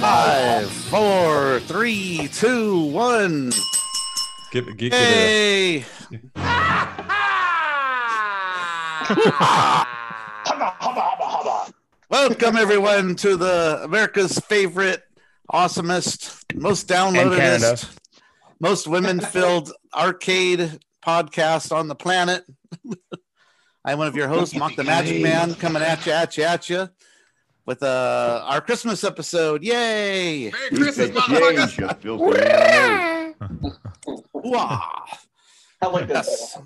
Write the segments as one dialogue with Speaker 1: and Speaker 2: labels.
Speaker 1: Five, four, three, two, one.
Speaker 2: Give, give, give it
Speaker 1: Hey! Welcome everyone to the America's favorite, awesomest, most
Speaker 3: Canada.
Speaker 1: downloaded, most women-filled arcade podcast on the planet. I'm one of your hosts, Mock the Magic Man, coming at you, at you, at you, with uh, our Christmas episode. Yay!
Speaker 4: Merry
Speaker 5: You
Speaker 4: Christmas,
Speaker 5: said
Speaker 4: motherfuckers!
Speaker 5: change, you filthy animal.
Speaker 1: Wah!
Speaker 6: I like that.
Speaker 1: Yes.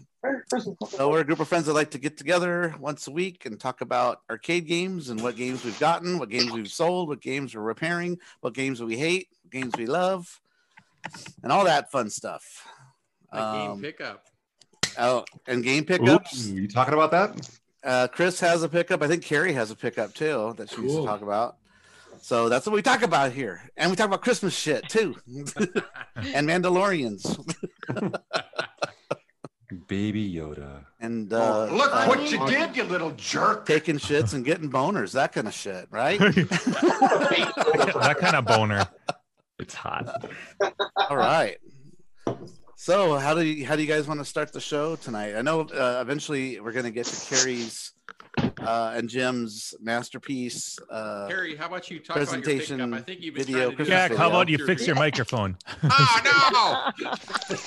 Speaker 1: So we're a group of friends that like to get together once a week and talk about arcade games and what games we've gotten, what games we've sold, what games we're repairing, what games we hate, what games we love, and all that fun stuff.
Speaker 4: My game
Speaker 1: Um,
Speaker 4: pickup.
Speaker 1: oh, and game
Speaker 2: a.
Speaker 1: pickups.
Speaker 2: Ooh, you talking about that?
Speaker 1: Uh, Chris has a pickup. I think Carrie has a pickup too that she needs to
Speaker 4: Cool.
Speaker 1: talk about. So that's what we talk about here, and we talk about Christmas shit too, and Mandalorians,
Speaker 2: Baby Yoda.
Speaker 1: and uh,
Speaker 7: Oh, Look
Speaker 1: uh,
Speaker 7: what you did, you little jerk.
Speaker 1: taking shits and getting boners, that kind of shit, right?
Speaker 3: that kind of boner.
Speaker 8: It's hot.
Speaker 1: All right. So, how do you how do you guys want to start the show tonight? I know uh, eventually we're going to get to Carrie's uh, and Jim's masterpiece. Uh,
Speaker 4: Carrie, how about you talk about your
Speaker 1: Presentation,
Speaker 4: pickup? I think you've been trying to
Speaker 1: video,
Speaker 4: do
Speaker 1: Christmas
Speaker 4: that
Speaker 3: Jack,
Speaker 4: for
Speaker 3: how
Speaker 4: a
Speaker 3: about
Speaker 4: while.
Speaker 3: you fix your microphone?
Speaker 4: Oh no!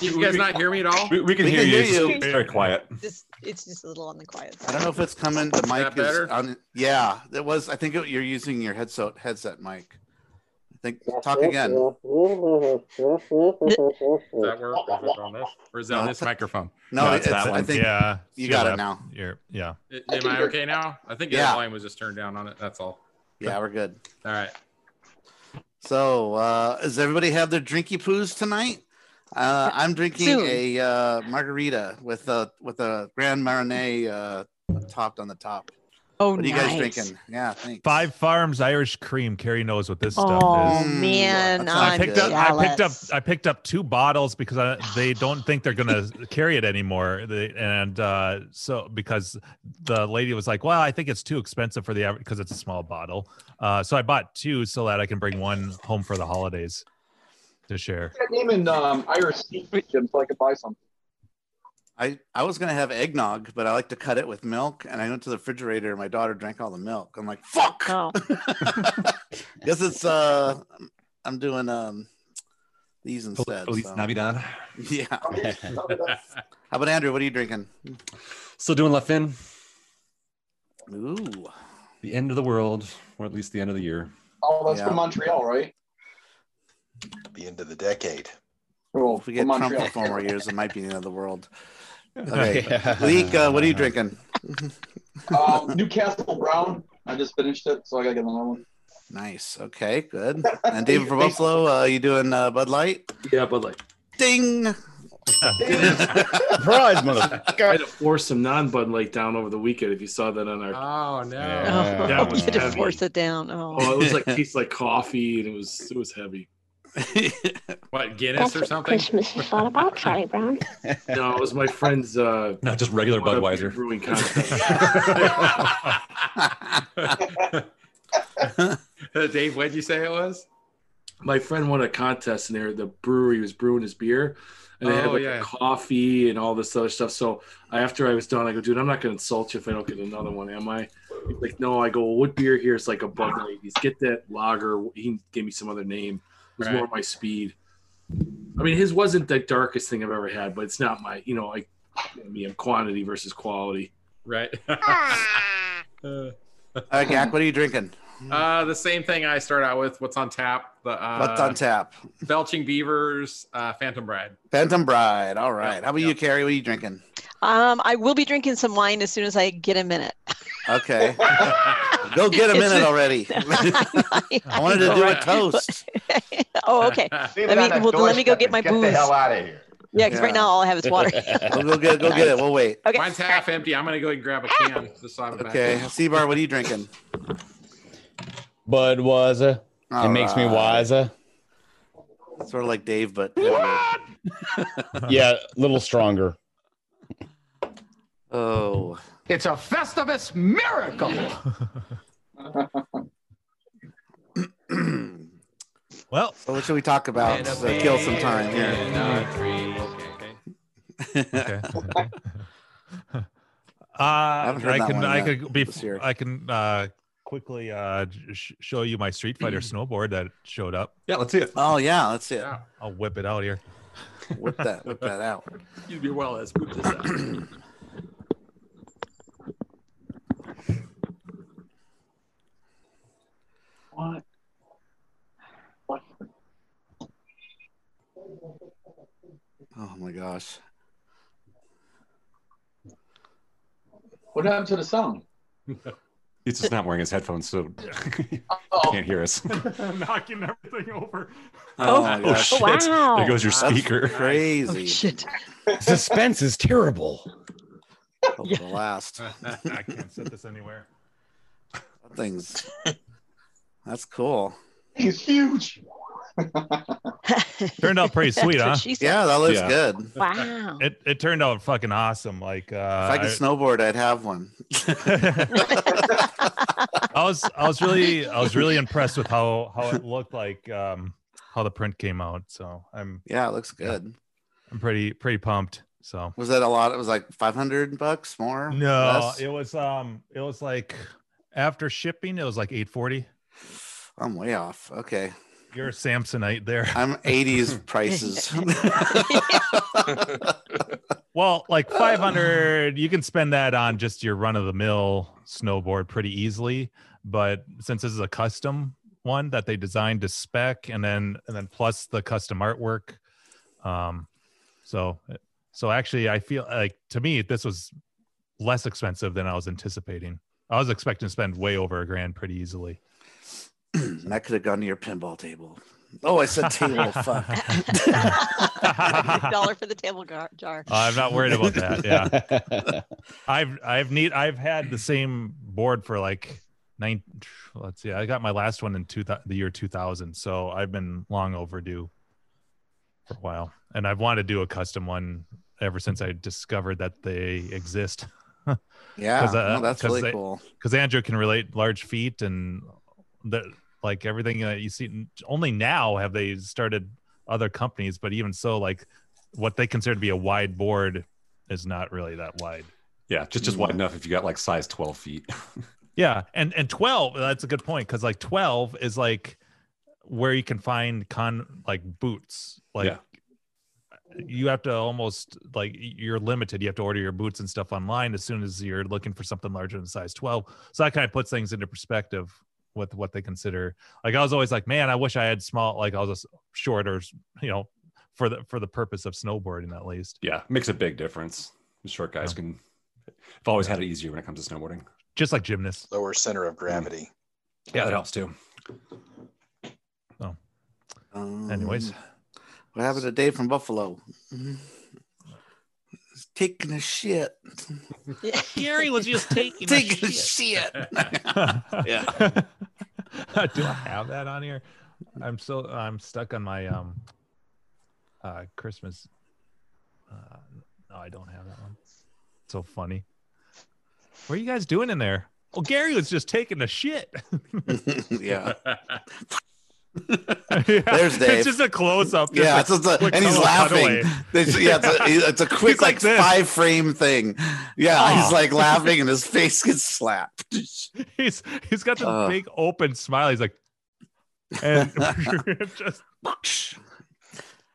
Speaker 4: you guys not hear me at all?
Speaker 2: We, we can
Speaker 1: We
Speaker 2: hear
Speaker 1: can
Speaker 2: you.
Speaker 1: hear you.
Speaker 2: It's very quiet.
Speaker 9: just it's just a little on the quiet
Speaker 1: I
Speaker 9: side.
Speaker 1: don't know if it's coming. The mic is
Speaker 4: that better?
Speaker 1: on. Yeah, it was. I think it, you're using your headset headset mic. I think talk again.
Speaker 4: Does that work? Is it on this? Or is that on
Speaker 1: No.
Speaker 4: this microphone?
Speaker 1: No,
Speaker 2: No, it's
Speaker 1: it's,
Speaker 2: that
Speaker 1: I
Speaker 2: one.
Speaker 1: think
Speaker 3: yeah.
Speaker 1: you
Speaker 3: Your
Speaker 1: got it
Speaker 3: lap-
Speaker 1: now.
Speaker 3: Your, yeah.
Speaker 4: I- Am I okay now? I think
Speaker 1: Yeah.
Speaker 4: the volume was just turned down on it. That's all.
Speaker 1: Yeah, we're good.
Speaker 4: All right.
Speaker 1: So, uh, does everybody have their drinky poos tonight? Uh, I'm drinking
Speaker 9: Soon.
Speaker 1: a uh, margarita with a with a Grand Marnier uh, topped on the top.
Speaker 9: Oh,
Speaker 1: What are you guys
Speaker 9: nice.
Speaker 1: drinking? Yeah, thanks.
Speaker 3: Five Farms Irish Cream. Carrie knows what this
Speaker 9: Oh
Speaker 3: stuff is.
Speaker 1: Mm,
Speaker 9: man,
Speaker 1: that's not
Speaker 3: I
Speaker 9: I'm
Speaker 3: picked
Speaker 1: good.
Speaker 3: up. I picked up.
Speaker 9: jealous.
Speaker 3: I picked up two bottles because I, they don't think they're gonna carry it anymore. They, and uh, so because the lady was like, "Well, I think it's too expensive for the because it's a small bottle." Uh, so I bought two so that I can bring one home for the holidays to share.
Speaker 6: That name in um, Irish Jim, so I could buy some.
Speaker 1: I, I was gonna have eggnog, but I like to cut it with milk, and I went to the refrigerator. and My daughter drank all the milk. I'm like, fuck.
Speaker 9: Oh,
Speaker 1: Guess it's uh, I'm doing um, these instead.
Speaker 2: Feliz
Speaker 1: so.
Speaker 2: Navidad.
Speaker 1: Yeah. How about Andrew? What are you drinking?
Speaker 5: Still doing left in.
Speaker 1: Ooh.
Speaker 5: The end of the world, or at least the end of the year.
Speaker 6: Oh, that's
Speaker 1: Yeah.
Speaker 6: from Montreal, right?
Speaker 10: the end of the decade.
Speaker 6: Well,
Speaker 1: If we get
Speaker 6: from
Speaker 1: Trump for
Speaker 6: Montreal.
Speaker 1: four more years, it might be the end of the world. Okay. Leek, uh, what are you drinking?
Speaker 6: um, Newcastle Brown. I just finished it, so I gotta get another one.
Speaker 1: Nice. Okay, good. And David from Buffalo, uh, you doing uh, Bud Light?
Speaker 7: Yeah, but like,
Speaker 1: Ding.
Speaker 8: Surprise,
Speaker 7: I
Speaker 8: motherfucker.
Speaker 7: had to force some non Bud Light down over the weekend if you saw that on our.
Speaker 4: Oh no!
Speaker 8: Yeah.
Speaker 7: That was
Speaker 9: you just
Speaker 7: heavy.
Speaker 9: force it down. Oh,
Speaker 7: oh, it was like tastes like coffee, and it was it was heavy.
Speaker 4: What Guinness or something?
Speaker 11: is all about, Charlie Brown.
Speaker 7: No, it was my friend's uh,
Speaker 5: Not just regular Budweiser.
Speaker 7: brewing contest.
Speaker 4: Dave, what'd you say it was?
Speaker 7: my friend won a contest and there the brewery was brewing his beer and they had
Speaker 4: Oh,
Speaker 7: like
Speaker 4: yeah.
Speaker 7: coffee and all this other stuff so I, after i was done i go dude i'm not going to insult you if i don't get another one am i He's like no i go well, what beer here is like a bud light he's get that lager he gave me some other name it was
Speaker 4: Right.
Speaker 7: more my speed i mean his wasn't the darkest thing i've ever had but it's not my you know like i mean quantity versus quality
Speaker 4: Right. uh,
Speaker 1: Uh, Gak, what are you drinking?
Speaker 4: uh, the same thing I start out with. What's on tap? The uh,
Speaker 1: What's on tap?
Speaker 4: Belching Beavers, uh, Phantom Bride.
Speaker 1: Phantom Bride. All right.
Speaker 4: Yeah,
Speaker 1: How about
Speaker 4: yeah.
Speaker 1: you, Carrie? What are you drinking?
Speaker 9: um, I will be drinking some wine as soon as I get a minute.
Speaker 1: Okay. Go get a
Speaker 9: It's
Speaker 1: minute
Speaker 9: just-
Speaker 1: already. I wanted to do a toast.
Speaker 9: oh, okay. Let me- well, let me go get my
Speaker 10: get the
Speaker 9: booze.
Speaker 10: hell out of here.
Speaker 9: Yeah, because
Speaker 1: Yeah.
Speaker 9: right now all I have is water.
Speaker 1: Go, go get Go get it. We'll wait.
Speaker 9: Okay.
Speaker 4: Mine's half empty. I'm gonna go and grab a can just so I have it back.
Speaker 1: Okay. Seabar, what are you drinking?
Speaker 8: Budweiser. It
Speaker 1: All
Speaker 8: makes me
Speaker 1: right.
Speaker 8: wiser.
Speaker 1: Sort of like Dave, but
Speaker 8: Yeah, a little stronger.
Speaker 1: oh,
Speaker 7: it's a festivus miracle
Speaker 1: all
Speaker 3: Well,
Speaker 1: so what should we talk about
Speaker 12: And a
Speaker 1: to kill some time here?
Speaker 12: beer and a drink. Okay.
Speaker 3: okay. uh,
Speaker 1: haven't heard
Speaker 3: I
Speaker 1: that
Speaker 3: can
Speaker 1: one
Speaker 3: I
Speaker 1: yet
Speaker 3: could be
Speaker 1: this year.
Speaker 3: I can uh, quickly uh, sh- show you my Street Fighter snowboard that showed up.
Speaker 2: Yeah, let's see it.
Speaker 1: Oh yeah, let's see it.
Speaker 3: I'll whip it out here.
Speaker 1: Whip that, whip that out.
Speaker 7: You'd be well as good this out.
Speaker 6: What?
Speaker 1: Oh my gosh.
Speaker 6: What happened to the sound?
Speaker 5: He's just not wearing his headphones, so he
Speaker 1: Oh.
Speaker 5: can't hear us.
Speaker 3: knocking everything over.
Speaker 5: Oh, my Oh, gosh. shit. Wow. There goes your
Speaker 1: That's
Speaker 5: speaker.
Speaker 1: crazy.
Speaker 5: Oh,
Speaker 1: shit.
Speaker 8: Suspense is terrible.
Speaker 1: Over the last.
Speaker 3: I can't set this anywhere.
Speaker 1: Things. That's cool.
Speaker 6: He's huge.
Speaker 3: Turned out pretty sweet, huh?
Speaker 9: That's what she said. Oh.
Speaker 1: Yeah, that looks good.
Speaker 9: Wow.
Speaker 3: It it turned out fucking awesome. Like uh,
Speaker 1: If I could snowboard, I'd have one.
Speaker 3: I was I was really I was really impressed with how how it looked like um how the print came out. So I'm
Speaker 1: Yeah, it looks good.
Speaker 3: I'm pretty pretty pumped. So
Speaker 1: Was that a lot? It was like 500 bucks more?
Speaker 3: no,
Speaker 1: less?
Speaker 3: it was um it was like after shipping it was like 840.
Speaker 1: I'm way off. Okay.
Speaker 3: You're a Samsonite there.
Speaker 1: I'm 80s prices.
Speaker 3: well, like 500 you can spend that on just your run of the mill snowboard pretty easily, but since this is a custom one that they designed to spec and then and then plus the custom artwork um so so actually i feel like to me this was less expensive than i was anticipating i was expecting to spend way over a grand pretty easily
Speaker 1: And that could have gone to your pinball table. Oh, I said table. Fuck.
Speaker 9: dollar for the table gar- jar.
Speaker 3: Uh, I'm not worried about that. Yeah, I've I've need I've had the same board for like nine. Let's see, I got my last one in two thou- the year 2000, so I've been long overdue for a while, and I've wanted to do a custom one ever since I discovered that they exist.
Speaker 1: Yeah, no, that's
Speaker 3: 'cause
Speaker 1: really
Speaker 3: they-
Speaker 1: cool.
Speaker 3: uh, Because Andrew can relate large feet and the like everything that you see. Only now have they started other companies, but even so, like what they consider to be a wide board is not really that wide.
Speaker 5: Yeah, just just wide enough if you got like size twelve feet.
Speaker 3: Yeah, and and twelve. That's a good point because like twelve is like where you can find con like boots. Like you have to almost like you're limited. You have to order your boots and stuff online as soon as you're looking for something larger than size twelve. So that kind of puts things into perspective with what they consider. Like I was always like, man, I wish I had small. Like I was just shorter, you know, for the for the purpose of snowboarding at least.
Speaker 5: Yeah, makes a big difference. The short guys can. I've always had it easier when it comes to snowboarding.
Speaker 3: Just like gymnasts.
Speaker 10: Lower center of gravity.
Speaker 5: Yeah, that helps too.
Speaker 1: Um,
Speaker 3: Anyways.
Speaker 1: what happened to Dave from Buffalo? He's taking a shit.
Speaker 13: Gary was just taking
Speaker 1: Taking
Speaker 13: a
Speaker 1: a
Speaker 13: shit.
Speaker 1: yeah.
Speaker 3: Do I have that on here? I'm still I'm stuck on my um uh Christmas. Uh, no, I don't have that one. So funny. What are you guys doing in there? Well, Gary was just taking a shit.
Speaker 1: yeah.
Speaker 3: Yeah,
Speaker 1: There's Dave.
Speaker 3: It's just a close up.
Speaker 1: Yeah, it's just a- and he's laughing. It's, yeah, it's a, it's a quick like,
Speaker 3: this.
Speaker 1: five frame thing. Yeah, he's
Speaker 3: Aw.
Speaker 1: like laughing and his face gets slapped.
Speaker 3: He's he's got this
Speaker 1: Oh.
Speaker 3: big open smile. He's like, and just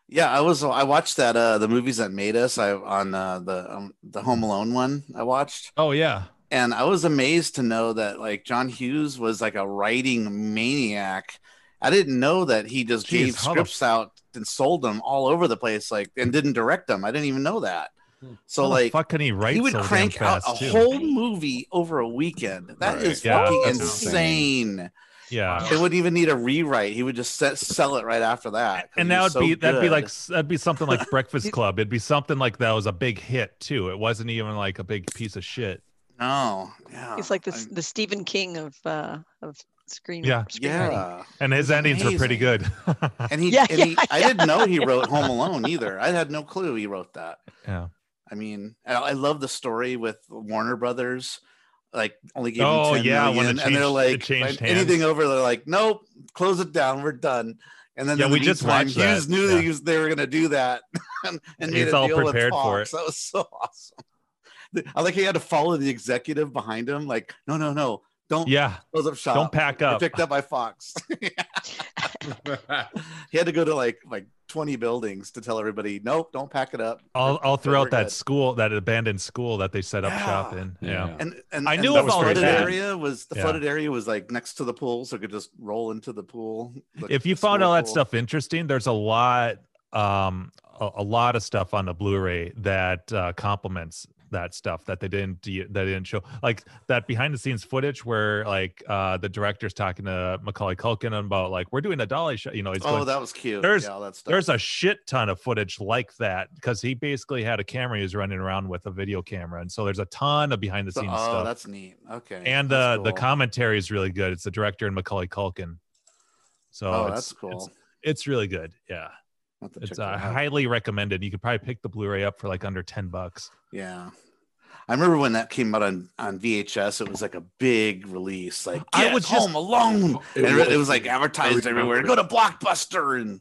Speaker 1: Yeah, I was I watched that uh the movies that made us I on uh, the um, the Home Alone one I watched
Speaker 3: oh yeah.
Speaker 1: and I was amazed to know that like John Hughes was like a writing maniac. I didn't know that he just
Speaker 3: Jeez,
Speaker 1: gave
Speaker 3: how the-
Speaker 1: scripts out and sold them all over the place like and didn't direct them. I didn't even know that. So
Speaker 3: How the
Speaker 1: like
Speaker 3: fuck can he write
Speaker 1: he would
Speaker 3: Hmm. so damn
Speaker 1: crank out a
Speaker 3: fast, too?
Speaker 1: whole movie over a weekend. That is
Speaker 3: Right. Yeah,
Speaker 1: fucking
Speaker 3: that's
Speaker 1: insane.
Speaker 3: Yeah.
Speaker 1: It wouldn't even need a rewrite. He would just set, sell it right after that. 'cause
Speaker 3: and
Speaker 1: he
Speaker 3: that would
Speaker 1: was so
Speaker 3: be that'd be
Speaker 1: good.
Speaker 3: like s- that'd be something like Breakfast Club. It'd be something like that was a big hit too. It wasn't even like a big piece of shit.
Speaker 1: No. Oh, Yeah.
Speaker 9: He's like the, the Stephen King of uh, of screen.
Speaker 3: Yeah.
Speaker 9: screenwriting.
Speaker 3: And his endings were pretty good.
Speaker 1: And he,
Speaker 9: Yeah,
Speaker 1: and he
Speaker 9: yeah,
Speaker 1: I
Speaker 9: yeah.
Speaker 1: didn't know he wrote Home Alone either. I had no clue he wrote that.
Speaker 3: yeah.
Speaker 1: I mean, I, I love the story with Warner Brothers like only gave
Speaker 3: Oh,
Speaker 1: them 10
Speaker 3: yeah, when
Speaker 1: million,
Speaker 3: it
Speaker 1: and they're
Speaker 3: changed-
Speaker 1: like
Speaker 3: it changed
Speaker 1: like, anything
Speaker 3: hands.
Speaker 1: over they're like nope close it down we're done and then
Speaker 3: Yeah,
Speaker 1: in
Speaker 3: we
Speaker 1: the
Speaker 3: just
Speaker 1: meantime,
Speaker 3: watched
Speaker 1: Hughes
Speaker 3: that,
Speaker 1: knew
Speaker 3: yeah.
Speaker 1: that he was, they were going to do that and, and made
Speaker 3: He's
Speaker 1: a
Speaker 3: all
Speaker 1: deal with
Speaker 3: prepared for
Speaker 1: Fox.
Speaker 3: it.
Speaker 1: that was so awesome I like he had to follow the executive behind him like no no no don't
Speaker 3: Yeah.
Speaker 1: close up shop
Speaker 3: Don't pack
Speaker 1: We're
Speaker 3: up.
Speaker 1: picked up by Fox he had to go to like like 20 buildings to tell everybody nope don't pack it up
Speaker 3: all, all
Speaker 1: we're
Speaker 3: throughout that
Speaker 1: good.
Speaker 3: school, that abandoned school that they set up shop in. Yeah.
Speaker 1: And and
Speaker 3: I
Speaker 1: and
Speaker 3: knew
Speaker 1: the
Speaker 3: about
Speaker 1: flooded
Speaker 3: that.
Speaker 1: area was the
Speaker 3: Yeah.
Speaker 1: flooded area was like next to the pool, so it could just roll into the pool. the
Speaker 3: if you found all
Speaker 1: small
Speaker 3: that
Speaker 1: pool.
Speaker 3: stuff interesting, there's a lot, um, a, a lot of stuff on the Blu-ray that uh, complements that stuff that they didn't de- that didn't show, like that behind-the-scenes footage where like uh, the director's talking to Macaulay Culkin about like we're doing a dolly show, you know? He's
Speaker 1: Oh,
Speaker 3: going,
Speaker 1: that was cute.
Speaker 3: There's
Speaker 1: Yeah, all that stuff.
Speaker 3: there's a shit ton of footage like that because he basically had a camera he was running around with a video camera, and so there's a ton of
Speaker 1: So-
Speaker 3: behind-the-scenes
Speaker 1: oh,
Speaker 3: stuff.
Speaker 1: that's neat. Okay.
Speaker 3: and the
Speaker 1: that's
Speaker 3: the
Speaker 1: cool.
Speaker 3: commentary is really good. It's the director and Macaulay Culkin. So
Speaker 1: Oh,
Speaker 3: it's-
Speaker 1: that's cool.
Speaker 3: It's, it's really good.
Speaker 1: I'll
Speaker 3: Yeah,
Speaker 1: have to check
Speaker 3: it's
Speaker 1: that
Speaker 3: uh,
Speaker 1: out.
Speaker 3: highly recommended. You could probably pick the Blu-ray up for like under ten bucks.
Speaker 1: Yeah. I remember when that came out on, on VHS, it was like a big release. Like
Speaker 3: I
Speaker 1: Get
Speaker 3: was just-
Speaker 1: home alone.
Speaker 3: It
Speaker 1: and it
Speaker 3: was-
Speaker 1: was like advertised
Speaker 3: I
Speaker 1: everywhere. Go
Speaker 3: remember.
Speaker 1: to Blockbuster and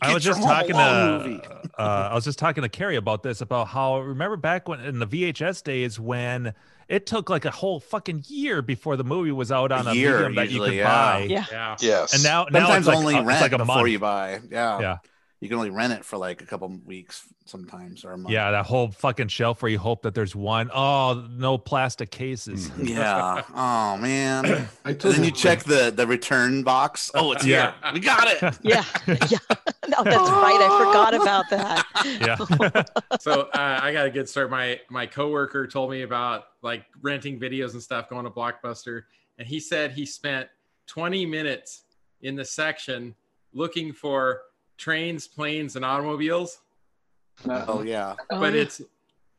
Speaker 3: I
Speaker 1: Get
Speaker 3: was
Speaker 1: your
Speaker 3: just
Speaker 1: Home
Speaker 3: talking
Speaker 1: Alone
Speaker 3: to uh, I was just talking to Carrie about this about how remember back when in the VHS days when it took like a whole fucking year before the movie was out on a,
Speaker 1: year,
Speaker 3: medium that you
Speaker 1: usually,
Speaker 3: could
Speaker 1: yeah.
Speaker 3: buy.
Speaker 1: Yeah.
Speaker 4: Yeah.
Speaker 10: Yes.
Speaker 3: And now now
Speaker 1: sometimes
Speaker 3: it's like,
Speaker 1: only
Speaker 3: uh, it's
Speaker 1: rent
Speaker 3: like a
Speaker 1: before
Speaker 3: month.
Speaker 1: you buy. Yeah.
Speaker 3: Yeah.
Speaker 1: You can only rent it for like a couple weeks sometimes or a month.
Speaker 3: Yeah, that whole fucking shelf where you hope that there's one. Oh, no plastic cases.
Speaker 9: Mm-hmm.
Speaker 1: Yeah. Oh man.
Speaker 7: I
Speaker 1: and
Speaker 7: told
Speaker 1: then
Speaker 7: you-
Speaker 1: you check the the return box. Oh, it's
Speaker 3: Yeah.
Speaker 1: here. We got it.
Speaker 9: Yeah, yeah. No, Oh, that's right. I forgot about that.
Speaker 3: Yeah.
Speaker 4: so uh, I got a good start. My my coworker told me about like renting videos and stuff, going to Blockbuster, and he said he spent 20 minutes in the section looking for trains, planes, and automobiles.
Speaker 1: Oh yeah.
Speaker 4: but it's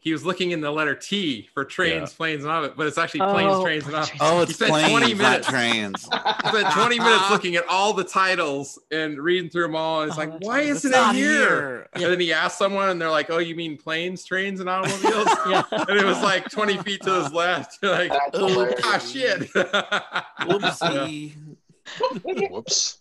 Speaker 4: he was looking in the letter T for trains, planes, and automobiles, but it's actually
Speaker 1: Oh.
Speaker 4: planes, trains, and automobiles.
Speaker 1: Oh,
Speaker 4: he
Speaker 1: it's
Speaker 4: spent
Speaker 1: planes,
Speaker 4: 20
Speaker 1: not
Speaker 4: minutes.
Speaker 1: trains.
Speaker 4: he spent 20 minutes looking at all the titles and reading through them all.
Speaker 9: Oh,
Speaker 4: And it's like, why
Speaker 1: It's
Speaker 4: isn't
Speaker 1: not
Speaker 4: it here?
Speaker 1: here.
Speaker 4: And then he asked someone, and they're like, "Oh, you mean planes, trains, and automobiles?" And it was like 20 feet to his left. You're like,
Speaker 6: That's
Speaker 4: oh
Speaker 6: hilarious.
Speaker 4: ah, shit.
Speaker 1: Whoopsie.
Speaker 10: Whoops.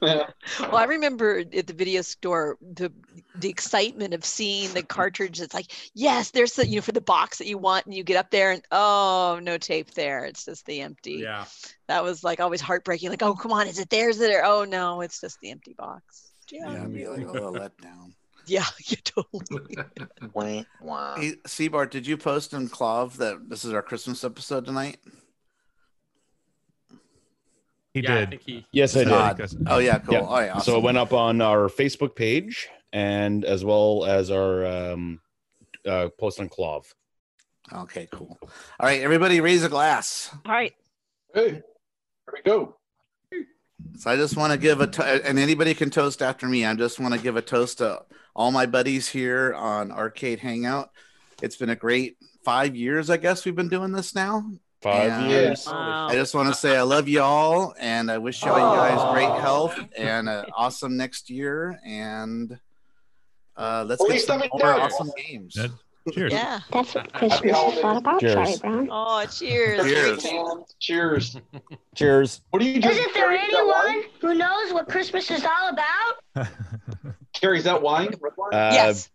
Speaker 6: Yeah.
Speaker 9: Well, I remember at the video store the the excitement of seeing the cartridge. It's like, yes, there's the you know for the box that you want, and you get up there and oh, no tape there. It's just the empty.
Speaker 4: yeah.
Speaker 9: That was like always heartbreaking. Like, oh come on, is it there? Is it there? Oh no, it's just the empty box.
Speaker 1: Yeah,
Speaker 9: Yeah,
Speaker 1: I'd be like, oh, let down.
Speaker 9: yeah, you totally.
Speaker 10: Wah, wah.
Speaker 1: Hey, Seabart, did you post in Clove that this is our Christmas episode tonight?
Speaker 3: He
Speaker 4: Yeah, I
Speaker 3: did.
Speaker 4: think he.
Speaker 8: Yes, I did.
Speaker 1: Todd. Oh yeah, cool.
Speaker 8: Yeah.
Speaker 1: All right, awesome.
Speaker 8: So it went up on our Facebook page and as well as our um, uh, post on Clove.
Speaker 1: Okay, cool. All right, everybody, raise a glass.
Speaker 9: All right.
Speaker 6: Hey, here we go.
Speaker 1: So I just want to give a to- and anybody can toast after me. I just want to give a toast to all my buddies here on Arcade Hangout. It's been a great five years, I guess we've been doing this now.
Speaker 8: Five
Speaker 1: Yeah.
Speaker 8: years.
Speaker 13: Wow.
Speaker 1: I just want to say I love y'all, and I wish y'all you guys great health and an awesome next year. And uh, let's
Speaker 6: Well,
Speaker 1: get
Speaker 6: we
Speaker 1: some
Speaker 6: still
Speaker 1: more
Speaker 6: have
Speaker 1: awesome games.
Speaker 3: Yeah. Cheers.
Speaker 9: Yeah.
Speaker 11: That's what Christmas is all about,
Speaker 8: Cheers.
Speaker 11: Charlie Brown.
Speaker 9: Oh, cheers.
Speaker 1: Cheers.
Speaker 6: And cheers.
Speaker 8: Cheers.
Speaker 6: What do you drink?
Speaker 11: Isn't there
Speaker 6: Carrie? Is that wine?
Speaker 11: anyone who knows what Christmas is all about?
Speaker 6: Carrie, is that wine? Red wine?
Speaker 8: Uh,
Speaker 9: yes.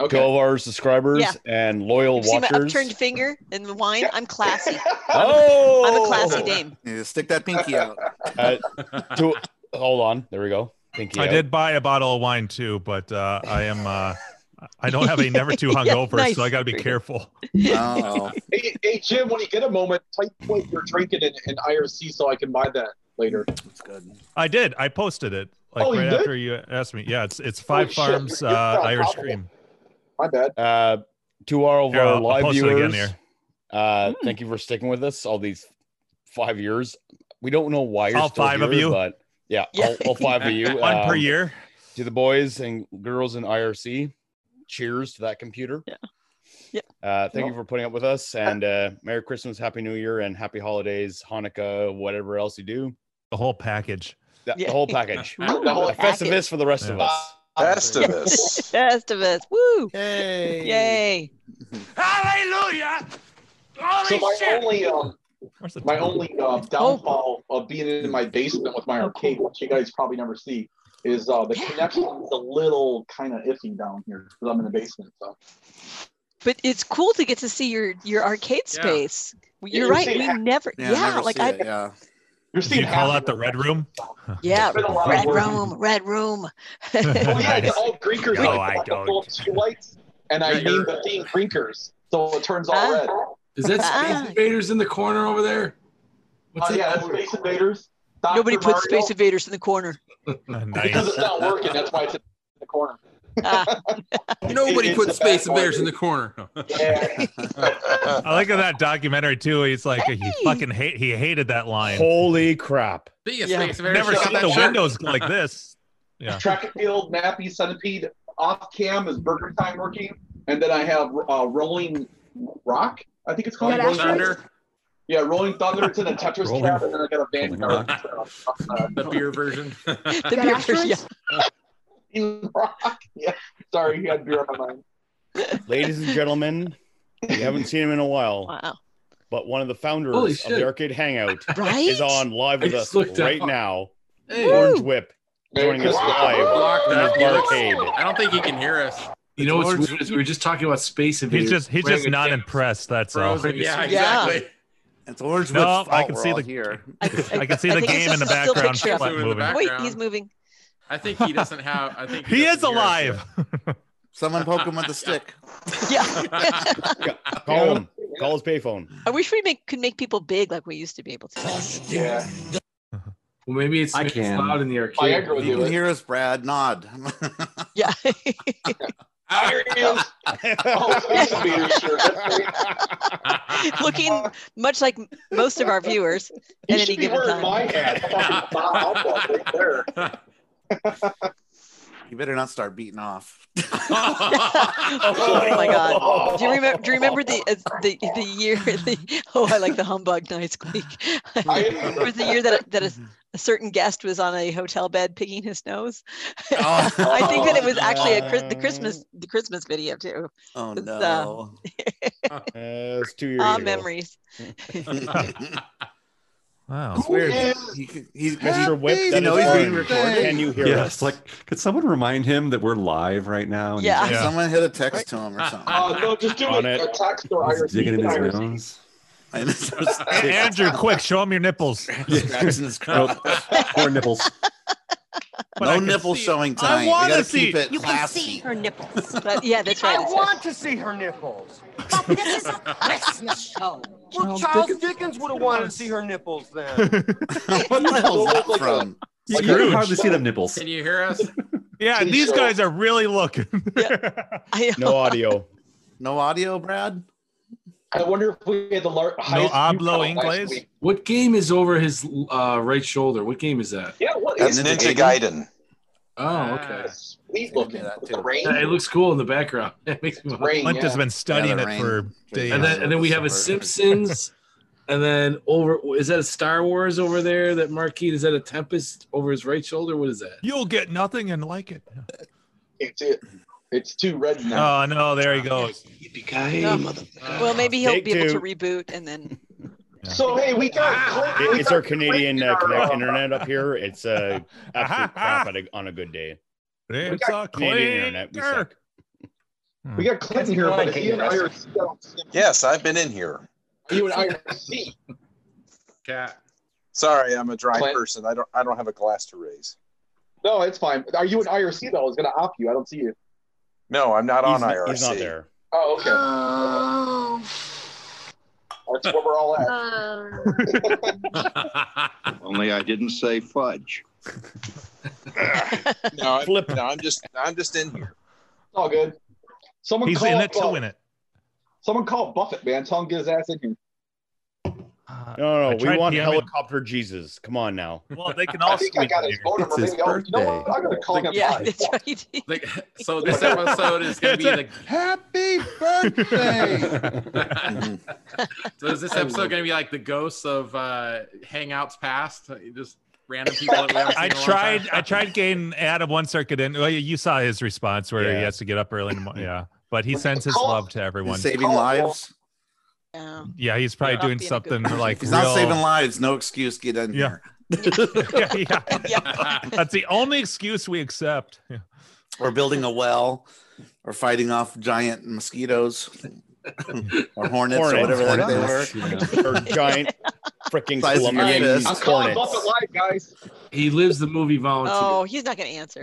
Speaker 6: okay.
Speaker 8: Go of our subscribers
Speaker 9: Yeah.
Speaker 8: and loyal
Speaker 9: You see my
Speaker 8: watchers.
Speaker 9: upturned finger and the wine. I'm classy.
Speaker 8: Oh,
Speaker 9: I'm a classy dame.
Speaker 1: Yeah, stick that pinky out.
Speaker 8: Uh, to, hold on. There we go. Thank you.
Speaker 3: I did buy a bottle of wine too, but uh, I am uh, I don't have a never too
Speaker 9: Yeah,
Speaker 3: hungover,
Speaker 9: nice.
Speaker 3: so I got to be careful.
Speaker 1: Oh,
Speaker 6: Hey, hey, Jim, when you get a moment, type what you're drinking in, in IRC so I can buy that later.
Speaker 1: that's good.
Speaker 3: I did. I posted it like
Speaker 6: Oh, you
Speaker 3: right
Speaker 6: did?
Speaker 3: after you asked me. Yeah, it's it's Five
Speaker 6: shit,
Speaker 3: Farms
Speaker 6: you're- you're
Speaker 3: uh,
Speaker 6: on
Speaker 3: Irish
Speaker 6: top of it.
Speaker 3: Cream.
Speaker 6: My bad.
Speaker 8: Uh, to all of
Speaker 3: Here,
Speaker 8: our
Speaker 3: I'll- I'll
Speaker 8: live
Speaker 3: post it again
Speaker 8: viewers,
Speaker 3: here.
Speaker 6: Hmm.
Speaker 8: uh, thank you for sticking with us all these five years. We don't know why you're
Speaker 3: All
Speaker 8: still
Speaker 3: five of
Speaker 8: here,
Speaker 3: you?
Speaker 8: but yeah, all, all five of you.
Speaker 3: One per
Speaker 8: Um,
Speaker 3: year.
Speaker 8: to the boys and girls in IRC. Cheers to that computer.
Speaker 9: Yeah. Yep.
Speaker 8: Uh, thank you for putting up with us and uh, Merry Christmas, Happy New Year, and Happy Holidays, Hanukkah, whatever else you do.
Speaker 3: The whole package.
Speaker 8: That,
Speaker 9: Yeah.
Speaker 8: The whole package.
Speaker 9: Woo,
Speaker 6: The whole
Speaker 8: a festivus for the rest of
Speaker 3: Yeah.
Speaker 8: us.
Speaker 10: Festivus.
Speaker 9: Best of us. Woo.
Speaker 1: Yay!
Speaker 9: Yay.
Speaker 1: Hallelujah!
Speaker 6: so my
Speaker 13: shit!
Speaker 6: only um,
Speaker 3: Where's
Speaker 6: my only uh, downfall of being in my basement with
Speaker 4: Oh,
Speaker 6: my arcade, which you guys probably never see, is uh, the connection is a little kind of iffy down here because I'm in the basement. So
Speaker 9: But it's cool to get to see your your arcade
Speaker 6: Yeah.
Speaker 9: space.
Speaker 6: Yeah,
Speaker 9: You're
Speaker 6: you
Speaker 9: right.
Speaker 6: see
Speaker 9: We
Speaker 6: it.
Speaker 9: never. Yeah,
Speaker 6: Yeah, never
Speaker 9: like
Speaker 6: see
Speaker 9: I.
Speaker 6: it,
Speaker 1: yeah.
Speaker 6: You're
Speaker 3: you call out the red room?
Speaker 9: Yeah,
Speaker 6: been a lot of
Speaker 9: red
Speaker 6: work.
Speaker 9: room, red room.
Speaker 6: well, yeah, it's all Grinkers.
Speaker 3: No,
Speaker 6: like,
Speaker 3: I
Speaker 6: full of Lights, and I named the theme Grinkers, so it turns all red.
Speaker 7: Is that Space Invaders in the corner over there?
Speaker 6: Oh, yeah, that's Space Invaders. Dr.
Speaker 9: Nobody puts
Speaker 6: Mario.
Speaker 9: Space Invaders in the corner.
Speaker 6: Because it's not working, that's why it's in the corner.
Speaker 4: Nobody
Speaker 6: It's
Speaker 4: puts
Speaker 6: the
Speaker 4: Space
Speaker 6: bad
Speaker 4: Invaders in the
Speaker 6: part.
Speaker 4: corner.
Speaker 3: I like in that documentary too. He's like he fucking hate. He hated that line.
Speaker 14: Holy crap!
Speaker 4: Be a
Speaker 3: Yeah.
Speaker 4: Space Invader.
Speaker 3: Never
Speaker 4: shut
Speaker 3: seen
Speaker 4: that
Speaker 3: the
Speaker 4: shirt.
Speaker 3: windows like this. Yeah.
Speaker 6: Track and field, Nappy, Centipede, off cam is Burger Time Rookie, and then I have uh, Rolling Rock, I think it's called.
Speaker 4: Rolling Thunder.
Speaker 6: Yeah, Rolling Thunder. It's in a Tetris
Speaker 4: Rolling-
Speaker 6: cab, and then I got a Vanguard. uh,
Speaker 4: the beer version.
Speaker 6: The beer version, Rolling Rock. Yeah. Sorry, you had beer on my mind.
Speaker 8: Ladies and gentlemen, we haven't seen him in a while.
Speaker 9: Wow.
Speaker 8: But one of the
Speaker 7: Holy
Speaker 8: founders of
Speaker 7: shit.
Speaker 8: the Arcade Hangout
Speaker 9: Right?
Speaker 8: is on live
Speaker 7: I
Speaker 8: with us
Speaker 7: just looked
Speaker 8: right
Speaker 7: up.
Speaker 8: now.
Speaker 7: Hey.
Speaker 8: Orange
Speaker 7: Woo.
Speaker 8: Whip
Speaker 7: Merry
Speaker 8: joining us
Speaker 7: Christmas.
Speaker 8: live
Speaker 7: Block
Speaker 8: from
Speaker 7: that.
Speaker 8: his barricade.
Speaker 4: I don't think he can hear us.
Speaker 7: You know what's
Speaker 4: George-
Speaker 7: weird is we were just talking about Space Invaders.
Speaker 3: He's just he's just
Speaker 7: Wearing a-
Speaker 3: not impressed. That's all.
Speaker 7: Frozen,
Speaker 4: Yeah.
Speaker 7: yeah,
Speaker 4: exactly.
Speaker 1: It's orange
Speaker 3: No,
Speaker 1: with
Speaker 3: I
Speaker 1: fault.
Speaker 3: can
Speaker 1: We're
Speaker 3: see
Speaker 1: all
Speaker 3: the-
Speaker 1: here.
Speaker 3: I can see
Speaker 9: I
Speaker 3: the
Speaker 9: think it's
Speaker 3: game
Speaker 9: just
Speaker 3: in the
Speaker 9: a still
Speaker 3: background.
Speaker 9: picture of
Speaker 3: flip
Speaker 9: him.
Speaker 3: moving.
Speaker 9: Wait, he's moving.
Speaker 4: I think he doesn't have. I think
Speaker 3: He is
Speaker 4: doesn't hear us yet.
Speaker 3: alive.
Speaker 1: Someone poke him with a stick.
Speaker 9: Yeah.
Speaker 8: Call him. Call his payphone.
Speaker 9: I wish we make, could make people big like we used to be able to.
Speaker 8: Yeah.
Speaker 7: Well, maybe it's, it's loud in the arcade.
Speaker 1: If you can hear us, Brad. Nod.
Speaker 9: yeah. Looking much like most of our viewers
Speaker 6: You
Speaker 9: at
Speaker 6: should
Speaker 9: any
Speaker 6: be
Speaker 9: given time.
Speaker 6: wearing my hat. Fucking Bob Hope right there.
Speaker 1: You better not start beating off.
Speaker 9: oh my god! Do you remember? Do you remember the uh, the the year? The, oh, I like the humbug noise squeak. it was the year that that a, a certain guest was on a hotel bed picking his nose.
Speaker 1: Oh,
Speaker 9: I think that it was actually a Chris, the Christmas the Christmas video too.
Speaker 1: Oh
Speaker 9: It's, uh,
Speaker 1: no.
Speaker 8: Uh, it's two years
Speaker 9: Ah,
Speaker 8: ago.
Speaker 9: memories.
Speaker 3: Wow.
Speaker 1: It's weird. He, could- he's,
Speaker 8: Mr. Whip,
Speaker 1: you
Speaker 8: that is
Speaker 1: know, he's being
Speaker 8: orange.
Speaker 1: recorded.
Speaker 8: Can you hear
Speaker 2: yeah,
Speaker 8: us?
Speaker 2: it's like, could someone remind him that we're live right now? And
Speaker 9: Yeah.
Speaker 2: he's
Speaker 9: Yeah.
Speaker 1: Someone hit a text to
Speaker 7: Ah.
Speaker 1: him or something.
Speaker 6: Uh, no, just do
Speaker 2: On
Speaker 6: a,
Speaker 2: it.
Speaker 6: a text or
Speaker 2: He's
Speaker 6: IRC.
Speaker 2: digging in his
Speaker 6: IRC.
Speaker 2: nose.
Speaker 3: A- Andrew, quick, show him your nipples.
Speaker 1: Scratching his crotch.
Speaker 2: Poor nipples.
Speaker 1: No nipple showing
Speaker 14: I
Speaker 1: tonight. We
Speaker 14: want
Speaker 1: gotta
Speaker 14: to see.
Speaker 1: keep it
Speaker 14: You can
Speaker 1: classy.
Speaker 14: see her nipples.
Speaker 9: But, yeah, that's right.
Speaker 14: I want to see her nipples. But this is a Christmas show. Well,
Speaker 13: Charles
Speaker 14: Charles Dickens would have wanted to see her nipples then.
Speaker 1: what the hell's that from?
Speaker 2: You
Speaker 1: Like
Speaker 2: can
Speaker 1: a-
Speaker 2: hardly see them nipples.
Speaker 4: Can you hear us?
Speaker 3: Yeah,
Speaker 1: Please
Speaker 3: these
Speaker 1: show
Speaker 3: guys are really looking.
Speaker 9: I,
Speaker 8: No audio.
Speaker 1: No audio, Brad.
Speaker 6: I wonder if we had the lar- highest. view
Speaker 3: hablo
Speaker 6: count last
Speaker 3: inglés?
Speaker 6: week.
Speaker 7: What game is over his uh, right shoulder? What game is that?
Speaker 6: Yeah, what
Speaker 10: That's
Speaker 6: is
Speaker 10: Ninja
Speaker 6: it?
Speaker 10: Gaiden.
Speaker 6: Uh,
Speaker 7: Oh, okay.
Speaker 6: Sweet looking. With the rain.
Speaker 7: It looks cool in the background. That makes me.
Speaker 6: rain,
Speaker 3: Clint has
Speaker 6: yeah.
Speaker 3: been studying
Speaker 6: Yeah,
Speaker 3: it
Speaker 6: the
Speaker 3: for
Speaker 6: rain.
Speaker 3: days.
Speaker 7: And then, and then we have a Simpsons, and then over is that a Star Wars over there? That Marquis is that a Tempest over his right shoulder? What is that?
Speaker 3: You'll get nothing and like it.
Speaker 6: It's it. It's too red now.
Speaker 3: Oh no, there he goes.
Speaker 9: No. uh, Well, maybe he'll
Speaker 8: Take
Speaker 9: be able to
Speaker 8: two.
Speaker 9: reboot and then. Ah.
Speaker 6: so hey, we got. Clint, we
Speaker 8: It- it's our
Speaker 6: got
Speaker 8: Canadian
Speaker 6: Clint in
Speaker 8: uh,
Speaker 6: our,
Speaker 8: connect
Speaker 6: uh,
Speaker 8: internet up here. It's uh, absolute crap at a, on a good day.
Speaker 3: It's
Speaker 6: got
Speaker 3: a
Speaker 8: Canadian internet. We
Speaker 3: clinker.
Speaker 8: suck.
Speaker 6: We got Clint in here, but is he an IRC?
Speaker 10: Yes, I've been in here.
Speaker 6: Are you an IRC?
Speaker 4: Cat.
Speaker 10: Sorry, I'm a dry
Speaker 6: Clint.
Speaker 10: person. I don't. I don't have a glass to raise.
Speaker 6: No, it's fine. Are you an IRC though? I was gonna op you. I don't see you.
Speaker 10: No, I'm not on
Speaker 8: He's-
Speaker 10: IRC.
Speaker 8: He's not there.
Speaker 6: Oh, okay.
Speaker 13: Oh.
Speaker 6: That's where we're all at.
Speaker 15: um, Only I didn't say fudge.
Speaker 10: No, I'm, no, I'm just. I'm just in here.
Speaker 6: It's all good. Someone
Speaker 3: He's
Speaker 6: call
Speaker 3: in it
Speaker 6: up,
Speaker 3: to
Speaker 6: uh,
Speaker 3: win it.
Speaker 6: Someone call Buffett, man. Tell him to get his ass in here.
Speaker 8: No,
Speaker 3: I
Speaker 8: no, we
Speaker 3: tried
Speaker 8: want
Speaker 3: DMing.
Speaker 8: helicopter Jesus. Come on now.
Speaker 3: Well, they can all
Speaker 6: I think I
Speaker 3: squeeze
Speaker 6: got
Speaker 3: in
Speaker 6: his
Speaker 3: here.
Speaker 6: phone number.
Speaker 8: It's his
Speaker 6: Maybe I'll, you know what? I'm gonna call him.
Speaker 9: Yeah,
Speaker 6: live.
Speaker 9: that's right.
Speaker 4: Like, so this episode is going to be the.
Speaker 1: Happy birthday!
Speaker 4: So is this episode going to be like the ghosts of uh, Hangouts past? Just random people that we haven't seen
Speaker 3: I
Speaker 4: in a long
Speaker 3: tried.
Speaker 4: time?
Speaker 3: I tried getting Adam one circuit in. Well, you saw his response where
Speaker 8: Yeah.
Speaker 3: he has to get up early in the morning. Yeah, but he sends his
Speaker 6: Call-
Speaker 9: Oh.
Speaker 3: love to everyone.
Speaker 1: Saving lives.
Speaker 9: Yeah.
Speaker 3: Yeah, he's probably
Speaker 9: Not being a
Speaker 3: doing
Speaker 9: good
Speaker 3: something
Speaker 9: person.
Speaker 3: like
Speaker 1: He's
Speaker 3: real...
Speaker 1: not saving lives. No excuse. Get in
Speaker 3: Yeah.
Speaker 1: here.
Speaker 3: yeah, yeah. That's the only excuse we accept. Yeah.
Speaker 1: or building a well, or fighting off giant mosquitoes, or hornets, or whatever the heck they were.
Speaker 8: Or giant freaking
Speaker 1: Size of your
Speaker 8: Colombian
Speaker 1: fist.
Speaker 6: I'm calling
Speaker 8: hornets.
Speaker 6: Buffett Live, guys.
Speaker 7: He lives the movie volunteer.
Speaker 9: Oh, he's not going to answer.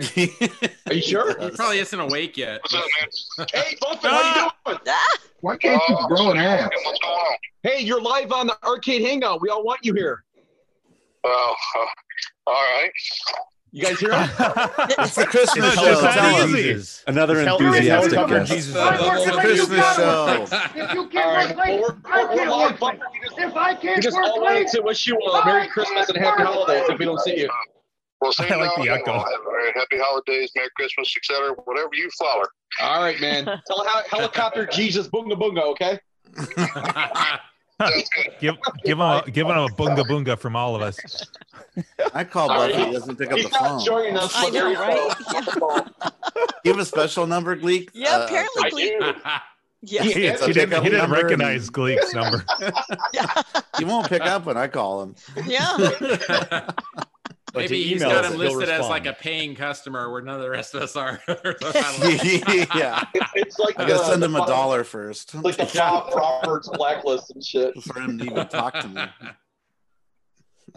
Speaker 6: Are you sure?
Speaker 4: He probably isn't awake yet.
Speaker 6: Hey, Buffett, how
Speaker 9: Ah.
Speaker 6: you doing? Why can't you grow an ass? What's going on? Hey, you're live on the Arcade Hangout. We all want you here.
Speaker 16: Well, uh, all right.
Speaker 6: You guys hear us?
Speaker 1: It's the Christmas
Speaker 2: It's
Speaker 1: show.
Speaker 2: that
Speaker 1: Tell
Speaker 2: easy.
Speaker 1: 'em.
Speaker 2: Jesus. Another
Speaker 1: Tell 'em it's
Speaker 2: enthusiastic
Speaker 1: all covered
Speaker 2: guest.
Speaker 1: Jesus.
Speaker 2: Right,
Speaker 1: It's the
Speaker 16: work with
Speaker 1: Christmas
Speaker 16: you,
Speaker 1: show.
Speaker 16: God.
Speaker 14: If you can't work late, I can't work late. If I
Speaker 6: We
Speaker 14: can't
Speaker 6: just all
Speaker 14: work
Speaker 6: want
Speaker 14: late,
Speaker 6: to wish you a Merry Christmas and Happy Holidays if we don't see you.
Speaker 16: We'll see
Speaker 6: I
Speaker 16: you
Speaker 6: like
Speaker 16: now and
Speaker 6: the
Speaker 16: then.
Speaker 6: echo.
Speaker 16: We'll have- all right, Happy holidays, Merry Christmas, etc. Whatever you flower.
Speaker 6: All right, man. Tell hel- helicopter Jesus Boonga Boonga, okay?
Speaker 3: Give give him a, give him a bunga bunga from all of us.
Speaker 1: I call Buffy. He doesn't pick up the
Speaker 6: He's not
Speaker 1: phone.
Speaker 6: joining us,
Speaker 9: I
Speaker 6: but there
Speaker 9: know,
Speaker 6: you go.
Speaker 1: Give a special number, Gleek.
Speaker 9: Yeah, apparently Gleek- Yeah.
Speaker 3: Uh, He,
Speaker 1: It's a
Speaker 3: he didn't,
Speaker 1: pickup
Speaker 3: he didn't
Speaker 1: number and-
Speaker 3: recognize Gleek's number.
Speaker 1: He won't pick up when I call him.
Speaker 9: Yeah.
Speaker 4: Maybe he's got him listed as like a paying customer, where none of the rest of us are.
Speaker 1: yeah.
Speaker 6: It's like
Speaker 1: I gotta
Speaker 10: uh,
Speaker 6: the-
Speaker 1: send him
Speaker 6: the
Speaker 1: a dollar first.
Speaker 6: It's like the Bob Roberts blacklist and shit.
Speaker 1: For him to even talk to me.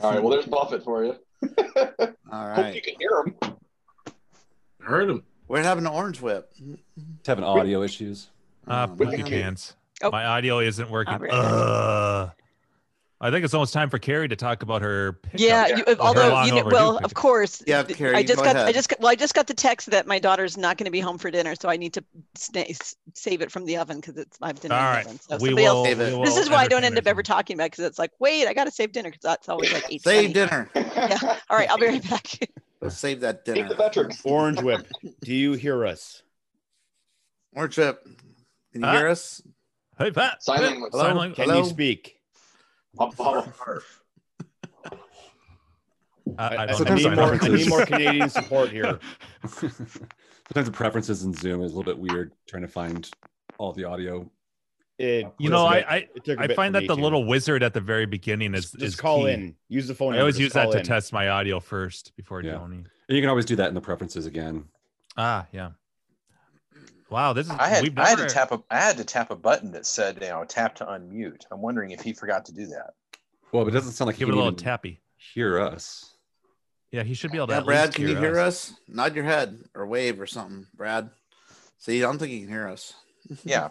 Speaker 6: All right, well, there's Buffett for you.
Speaker 1: All
Speaker 6: Hope
Speaker 1: right.
Speaker 6: you can hear him.
Speaker 7: Heard him.
Speaker 1: We're having an orange whip.
Speaker 5: It's having audio issues.
Speaker 3: Ah, pumpkin
Speaker 1: man.
Speaker 3: cans.
Speaker 9: Oh.
Speaker 3: My audio isn't working.
Speaker 9: Alright.
Speaker 3: Ugh. I think it's almost time for Carrie to talk about her. Pickup.
Speaker 9: Yeah, you,
Speaker 3: Her
Speaker 9: although
Speaker 3: long
Speaker 9: you know,
Speaker 3: overdue
Speaker 9: well,
Speaker 3: pickup.
Speaker 9: of course.
Speaker 1: Yeah,
Speaker 9: th-
Speaker 1: Carrie,
Speaker 9: I just
Speaker 1: go
Speaker 9: got, I
Speaker 1: ahead.
Speaker 9: just got, well, I just got the text that my daughter's not going to be home for dinner, so I need to sna- s- save it from the oven because it's I've dinner
Speaker 3: All
Speaker 9: in the
Speaker 3: right,
Speaker 9: oven. So
Speaker 3: we
Speaker 9: somebody else-
Speaker 3: will- Save it. we
Speaker 9: this
Speaker 3: will
Speaker 9: is why I don't
Speaker 3: entertain
Speaker 9: end up ever talking about because it's like, wait, I got to save dinner because that's always like eight.
Speaker 1: Save dinner.
Speaker 9: Yeah. All right, I'll be right back.
Speaker 1: Let's save that
Speaker 6: Take
Speaker 1: dinner.
Speaker 6: the veterans.
Speaker 8: Orange Whip, do you hear us?
Speaker 1: Orange whip. Can you
Speaker 3: Huh?
Speaker 1: hear us?
Speaker 3: Hey, Pat.
Speaker 6: Sign language.
Speaker 1: Hello?
Speaker 3: Sign language.
Speaker 8: Can
Speaker 1: Hello?
Speaker 8: you speak?
Speaker 6: Hub- hub- hub.
Speaker 3: I, I
Speaker 8: I,
Speaker 3: don't
Speaker 8: I
Speaker 3: know
Speaker 8: need
Speaker 3: sign
Speaker 8: more, I
Speaker 3: language.
Speaker 8: need more Canadian support here.
Speaker 5: Sometimes the preferences in Zoom is a little bit weird trying to find all the audio. Uh,
Speaker 8: It
Speaker 3: You
Speaker 8: took
Speaker 3: know,
Speaker 8: a
Speaker 3: I
Speaker 8: bit-
Speaker 3: I,
Speaker 8: it took a
Speaker 3: I
Speaker 8: bit
Speaker 3: find
Speaker 8: for
Speaker 3: that
Speaker 8: me
Speaker 3: the
Speaker 8: to-
Speaker 3: little wizard at the very beginning is
Speaker 8: just, just
Speaker 3: is
Speaker 8: call
Speaker 3: key.
Speaker 8: in. Use the
Speaker 3: I
Speaker 8: phone. number,
Speaker 3: always
Speaker 8: just
Speaker 3: use that
Speaker 8: call
Speaker 3: to
Speaker 8: in.
Speaker 3: test my audio first before
Speaker 5: Yeah.
Speaker 3: Joni.
Speaker 5: And you can always do that in the preferences again.
Speaker 3: Ah, yeah. Wow, this is
Speaker 10: I had
Speaker 3: we've
Speaker 10: I had
Speaker 3: never-
Speaker 10: to tap a I had to tap a button that said you know tap to unmute. I'm wondering if he forgot to do that.
Speaker 5: Well, but it doesn't sound like
Speaker 3: give
Speaker 5: he can
Speaker 3: it a little
Speaker 5: even
Speaker 3: tappy.
Speaker 5: hear us.
Speaker 3: Yeah, he should be able to.
Speaker 1: Yeah,
Speaker 3: at
Speaker 1: Brad,
Speaker 3: least
Speaker 1: can you hear us? Nod your head or wave or something, Brad. See, I don't think you can hear us.
Speaker 10: Yeah.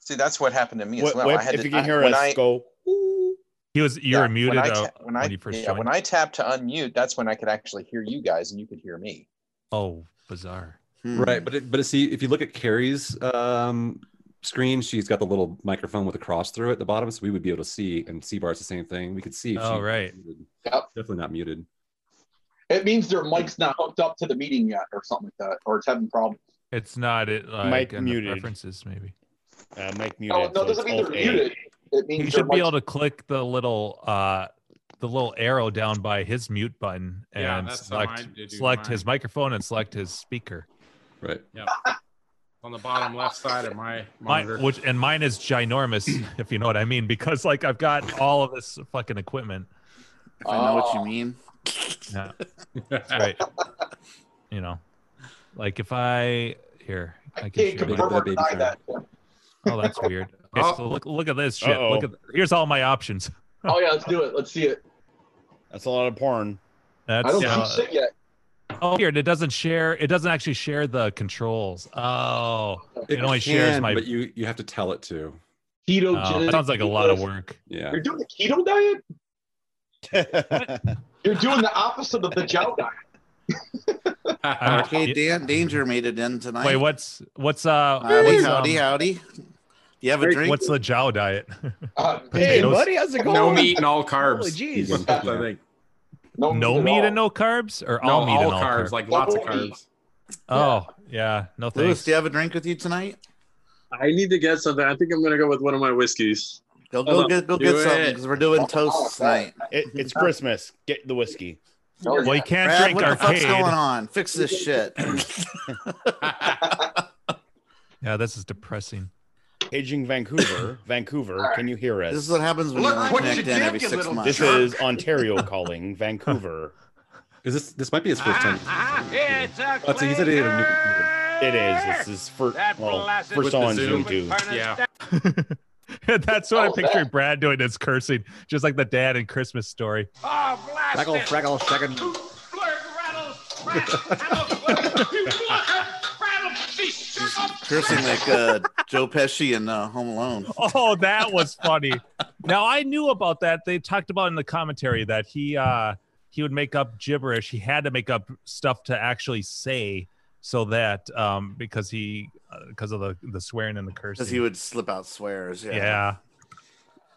Speaker 10: See, that's what happened to me as
Speaker 8: Wh-
Speaker 10: well.
Speaker 8: whip,
Speaker 10: I had
Speaker 8: if
Speaker 10: to,
Speaker 8: you can
Speaker 10: I-
Speaker 8: hear
Speaker 10: when
Speaker 8: us,
Speaker 10: I-
Speaker 8: go.
Speaker 3: He was you
Speaker 10: yeah,
Speaker 3: were muted
Speaker 10: when I,
Speaker 3: uh,
Speaker 10: ta- when, I
Speaker 3: you first
Speaker 10: yeah,
Speaker 3: joined.
Speaker 10: when I tapped to unmute, that's when I could actually hear you guys and you could hear me.
Speaker 3: Oh, bizarre.
Speaker 5: Right, but it, but it, see, if you look at Carrie's um, screen, she's got the little microphone with a cross through it at the bottom, so we would be able to see. And C bar's the same thing. We could see. If
Speaker 3: Oh,
Speaker 5: she-
Speaker 3: right.
Speaker 6: Yep.
Speaker 5: Definitely not muted.
Speaker 6: It means their mic's not hooked up to the meeting yet, or something like that, or it's having problems.
Speaker 3: It's not it like
Speaker 8: Mike
Speaker 3: in the
Speaker 8: muted.
Speaker 3: preferences maybe.
Speaker 8: Uh, Mike muted.
Speaker 6: Oh, No, no, it
Speaker 8: so it's
Speaker 6: doesn't mean they're
Speaker 8: Alt A.
Speaker 6: muted. It means
Speaker 3: He
Speaker 6: their
Speaker 3: should be
Speaker 6: mic's-
Speaker 3: able to click the little uh the little arrow down by his mute button
Speaker 4: Yeah,
Speaker 3: and
Speaker 4: that's how
Speaker 3: select
Speaker 4: mine did do
Speaker 3: select
Speaker 4: mine.
Speaker 3: his microphone and select his speaker.
Speaker 5: Right.
Speaker 4: Yep. On the bottom left side of my
Speaker 3: Mine,
Speaker 4: monitor.
Speaker 3: which and mine is ginormous, if you know what I mean, because like I've got all of this fucking equipment.
Speaker 1: If I know what you
Speaker 6: Oh.
Speaker 1: mean.
Speaker 3: Yeah, that's right. You know, like if I here, I, can
Speaker 6: I can't
Speaker 3: share my-
Speaker 6: confirm or
Speaker 5: baby
Speaker 6: deny that.
Speaker 3: Oh, that's weird. Okay,
Speaker 4: Oh.
Speaker 3: so look look at this shit.
Speaker 8: Uh-oh.
Speaker 3: Look at here's all my options.
Speaker 6: Oh yeah, let's do it. Let's see it.
Speaker 8: That's a lot of porn.
Speaker 3: That's
Speaker 6: I don't
Speaker 3: uh,
Speaker 6: see shit yet.
Speaker 3: oh here. and It doesn't share. It doesn't actually share the controls. Oh, it, only shares
Speaker 5: can,
Speaker 3: my.
Speaker 5: But you you have to tell it to.
Speaker 6: Keto.
Speaker 3: Oh,
Speaker 6: genetic
Speaker 3: sounds like a lot of
Speaker 6: ketosis.
Speaker 3: work.
Speaker 5: Yeah.
Speaker 6: You're doing the keto diet. You're doing the opposite of the Joe diet.
Speaker 3: Uh,
Speaker 1: Okay,
Speaker 3: yeah.
Speaker 1: Dan Danger made it in tonight.
Speaker 3: Wait, what's what's uh,
Speaker 1: Howdy,
Speaker 3: what's,
Speaker 1: howdy,
Speaker 3: um,
Speaker 1: howdy. You have a drink?
Speaker 3: what's the Jow diet?
Speaker 6: Uh,
Speaker 8: hey,
Speaker 3: Potatoes.
Speaker 8: buddy, how's it going?
Speaker 4: no meat and all
Speaker 8: Holy
Speaker 4: carbs.
Speaker 8: jeez.
Speaker 5: Yeah.
Speaker 4: That's I think.
Speaker 3: no
Speaker 6: at
Speaker 3: meat
Speaker 6: all.
Speaker 3: and no carbs, or
Speaker 4: No,
Speaker 3: all meat and all
Speaker 4: carbs, like lots of
Speaker 6: All meat.
Speaker 4: carbs.
Speaker 3: oh yeah, no
Speaker 1: Lewis,
Speaker 3: thanks.
Speaker 1: do you have a drink with you tonight?
Speaker 7: I need to get something. I think I'm gonna go with one of my whiskeys.
Speaker 1: Go
Speaker 7: Hold
Speaker 1: go
Speaker 7: on.
Speaker 1: get go
Speaker 4: Do
Speaker 1: get something
Speaker 4: it.
Speaker 1: because we're doing toasts tonight.
Speaker 8: It, it's Christmas. Get the whiskey.
Speaker 6: Oh, yeah.
Speaker 3: Well, you can't
Speaker 1: Brad,
Speaker 3: drink
Speaker 1: what the fuck's
Speaker 3: arcade.
Speaker 1: going on? Fix this shit.
Speaker 3: Yeah, this is depressing.
Speaker 8: Paging Vancouver, Vancouver, can you hear us?
Speaker 1: This is what happens when Look you only what you connect in did, every you six little months.
Speaker 8: This
Speaker 1: jerk.
Speaker 8: is Ontario calling, Vancouver.
Speaker 5: Is this this might be his first time?
Speaker 15: Ah,
Speaker 6: Ah,
Speaker 12: It's a
Speaker 5: Oh, so he said he had a new.
Speaker 8: It is. This is for well, for
Speaker 5: With the
Speaker 8: someone
Speaker 5: Zoom.
Speaker 8: Zoom too.
Speaker 4: Yeah.
Speaker 3: That's what
Speaker 1: Oh,
Speaker 3: I'm picturing Brad doing is cursing, just like the dad in Christmas Story.
Speaker 4: Ah,
Speaker 17: Freckle, freckle, second.
Speaker 1: Cursing like uh, Joe Pesci in uh, Home Alone.
Speaker 3: Oh, that was funny. now I knew about that. They talked about in the commentary that he uh he would make up gibberish. He had to make up stuff to actually say so that um because he because of the the swearing and the cursing.
Speaker 1: Because he would slip out swears. Yeah.
Speaker 3: yeah.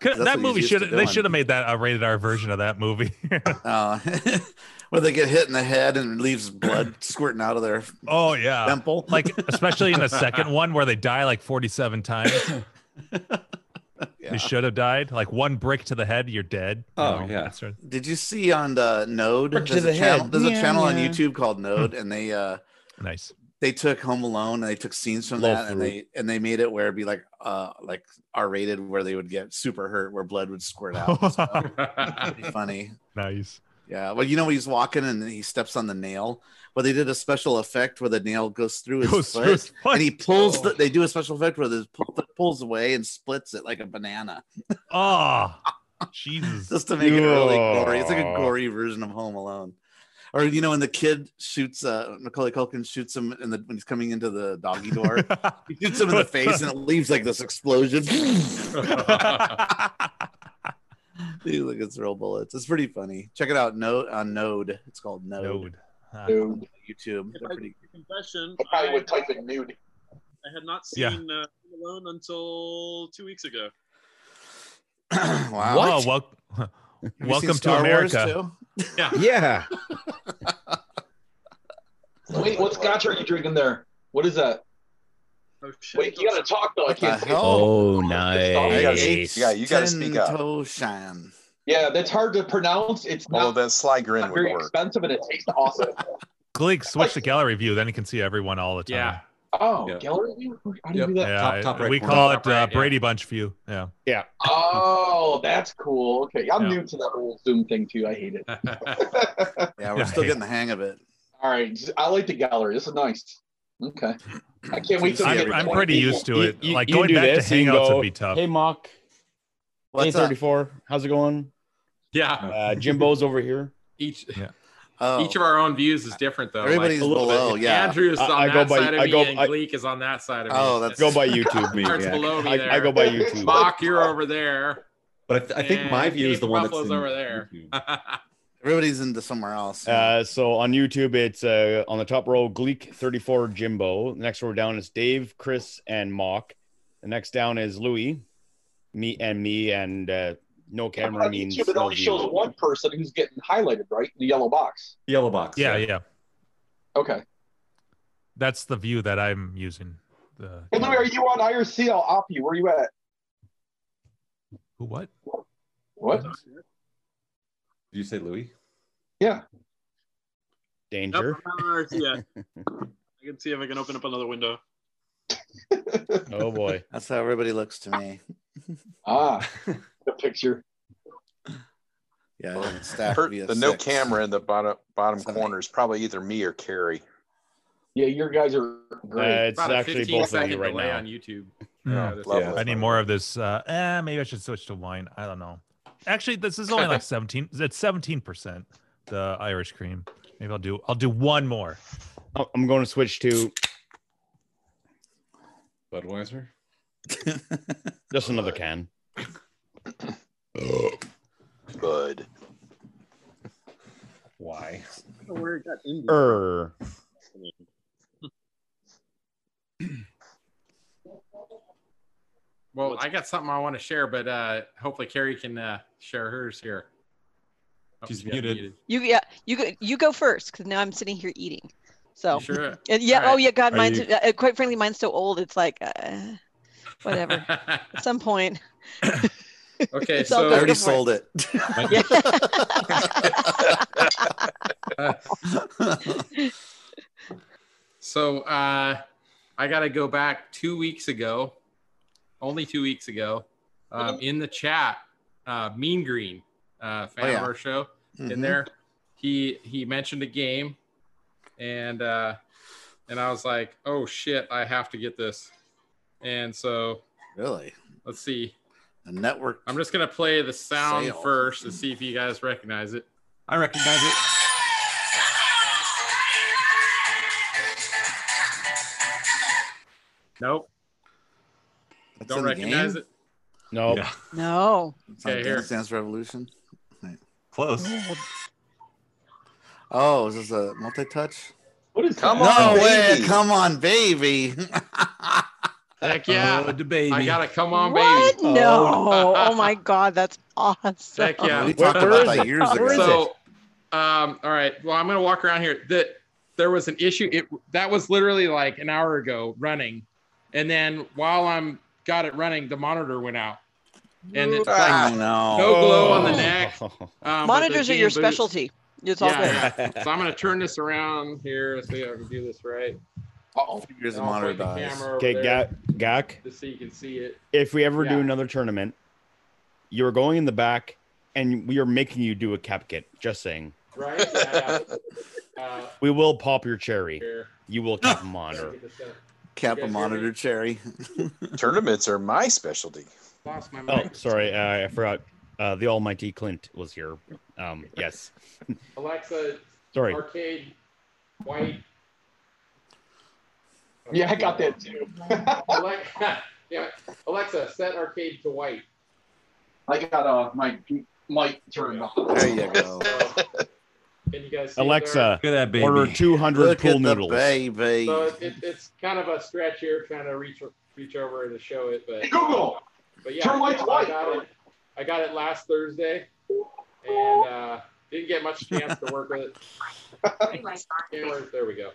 Speaker 1: That's what
Speaker 3: That
Speaker 1: he's
Speaker 3: movie
Speaker 1: used
Speaker 3: should
Speaker 1: to
Speaker 3: they
Speaker 1: doing.
Speaker 3: should have made that a rated R version of that movie.
Speaker 1: Uh, where they get hit in the head and leaves blood squirting out of their
Speaker 3: oh yeah,
Speaker 1: temple.
Speaker 3: like especially in the second one where they die like 47 times. You should have died. Like one brick to the head, you're dead. you
Speaker 1: Oh,
Speaker 3: know,
Speaker 1: yeah.
Speaker 3: that sort of-
Speaker 1: Did you see on the Node?
Speaker 3: Brick to
Speaker 1: There's,
Speaker 3: the
Speaker 1: a channel,
Speaker 3: head.
Speaker 1: there's
Speaker 3: Yeah,
Speaker 1: a channel on
Speaker 3: yeah.
Speaker 1: YouTube called Node, and they uh,
Speaker 3: nice.
Speaker 1: They took Home Alone and they took scenes from
Speaker 8: Love
Speaker 1: that, and
Speaker 8: food.
Speaker 1: they and they made it where it'd be like uh like R rated, where they would get super hurt, where blood would squirt out. So, pretty funny.
Speaker 3: Nice.
Speaker 1: Yeah. Well, you know when he's walking and he steps on the nail. Well, they did a special effect where the nail goes through his,
Speaker 3: Goes
Speaker 1: foot,
Speaker 3: through his
Speaker 1: and he pulls. The, they do a special effect where his pu- foot pulls away and splits it like a banana,
Speaker 3: Oh, Jesus.
Speaker 1: just to make it really
Speaker 3: Yeah.
Speaker 1: gory. It's like a gory version of Home Alone. Or you know when the kid shoots, uh, Macaulay Culkin shoots him, in the when he's coming into the doggy door, he shoots him in the face, and it leaves like this explosion. They look it's real bullets. It's pretty funny. Check it out. Node on Node. It's called Node.
Speaker 3: Node.
Speaker 1: Uh,
Speaker 6: Node.
Speaker 1: YouTube. They're
Speaker 18: If I
Speaker 1: pretty
Speaker 18: make a confession,
Speaker 6: I probably would
Speaker 18: I-
Speaker 6: type in nude.
Speaker 18: I had not
Speaker 3: Yeah.
Speaker 18: seen uh, Home Alone until two weeks ago.
Speaker 1: wow.
Speaker 3: Oh, wel-
Speaker 1: seen
Speaker 3: welcome to
Speaker 1: Star Wars
Speaker 3: America.
Speaker 18: Yeah.
Speaker 8: Yeah.
Speaker 6: Wait, what scotch are you drinking there? What is that?
Speaker 18: Oh,
Speaker 6: Wait, you gotta talk though. I can't see.
Speaker 8: Oh,
Speaker 1: nice.
Speaker 8: nice.
Speaker 10: Yeah, you gotta
Speaker 1: mm,
Speaker 10: speak up.
Speaker 1: Toshan.
Speaker 6: Yeah, that's hard to pronounce. It's
Speaker 10: Although
Speaker 6: not
Speaker 10: that sly grin
Speaker 6: not
Speaker 10: would
Speaker 6: very
Speaker 10: work.
Speaker 6: expensive and it tastes awesome.
Speaker 3: Gleek, switch to gallery view, then you can see everyone all the time. Yeah.
Speaker 6: Oh,
Speaker 3: Yeah.
Speaker 6: gallery view? How do you do that?
Speaker 3: Yeah,
Speaker 5: Top- top right
Speaker 3: we
Speaker 5: corner.
Speaker 3: call
Speaker 5: Top
Speaker 3: it uh,
Speaker 5: right, yeah.
Speaker 3: Brady Bunch view. Yeah.
Speaker 8: Yeah.
Speaker 6: Oh, that's cool. Okay, I'm
Speaker 3: Yeah.
Speaker 6: new to that whole Zoom thing too. I hate it.
Speaker 1: Yeah, we're still getting the hang of it.
Speaker 6: All right, I like the gallery. This is nice. Okay, I can't wait to.
Speaker 3: I'm,
Speaker 6: get
Speaker 3: I'm
Speaker 6: 20
Speaker 3: pretty
Speaker 6: people.
Speaker 3: used to it.
Speaker 8: You-
Speaker 3: like
Speaker 8: you can
Speaker 3: going
Speaker 8: do
Speaker 3: back to
Speaker 8: this, you can
Speaker 3: Hangouts
Speaker 8: go,
Speaker 3: would be tough.
Speaker 8: Hey, Mock. Hey,
Speaker 1: What's up?
Speaker 8: 34. How's it going?
Speaker 4: Yeah.
Speaker 8: Uh, Jimbo's over here.
Speaker 4: Each
Speaker 1: Oh.
Speaker 4: each of our own views is different though.
Speaker 1: Everybody's
Speaker 4: a little
Speaker 1: below, yeah.
Speaker 4: Andrew is
Speaker 8: I-
Speaker 4: on
Speaker 8: I go
Speaker 4: that
Speaker 8: by-
Speaker 4: side of
Speaker 8: I
Speaker 4: me,
Speaker 8: go-
Speaker 4: and
Speaker 8: I-
Speaker 4: Gleek is on that side of me.
Speaker 1: Oh, that's
Speaker 8: Go by YouTube.
Speaker 5: me,
Speaker 4: Starts
Speaker 5: yeah.
Speaker 4: below me there.
Speaker 8: I, I go by YouTube.
Speaker 4: Mock, you're over there.
Speaker 5: But I, th- I think my
Speaker 4: and
Speaker 5: view is the
Speaker 4: Dave
Speaker 5: one
Speaker 4: Buffalo's
Speaker 5: that's in-
Speaker 4: over there. Uh,
Speaker 1: Everybody's into somewhere else.
Speaker 8: Uh, so on YouTube, it's uh, on the top row, Gleek 34 Jimbo. The next row down is Dave, Chris, and Mock. The next down is Louis, me, and me, and uh, no camera
Speaker 6: On
Speaker 8: means.
Speaker 6: YouTube, it
Speaker 8: no
Speaker 6: only
Speaker 8: view.
Speaker 6: shows one person who's getting highlighted, right? The yellow box.
Speaker 5: Yellow box.
Speaker 3: yeah, yeah.
Speaker 6: Okay.
Speaker 3: That's the view that I'm using. The
Speaker 6: Hey, Louis, are you on IRC? I'll op you. Where you at?
Speaker 3: who what?
Speaker 6: What?
Speaker 5: Did you say Louis?
Speaker 6: Yeah.
Speaker 18: Nope,
Speaker 8: Danger.
Speaker 18: I'm not on RT yet. I can see if I can open up another window.
Speaker 8: Oh, boy.
Speaker 1: That's how everybody looks to me.
Speaker 6: Ah, the picture.
Speaker 1: Yeah, I think staff
Speaker 10: Her-
Speaker 1: would be a
Speaker 10: the no
Speaker 1: six.
Speaker 10: camera in the bottom bottom corner is probably either me or Carrie.
Speaker 6: Yeah, your guys are great.
Speaker 8: Uh, it's
Speaker 4: About a
Speaker 8: actually
Speaker 4: 15
Speaker 8: both of you
Speaker 4: second
Speaker 8: right
Speaker 4: delay
Speaker 8: now. Mm.
Speaker 4: on YouTube.
Speaker 3: Yeah,
Speaker 4: Mm. this-
Speaker 10: lovely.
Speaker 3: I need uh, more of this. Uh, eh, maybe I should switch to wine. I don't know. Actually, this is only like 17. It's 17 percent. The Irish cream. Maybe I'll do. I'll do one more.
Speaker 8: I- Oh, I'm going to switch to
Speaker 5: Budweiser.
Speaker 8: just another can.
Speaker 10: Bud.
Speaker 5: Why?
Speaker 18: I don't know where it got in.
Speaker 8: Er.
Speaker 4: Well, I got something I want to share, but uh, hopefully Carrie can uh, share hers here. Oh,
Speaker 5: She's
Speaker 4: she got
Speaker 5: muted.
Speaker 9: You yeah, you go you go first because now I'm sitting here eating. So
Speaker 4: You sure?
Speaker 9: And yeah,
Speaker 4: All
Speaker 9: oh
Speaker 4: right.
Speaker 9: yeah, God,
Speaker 5: Are
Speaker 9: mine's
Speaker 5: you-
Speaker 9: uh, quite frankly, mine's so old. It's like uh, whatever. At some point,
Speaker 4: Okay,
Speaker 9: It's all
Speaker 4: so
Speaker 1: I already
Speaker 9: Go for it.
Speaker 1: sold it.
Speaker 9: yeah.
Speaker 4: So uh, I got to go back two weeks ago, only two weeks ago um, in the chat. Uh, mean Green, uh, fan
Speaker 1: Oh, yeah.
Speaker 4: of our show,
Speaker 1: Mhm.
Speaker 4: in there, he he mentioned a game, and uh, and I was like, oh shit, I have to get this, and so
Speaker 1: really,
Speaker 4: let's see.
Speaker 1: A network.
Speaker 4: I'm just gonna play the sound
Speaker 1: Sale.
Speaker 4: first to see if you guys recognize it.
Speaker 2: I recognize it.
Speaker 4: Nope. Don't recognize it.
Speaker 8: No.
Speaker 9: No.
Speaker 4: Okay, here.
Speaker 1: Dance Dance Revolution. Right.
Speaker 2: Close.
Speaker 1: Oh, is this a multi-touch? What
Speaker 6: is
Speaker 1: come
Speaker 4: that?
Speaker 1: No
Speaker 4: Come on,
Speaker 1: way!
Speaker 4: baby.
Speaker 1: Come on, baby.
Speaker 4: Heck yeah.
Speaker 2: Oh, the baby.
Speaker 4: I gotta come on,
Speaker 9: What?
Speaker 4: baby. Oh,
Speaker 9: No. Oh my God, that's awesome.
Speaker 4: Heck yeah.
Speaker 1: We talked Where- about where that is it? years Where ago. is it?
Speaker 4: So, um, all right. Well, I'm gonna walk around here. That there was an issue. It that was literally like an hour ago running, and then while I'm got it running, the monitor went out, and it's like
Speaker 9: Ah.
Speaker 1: no Oh.
Speaker 4: no glow on the neck. Um, but
Speaker 9: Monitors
Speaker 4: the
Speaker 9: are your
Speaker 4: game boots-
Speaker 9: specialty. It's all good.
Speaker 4: yeah, yeah. So I'm gonna turn this around here so I can do this right.
Speaker 1: Oh, here's
Speaker 4: the monitor dies. camera over
Speaker 8: Okay,
Speaker 4: there.
Speaker 8: Gak, Gak,
Speaker 4: Just so you can see it.
Speaker 8: if we ever do
Speaker 4: Yeah.
Speaker 8: another tournament, you're going in the back and we are making you do a cap kit. Just saying.
Speaker 4: Right? Yeah, yeah. Uh,
Speaker 8: We will pop your cherry.
Speaker 4: Here.
Speaker 8: You will cap monitor.
Speaker 1: Cap a monitor cherry.
Speaker 10: Tournaments are my specialty.
Speaker 4: Lost my
Speaker 8: Oh,
Speaker 4: mic.
Speaker 8: sorry. Uh, I forgot. Uh, the almighty Clint was here. Um, yes.
Speaker 4: Alexa.
Speaker 8: Sorry.
Speaker 4: Arcade. White.
Speaker 6: Yeah, I got that too.
Speaker 4: Alexa, yeah, Alexa, set arcade to white.
Speaker 6: I got uh, my mic turned off.
Speaker 1: There you go.
Speaker 4: Can you guys see it
Speaker 8: Alexa,
Speaker 2: Look at that baby.
Speaker 8: order 200
Speaker 1: Look
Speaker 8: pool
Speaker 1: at the
Speaker 8: noodles.
Speaker 4: there?
Speaker 1: baby.
Speaker 4: So it, it, it's kind of a stretch here, trying to reach reach over to show it, but
Speaker 6: Google,
Speaker 4: but yeah,
Speaker 6: turn lights
Speaker 4: I got it. I got it last Thursday, and uh, didn't get much chance to work with it. Cameras, there we go.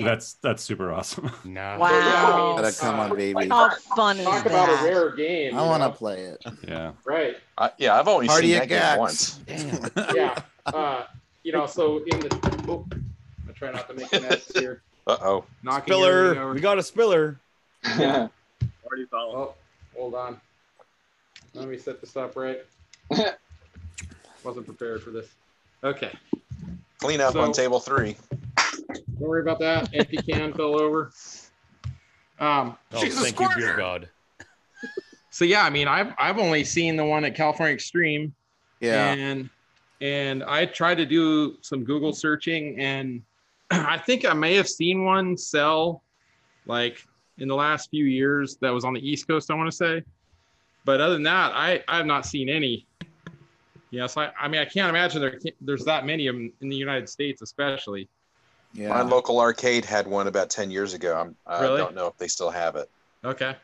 Speaker 2: That's that's super awesome.
Speaker 8: Nah.
Speaker 4: So, yeah, I mean,
Speaker 1: Gotta come
Speaker 4: uh,
Speaker 1: on, baby.
Speaker 9: How fun is
Speaker 4: Talk about a
Speaker 9: that?
Speaker 4: rare game.
Speaker 1: I
Speaker 4: you
Speaker 1: want to
Speaker 4: know?
Speaker 1: play it.
Speaker 2: Yeah.
Speaker 4: Right.
Speaker 10: Uh, yeah, I've only
Speaker 1: Party
Speaker 10: seen that
Speaker 1: at
Speaker 10: game
Speaker 1: Gax.
Speaker 10: once.
Speaker 4: yeah. Uh, you know, so in the, oh, I try not to make a mess here.
Speaker 10: Uh oh.
Speaker 4: Knocking everything
Speaker 8: Spiller.
Speaker 4: over.
Speaker 8: We got a spiller.
Speaker 6: Yeah.
Speaker 18: Already followed.
Speaker 4: Oh, hold on. Let me set this up right. Wasn't prepared for this. Okay.
Speaker 10: Clean up
Speaker 4: So-
Speaker 10: on table three.
Speaker 4: Don't worry about that. Empty can fell over. Um,
Speaker 8: Oh,
Speaker 4: Jesus
Speaker 8: thank
Speaker 4: Christ.
Speaker 8: you, dear God.
Speaker 4: So yeah, I mean, I've I've only seen the one at California Extreme.
Speaker 1: Yeah.
Speaker 4: And and I tried to do some Google searching, and I think I may have seen one sell, like in the last few years that was on the East Coast. I want to say, but other than that, I I have not seen any. Yes, I, I mean I can't imagine there can't- there's that many of 'em in the United States, especially.
Speaker 10: My
Speaker 1: Yeah.
Speaker 10: local arcade had one about ten years ago. I'm, I
Speaker 4: Really?
Speaker 10: don't know if they still have it.
Speaker 4: Okay.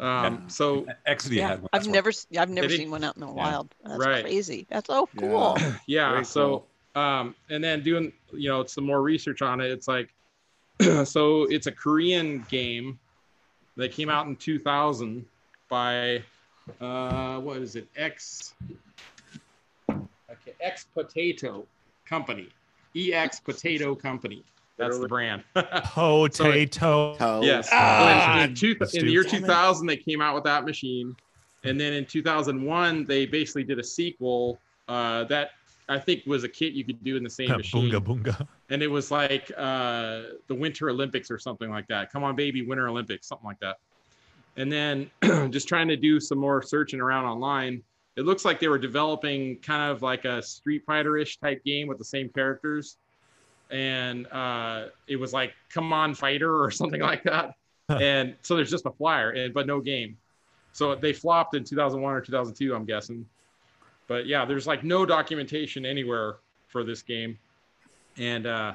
Speaker 4: Um, so
Speaker 2: Exodia
Speaker 9: Yeah,
Speaker 2: had one.
Speaker 9: I've
Speaker 2: That's
Speaker 9: never, s- I've never
Speaker 4: Did he-
Speaker 9: seen one out in the
Speaker 2: Yeah.
Speaker 9: wild. That's
Speaker 4: Right.
Speaker 9: crazy. That's so
Speaker 1: Yeah.
Speaker 9: cool.
Speaker 4: yeah
Speaker 1: Very
Speaker 4: so um and then doing you know some more research on it it's like so it's a korean game that came out in 2000 by uh what is it x okay x potato company ex potato company that's the brand
Speaker 3: Potato.
Speaker 1: Toes.
Speaker 4: Yes.
Speaker 3: Ah,
Speaker 4: in, two, in the year 2000, they came out with that machine, and then in 2001, they basically did a sequel uh, that I think was a kit you could do in the same machine,
Speaker 3: Boonga boonga.
Speaker 4: and it was like uh, the Winter Olympics or something like that. Come on, baby, Winter Olympics, something like that. And then just trying to do some more searching around online, it looks like they were developing kind of like a Street Fighter-ish type game with the same characters. And uh, it was like, come on, fighter, or something like that and so there's just a flyer and but no game so they flopped in 2001 or 2002 i'm guessing but yeah there's like no documentation anywhere for this game and uh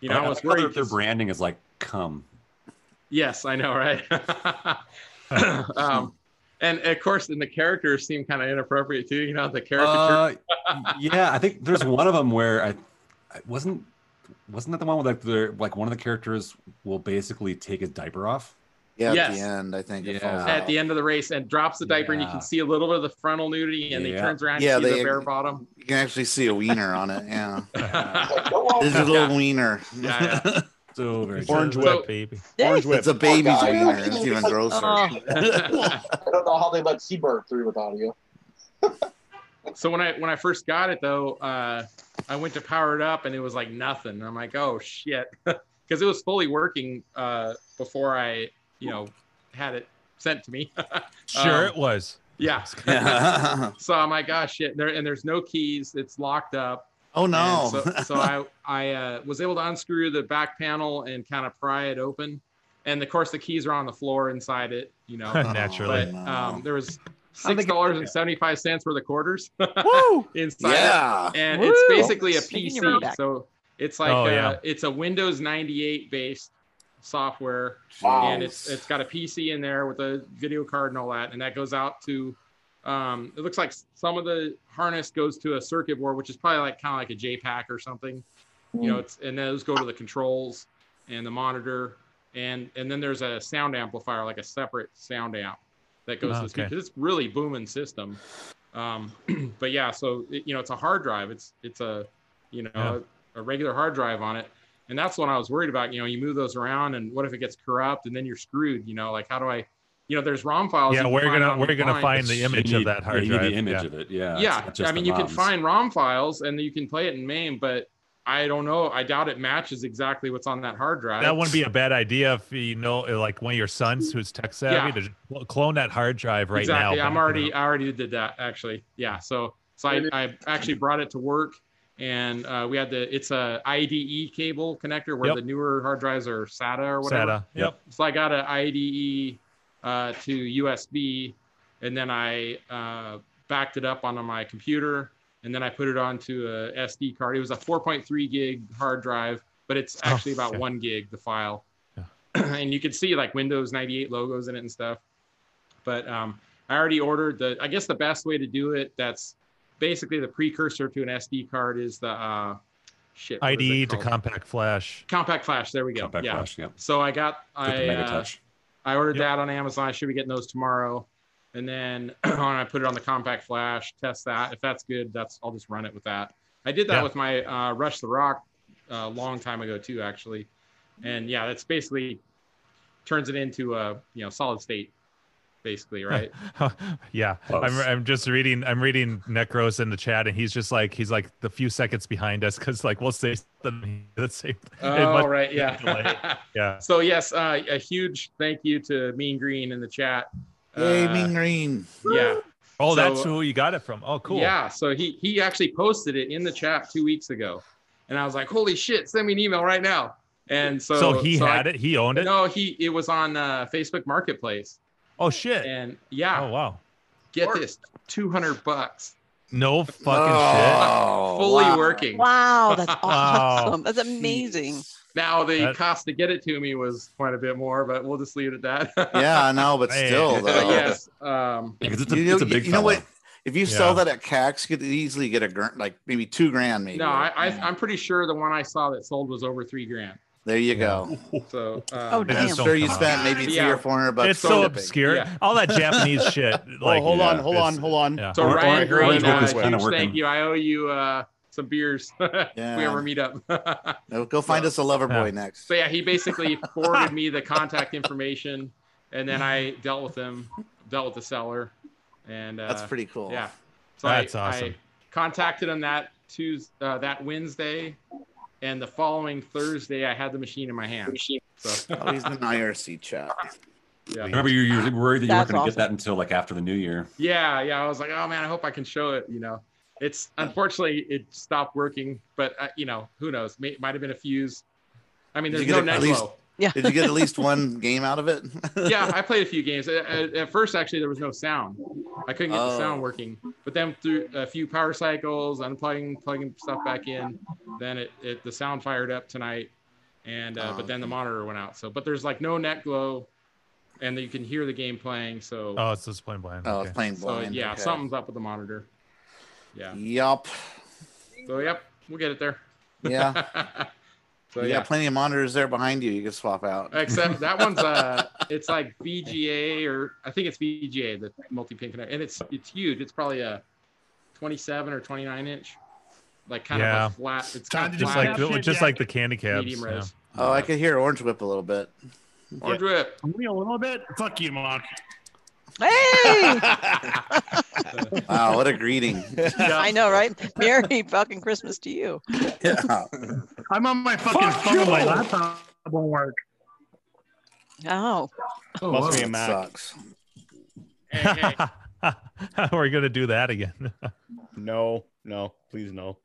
Speaker 4: you know
Speaker 2: I
Speaker 4: i was
Speaker 2: like how their-
Speaker 4: worried
Speaker 2: their
Speaker 4: 'cause-
Speaker 2: branding is like come.
Speaker 4: yes i know right um and of course and the characters seem kind of inappropriate too you know the caricature
Speaker 2: Uh, yeah, I think there's one of them where I, I wasn't wasn't that the one with like the like one of the characters will basically take his diaper off.
Speaker 1: Yeah. At
Speaker 4: Yes.
Speaker 1: the end, I think. It
Speaker 2: Yeah.
Speaker 1: falls
Speaker 4: at
Speaker 1: out.
Speaker 4: the end of the race and drops the diaper and you
Speaker 2: Yeah.
Speaker 4: can see a little bit of the frontal nudity and he
Speaker 2: Yeah.
Speaker 4: turns around
Speaker 1: Yeah,
Speaker 4: and sees
Speaker 1: they-
Speaker 4: the bare bottom
Speaker 1: You can actually see a wiener on it. Yeah.
Speaker 4: yeah
Speaker 1: Digital wiener.
Speaker 4: yeah
Speaker 2: So very
Speaker 8: Orange
Speaker 2: good.
Speaker 8: whip. Orange whip.
Speaker 1: It's a baby's
Speaker 6: Poor guy.
Speaker 1: wiener. It's even grosser.
Speaker 6: Oh. I don't know how they let Seabird through without you.
Speaker 4: so when I when I first got it though, uh, I went to power it up and it was like nothing. And I'm like, oh shit, because it was fully working uh, before I you know had it sent to me.
Speaker 3: Sure,
Speaker 4: Um,
Speaker 3: it was.
Speaker 4: Yeah.
Speaker 1: Yeah.
Speaker 4: so I'm like, oh shit, there and there's no keys. It's locked up.
Speaker 1: Oh, no.
Speaker 4: And So, so I I uh, was able to unscrew the back panel and kind of pry it open, and of course the keys are on the floor inside it. You know,
Speaker 3: Naturally.
Speaker 4: But, um, there was six dollars and seventy five cents worth of quarters. Inside.
Speaker 1: Yeah.
Speaker 4: It. And
Speaker 1: Woo.
Speaker 4: it's basically a
Speaker 9: Making your money
Speaker 4: PC.
Speaker 9: back.
Speaker 4: So it's like
Speaker 3: Oh,
Speaker 4: uh,
Speaker 3: yeah.
Speaker 4: it's a Windows 98 based software,
Speaker 6: Wow.
Speaker 4: and it's it's got a PC in there with a video card and all that, and that goes out to. Um, it looks like some of the harness goes to a circuit board, which is probably like kind of like a JPAC or something, you
Speaker 3: Mm.
Speaker 4: know. It's and those go to the controls and the monitor, and and then there's a sound amplifier, like a separate sound amp that goes to the
Speaker 3: Okay.
Speaker 4: speakers. It's really booming system. Um, but yeah, so it, you know, it's a hard drive. It's it's a you know
Speaker 3: Yeah.
Speaker 4: a, a regular hard drive on it, and that's what I was worried about. You know, you move those around, and what if it gets corrupt, and then you're screwed. You know, like how do I? You know, there's ROM files.
Speaker 3: Yeah,
Speaker 4: you can
Speaker 3: we're
Speaker 4: find
Speaker 3: gonna we're gonna
Speaker 4: online.
Speaker 3: find the image
Speaker 2: You
Speaker 3: of that
Speaker 2: need-
Speaker 3: hard
Speaker 2: yeah, you need
Speaker 3: drive.
Speaker 2: the image
Speaker 3: yeah.
Speaker 2: of it. Yeah. uh, it's
Speaker 4: Yeah,
Speaker 2: not just
Speaker 4: I mean,
Speaker 2: the
Speaker 4: you can
Speaker 2: ROMs.
Speaker 4: find ROM files, and you can play it in MAME, but I don't know. I doubt it matches exactly what's on that hard drive.
Speaker 3: That wouldn't be a bad idea if you know, like one of your sons who's tech savvy,
Speaker 4: Yeah.
Speaker 3: to cl- clone that hard drive right
Speaker 4: exactly.
Speaker 3: now.
Speaker 4: I'm
Speaker 3: back it
Speaker 4: already,
Speaker 3: up.
Speaker 4: I already did that actually. Yeah. So, so I, I actually brought it to work, and uh, we had the it's a IDE cable connector where
Speaker 3: Yep.
Speaker 4: the newer hard drives are SATA or whatever.
Speaker 3: SATA, yep.
Speaker 4: So I got an IDE uh, to USB, and then I uh, backed it up onto my computer, and then I put it onto a SD card. It was a 4.3 gig hard drive, but it's
Speaker 3: Oh,
Speaker 4: actually about
Speaker 3: okay.
Speaker 4: one gig the file. and you can see like Windows 98 logos in it and stuff but um, I already ordered the. I guess the best way to do it. That's basically the precursor to an SD card is the uh, shit. what is it
Speaker 3: IDE E to
Speaker 4: called?
Speaker 3: compact flash.
Speaker 4: Compact flash. There we go.
Speaker 2: Compact
Speaker 4: yeah.
Speaker 2: flash, yep.
Speaker 4: So I got
Speaker 2: Took the
Speaker 4: I
Speaker 2: mega
Speaker 4: uh,
Speaker 2: touch.
Speaker 4: I ordered
Speaker 3: Yep.
Speaker 4: that on Amazon. I should be getting those tomorrow. And then I put it on the compact flash, test that. If that's good, that's I'll just run it with that. I did that
Speaker 3: Yeah.
Speaker 4: with my uh, Rush the Rock a long time ago too, actually. And yeah, that's basically turns it into a you know solid state, basically, right?
Speaker 3: yeah,
Speaker 2: Close.
Speaker 3: I'm, I'm just reading. I'm reading Necros in the chat, and he's just like he's like the few seconds behind us because like we'll say something. Let's say.
Speaker 4: Oh,
Speaker 3: must-
Speaker 4: right,
Speaker 3: delay.
Speaker 4: yeah.
Speaker 3: yeah.
Speaker 4: so yes, uh, a huge thank you to Mean Green in the chat.
Speaker 1: Yay,
Speaker 4: Uh,
Speaker 1: Mean Green.
Speaker 4: Yeah.
Speaker 3: Oh, that's
Speaker 4: So-
Speaker 3: who you got it from. Oh, cool.
Speaker 4: Yeah. So he he actually posted it in the chat two weeks ago, and I was like, "Holy shit! Send me an email right now." And so
Speaker 3: So, he
Speaker 4: I-
Speaker 3: had it. He owned it.
Speaker 4: No, he it was on uh, Facebook Marketplace,
Speaker 3: Oh shit.
Speaker 4: and yeah,
Speaker 3: Oh wow.
Speaker 4: get this, two hundred bucks,
Speaker 3: No fucking shit.
Speaker 1: Oh,
Speaker 4: fully
Speaker 1: wow.
Speaker 4: working.
Speaker 9: Wow, that's
Speaker 3: Wow.
Speaker 9: awesome. That's amazing.
Speaker 4: Now the
Speaker 3: Oh, That-
Speaker 4: cost to get it to me was quite a bit more, but we'll just leave it at that.
Speaker 1: Yeah, I know, but
Speaker 3: Man.
Speaker 1: still,
Speaker 4: But
Speaker 1: though.
Speaker 4: yes. Um,
Speaker 2: Yeah, 'cause it's a,
Speaker 1: You know,
Speaker 2: it's a big
Speaker 1: you know
Speaker 2: fella.
Speaker 1: what? If you sell
Speaker 3: Yeah.
Speaker 1: that at CAX, you could easily get a grand, like maybe two grand, maybe.
Speaker 4: No, I, I I'm pretty sure the one I saw that sold was over three grand.
Speaker 1: there you go.
Speaker 4: So um,
Speaker 9: Oh, damn.
Speaker 1: I'm sure you
Speaker 3: Don't come
Speaker 1: spent maybe three
Speaker 4: Yeah.
Speaker 1: or four hundred bucks.
Speaker 3: It's
Speaker 1: for
Speaker 3: so
Speaker 1: shipping.
Speaker 3: obscure.
Speaker 4: Yeah.
Speaker 3: All that Japanese shit. Like,
Speaker 8: oh, hold on,
Speaker 3: yeah,
Speaker 8: hold
Speaker 3: it's-
Speaker 8: on, hold on.
Speaker 3: Yeah.
Speaker 4: so
Speaker 2: Or-
Speaker 4: Ryan
Speaker 2: or-
Speaker 4: Green,
Speaker 2: orange
Speaker 4: uh,
Speaker 2: book is
Speaker 4: huge
Speaker 2: kinda working.
Speaker 4: thank you. I owe you uh, some beers if we
Speaker 1: Yeah.
Speaker 4: ever meet up.
Speaker 1: No, Go find us a lover boy
Speaker 3: Yeah.
Speaker 1: next.
Speaker 4: so yeah, he basically forwarded me the contact information, and then I dealt with him, dealt with the seller, and uh,
Speaker 1: That's pretty cool.
Speaker 4: Yeah. So
Speaker 3: That's
Speaker 4: I,
Speaker 3: awesome.
Speaker 4: I contacted him that Tuesday, uh, that Wednesday, and the following Thursday I had the machine in my hand. So
Speaker 1: Oh, he's in the IRC chat.
Speaker 4: yeah.
Speaker 2: Remember, you were worried that you weren't
Speaker 9: That's
Speaker 2: going to get
Speaker 9: awesome.
Speaker 2: that until like after the new year.
Speaker 4: Yeah, yeah. I was like, oh man, I hope I can show it. You know, it's unfortunately it stopped working, but uh, you know, who knows? May, might have been a fuse. I mean,
Speaker 1: Did
Speaker 4: there's
Speaker 1: you
Speaker 4: no
Speaker 1: get a-
Speaker 4: net
Speaker 1: at least-
Speaker 4: flow.
Speaker 9: Yeah.
Speaker 1: Did you get at least one game out of it?
Speaker 4: yeah, I played a few games. At, at- at first, actually, there was no sound. I couldn't get the
Speaker 1: Oh.
Speaker 4: sound working. But then through a few power cycles, unplugging, plugging stuff back in, then it, it the sound fired up tonight, and uh,
Speaker 1: Oh,
Speaker 4: but then the
Speaker 1: okay.
Speaker 4: monitor went out. So, but there's like no net glow, and you can hear the game playing. So,
Speaker 3: Oh, it's just plain blind.
Speaker 1: Oh,
Speaker 3: okay.
Speaker 1: it's playing
Speaker 4: so
Speaker 1: blind.
Speaker 4: yeah,
Speaker 1: okay.
Speaker 4: something's up with the monitor. Yeah.
Speaker 1: Yup.
Speaker 4: So yep, we'll get it there.
Speaker 1: Yeah.
Speaker 4: so
Speaker 1: you
Speaker 4: yeah.
Speaker 1: got plenty of monitors there behind you. You can swap out.
Speaker 4: Except that one's uh it's like VGA or I think it's VGA, the multi-pin connector. And it's it's huge. It's probably a 27 or 29 inch. Like kind
Speaker 3: Yeah.
Speaker 4: of a flat it's kind
Speaker 13: Time
Speaker 4: of
Speaker 13: to
Speaker 3: Just
Speaker 4: flat,
Speaker 3: like
Speaker 13: Flash
Speaker 3: just
Speaker 13: jack.
Speaker 3: like the candy cabs.
Speaker 4: medium
Speaker 3: yeah.
Speaker 4: res.
Speaker 1: Oh, I can hear Orange Whip a little bit.
Speaker 4: Orange Whip.
Speaker 19: Me a little bit. Fuck you, Mark.
Speaker 9: Hey!
Speaker 1: Wow, what a greeting.
Speaker 9: I know, right? Merry fucking Christmas to you.
Speaker 1: Yeah.
Speaker 19: I'm on my fucking
Speaker 9: Fuck
Speaker 19: phone. My
Speaker 9: you!
Speaker 19: laptop won't work.
Speaker 9: Oh.
Speaker 8: Must be a
Speaker 1: that
Speaker 8: Mac.
Speaker 1: sucks.
Speaker 3: We're gonna do that again.
Speaker 8: No, no, please no.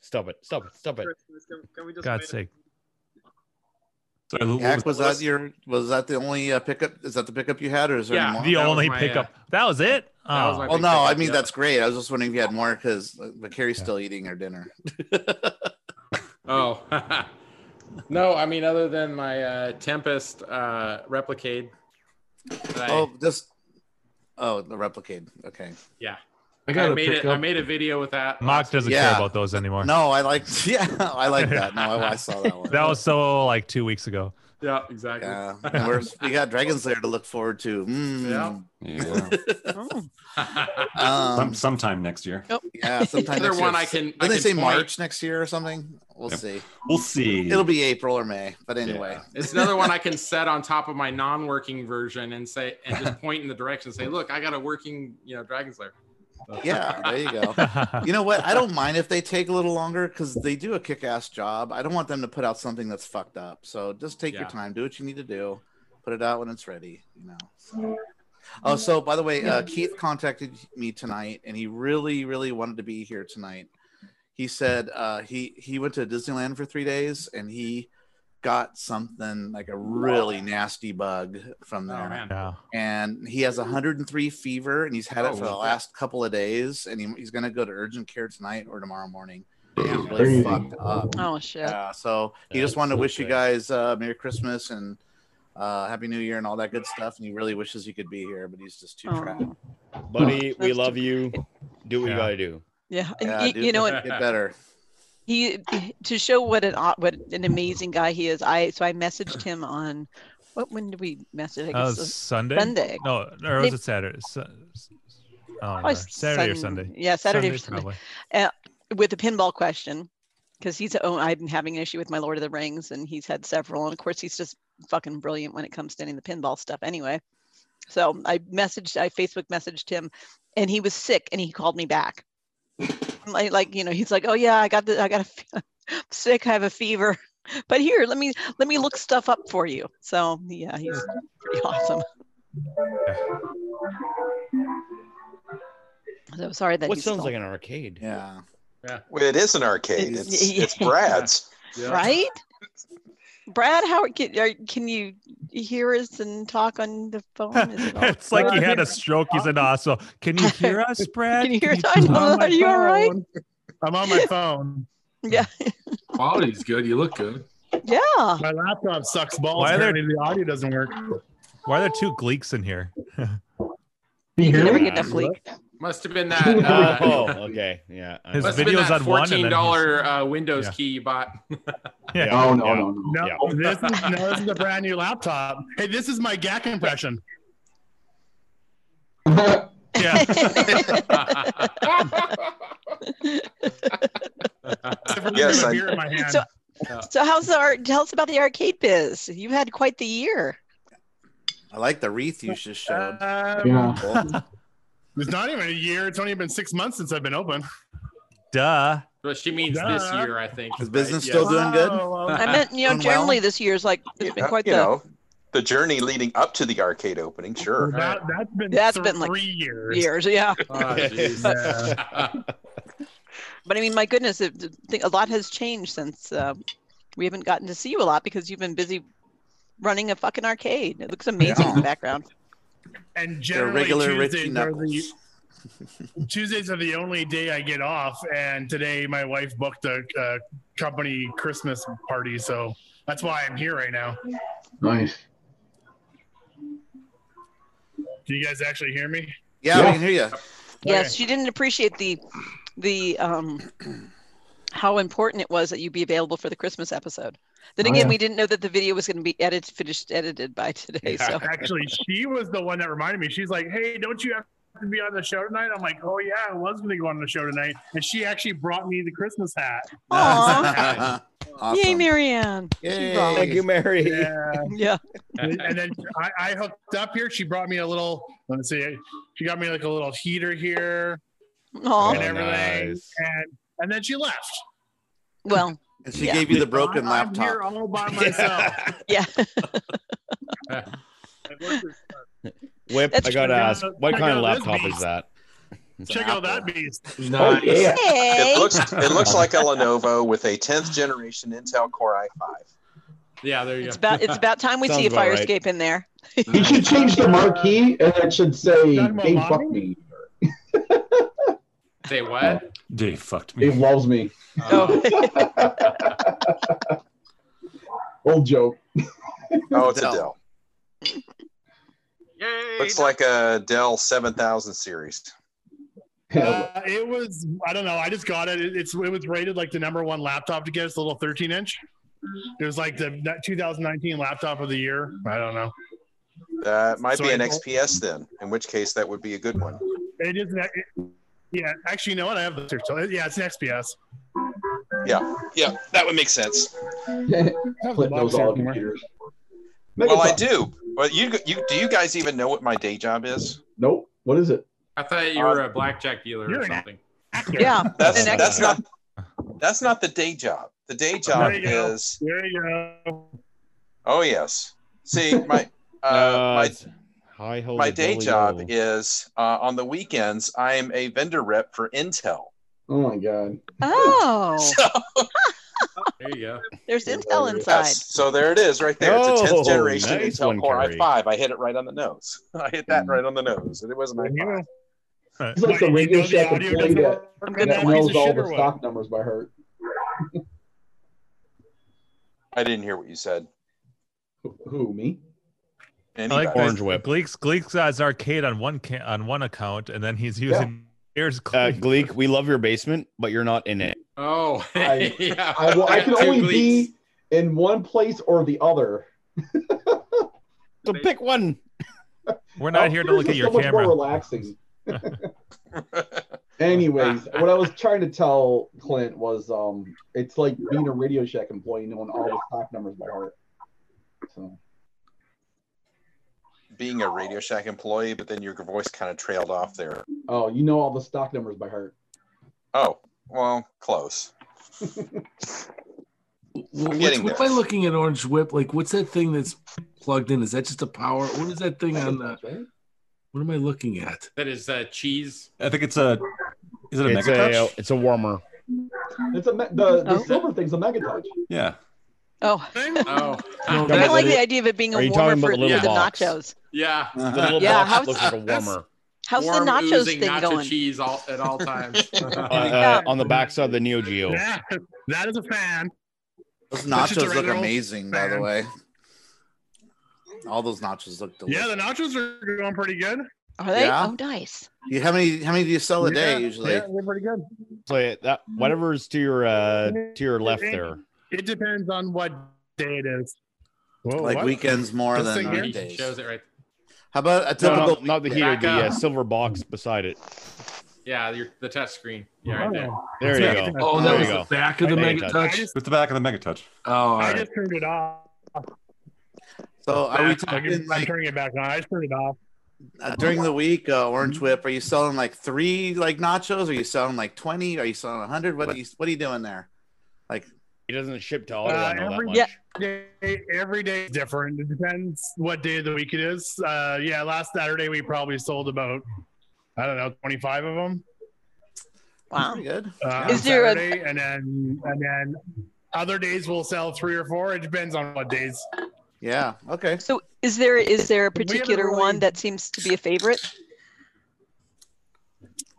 Speaker 8: Stop it. Stop it. Stop it.
Speaker 18: Can we just
Speaker 3: God's sake.
Speaker 2: Sorry, what
Speaker 1: Yak, was
Speaker 2: was-
Speaker 1: that your? Was that the only uh, pickup? Is that the pickup you had, or is there
Speaker 3: Yeah,
Speaker 1: any more?
Speaker 3: the only
Speaker 4: uh,
Speaker 3: pickup.
Speaker 1: uh,
Speaker 3: that was it.
Speaker 1: Oh.
Speaker 3: Oh.
Speaker 1: well, no, I mean that's great. I was just wondering if you had more because but Carrie's still eating her dinner.
Speaker 4: Oh, no. I mean, other than my uh, Tempest uh, replicate. that I-
Speaker 1: Oh, just oh the replicate. Okay.
Speaker 4: yeah.
Speaker 1: I
Speaker 4: I,
Speaker 1: gotta
Speaker 4: made
Speaker 1: pick
Speaker 4: it. I
Speaker 1: up-
Speaker 4: made a video with that.
Speaker 3: Mock
Speaker 4: last
Speaker 3: doesn't
Speaker 4: week.
Speaker 3: care about those anymore.
Speaker 1: No, I like. Yeah, I like that. No, I, I saw that one.
Speaker 3: That was so like two weeks ago.
Speaker 4: Yeah, exactly.
Speaker 1: Yeah, and we're, we got Dragon Slayer to look forward to. Mm. Um,
Speaker 2: Some, sometime next year.
Speaker 1: Yeah, sometime
Speaker 4: Another
Speaker 1: next year.
Speaker 4: one I can-
Speaker 1: Did
Speaker 4: I
Speaker 1: they
Speaker 4: can
Speaker 1: say
Speaker 4: point-
Speaker 1: March next year or something? We'll see.
Speaker 2: We'll see.
Speaker 1: It'll be April or May, but anyway.
Speaker 4: It's another one I can set on top of my non-working version and say and just point in the direction and say, "Look, I got a working, you know, Dragon Slayer."
Speaker 1: Yeah, there you go. You know what? I don't mind if they take a little longer because they do a kick-ass job. I don't want them to put out something that's fucked up. So just take
Speaker 4: Yeah.
Speaker 1: your time, do what you need to do, put it out when it's ready. You know. So. Oh, so by the way, uh, Keith contacted me tonight, and he really, really wanted to be here tonight. He said uh, he he went to Disneyland for three days, and he got something like a really nasty bug from there
Speaker 4: Oh, man.
Speaker 1: and he has 103 fever and he's had it
Speaker 4: Oh,
Speaker 1: for the
Speaker 4: shit.
Speaker 1: last couple of days and he, he's going to go to urgent care tonight or tomorrow morning He's really
Speaker 4: Crazy.
Speaker 1: fucked up.
Speaker 9: Oh, shit.
Speaker 1: yeah so he
Speaker 4: Yeah,
Speaker 1: just wanted to
Speaker 4: so
Speaker 1: wish you
Speaker 4: bad.
Speaker 1: guys uh, merry christmas and uh, happy new year and all that good stuff and he really wishes he could be here but he's just too
Speaker 9: Oh.
Speaker 1: trapped
Speaker 8: Buddy, we love you. Do what you
Speaker 1: Yeah.
Speaker 8: gotta do.
Speaker 9: Yeah, and
Speaker 1: Yeah,
Speaker 9: y-
Speaker 1: dude,
Speaker 9: you know
Speaker 1: get
Speaker 9: what?
Speaker 1: better
Speaker 9: He to show what an au- what an amazing guy he is. I so I messaged him on what when did we message? I
Speaker 3: Oh,
Speaker 9: guess it was
Speaker 3: Sunday.
Speaker 9: Sunday.
Speaker 3: No, or was
Speaker 9: Maybe-
Speaker 3: it Saturday? Su- s- I don't
Speaker 9: Oh,
Speaker 3: remember.
Speaker 9: it's
Speaker 3: Saturday or
Speaker 9: Sun-
Speaker 3: Sunday.
Speaker 9: Yeah, Saturday or Sunday.
Speaker 3: probably.
Speaker 9: Uh, with a pinball question, because he's oh, I've been having an issue with my Lord of the Rings, and he's had several, and of course he's just fucking brilliant when it comes to any of the pinball stuff. Anyway, so I messaged, I Facebook messaged him, and he was sick, and he called me back. like, like, you know, he's like, oh yeah, I got the, I got a, fe- I'm sick, I have a fever, but here, let me, let me look stuff up for you. So yeah, he's pretty awesome. So sorry that
Speaker 8: What
Speaker 9: he's
Speaker 8: sounds
Speaker 9: still-
Speaker 8: like an arcade?
Speaker 1: Yeah.
Speaker 4: Yeah.
Speaker 10: Well, it is an arcade.
Speaker 9: It-
Speaker 10: It's
Speaker 9: yeah.
Speaker 10: it's Brad's.
Speaker 9: right? Brad, how can, are, can you hear us and talk on the phone? Is it all-
Speaker 3: it's like he had a stroke. He's in hospital. Can you hear us, Brad?
Speaker 9: Can you hear us?
Speaker 3: talk?
Speaker 9: I know,
Speaker 19: on my
Speaker 9: Are you all right?
Speaker 19: I'm on my phone.
Speaker 9: Yeah,
Speaker 7: Quality's good. You look good.
Speaker 9: yeah.
Speaker 19: My laptop sucks balls.
Speaker 3: Why are there-
Speaker 19: Apparently the audio doesn't work.
Speaker 3: Why are there two Gleeks in here?
Speaker 9: You
Speaker 19: hear
Speaker 9: never
Speaker 19: me?
Speaker 9: get enough leak.
Speaker 4: Must have been that. Uh,
Speaker 8: oh, okay. Yeah. I
Speaker 3: His
Speaker 8: know.
Speaker 4: must have been
Speaker 3: video's
Speaker 4: that
Speaker 3: on one and then
Speaker 4: fourteen dollar uh, Windows
Speaker 3: Yeah.
Speaker 4: key you bought.
Speaker 3: Yeah.
Speaker 9: Oh,
Speaker 7: No, no,
Speaker 8: Yeah.
Speaker 7: no, no.
Speaker 19: No,
Speaker 8: Yeah.
Speaker 19: this is no, this is a brand new laptop. Hey, this is my Gak impression.
Speaker 3: Yeah.
Speaker 19: Except for
Speaker 10: Yes,
Speaker 19: there's a
Speaker 10: I-
Speaker 19: beer in my hand.
Speaker 9: So, so how's the art? Tell us about the arcade biz. You've had quite the year.
Speaker 1: i like the wreath you just showed
Speaker 19: Um,
Speaker 1: Cool.
Speaker 19: It's not even a year. It's only been six months since I've been open.
Speaker 3: Duh.
Speaker 4: But she means this
Speaker 19: Duh.
Speaker 4: year, I think.
Speaker 1: is business
Speaker 4: Yes.
Speaker 1: still doing good
Speaker 19: Oh,
Speaker 9: I meant, you know,
Speaker 1: Doing well?
Speaker 9: generally this year's like it's been
Speaker 10: Uh,
Speaker 9: quite
Speaker 10: you
Speaker 9: the.
Speaker 10: know, the journey leading up to the arcade opening. Sure.
Speaker 19: That, that's been
Speaker 9: That's
Speaker 19: three
Speaker 9: been like
Speaker 19: years.
Speaker 9: Years, yeah,
Speaker 4: Oh, jeez.
Speaker 9: but I mean, my goodness, it, the thing- a lot has changed since uh, we haven't gotten to see you a lot because you've been busy running a fucking arcade. It looks amazing in the background.
Speaker 19: And
Speaker 1: they're
Speaker 19: generally,
Speaker 1: regular richie
Speaker 19: Tuesdays are, the,
Speaker 1: knuckles
Speaker 19: Tuesdays are the only day I get off. And today, my wife booked a, a company Christmas party, so that's why I'm here right now.
Speaker 7: Nice.
Speaker 19: Can you guys actually hear me?
Speaker 1: yeah, we
Speaker 7: Yeah.
Speaker 1: can hear you
Speaker 9: Yes, she didn't appreciate the the um how important it was that you be available for the Christmas episode. Then
Speaker 7: Oh,
Speaker 9: again,
Speaker 7: yeah.
Speaker 9: we didn't know that the video was going to be edited finished edited by today. So
Speaker 19: Actually, she was the one that reminded me. She's like, "Hey, don't you have to be on the show tonight?" I'm like, "Oh yeah, I was going to go on the show tonight." And she actually brought me the Christmas hat.
Speaker 9: Aw. Yay, Marianne.
Speaker 19: Yay.
Speaker 8: Thank you, Mary.
Speaker 19: Yeah.
Speaker 9: yeah.
Speaker 19: and then I, I hooked up here. She brought me a little. Let's see. She got me like a little heater here
Speaker 9: Aw.
Speaker 19: and everything.
Speaker 8: Oh, nice.
Speaker 19: And and then she left.
Speaker 9: Well,
Speaker 1: And she gave you the broken
Speaker 19: I'm- I'm here
Speaker 1: laptop.
Speaker 19: all by myself.
Speaker 9: yeah.
Speaker 8: Whip,
Speaker 9: That's
Speaker 8: I gotta
Speaker 9: true.
Speaker 8: ask, what
Speaker 9: Check
Speaker 8: kind of
Speaker 9: out this
Speaker 8: laptop
Speaker 9: beast.
Speaker 8: is that?
Speaker 19: Check out that beast.
Speaker 10: Oh,
Speaker 9: Oh,
Speaker 6: Nice.
Speaker 8: yeah.
Speaker 9: Hey.
Speaker 6: It looks it looks like a Lenovo with a 10th generation Intel Core i5.
Speaker 4: Yeah, there you
Speaker 9: It's
Speaker 4: go.
Speaker 9: about it's about time we see
Speaker 6: Sounds
Speaker 9: a
Speaker 6: about
Speaker 9: fire
Speaker 6: right.
Speaker 9: escape in there.
Speaker 15: You should change
Speaker 19: Uh,
Speaker 15: the marquee and it should say, Dave fucked me.
Speaker 4: Say what?
Speaker 2: Dave fucked me.
Speaker 15: Dave loves me.
Speaker 9: Oh.
Speaker 15: Old joke.
Speaker 6: Oh, it's a Dell. Looks like a Dell 7000 series.
Speaker 19: Uh, it was I don't know. I just got it. it. It's it was rated like the number one laptop to get. It's a little 13 inch. It was like the that 2019 laptop of the year. I don't know.
Speaker 6: That might
Speaker 19: So
Speaker 6: be an
Speaker 19: I don't-
Speaker 6: XPS then, in which case that would be a good one.
Speaker 19: It is. an- It, yeah, actually, you know what? I have the search. Yeah, it's an XPS.
Speaker 6: Yeah, yeah, that would make sense.
Speaker 15: Clint knows all computers.
Speaker 6: Well, I do, but you you do you guys even know what my day job is?
Speaker 15: Nope. What is it?
Speaker 4: I thought you
Speaker 8: Uh,
Speaker 4: were a blackjack dealer or something.
Speaker 9: Yeah.
Speaker 6: That's
Speaker 9: an ex-
Speaker 6: that's not that's not the day job. The day job
Speaker 19: There you go.
Speaker 6: is
Speaker 19: There you go.
Speaker 6: oh yes. See my uh, my
Speaker 8: Hi, ho,
Speaker 6: my
Speaker 8: the
Speaker 6: day
Speaker 8: dolly
Speaker 6: job
Speaker 8: ho.
Speaker 6: is uh, on the weekends. I am a vendor rep for Intel.
Speaker 15: Oh my god.
Speaker 9: Oh.
Speaker 4: there you go.
Speaker 9: There's intel inside.
Speaker 6: Yes. So there it is, right there. It's a tenth
Speaker 8: Oh,
Speaker 6: generation
Speaker 8: nice
Speaker 6: Intel
Speaker 8: one,
Speaker 6: Core
Speaker 8: Kerry. Mm.
Speaker 6: i5. I hit it right on the nose. I hit that right on the nose, and it was an i5.
Speaker 15: He's like the Radio Shack employee that,
Speaker 9: I'm
Speaker 6: gonna
Speaker 15: that
Speaker 6: piece
Speaker 15: knows
Speaker 6: of
Speaker 15: all
Speaker 6: shit
Speaker 15: the
Speaker 6: or what?
Speaker 15: stock numbers by heart.
Speaker 6: I didn't hear what you said.
Speaker 15: Who me?
Speaker 6: Anybody.
Speaker 3: that Gleek's Gleek's has arcade on one ca- on one account, and then he's using here's
Speaker 8: Uh, Gleek, we love your basement, but you're not in it.
Speaker 4: Oh,
Speaker 15: I,
Speaker 4: yeah.
Speaker 15: I, well, I
Speaker 4: got
Speaker 15: can
Speaker 4: two
Speaker 15: only
Speaker 4: Gleeks.
Speaker 15: be in one place or the other.
Speaker 8: So pick one.
Speaker 3: We're not
Speaker 15: Oh,
Speaker 3: here to
Speaker 15: yours
Speaker 3: look at
Speaker 15: is
Speaker 3: your
Speaker 15: so much
Speaker 3: camera.
Speaker 15: More relaxing. Anyways, what I was trying to tell Clint was, um, it's like being a Radio Shack employee knowing all the stock numbers by heart. So
Speaker 6: Being a Radio Shack employee, but then your voice kind of trailed off there.
Speaker 15: Oh, you know all the stock numbers by heart.
Speaker 6: Oh, well, close.
Speaker 7: What's,
Speaker 6: getting
Speaker 7: what
Speaker 6: there.
Speaker 7: am I looking at Orange Whip? Like, what's that thing that's plugged in? Is that just a power? What is that thing on the? What am I looking at?
Speaker 4: That is uh, cheese.
Speaker 2: I think it's a. Is it a
Speaker 8: It's
Speaker 2: mega
Speaker 8: a,
Speaker 2: touch?
Speaker 8: it's a warmer.
Speaker 15: It's a me- the, the silver thing's a megatouch.
Speaker 2: Yeah.
Speaker 9: Oh.
Speaker 4: Oh.
Speaker 9: I kind of like the idea of it being
Speaker 8: Are
Speaker 9: a
Speaker 8: you
Speaker 9: warmer
Speaker 8: talking about
Speaker 9: for
Speaker 8: the little
Speaker 9: for the
Speaker 8: box?
Speaker 9: nachos. Uh-huh.
Speaker 4: Yeah.
Speaker 8: The little
Speaker 9: Yeah,
Speaker 8: box
Speaker 9: how's-
Speaker 8: looks like a warmer.
Speaker 9: How's
Speaker 4: Warm,
Speaker 9: the nachos
Speaker 4: oozing
Speaker 9: thing
Speaker 4: nacho
Speaker 9: going?
Speaker 4: cheese all, at all times.
Speaker 8: Uh, uh, on the backside of the Neo Geo.
Speaker 19: Yeah, that is a fan.
Speaker 1: Those
Speaker 19: That's just a
Speaker 1: nachos look
Speaker 19: regular old
Speaker 1: amazing, by the
Speaker 19: fan.
Speaker 1: way. All those nachos look delicious.
Speaker 19: Yeah, the nachos are going pretty good.
Speaker 9: Are they?
Speaker 1: Yeah.
Speaker 9: Oh, nice.
Speaker 1: You, how many how many do you sell a day usually?
Speaker 19: Yeah, they're pretty good.
Speaker 8: So yeah, that whatever's to your uh, to your left there.
Speaker 19: It depends on what day it is.
Speaker 1: like
Speaker 19: what?
Speaker 1: weekends more
Speaker 19: This
Speaker 1: than
Speaker 19: thing here?
Speaker 1: weekdays.
Speaker 4: Shows it right.
Speaker 1: How about a
Speaker 8: No, no,
Speaker 1: typical
Speaker 8: not the
Speaker 1: weekday?
Speaker 8: heater, the
Speaker 4: Back
Speaker 8: uh,
Speaker 4: up.
Speaker 8: silver box beside it.
Speaker 4: Yeah, your, the touch screen. Yeah, right there.
Speaker 8: Oh. There
Speaker 2: It's
Speaker 8: you
Speaker 2: Megatouch.
Speaker 8: go.
Speaker 7: Oh, that
Speaker 8: There
Speaker 7: was
Speaker 8: you
Speaker 7: the
Speaker 8: go.
Speaker 7: back of the
Speaker 8: Mega
Speaker 7: mega
Speaker 8: touch.
Speaker 7: touch.
Speaker 2: It's the back of the mega touch.
Speaker 7: Oh, all
Speaker 19: I
Speaker 7: right.
Speaker 19: just turned it off.
Speaker 1: So Oh, are we
Speaker 19: Back.
Speaker 1: talking
Speaker 19: I'm
Speaker 1: like
Speaker 19: turning it back on. I just turned it off.
Speaker 1: uh, during the week, uh, Orange Whip? Are you selling like three like nachos? Are you selling like twenty? Are you selling hundred? What are you what are you doing there? Like
Speaker 8: He doesn't ship to Ottawa. I
Speaker 19: Uh,
Speaker 8: know that
Speaker 19: every
Speaker 8: much.
Speaker 9: Yeah.
Speaker 19: day, every day is different. It depends what day of the week it is. Uh, yeah, last Saturday we probably sold about I don't know twenty five of them.
Speaker 9: Wow.
Speaker 1: pretty good.
Speaker 19: Uh,
Speaker 9: Is
Speaker 19: on
Speaker 9: there a-
Speaker 19: Saturday, and then and then other days we'll sell three or four. It depends on what days.
Speaker 1: Yeah. Okay.
Speaker 9: So is there is there a
Speaker 19: haven't
Speaker 9: particular
Speaker 19: really-
Speaker 9: one that seems to be a favorite?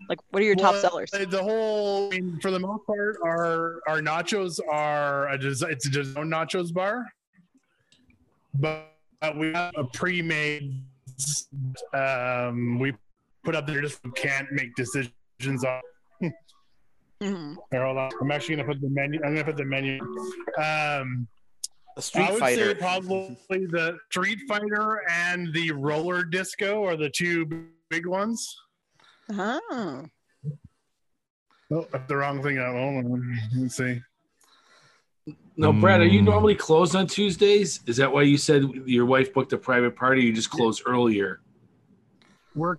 Speaker 9: Like what are your top
Speaker 19: Well,
Speaker 9: sellers?
Speaker 19: The whole, I mean, for the most part, our our nachos are a des- it's a Dazone nachos bar, but but we have a pre-made. Um, we put up there just can't make decisions on.
Speaker 9: Mhm.
Speaker 19: Here, hold on. I'm actually gonna put the menu. I'm gonna put the menu. Um,
Speaker 1: A street
Speaker 19: I would say
Speaker 1: fighter.
Speaker 19: probably the Street Fighter and the Roller Disco are the two b- big ones.
Speaker 9: Oh.
Speaker 19: Oh, that's the wrong thing. Hold on. Let's see.
Speaker 7: No, Brad, are you
Speaker 3: Mm.
Speaker 7: normally closed on Tuesdays? Is that why you said your wife booked a private party? You just closed earlier.
Speaker 19: We're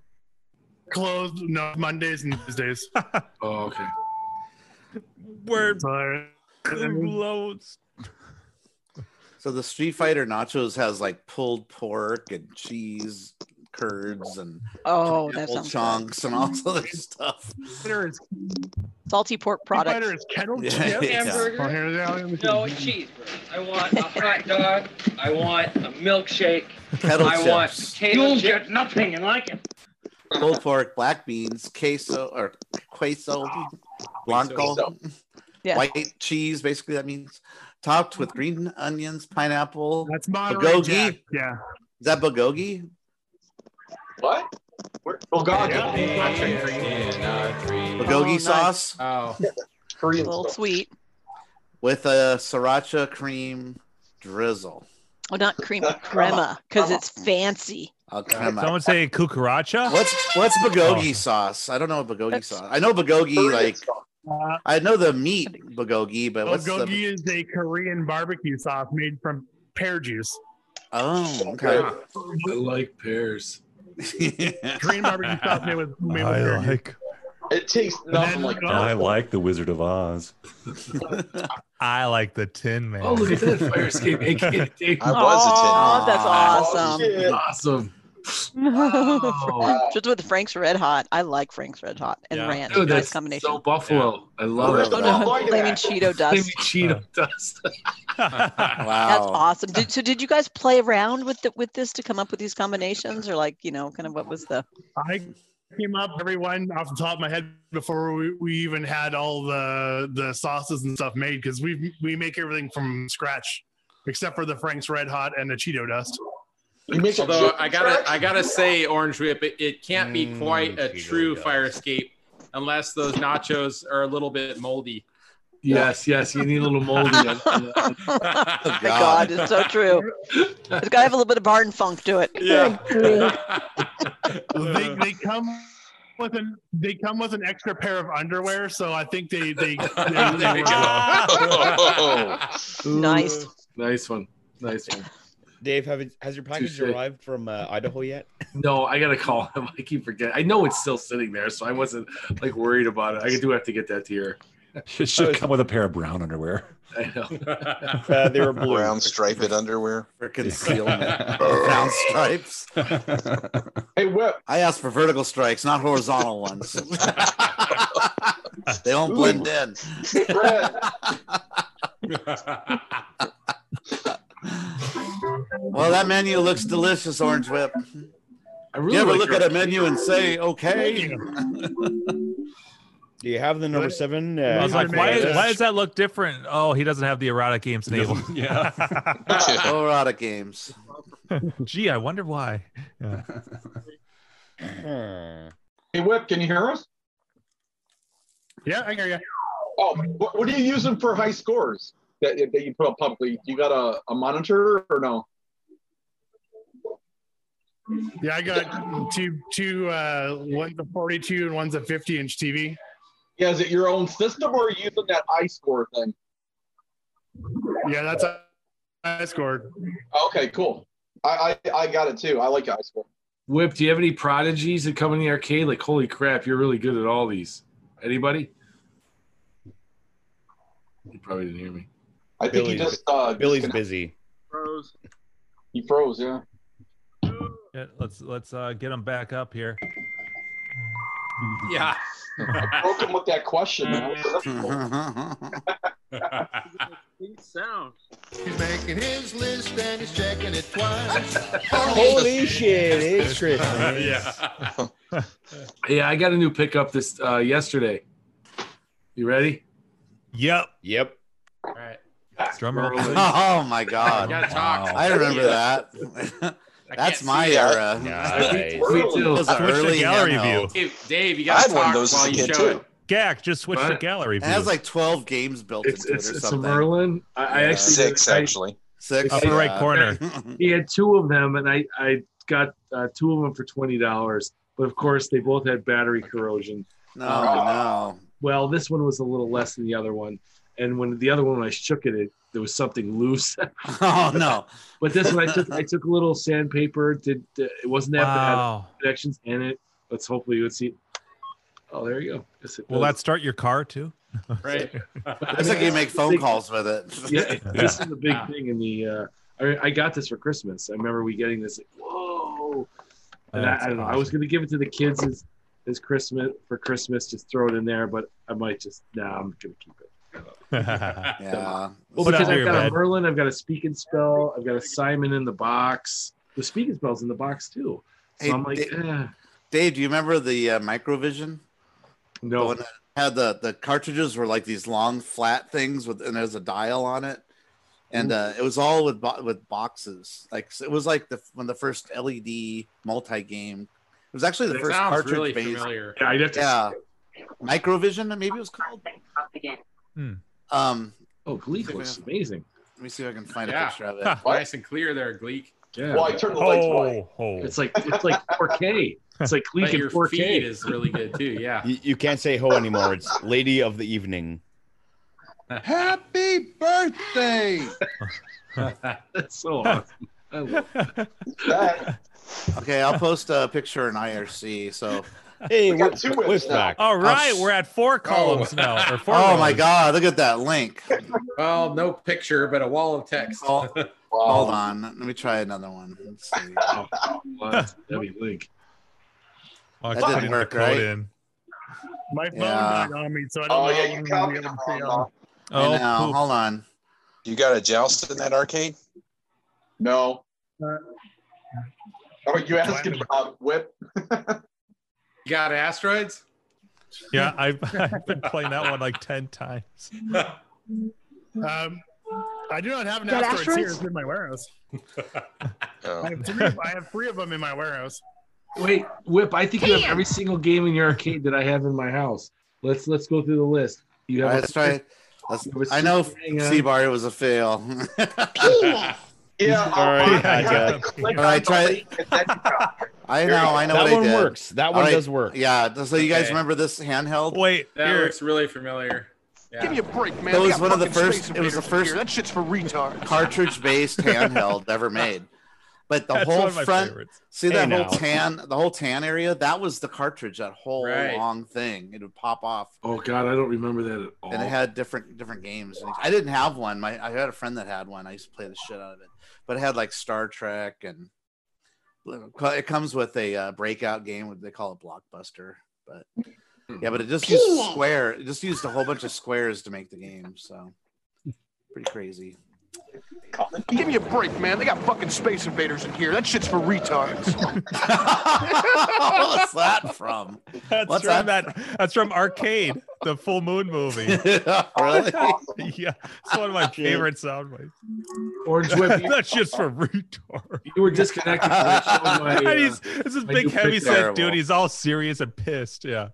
Speaker 19: closed no Mondays and Tuesdays.
Speaker 7: oh, okay.
Speaker 3: We're
Speaker 1: So the Street Fighter nachos has like pulled pork and cheese, curds and
Speaker 9: Oh, that sounds
Speaker 1: apple
Speaker 9: good.
Speaker 1: chunks and all this other stuff.
Speaker 9: Salty pork products.
Speaker 19: kettle
Speaker 1: Yeah, chips. yeah.
Speaker 19: Oh, here they are.
Speaker 20: No, a cheeseburger. I want a hot dog. I want a milkshake.
Speaker 1: Kettle
Speaker 20: I want
Speaker 1: chips.
Speaker 20: potato You'll get nothing and like it.
Speaker 1: Pulled pork, black beans, queso or queso, blanco,
Speaker 9: Yeah.
Speaker 1: white cheese. Basically, that means topped with green onions, pineapple. That's
Speaker 19: Monterey Jack, Yeah.
Speaker 1: Is that bulgogi?
Speaker 6: What?
Speaker 19: Oh,
Speaker 6: Bulgogi.
Speaker 1: Bulgogi sauce.
Speaker 4: Oh,
Speaker 9: A little sweet.
Speaker 1: With a sriracha cream drizzle.
Speaker 9: Oh, not cream, crema, because it's fancy.
Speaker 1: I'll crema.
Speaker 3: Someone say cucaracha.
Speaker 1: What's what's bulgogi
Speaker 3: Oh.
Speaker 1: sauce? I don't know what bulgogi sauce. I know bulgogi like
Speaker 19: Uh,
Speaker 1: I know the meat bulgogi, but what's
Speaker 19: Bulgogi
Speaker 1: the
Speaker 19: is a Korean barbecue sauce made from pear juice.
Speaker 1: oh okay.
Speaker 7: I like pears.
Speaker 19: Korean barbecue sauce made with, made with pear juice.
Speaker 2: like
Speaker 6: It tastes nothing like
Speaker 2: I like the Wizard of Oz.
Speaker 3: I like the Tin Man.
Speaker 7: Oh, look at that fire escape. Hey, kid, dude.
Speaker 3: I was a Tin
Speaker 9: Oh,
Speaker 3: Man.
Speaker 9: that's
Speaker 3: Oh,
Speaker 9: awesome.
Speaker 7: shit. Awesome.
Speaker 9: Just with Frank's Red Hot. I like Frank's Red Hot and
Speaker 7: Oh. Yeah.
Speaker 9: ranch.
Speaker 7: Dude,
Speaker 9: nice
Speaker 7: that's
Speaker 9: combination.
Speaker 7: So buffalo. I love
Speaker 9: Oh,
Speaker 7: it.
Speaker 9: no, flaming Cheeto
Speaker 7: Flaming
Speaker 9: dust.
Speaker 7: Cheeto dust.
Speaker 9: That's
Speaker 1: wow.
Speaker 9: awesome. Did, so, did you guys play around with the, with this to come up with these combinations, or like you know, kind of what was the?
Speaker 19: I came up everyone off the top of my head before we, we even had all the the sauces and stuff made because we we make everything from scratch except for the Frank's Red Hot and the Cheeto dust.
Speaker 4: Although I gotta, I gotta say, Orange Whip, it, it can't
Speaker 1: Mm,
Speaker 4: be quite a true fire escape unless those nachos are a little bit moldy.
Speaker 7: Yes, yes. You need a little moldy. on- on the-
Speaker 9: Oh my God, it's so true. It's got to have a little bit of barn funk to it.
Speaker 19: they, they come with an they come with an extra pair of underwear, so I think they they, they,
Speaker 7: There you go.
Speaker 9: Nice.
Speaker 7: Nice one. Nice one.
Speaker 8: Dave, have it, has your package
Speaker 7: Touche.
Speaker 8: arrived from uh, Idaho yet?
Speaker 7: No, I gotta call him. I keep forgetting. I know it's still sitting there, so I wasn't like worried about it. I do have to get that to your.
Speaker 2: It should come with a pair of brown underwear.
Speaker 7: I know.
Speaker 8: Uh, they were blue.
Speaker 10: Brown striped underwear.
Speaker 1: For concealment. Brown stripes.
Speaker 6: Hey, Whip.
Speaker 1: I asked for vertical strikes, not horizontal ones. they don't blend in.
Speaker 6: Brad,
Speaker 1: Well, that menu looks delicious, Orange Whip.
Speaker 7: I
Speaker 1: you ever
Speaker 8: like
Speaker 1: look
Speaker 8: your-
Speaker 1: at a menu and say, okay?
Speaker 8: Do you have the number seven? Uh,
Speaker 3: I was like, why,
Speaker 8: Canada?
Speaker 3: why does that look different? Oh, he doesn't have the erotic games label.
Speaker 2: Yeah.
Speaker 1: Colorado games.
Speaker 3: Gee, I wonder why. Yeah.
Speaker 6: hey, Whip, can you hear us?
Speaker 19: Yeah, I hear you.
Speaker 6: Oh, what, what are you using for high scores that, that you put up publicly? You got a, a monitor or no?
Speaker 19: Yeah, I got two two uh one's a forty two and one's a fifty inch TV.
Speaker 6: Yeah, is it your own system or are you using that I score thing?
Speaker 19: Yeah, that's a I scored.
Speaker 6: Oh, Okay, cool. I, I, I got it too. I like I score.
Speaker 7: Whip, do you have any prodigies that come in the arcade? Like, holy crap, you're really good at all these. Anybody? You probably didn't hear me.
Speaker 6: I think he
Speaker 8: Billy's-
Speaker 6: just uh
Speaker 8: Billy's
Speaker 6: disconnected.
Speaker 8: busy.
Speaker 6: froze. He froze, yeah.
Speaker 3: Yeah, let's let's uh, get him back up here.
Speaker 4: Yeah.
Speaker 6: I broke him with that question. man.
Speaker 12: sound. He's making his list and he's checking it twice.
Speaker 8: Holy shit, it's Christmas.
Speaker 4: yeah.
Speaker 7: Yeah, I got a new pickup this uh, yesterday. You ready?
Speaker 3: Yep.
Speaker 8: Yep.
Speaker 4: All right.
Speaker 3: Drummer. roll.
Speaker 1: Oh my God.
Speaker 4: Gotta talk.
Speaker 1: I remember
Speaker 4: Yeah.
Speaker 1: that.
Speaker 4: I
Speaker 1: That's
Speaker 4: can't
Speaker 1: my
Speaker 4: see that.
Speaker 1: era.
Speaker 8: Nice.
Speaker 7: Me too.
Speaker 1: Those are
Speaker 3: Switch to
Speaker 1: early
Speaker 3: gallery
Speaker 1: handheld.
Speaker 3: view.
Speaker 4: Dave, Dave, you
Speaker 10: I
Speaker 4: gotta
Speaker 10: had one of
Speaker 4: talk
Speaker 10: those as
Speaker 4: while
Speaker 10: a
Speaker 4: you
Speaker 10: kid,
Speaker 4: show
Speaker 10: too.
Speaker 4: it.
Speaker 3: Gak, just switch to
Speaker 7: What?
Speaker 3: gallery
Speaker 1: It
Speaker 3: view.
Speaker 1: has like 12 games built
Speaker 7: It's
Speaker 1: into
Speaker 7: it's,
Speaker 1: it or
Speaker 7: it's a
Speaker 1: something.
Speaker 7: Merlin. I, I
Speaker 1: Yeah.
Speaker 7: actually
Speaker 10: Six,
Speaker 7: I-
Speaker 10: actually.
Speaker 1: Six.
Speaker 3: Upper right
Speaker 1: yeah.
Speaker 3: corner.
Speaker 7: he had two of them, and I I got uh, two of them for twenty dollars. But of course, they both had battery corrosion. Um,
Speaker 1: No, no.
Speaker 7: Well, this one was a little less than the other one, and when the other one when I shook it, it there was something loose.
Speaker 1: Oh no!
Speaker 7: but this one I took I took a little sandpaper. Did uh, it wasn't that
Speaker 3: Wow.
Speaker 7: bad? Connections in it. Let's hopefully let's see. Oh, there you go. Yes, it
Speaker 3: Will
Speaker 7: does.
Speaker 3: that start your car too?
Speaker 7: right?
Speaker 1: That's like you make phone calls with it.
Speaker 7: Yeah, this
Speaker 1: Yeah.
Speaker 7: is the big thing in the. Uh, I, I got this for Christmas. I remember we getting this. Like, Whoa! And I, I
Speaker 3: That's
Speaker 7: don't know. I was gonna give it to the kids as, as Christmas for Christmas, just throw it in there, but I might just. Nah, I'm gonna keep it.
Speaker 1: yeah.
Speaker 7: Well, because I've got a Merlin, I've got a Speak and Spell, I've got a Simon in the box. The Speak and Spell's in the box too. So
Speaker 1: Hey,
Speaker 7: I'm like,
Speaker 1: Dave-
Speaker 7: eh.
Speaker 1: Dave, do you remember the uh, Microvision?
Speaker 7: No.
Speaker 1: When it had the the cartridges were like these long flat things with and there's a dial on it, and uh, it was all with bo- with boxes. Like so it was like the when the first LED multi game. It was actually the
Speaker 4: That
Speaker 1: first
Speaker 4: sounds
Speaker 1: cartridge
Speaker 4: really
Speaker 1: based.
Speaker 4: familiar.
Speaker 7: Yeah, I'd have to-
Speaker 1: Microvision, maybe it was called.
Speaker 3: Hmm.
Speaker 1: Um.
Speaker 7: Oh, Gleek
Speaker 1: looks
Speaker 7: amazing.
Speaker 1: Let me see if I can find
Speaker 4: Yeah.
Speaker 1: a picture of it.
Speaker 4: nice and clear there, Gleek.
Speaker 7: Yeah. Well, I turned the lights Oh, white. It's like it's like 4K. It's like Gleek
Speaker 4: But
Speaker 7: in
Speaker 4: your
Speaker 7: 4K.
Speaker 4: feed is really good too. Yeah.
Speaker 8: You, you can't say ho anymore. It's lady of the evening.
Speaker 12: Happy birthday!
Speaker 7: That's so awesome. I love it.
Speaker 1: Okay, I'll post a picture in IRC. So,
Speaker 8: hey,
Speaker 1: we
Speaker 8: got we're- two we're wins now. back. Oh.
Speaker 3: All right, we're at four columns now. Or four
Speaker 1: oh my
Speaker 3: rows.
Speaker 1: God! Look at that link.
Speaker 4: Well, no picture, but a wall of text.
Speaker 1: Hold on, let me try another one. Let's see.
Speaker 7: What? That'd be Link.
Speaker 3: Well, I
Speaker 1: That
Speaker 3: put
Speaker 1: didn't
Speaker 3: in the
Speaker 1: work,
Speaker 3: code
Speaker 1: right?
Speaker 3: in.
Speaker 19: My phone
Speaker 1: Yeah.
Speaker 19: died on me, so I don't
Speaker 6: Oh
Speaker 19: know.
Speaker 6: yeah, you copied it wrong.
Speaker 19: Oh,
Speaker 1: I know. Hold
Speaker 7: Oh,
Speaker 1: on.
Speaker 10: You got a joust in that arcade?
Speaker 6: No. Oh, you asking about whip?
Speaker 4: You got asteroids?
Speaker 3: Yeah, I've, I've been playing that one like ten times.
Speaker 19: Um, I do not have an
Speaker 13: Got
Speaker 19: asteroid here.
Speaker 13: asteroids?
Speaker 19: It's in my warehouse.
Speaker 10: Oh.
Speaker 19: I, have three of, I have three of them in my warehouse.
Speaker 7: Wait, Whip, I think you have every single game in your arcade that I have in my house. Let's let's go through the list. You
Speaker 1: All
Speaker 7: have
Speaker 1: right,
Speaker 7: a-
Speaker 1: let's try. it. Let's,
Speaker 7: You have a
Speaker 1: I know
Speaker 7: Super Hang on.
Speaker 1: C-Bar, it was a fail.
Speaker 6: Yeah.
Speaker 8: All right, I got it.
Speaker 1: All right, try it. I know, I know
Speaker 8: That
Speaker 1: what I
Speaker 8: one
Speaker 1: did.
Speaker 8: works. That
Speaker 1: All
Speaker 8: one
Speaker 1: right,
Speaker 8: does work.
Speaker 1: Yeah. So you guys
Speaker 4: Okay.
Speaker 1: remember this handheld?
Speaker 3: Wait,
Speaker 4: That looks really familiar. Yeah.
Speaker 17: Give me a break, man.
Speaker 1: That
Speaker 17: They
Speaker 1: was
Speaker 17: got
Speaker 1: one of the
Speaker 17: fucking
Speaker 1: first-
Speaker 17: space
Speaker 1: it was
Speaker 17: invaders
Speaker 1: the
Speaker 17: in
Speaker 1: first
Speaker 17: here. That shit's for retards.
Speaker 1: cartridge-based handheld ever made. But the
Speaker 3: That's one
Speaker 1: whole
Speaker 3: of my
Speaker 1: front,
Speaker 3: favorites.
Speaker 1: see
Speaker 8: Hey,
Speaker 1: that whole
Speaker 8: now.
Speaker 1: tan, the whole tan area, that was the cartridge. That whole
Speaker 4: Right.
Speaker 1: long thing, it would pop off.
Speaker 7: Oh God, I don't remember that at all.
Speaker 10: Oh.
Speaker 1: and it had different different games. And I didn't have one. My I had a friend that had one. I used to play the shit out of it, but it had like Star Trek and it comes with a uh, breakout game. What they call it Blockbuster, but yeah, but it just used square. It just used a whole bunch of squares to make the game. So pretty crazy.
Speaker 17: Give me a break, man. They got fucking space invaders in here. That shit's for retards.
Speaker 1: What's that from?
Speaker 3: That's
Speaker 1: What's
Speaker 3: from that? That's from Arcade, the Full Moon movie.
Speaker 1: Really?
Speaker 3: yeah, it's one of my favorite sound bites.
Speaker 7: Orange Whip. you-
Speaker 3: That's just for retard.
Speaker 7: You were disconnected. When I showed my,
Speaker 3: and
Speaker 7: uh,
Speaker 3: he's it's this
Speaker 7: my
Speaker 3: big
Speaker 7: new
Speaker 3: heavy
Speaker 7: picture.
Speaker 3: set dude. He's all serious and pissed. Yeah.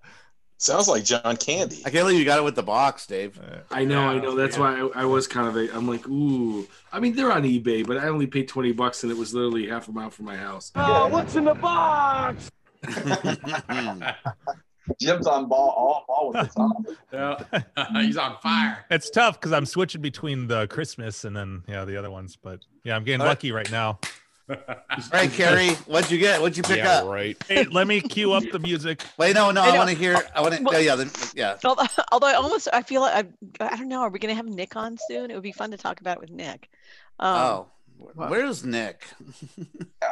Speaker 10: Sounds like John Candy.
Speaker 1: I can't believe you got it with the box, Dave.
Speaker 7: I know, I know. That's why I, I was kind of. A, I'm like, ooh. I mean, they're on eBay, but I only paid twenty bucks, and it was literally half a mile from my house.
Speaker 17: Oh, what's in the box?
Speaker 6: Jim's on ball all ball with this. huh?
Speaker 4: Yeah. He's on fire.
Speaker 3: It's tough because I'm switching between the Christmas and then yeah the other ones, but yeah I'm getting
Speaker 1: All right.
Speaker 3: lucky right now.
Speaker 1: All right, Carrie, what'd you get? What'd you pick up?
Speaker 8: right.
Speaker 3: Hey, let me cue up the music.
Speaker 1: Wait, no, no,
Speaker 9: I
Speaker 1: I,
Speaker 9: know.
Speaker 1: want to hear. I want to.
Speaker 9: Well-
Speaker 1: yeah, yeah, the- yeah.
Speaker 9: Although, although I almost, I feel like I'm, I don't know. Are we going to have Nick on soon? It would be fun to talk about with Nick. Um,
Speaker 1: oh, where's Nick?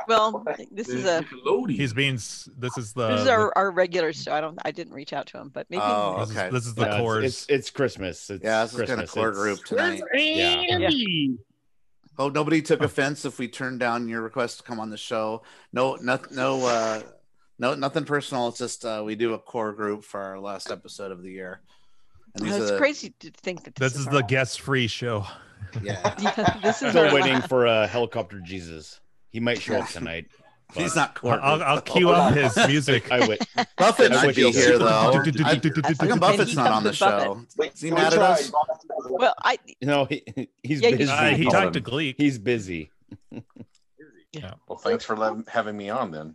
Speaker 9: well, this is a
Speaker 3: He's being s- this is the
Speaker 9: this is our, our regular show. I don't, I didn't reach out to him, but maybe.
Speaker 1: Oh,
Speaker 3: this,
Speaker 1: okay.
Speaker 3: is, this is the
Speaker 8: Yeah, it's-
Speaker 3: chorus.
Speaker 8: It's, it's Christmas. It's
Speaker 1: Yeah, this is
Speaker 8: Christmas.
Speaker 1: kind of core
Speaker 8: It's-
Speaker 1: group tonight.
Speaker 9: Andy?
Speaker 1: Hope Oh, nobody took offense if we turned down your request to come on the show. No, no, no, uh, no, nothing personal. It's just uh, we do a core group for our last episode of the year. And
Speaker 9: Well,
Speaker 1: are
Speaker 9: Uh, it's
Speaker 1: the-
Speaker 9: Oh, crazy to think that this,
Speaker 3: this is
Speaker 9: our
Speaker 3: the
Speaker 9: last-
Speaker 3: guest free show.
Speaker 1: Yeah,
Speaker 9: Yeah, this is our
Speaker 8: Still waiting
Speaker 9: last-
Speaker 8: for a helicopter Jesus. He might show up tonight.
Speaker 1: he's not core.
Speaker 3: I'll,
Speaker 1: group.
Speaker 3: I'll cue up his music.
Speaker 8: I would.
Speaker 1: Buffett
Speaker 8: I
Speaker 1: might
Speaker 8: wish
Speaker 1: be
Speaker 8: he'll-
Speaker 1: here though.
Speaker 3: Do, do, do,
Speaker 1: I,
Speaker 3: do, do, do,
Speaker 1: I
Speaker 3: do.
Speaker 1: think Buffett's not on the
Speaker 9: And he comes
Speaker 1: show.
Speaker 6: Wait,
Speaker 1: Is he
Speaker 6: we
Speaker 1: mad at us?
Speaker 6: tried.
Speaker 9: Well, I
Speaker 8: You know, he, he's
Speaker 9: Yeah, you-
Speaker 8: busy.
Speaker 3: Uh, he
Speaker 8: Call
Speaker 3: talked to
Speaker 8: him.
Speaker 3: Gleek.
Speaker 8: He's busy.
Speaker 10: Well, thanks for lev- having me on then.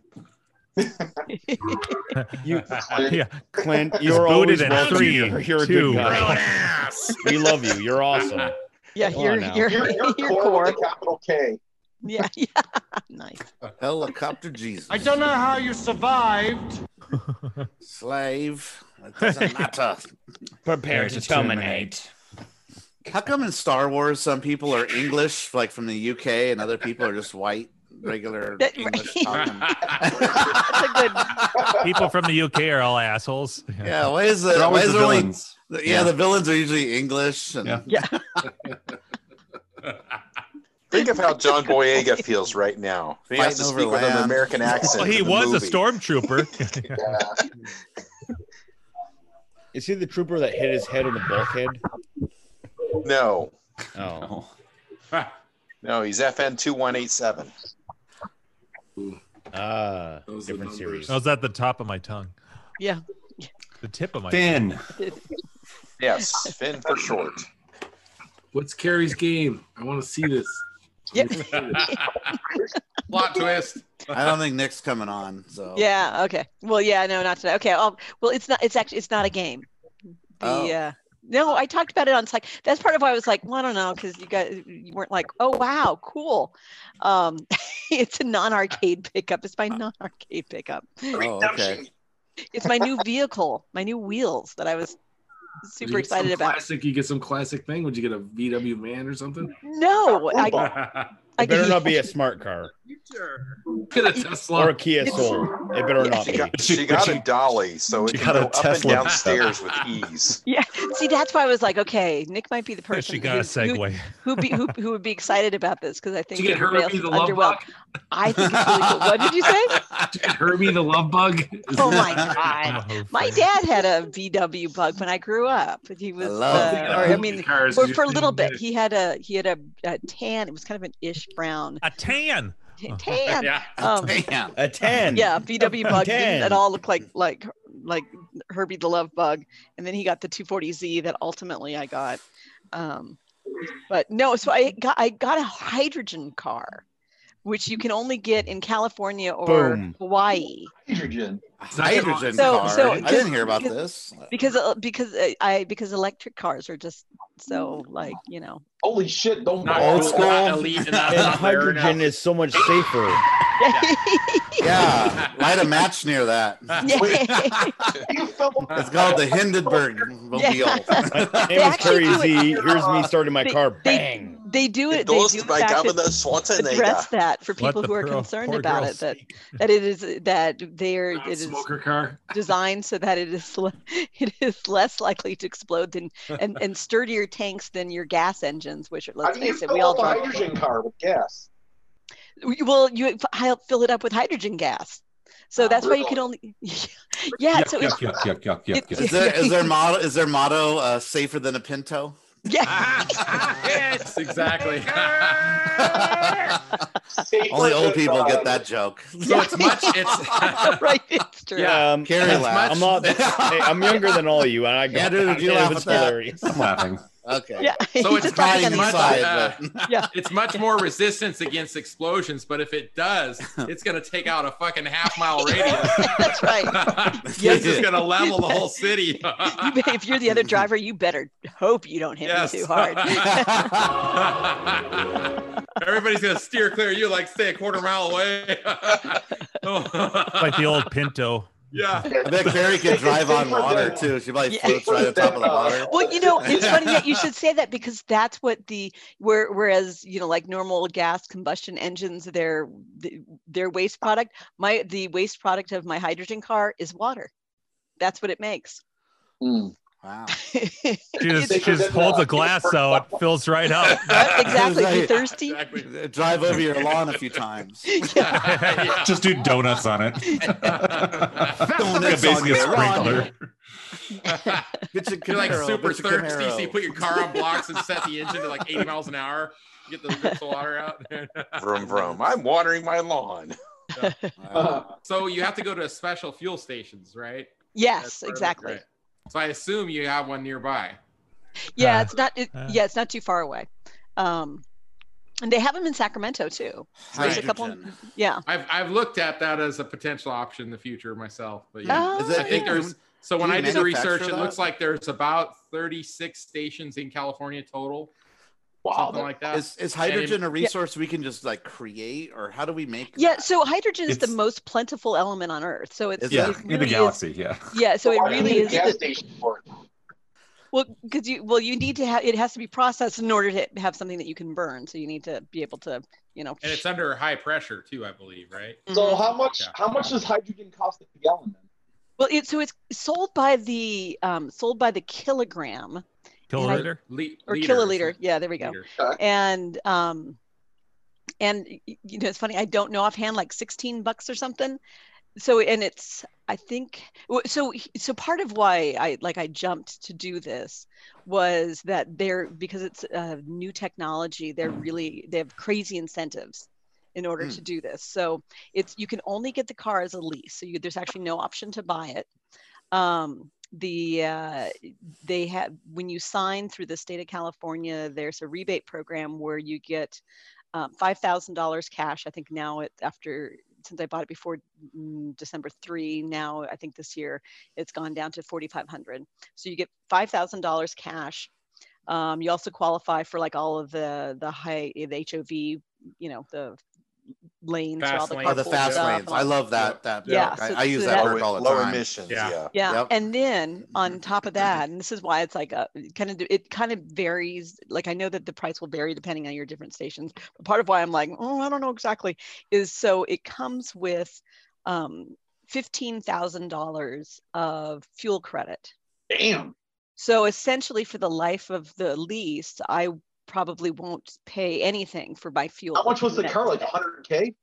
Speaker 8: You,
Speaker 3: Yeah,
Speaker 8: Clint,
Speaker 3: he's
Speaker 8: you're always
Speaker 3: booted in
Speaker 8: welcome.
Speaker 3: three,
Speaker 8: You're, you're a
Speaker 3: two.
Speaker 8: good guy. We love you. You're awesome.
Speaker 9: Yeah,
Speaker 6: Come on
Speaker 9: your
Speaker 6: now.
Speaker 9: your
Speaker 6: Your- your
Speaker 9: your
Speaker 6: core
Speaker 9: core.
Speaker 6: with a capital K.
Speaker 9: Yeah, yeah. nice.
Speaker 1: Helicopter Jesus.
Speaker 13: I don't know how you survived.
Speaker 1: Slave. It doesn't matter.
Speaker 13: Prepare to terminate.
Speaker 1: How come in Star Wars some people are English, like from the UK, and other people are just white, regular
Speaker 9: That-
Speaker 1: English
Speaker 9: right.
Speaker 1: talking?
Speaker 3: People from the UK are all assholes.
Speaker 1: Yeah, why is the
Speaker 3: They're
Speaker 1: why
Speaker 3: always
Speaker 1: is
Speaker 3: the
Speaker 1: there only-
Speaker 3: villains.
Speaker 1: the- yeah,
Speaker 3: Yeah.
Speaker 1: the villains are usually English. And,
Speaker 9: yeah.
Speaker 10: Think of how John Boyega feels right now. He has to
Speaker 1: Fighting over
Speaker 10: speak with an
Speaker 1: land.
Speaker 10: American accent.
Speaker 3: Well, he
Speaker 10: in the
Speaker 3: was
Speaker 10: movie.
Speaker 3: a stormtrooper.
Speaker 8: Is he the trooper that hit his head on the bulkhead?
Speaker 10: No,
Speaker 8: Oh.
Speaker 10: no, he's FN two one eight seven.
Speaker 8: Ah,
Speaker 10: Those are
Speaker 8: different
Speaker 10: the
Speaker 8: series.
Speaker 3: I was at the top of my tongue,
Speaker 9: Yeah.
Speaker 3: the tip of my
Speaker 2: Finn.
Speaker 10: Yes, Finn for short.
Speaker 7: What's Carrie's game? I want to see this.
Speaker 9: Yeah.
Speaker 4: Plot twist.
Speaker 1: I don't think Nick's coming on.
Speaker 7: Oh.
Speaker 1: So
Speaker 9: Yeah. Okay. Well, yeah. No, not today. Okay. I'll, well, it's not. It's actually. It's not a game. The.
Speaker 1: Oh.
Speaker 9: Uh, no, I talked about it on Slack. That's part of why I was like, well, I don't know, because you guys you weren't like, oh wow, cool. Um, it's a non-arcade pickup. It's my non-arcade pickup.
Speaker 1: Oh, okay.
Speaker 9: It's my new vehicle, my new wheels that I was super
Speaker 7: You get some
Speaker 9: excited about.
Speaker 7: Classic. You get some classic thing. Would you get a VW van or something?
Speaker 9: No, I, I
Speaker 8: It better not be a smart car
Speaker 7: Get a Tesla.
Speaker 8: or a Kia Soul. It better not
Speaker 10: She
Speaker 8: be.
Speaker 10: got, she got a dolly, so it
Speaker 8: She
Speaker 10: can
Speaker 8: got
Speaker 10: go
Speaker 8: a
Speaker 10: up
Speaker 8: Tesla.
Speaker 10: and downstairs with ease.
Speaker 9: yeah. See, that's why I was like, okay, Nick might be the person.
Speaker 3: She got a segue.
Speaker 9: who be who, who would be excited about this because I think
Speaker 7: get her
Speaker 9: everybody
Speaker 7: to
Speaker 9: else
Speaker 7: be
Speaker 9: is
Speaker 7: the love
Speaker 9: underwhelmed. I think it's really cool. What did you say?
Speaker 7: Herbie the love bug.
Speaker 9: Oh my god! My dad had a VW bug when I grew up. He was,
Speaker 7: love
Speaker 9: uh,
Speaker 7: that.
Speaker 9: or I mean,
Speaker 7: Cars
Speaker 9: for,
Speaker 7: just
Speaker 9: for a little
Speaker 7: didn't
Speaker 9: bit, he had a he had a, a tan. It was kind of an ish brown
Speaker 3: a tan.
Speaker 9: tan.
Speaker 3: Yeah.
Speaker 9: Um,
Speaker 1: Damn.
Speaker 8: A ten.
Speaker 9: yeah, VW bug didn't
Speaker 8: Tan.
Speaker 9: at all look like like like Herbie the Love Bug, and then he got the 240Z that ultimately I got. Um, but no, so I got I got a hydrogen car, which you can only get in California or
Speaker 1: Boom.
Speaker 9: Hawaii.
Speaker 6: Hydrogen.
Speaker 1: Hydrogen
Speaker 9: So-
Speaker 1: car.
Speaker 9: so-
Speaker 1: I didn't hear about this.
Speaker 9: because uh, because uh, I because electric cars are just so like you know
Speaker 6: Holy shit! Don't
Speaker 4: Not
Speaker 8: Old
Speaker 4: cool,
Speaker 8: school.
Speaker 4: not elite, and
Speaker 8: and
Speaker 4: not popular
Speaker 8: hydrogen
Speaker 4: enough.
Speaker 8: is so much safer.
Speaker 1: Yeah, light a match near that. It's called the Hindenburg mobile.
Speaker 9: They
Speaker 8: My name is
Speaker 9: actually
Speaker 8: Carrie
Speaker 9: do it.
Speaker 8: Z. Here's me starting my
Speaker 9: They-
Speaker 8: car.
Speaker 9: they-
Speaker 8: Bang.
Speaker 9: they do it. They
Speaker 10: Endorsed
Speaker 9: do in
Speaker 10: by
Speaker 9: fact
Speaker 10: Governor
Speaker 9: ad-
Speaker 10: Schwarzenegger.
Speaker 9: address
Speaker 15: uh,
Speaker 9: that for
Speaker 10: Let
Speaker 9: people
Speaker 10: the
Speaker 9: who are
Speaker 10: pearl-
Speaker 9: concerned
Speaker 10: poor
Speaker 9: about
Speaker 10: girl
Speaker 9: it that that it is that they're it is
Speaker 7: smoker car.
Speaker 9: designed so that it is le- it is less likely to explode than and, and sturdier tanks than your gas engines, which are, let's
Speaker 6: I mean, you
Speaker 9: face it,
Speaker 6: fill
Speaker 9: we all
Speaker 6: up a
Speaker 9: drive.
Speaker 6: hydrogen car with gas.
Speaker 9: We- Well, you f- hi- fill it up with hydrogen gas, so that's why you can only. Yeah, so it's
Speaker 2: yuck, yuck, yuck, yuck, yuck,
Speaker 1: Is
Speaker 2: yuck.
Speaker 1: there is their motto is their motto uh, safer than a Pinto?
Speaker 9: yeah.
Speaker 4: Yes, exactly.
Speaker 1: Only old people get that joke.
Speaker 4: So it's much. It's
Speaker 9: right. It's true.
Speaker 4: yeah.
Speaker 8: Um,
Speaker 1: Carrie
Speaker 8: I'm
Speaker 1: laughed.
Speaker 8: not. hey, I'm younger than all you, and I got
Speaker 1: Yeah, dude,
Speaker 8: that.
Speaker 1: you
Speaker 8: It
Speaker 1: laugh
Speaker 8: was
Speaker 1: at that.
Speaker 8: hilarious.
Speaker 2: I'm laughing.
Speaker 1: Okay.
Speaker 9: Yeah.
Speaker 4: So it's
Speaker 9: Just
Speaker 4: much,
Speaker 9: laughing on the
Speaker 4: much,
Speaker 1: inside,
Speaker 4: uh,
Speaker 9: Yeah.
Speaker 4: it's much more resistance against explosions, but if it does, it's going to take out a fucking half mile radius.
Speaker 9: That's right.
Speaker 4: it's just going to level the whole city.
Speaker 9: You bet- if you're the other driver, you better hope you don't hit
Speaker 4: Yes.
Speaker 9: me too hard.
Speaker 4: Everybody's going to steer clear. of You like stay a quarter mile away.
Speaker 3: Like the old Pinto.
Speaker 4: yeah.
Speaker 1: I bet Carrie could drive on water too. She probably
Speaker 9: Yeah.
Speaker 1: floats right on top of the water.
Speaker 9: well, you know, it's funny that you should say that because that's what the where, whereas you know, like normal gas combustion engines, their the- their waste product, my the waste product of my hydrogen car is water. That's what it makes.
Speaker 1: Hmm. Wow.
Speaker 3: She just, she just holds a glass so it fills right up.
Speaker 9: exactly. If you're
Speaker 1: Right.
Speaker 9: thirsty,
Speaker 1: Drive over your lawn a few times.
Speaker 2: Just do donuts on it.
Speaker 1: Donuts on
Speaker 2: basically a
Speaker 1: your
Speaker 2: sprinkler.
Speaker 1: lawn. Get your
Speaker 4: You're like
Speaker 1: Camaro,
Speaker 4: super
Speaker 1: get your
Speaker 4: thirsty, so you
Speaker 1: Camaro.
Speaker 4: put your car on blocks and set the engine to like 80 miles an hour. You get those drips of water out.
Speaker 10: Vroom vroom. I'm watering my lawn.
Speaker 9: Uh,
Speaker 4: so you have to go to special fuel stations, right? That's part
Speaker 9: yes,
Speaker 4: of it,
Speaker 9: exactly.
Speaker 4: right. So I assume you have one nearby.
Speaker 9: Yeah,
Speaker 4: Uh,
Speaker 9: it's not. It,
Speaker 4: uh.
Speaker 9: yeah, it's not too far away. Um, and they have them in Sacramento too. So there's a couple.
Speaker 1: Hydrogen.
Speaker 9: Yeah.
Speaker 4: I've I've looked at that as a potential option in the future myself, but yeah,
Speaker 9: Yeah. Is
Speaker 4: I
Speaker 9: that-
Speaker 4: think there's. So when
Speaker 1: do you
Speaker 4: I did the
Speaker 1: manufacture
Speaker 4: research, it
Speaker 1: that?
Speaker 4: looks like there's about 36 stations in California total. something like that.
Speaker 1: Is, is hydrogen a resource we can just like create, or how do we make?
Speaker 9: Yeah, so hydrogen is the
Speaker 1: It's-
Speaker 9: most plentiful element on Earth. So it's
Speaker 1: Yeah,
Speaker 9: it
Speaker 1: in the
Speaker 9: really is-
Speaker 1: galaxy, yeah.
Speaker 9: Yeah, so it
Speaker 1: Why do you
Speaker 9: really
Speaker 1: need a
Speaker 9: is.
Speaker 1: gas
Speaker 9: the- Well, because you well, you need to have it has to be processed in order to have something that you can burn. So you need to be able to, you know. Mm-hmm.
Speaker 4: And it's under high pressure too, I believe, right?
Speaker 6: So how much
Speaker 4: Yeah.
Speaker 6: how much does hydrogen cost a gallon?
Speaker 9: Well, it so it's sold by the um, sold by the kilogram.
Speaker 4: Kiloliter?
Speaker 9: and I-
Speaker 4: Le-
Speaker 9: or
Speaker 4: liter,
Speaker 9: kiloliter. Yeah, there we go.
Speaker 4: Liter.
Speaker 9: And um, and y- y- you know, it's funny. I don't know offhand, like sixteen bucks or something. So and it's I think w- so. h- So part of why I like I jumped to do this was that they're because it's uh, new technology. They're really they have crazy incentives in order
Speaker 11: Hmm.
Speaker 9: to do this. So it's you can only get the car as a lease. So you, there's actually no option to buy it. Um, the uh, they have when you sign through the state of California, there's a rebate program where you get um, five thousand dollars cash. I think now it after since I bought it before mm, December three, now I think this year it's gone down to forty five hundred. So you get five thousand dollars cash. Um, you also qualify for like all of the the high the HOV, you know the lanes, or all
Speaker 1: Fast
Speaker 9: the,
Speaker 1: lanes. Oh, the
Speaker 9: carpool
Speaker 1: fast
Speaker 9: stuff and
Speaker 1: lanes.
Speaker 9: all
Speaker 1: I love that- that-
Speaker 9: Yeah,
Speaker 1: I- I use that
Speaker 9: that's-
Speaker 1: word all the Lower time. emissions, Yeah. yeah.
Speaker 9: yeah,
Speaker 1: Yep.
Speaker 9: and then
Speaker 6: Mm-hmm.
Speaker 9: on top of that, and this is why it's like a kind of it kind of varies. Like I know that the price will vary depending on your different stations, but part of why I'm like, oh, I don't know exactly, is so it comes with um, fifteen thousand dollars of fuel credit.
Speaker 6: Damn.
Speaker 9: So essentially, for the life of the lease, I probably won't pay anything for my fuel.
Speaker 6: How much was the
Speaker 9: next
Speaker 6: car? Like
Speaker 9: day.
Speaker 6: 100k?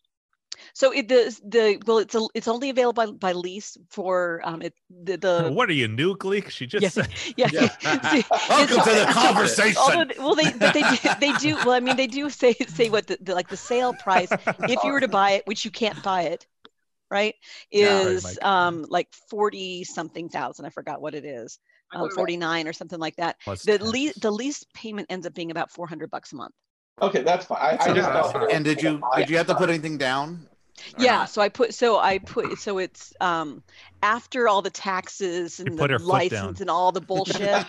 Speaker 9: So it the the well, it's a, it's only available by, by lease for um it the the
Speaker 3: What are you, nuke leak? She just said.
Speaker 9: yeah.
Speaker 3: Welcome
Speaker 9: It's-
Speaker 3: to the
Speaker 9: it's-
Speaker 3: conversation.
Speaker 9: Although, th- well, they but they do, they do well. I mean, they do say say what the, the like the sale price if you were to buy it, which you can't buy it, right?
Speaker 11: Yeah. Sorry,
Speaker 9: Is
Speaker 11: Mike.
Speaker 9: um like forty something thousand. I forgot what it is. Um,
Speaker 11: thought it was-
Speaker 9: 49 or something like that.
Speaker 1: Plus
Speaker 9: The lease the lease payment ends up being about 400 bucks a month.
Speaker 6: Okay, that's fine. I, I just thought
Speaker 1: and did you did you have to put anything down?
Speaker 9: Yeah, so I put so I put so it's um after all the taxes and
Speaker 1: put
Speaker 9: the
Speaker 1: her foot down.
Speaker 9: license and all the bullshit,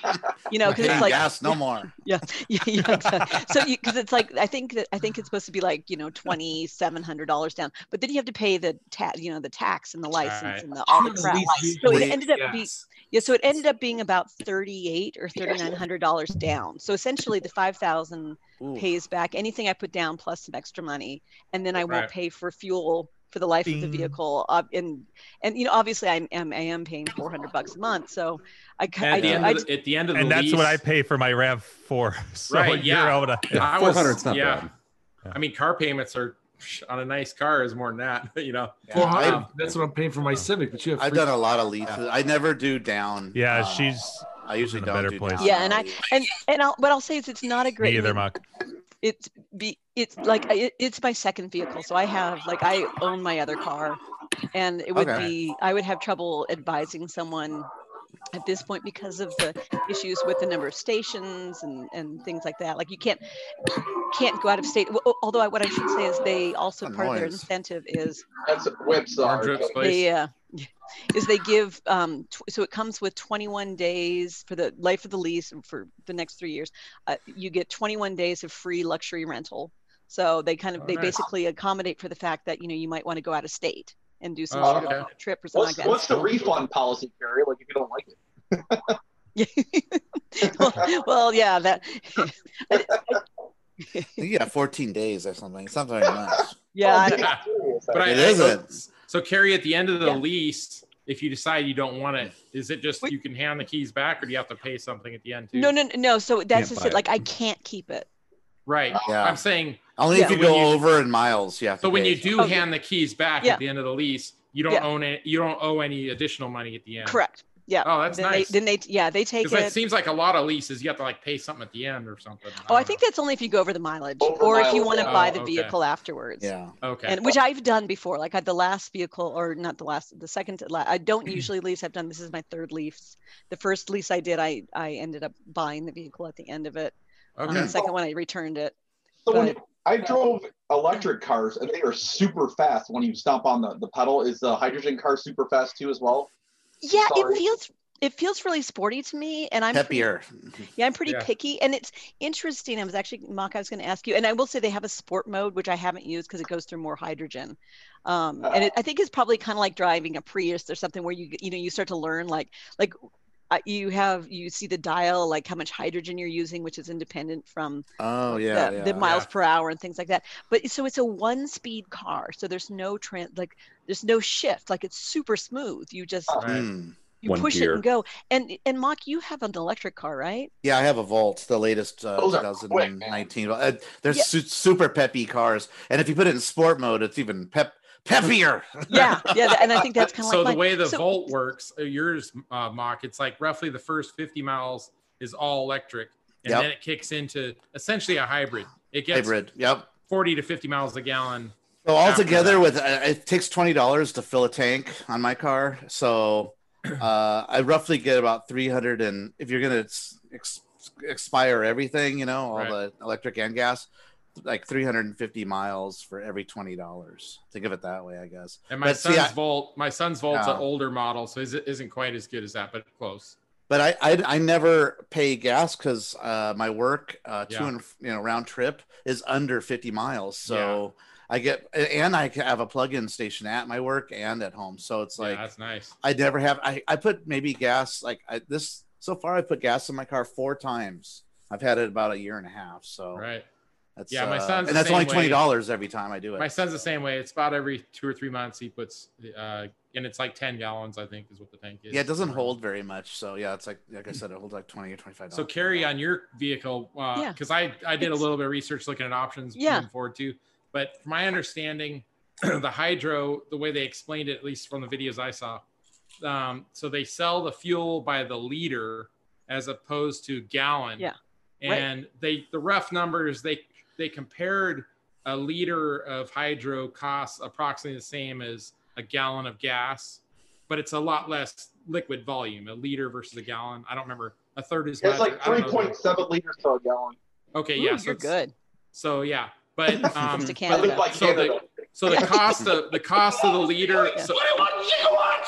Speaker 9: you know, because it's like
Speaker 1: yes, no more.
Speaker 9: yeah, yeah, yeah exactly. so because it's like I think that I think it's supposed to be like you know twenty seven hundred dollars down, but then you have to pay the tax, you know, the tax and the license
Speaker 11: Right.
Speaker 9: and the all the
Speaker 11: Sure,
Speaker 9: crap.
Speaker 11: lease
Speaker 9: So it
Speaker 11: usually-
Speaker 9: ended up being
Speaker 11: yes.
Speaker 9: yeah, so it ended up being about thirty eight or thirty nine hundred dollars down. So essentially, the five thousand
Speaker 11: Ooh.
Speaker 9: pays back anything I put down plus some extra money, and then I won't
Speaker 11: Right.
Speaker 9: pay for fuel for the life of the
Speaker 11: Bing.
Speaker 9: vehicle. Uh, and and you know, obviously, I am I am paying four hundred bucks a month, so I ca-
Speaker 4: And
Speaker 9: I
Speaker 4: at, the
Speaker 9: do-
Speaker 4: end
Speaker 9: I
Speaker 4: of the, at the end of the
Speaker 3: and that's what I
Speaker 4: lease-
Speaker 3: pay for my Rav Four. So
Speaker 4: right?
Speaker 3: you're
Speaker 4: Yeah,
Speaker 3: able to-
Speaker 4: I was- yeah. I mean, car payments are psh, on a nice car is more than that. You know,
Speaker 7: Well, I-
Speaker 4: Um,
Speaker 7: that's what I'm paying for my Civic, but you have.
Speaker 1: I've
Speaker 7: free-
Speaker 1: done a lot of leaf. I never do down.
Speaker 3: Yeah,
Speaker 1: Uh,
Speaker 3: she's.
Speaker 1: I usually
Speaker 3: in a
Speaker 1: don't
Speaker 3: better
Speaker 1: do
Speaker 3: place.
Speaker 1: down.
Speaker 9: yeah, and I and and I'll, what I'll say is it's not a great.
Speaker 3: Me either,
Speaker 9: I mean,
Speaker 3: Mark.
Speaker 9: It's be it's like it, it's my second vehicle, so I have like I own my other car, and it would
Speaker 11: Okay.
Speaker 9: be I would have trouble advising someone at this point because of the issues with the number of stations and and things like that. Like you can't can't go out of state. Al- Although I, what I should say is they also part of their
Speaker 6: Annoyance.
Speaker 9: incentive is
Speaker 6: That's whips are.
Speaker 9: they uh, is they give um tw- so it comes with 21 days for the life of the lease and for the next three years uh, you get 21 days of free luxury rental so they kind of
Speaker 11: Oh,
Speaker 9: they
Speaker 11: nice.
Speaker 9: basically accommodate for the fact that you know you might want to go out of state and do some
Speaker 6: Oh,
Speaker 9: sort
Speaker 6: okay.
Speaker 9: of trip or something
Speaker 6: What's,
Speaker 9: like that
Speaker 6: what's the refund policy, Gary? Like if you don't like it.
Speaker 9: well yeah that
Speaker 1: You got 14 days or something. It's not very much.
Speaker 9: yeah I don't-
Speaker 4: but I,
Speaker 1: It
Speaker 4: I-
Speaker 1: isn't.
Speaker 4: So, so Carrie, at the end of the
Speaker 9: Yeah.
Speaker 4: lease, if you decide you don't want it, is it just you can hand the keys back, or do you have to pay something at the end too?
Speaker 9: no no no, no so that's
Speaker 4: Can't
Speaker 9: just
Speaker 4: buy
Speaker 9: it
Speaker 4: it.
Speaker 9: like i can't keep it
Speaker 4: Right.
Speaker 1: Yeah.
Speaker 4: I'm saying
Speaker 1: Only if
Speaker 4: so
Speaker 1: you
Speaker 4: when
Speaker 1: go over in miles, yeah.
Speaker 4: So when you do hand the keys back
Speaker 9: Yeah.
Speaker 4: at the end of the lease, you don't
Speaker 9: Yeah.
Speaker 4: own it. You don't owe any additional money at the end.
Speaker 9: correct yeah
Speaker 4: Oh, that's
Speaker 9: then
Speaker 4: nice.
Speaker 9: they, then they yeah they take
Speaker 4: Because it
Speaker 9: it
Speaker 4: seems like a lot of leases, you have to like pay something at the end or something.
Speaker 9: Oh, I think that's only if you go over the mileage,
Speaker 4: Over
Speaker 9: or if you
Speaker 4: mileage,
Speaker 9: want to
Speaker 4: yeah.
Speaker 9: buy
Speaker 4: Oh,
Speaker 9: the
Speaker 4: okay.
Speaker 9: vehicle afterwards.
Speaker 1: Yeah.
Speaker 4: Okay.
Speaker 9: And which I've done before. Like I had the last vehicle, or not the last, the second. to la- I don't usually lease. I've done this is my third lease. The first lease I did, I I ended up buying the vehicle at the end of it. Um,
Speaker 6: Okay.
Speaker 9: the second one, I returned it.
Speaker 6: So when
Speaker 9: But-
Speaker 6: I drove electric cars and they are super fast when you stomp on the, the pedal. Is the hydrogen car super fast too as well?
Speaker 9: Yeah,
Speaker 6: Sorry.
Speaker 9: it feels it feels really sporty to me, and I'm pretty-
Speaker 1: Peppier.
Speaker 9: yeah, I'm pretty
Speaker 1: Yeah.
Speaker 9: picky, and it's interesting. I was actually, Mark, I was going to ask you, and I will say they have a sport mode, which I haven't used because it goes through more hydrogen,
Speaker 1: Uh,
Speaker 9: um, and it, I think it's probably kind of like driving a Prius or something where you you know you start to learn like like uh, you have you see the dial like how much hydrogen you're using, which is independent from
Speaker 1: Oh
Speaker 9: like,
Speaker 1: yeah,
Speaker 9: the,
Speaker 1: yeah.
Speaker 9: the miles per hour and things like that. But so it's a one speed car, so there's no trans like there's no shift, like it's super smooth. You just
Speaker 1: Mm.
Speaker 9: you push it and go. And and Mock, you have an electric car, right?
Speaker 1: Yeah, I have a Volt, the latest uh,
Speaker 9: Those are
Speaker 1: 2019. uh, they're
Speaker 9: Yeah.
Speaker 1: su- super peppy cars, and if you put it in sport mode, it's even pep peppier.
Speaker 9: Yeah, yeah, and I think that's kind of
Speaker 4: so
Speaker 9: like
Speaker 4: the way the
Speaker 9: so,
Speaker 4: volt works uh, yours uh, mock it's like roughly the first 50 miles is all electric and
Speaker 1: Yep.
Speaker 4: then it kicks into essentially a hybrid it gets
Speaker 1: Hybrid, yep.
Speaker 4: 40 to 50 miles a gallon
Speaker 1: So
Speaker 4: after
Speaker 1: altogether,
Speaker 4: that.
Speaker 1: with uh, it takes twenty dollars to fill a tank on my car, so uh, I roughly get about three hundred. And if you're gonna ex- ex- expire everything, you know, all
Speaker 4: Right.
Speaker 1: the electric and gas, like three hundred and fifty miles for every twenty dollars. Think of it that way, I guess.
Speaker 4: and my
Speaker 1: But see,
Speaker 4: son's
Speaker 1: I-
Speaker 4: volt my son's volt's an
Speaker 1: Yeah.
Speaker 4: older model so his isn't quite as good as that but close
Speaker 1: but I, I I never pay gas because uh, my work uh, to
Speaker 4: Yeah.
Speaker 1: and f- you know round trip is under fifty miles, so I get and I have a plug-in station at my work and at home, so it's like
Speaker 4: yeah, that's nice
Speaker 1: I never have. I, I put maybe gas like I, this so far. I put gas in my car four times. I've had it about a year and a half. So
Speaker 4: right
Speaker 1: that's
Speaker 4: Yeah, my
Speaker 1: uh,
Speaker 4: son's the
Speaker 1: and that's
Speaker 4: same
Speaker 1: only
Speaker 4: way.
Speaker 1: twenty dollars every time I do it.
Speaker 4: my son's the same way it's about every two or three months he puts uh and it's like 10 gallons i think is what the tank is
Speaker 1: yeah, it doesn't hold very much. So yeah, it's like like I said, it holds like twenty or twenty five.
Speaker 4: So carry on your vehicle,
Speaker 1: Yeah.
Speaker 4: because I, I did a little bit of research looking at options
Speaker 1: Yeah.
Speaker 4: moving forward too. But from my understanding, the hydro, the way they explained it, at least from the videos I saw, um, so they sell the fuel by the liter as opposed to gallon.
Speaker 9: Yeah. Right.
Speaker 4: And they the rough numbers they they compared a liter of hydro costs approximately the same as a gallon of gas, but it's a lot less liquid volume, a liter versus a gallon. I don't remember. A third is
Speaker 6: It's
Speaker 4: less.
Speaker 6: like
Speaker 4: I don't know.
Speaker 6: 3.7 liters per gallon.
Speaker 4: Okay,
Speaker 6: Ooh,
Speaker 4: yeah, so
Speaker 6: you're
Speaker 4: it's-
Speaker 6: good.
Speaker 4: So yeah, but um,
Speaker 6: to
Speaker 4: but
Speaker 6: Canada.
Speaker 4: the- so the, so the cost of the cost of the leader. So,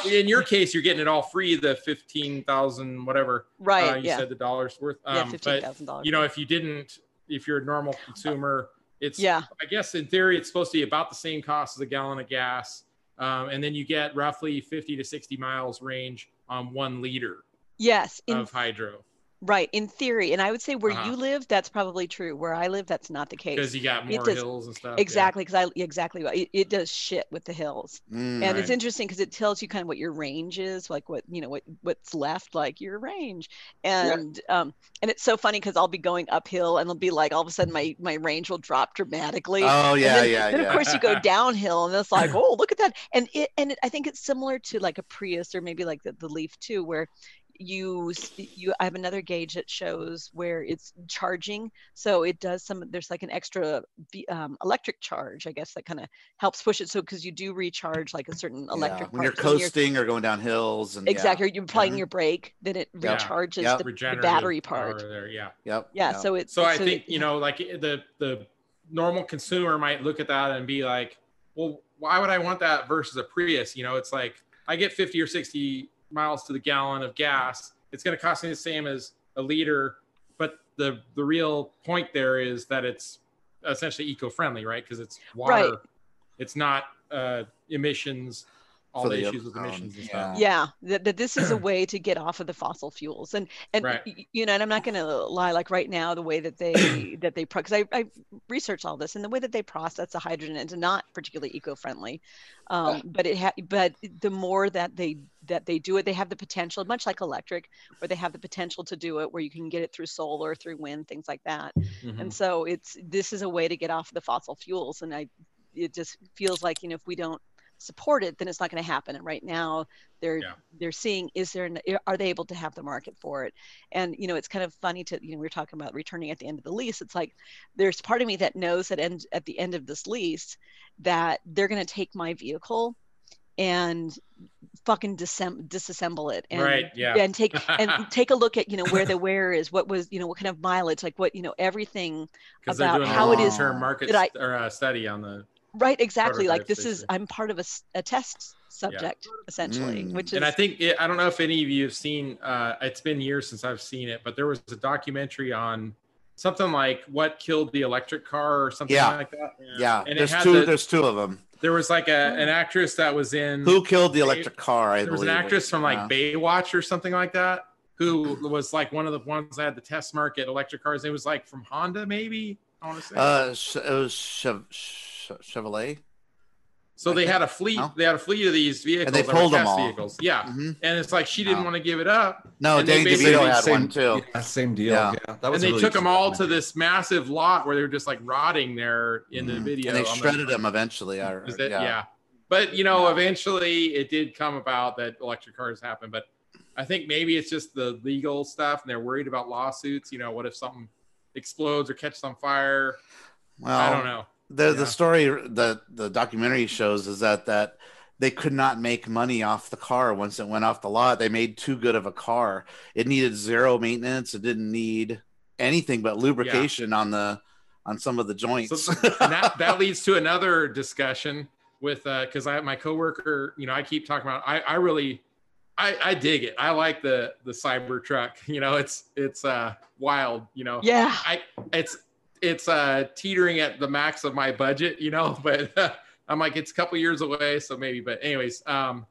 Speaker 4: in your case, you're getting it all free, the fifteen thousand whatever.
Speaker 9: Right,
Speaker 4: Uh, you
Speaker 9: yeah.
Speaker 4: said the dollars worth.
Speaker 9: Yeah,
Speaker 4: Um,
Speaker 9: $15,000.
Speaker 4: But you know, if you didn't, if you're a normal consumer, it's
Speaker 9: Yeah.
Speaker 4: I guess in theory, it's supposed to be about the same cost as a gallon of gas, um, and then you get roughly fifty to sixty miles range on one liter
Speaker 9: yes, in
Speaker 4: of hydro
Speaker 9: right in theory, and I would say where
Speaker 4: Uh-huh.
Speaker 9: you live, that's probably true. Where I live, that's not the case
Speaker 4: because you got
Speaker 9: It
Speaker 4: more
Speaker 9: does-
Speaker 4: hills and stuff. yeah.
Speaker 9: Exactly, because I exactly what- it, it does shit with the hills,
Speaker 4: Mm.
Speaker 9: and it's
Speaker 4: Right.
Speaker 9: interesting because it tells you kind of what your range is, like what you know what what's left, like your range, and um and it's so funny because I'll be going uphill and it'll be like all of a sudden my my range will drop dramatically.
Speaker 1: Oh,
Speaker 9: And
Speaker 1: yeah,
Speaker 9: then-
Speaker 1: yeah,
Speaker 9: Then of
Speaker 1: yeah.
Speaker 9: course you go downhill and it's like oh look at that, and it and it, I think it's similar to like a Prius or maybe like the, the Leaf too, where you s- you I have another gauge that shows where it's charging so it does some there's like an extra v- um, electric charge I guess that kind of helps push it so because you do recharge like a certain
Speaker 1: Yeah,
Speaker 9: electric
Speaker 1: when you're
Speaker 9: part. So when
Speaker 1: coasting or going down hills and yeah.
Speaker 9: exactly you're applying
Speaker 1: Mhm.
Speaker 9: your brake then it
Speaker 1: Yeah.
Speaker 9: recharges
Speaker 1: Yep.
Speaker 9: the- The,
Speaker 1: Regenerative
Speaker 9: battery
Speaker 4: power
Speaker 9: part
Speaker 4: there yeah
Speaker 1: Yep.
Speaker 9: Yeah, yep. so it's-
Speaker 4: so i
Speaker 9: so
Speaker 4: think
Speaker 9: it-
Speaker 4: you know like the the normal consumer might look at that and be like well why would i want that versus a prius you know it's like i get 50 or 60 miles to the gallon of gas it's going to cost me the same as a liter but the the real point there is that it's essentially eco-friendly right because it's water
Speaker 9: Right.
Speaker 4: it's not uh emissions all
Speaker 1: For
Speaker 4: the,
Speaker 1: the,
Speaker 4: issues with
Speaker 1: um,
Speaker 4: emissions and
Speaker 1: yeah.
Speaker 4: stuff
Speaker 9: yeah that, that this is a way to get off of the fossil fuels and and
Speaker 4: Right.
Speaker 9: y- you know and i'm not going to lie like right now the way that they that they because I, I researched all this and the way that they process the hydrogen is not particularly eco-friendly um, but it ha- but the more that they that they do it they have the potential much like electric where they have the potential to do it where you can get it through solar through wind things like that
Speaker 14: Mhm.
Speaker 11: Mm-hmm.
Speaker 9: and so it's this is a way to get off the fossil fuels and i it just feels like you know if we don't support it then it's not going to happen and right now they're they're seeing is there an, are they able to have the market for it and you know it's kind of funny to you know we are talking about returning at the end of the lease it's like there's part of me that knows that end at the end of this lease that they're going to take my vehicle and fucking disem- disassemble it and
Speaker 14: Right, yeah.
Speaker 9: and take and take a look at you know where the wear is what was you know what kind of mileage like what you know everything
Speaker 4: because they're
Speaker 9: about
Speaker 4: doing
Speaker 9: how
Speaker 4: a
Speaker 9: it is
Speaker 4: long-term market
Speaker 9: that I-
Speaker 4: st- or, uh, study on the
Speaker 9: Right, exactly. Like
Speaker 4: prototypes,
Speaker 9: this is
Speaker 4: basically.
Speaker 9: I'm part of a, s- a test subject essentially,
Speaker 4: Mm.
Speaker 9: which is
Speaker 4: and I think it, I don't know if any of you have seen. Uh, it's been years since I've seen it, but there was a documentary on something like what killed the electric car or something
Speaker 1: Yeah.
Speaker 4: like that.
Speaker 1: Yeah,
Speaker 4: And it
Speaker 1: there's
Speaker 4: had
Speaker 1: two.
Speaker 4: the-
Speaker 1: there's two of them.
Speaker 4: There was like a, an actress that was in
Speaker 1: Who killed the electric car? I
Speaker 4: there was an
Speaker 1: believe it-
Speaker 4: actress from like
Speaker 1: yeah.
Speaker 4: Baywatch or something like that who was like one of the ones that had the test market electric cars. It was like from Honda, maybe. I want to say.
Speaker 1: Uh, sh- it was Chev- Ch- Chevrolet.
Speaker 4: So they had a fleet. They had a fleet of these vehicles.
Speaker 1: they
Speaker 4: that were
Speaker 1: pulled 'em
Speaker 4: test
Speaker 1: all. Mm-hmm.
Speaker 4: Vehicles. Yeah, and it's like she didn't want to give it up.
Speaker 1: No,
Speaker 4: and they
Speaker 1: Danny
Speaker 4: basically-
Speaker 1: DeVito had one too.
Speaker 5: Yeah, same deal.
Speaker 1: Yeah.
Speaker 5: Yeah, that was.
Speaker 4: and they
Speaker 5: really
Speaker 4: took them all to this massive lot where they were just like rotting there in the
Speaker 1: Mhm.
Speaker 4: video.
Speaker 1: and they
Speaker 4: on the-
Speaker 1: shredded them eventually. I,
Speaker 4: Is that-
Speaker 1: yeah.
Speaker 4: yeah. But you know, eventually it did come about that electric cars happened. But I think maybe it's just the legal stuff, and they're worried about lawsuits. You know, what if something explodes or catches on fire?
Speaker 1: Well,
Speaker 4: I don't know.
Speaker 1: The the story the the documentary shows is that that they could not make money off the car once it went off the lot. They made too good of a car. It needed zero maintenance. It didn't need anything but lubrication on the on some of the joints.
Speaker 4: and that, that leads to another discussion with because I my coworker, you know, I keep talking about I, I really I, I dig it. I like the the cyber truck. You know, it's it's uh wild, you know.
Speaker 9: Yeah.
Speaker 4: I it's it's uh teetering at the max of my budget, you know, but uh, I'm like it's a couple years away, so maybe but anyways, um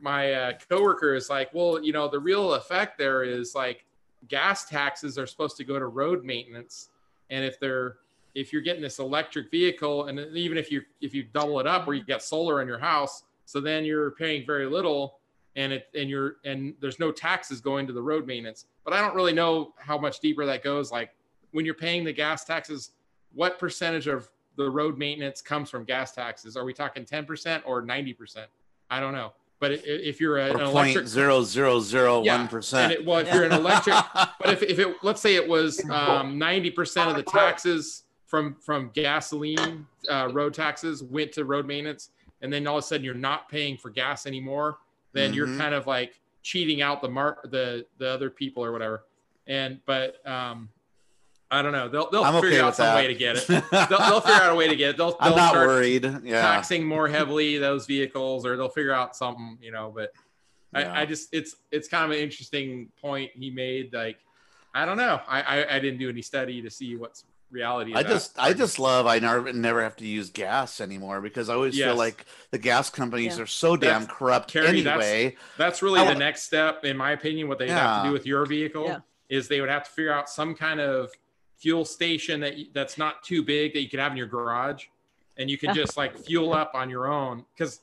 Speaker 4: my uh, coworker is like, well, you know, the real effect there is like gas taxes are supposed to go to road maintenance, and if they're if you're getting this electric vehicle, and even if you if you double it up, where you got solar on your house, so then you're paying very little, and it and you're and there's no taxes going to the road maintenance. But I don't really know how much deeper that goes. Like when you're paying the gas taxes, what percentage of the road maintenance comes from gas taxes? Are we talking 10% or 90%? I don't know. But i- i- if you're a- an electric
Speaker 1: Point zero zero zero one
Speaker 4: and
Speaker 1: percent.
Speaker 4: it, well, if you're an electric, but if, if it, let's say it was um, ninety percent of the taxes from from gasoline, uh, road taxes went to road maintenance, and then all of a sudden you're not paying for gas anymore, then you're
Speaker 1: Mhm.
Speaker 4: kind of like cheating out the mark, the the other people or whatever. And but um, I don't know. They'll they'll
Speaker 1: I'm
Speaker 4: figure
Speaker 1: okay
Speaker 4: out
Speaker 1: with
Speaker 4: some
Speaker 1: that.
Speaker 4: way to get it. they'll, they'll figure out a way to get it. They'll,
Speaker 1: I'm
Speaker 4: they'll
Speaker 1: not
Speaker 4: start
Speaker 1: worried. Yeah.
Speaker 4: taxing more heavily those vehicles, or they'll figure out something, you know. But
Speaker 1: Yeah.
Speaker 4: I, I just it's it's kind of an interesting point he made. Like I don't know. I I, I didn't do any study to see what's reality. of
Speaker 1: I
Speaker 4: that.
Speaker 1: just I just love I never never have to use gas anymore because I always feel
Speaker 4: Yes.
Speaker 1: like the gas companies
Speaker 4: Yeah.
Speaker 1: are so damn
Speaker 4: That's-
Speaker 1: corrupt
Speaker 4: Carrie, that's-
Speaker 1: anyway.
Speaker 4: that's, really
Speaker 1: I-
Speaker 4: the next step, in my opinion. What they have to
Speaker 1: Yeah.
Speaker 4: do with your vehicle is they would have to figure out some kind of fuel station that you, that's not too big that you could have in your garage, and you can
Speaker 1: Yeah.
Speaker 4: just like fuel up on your own. Because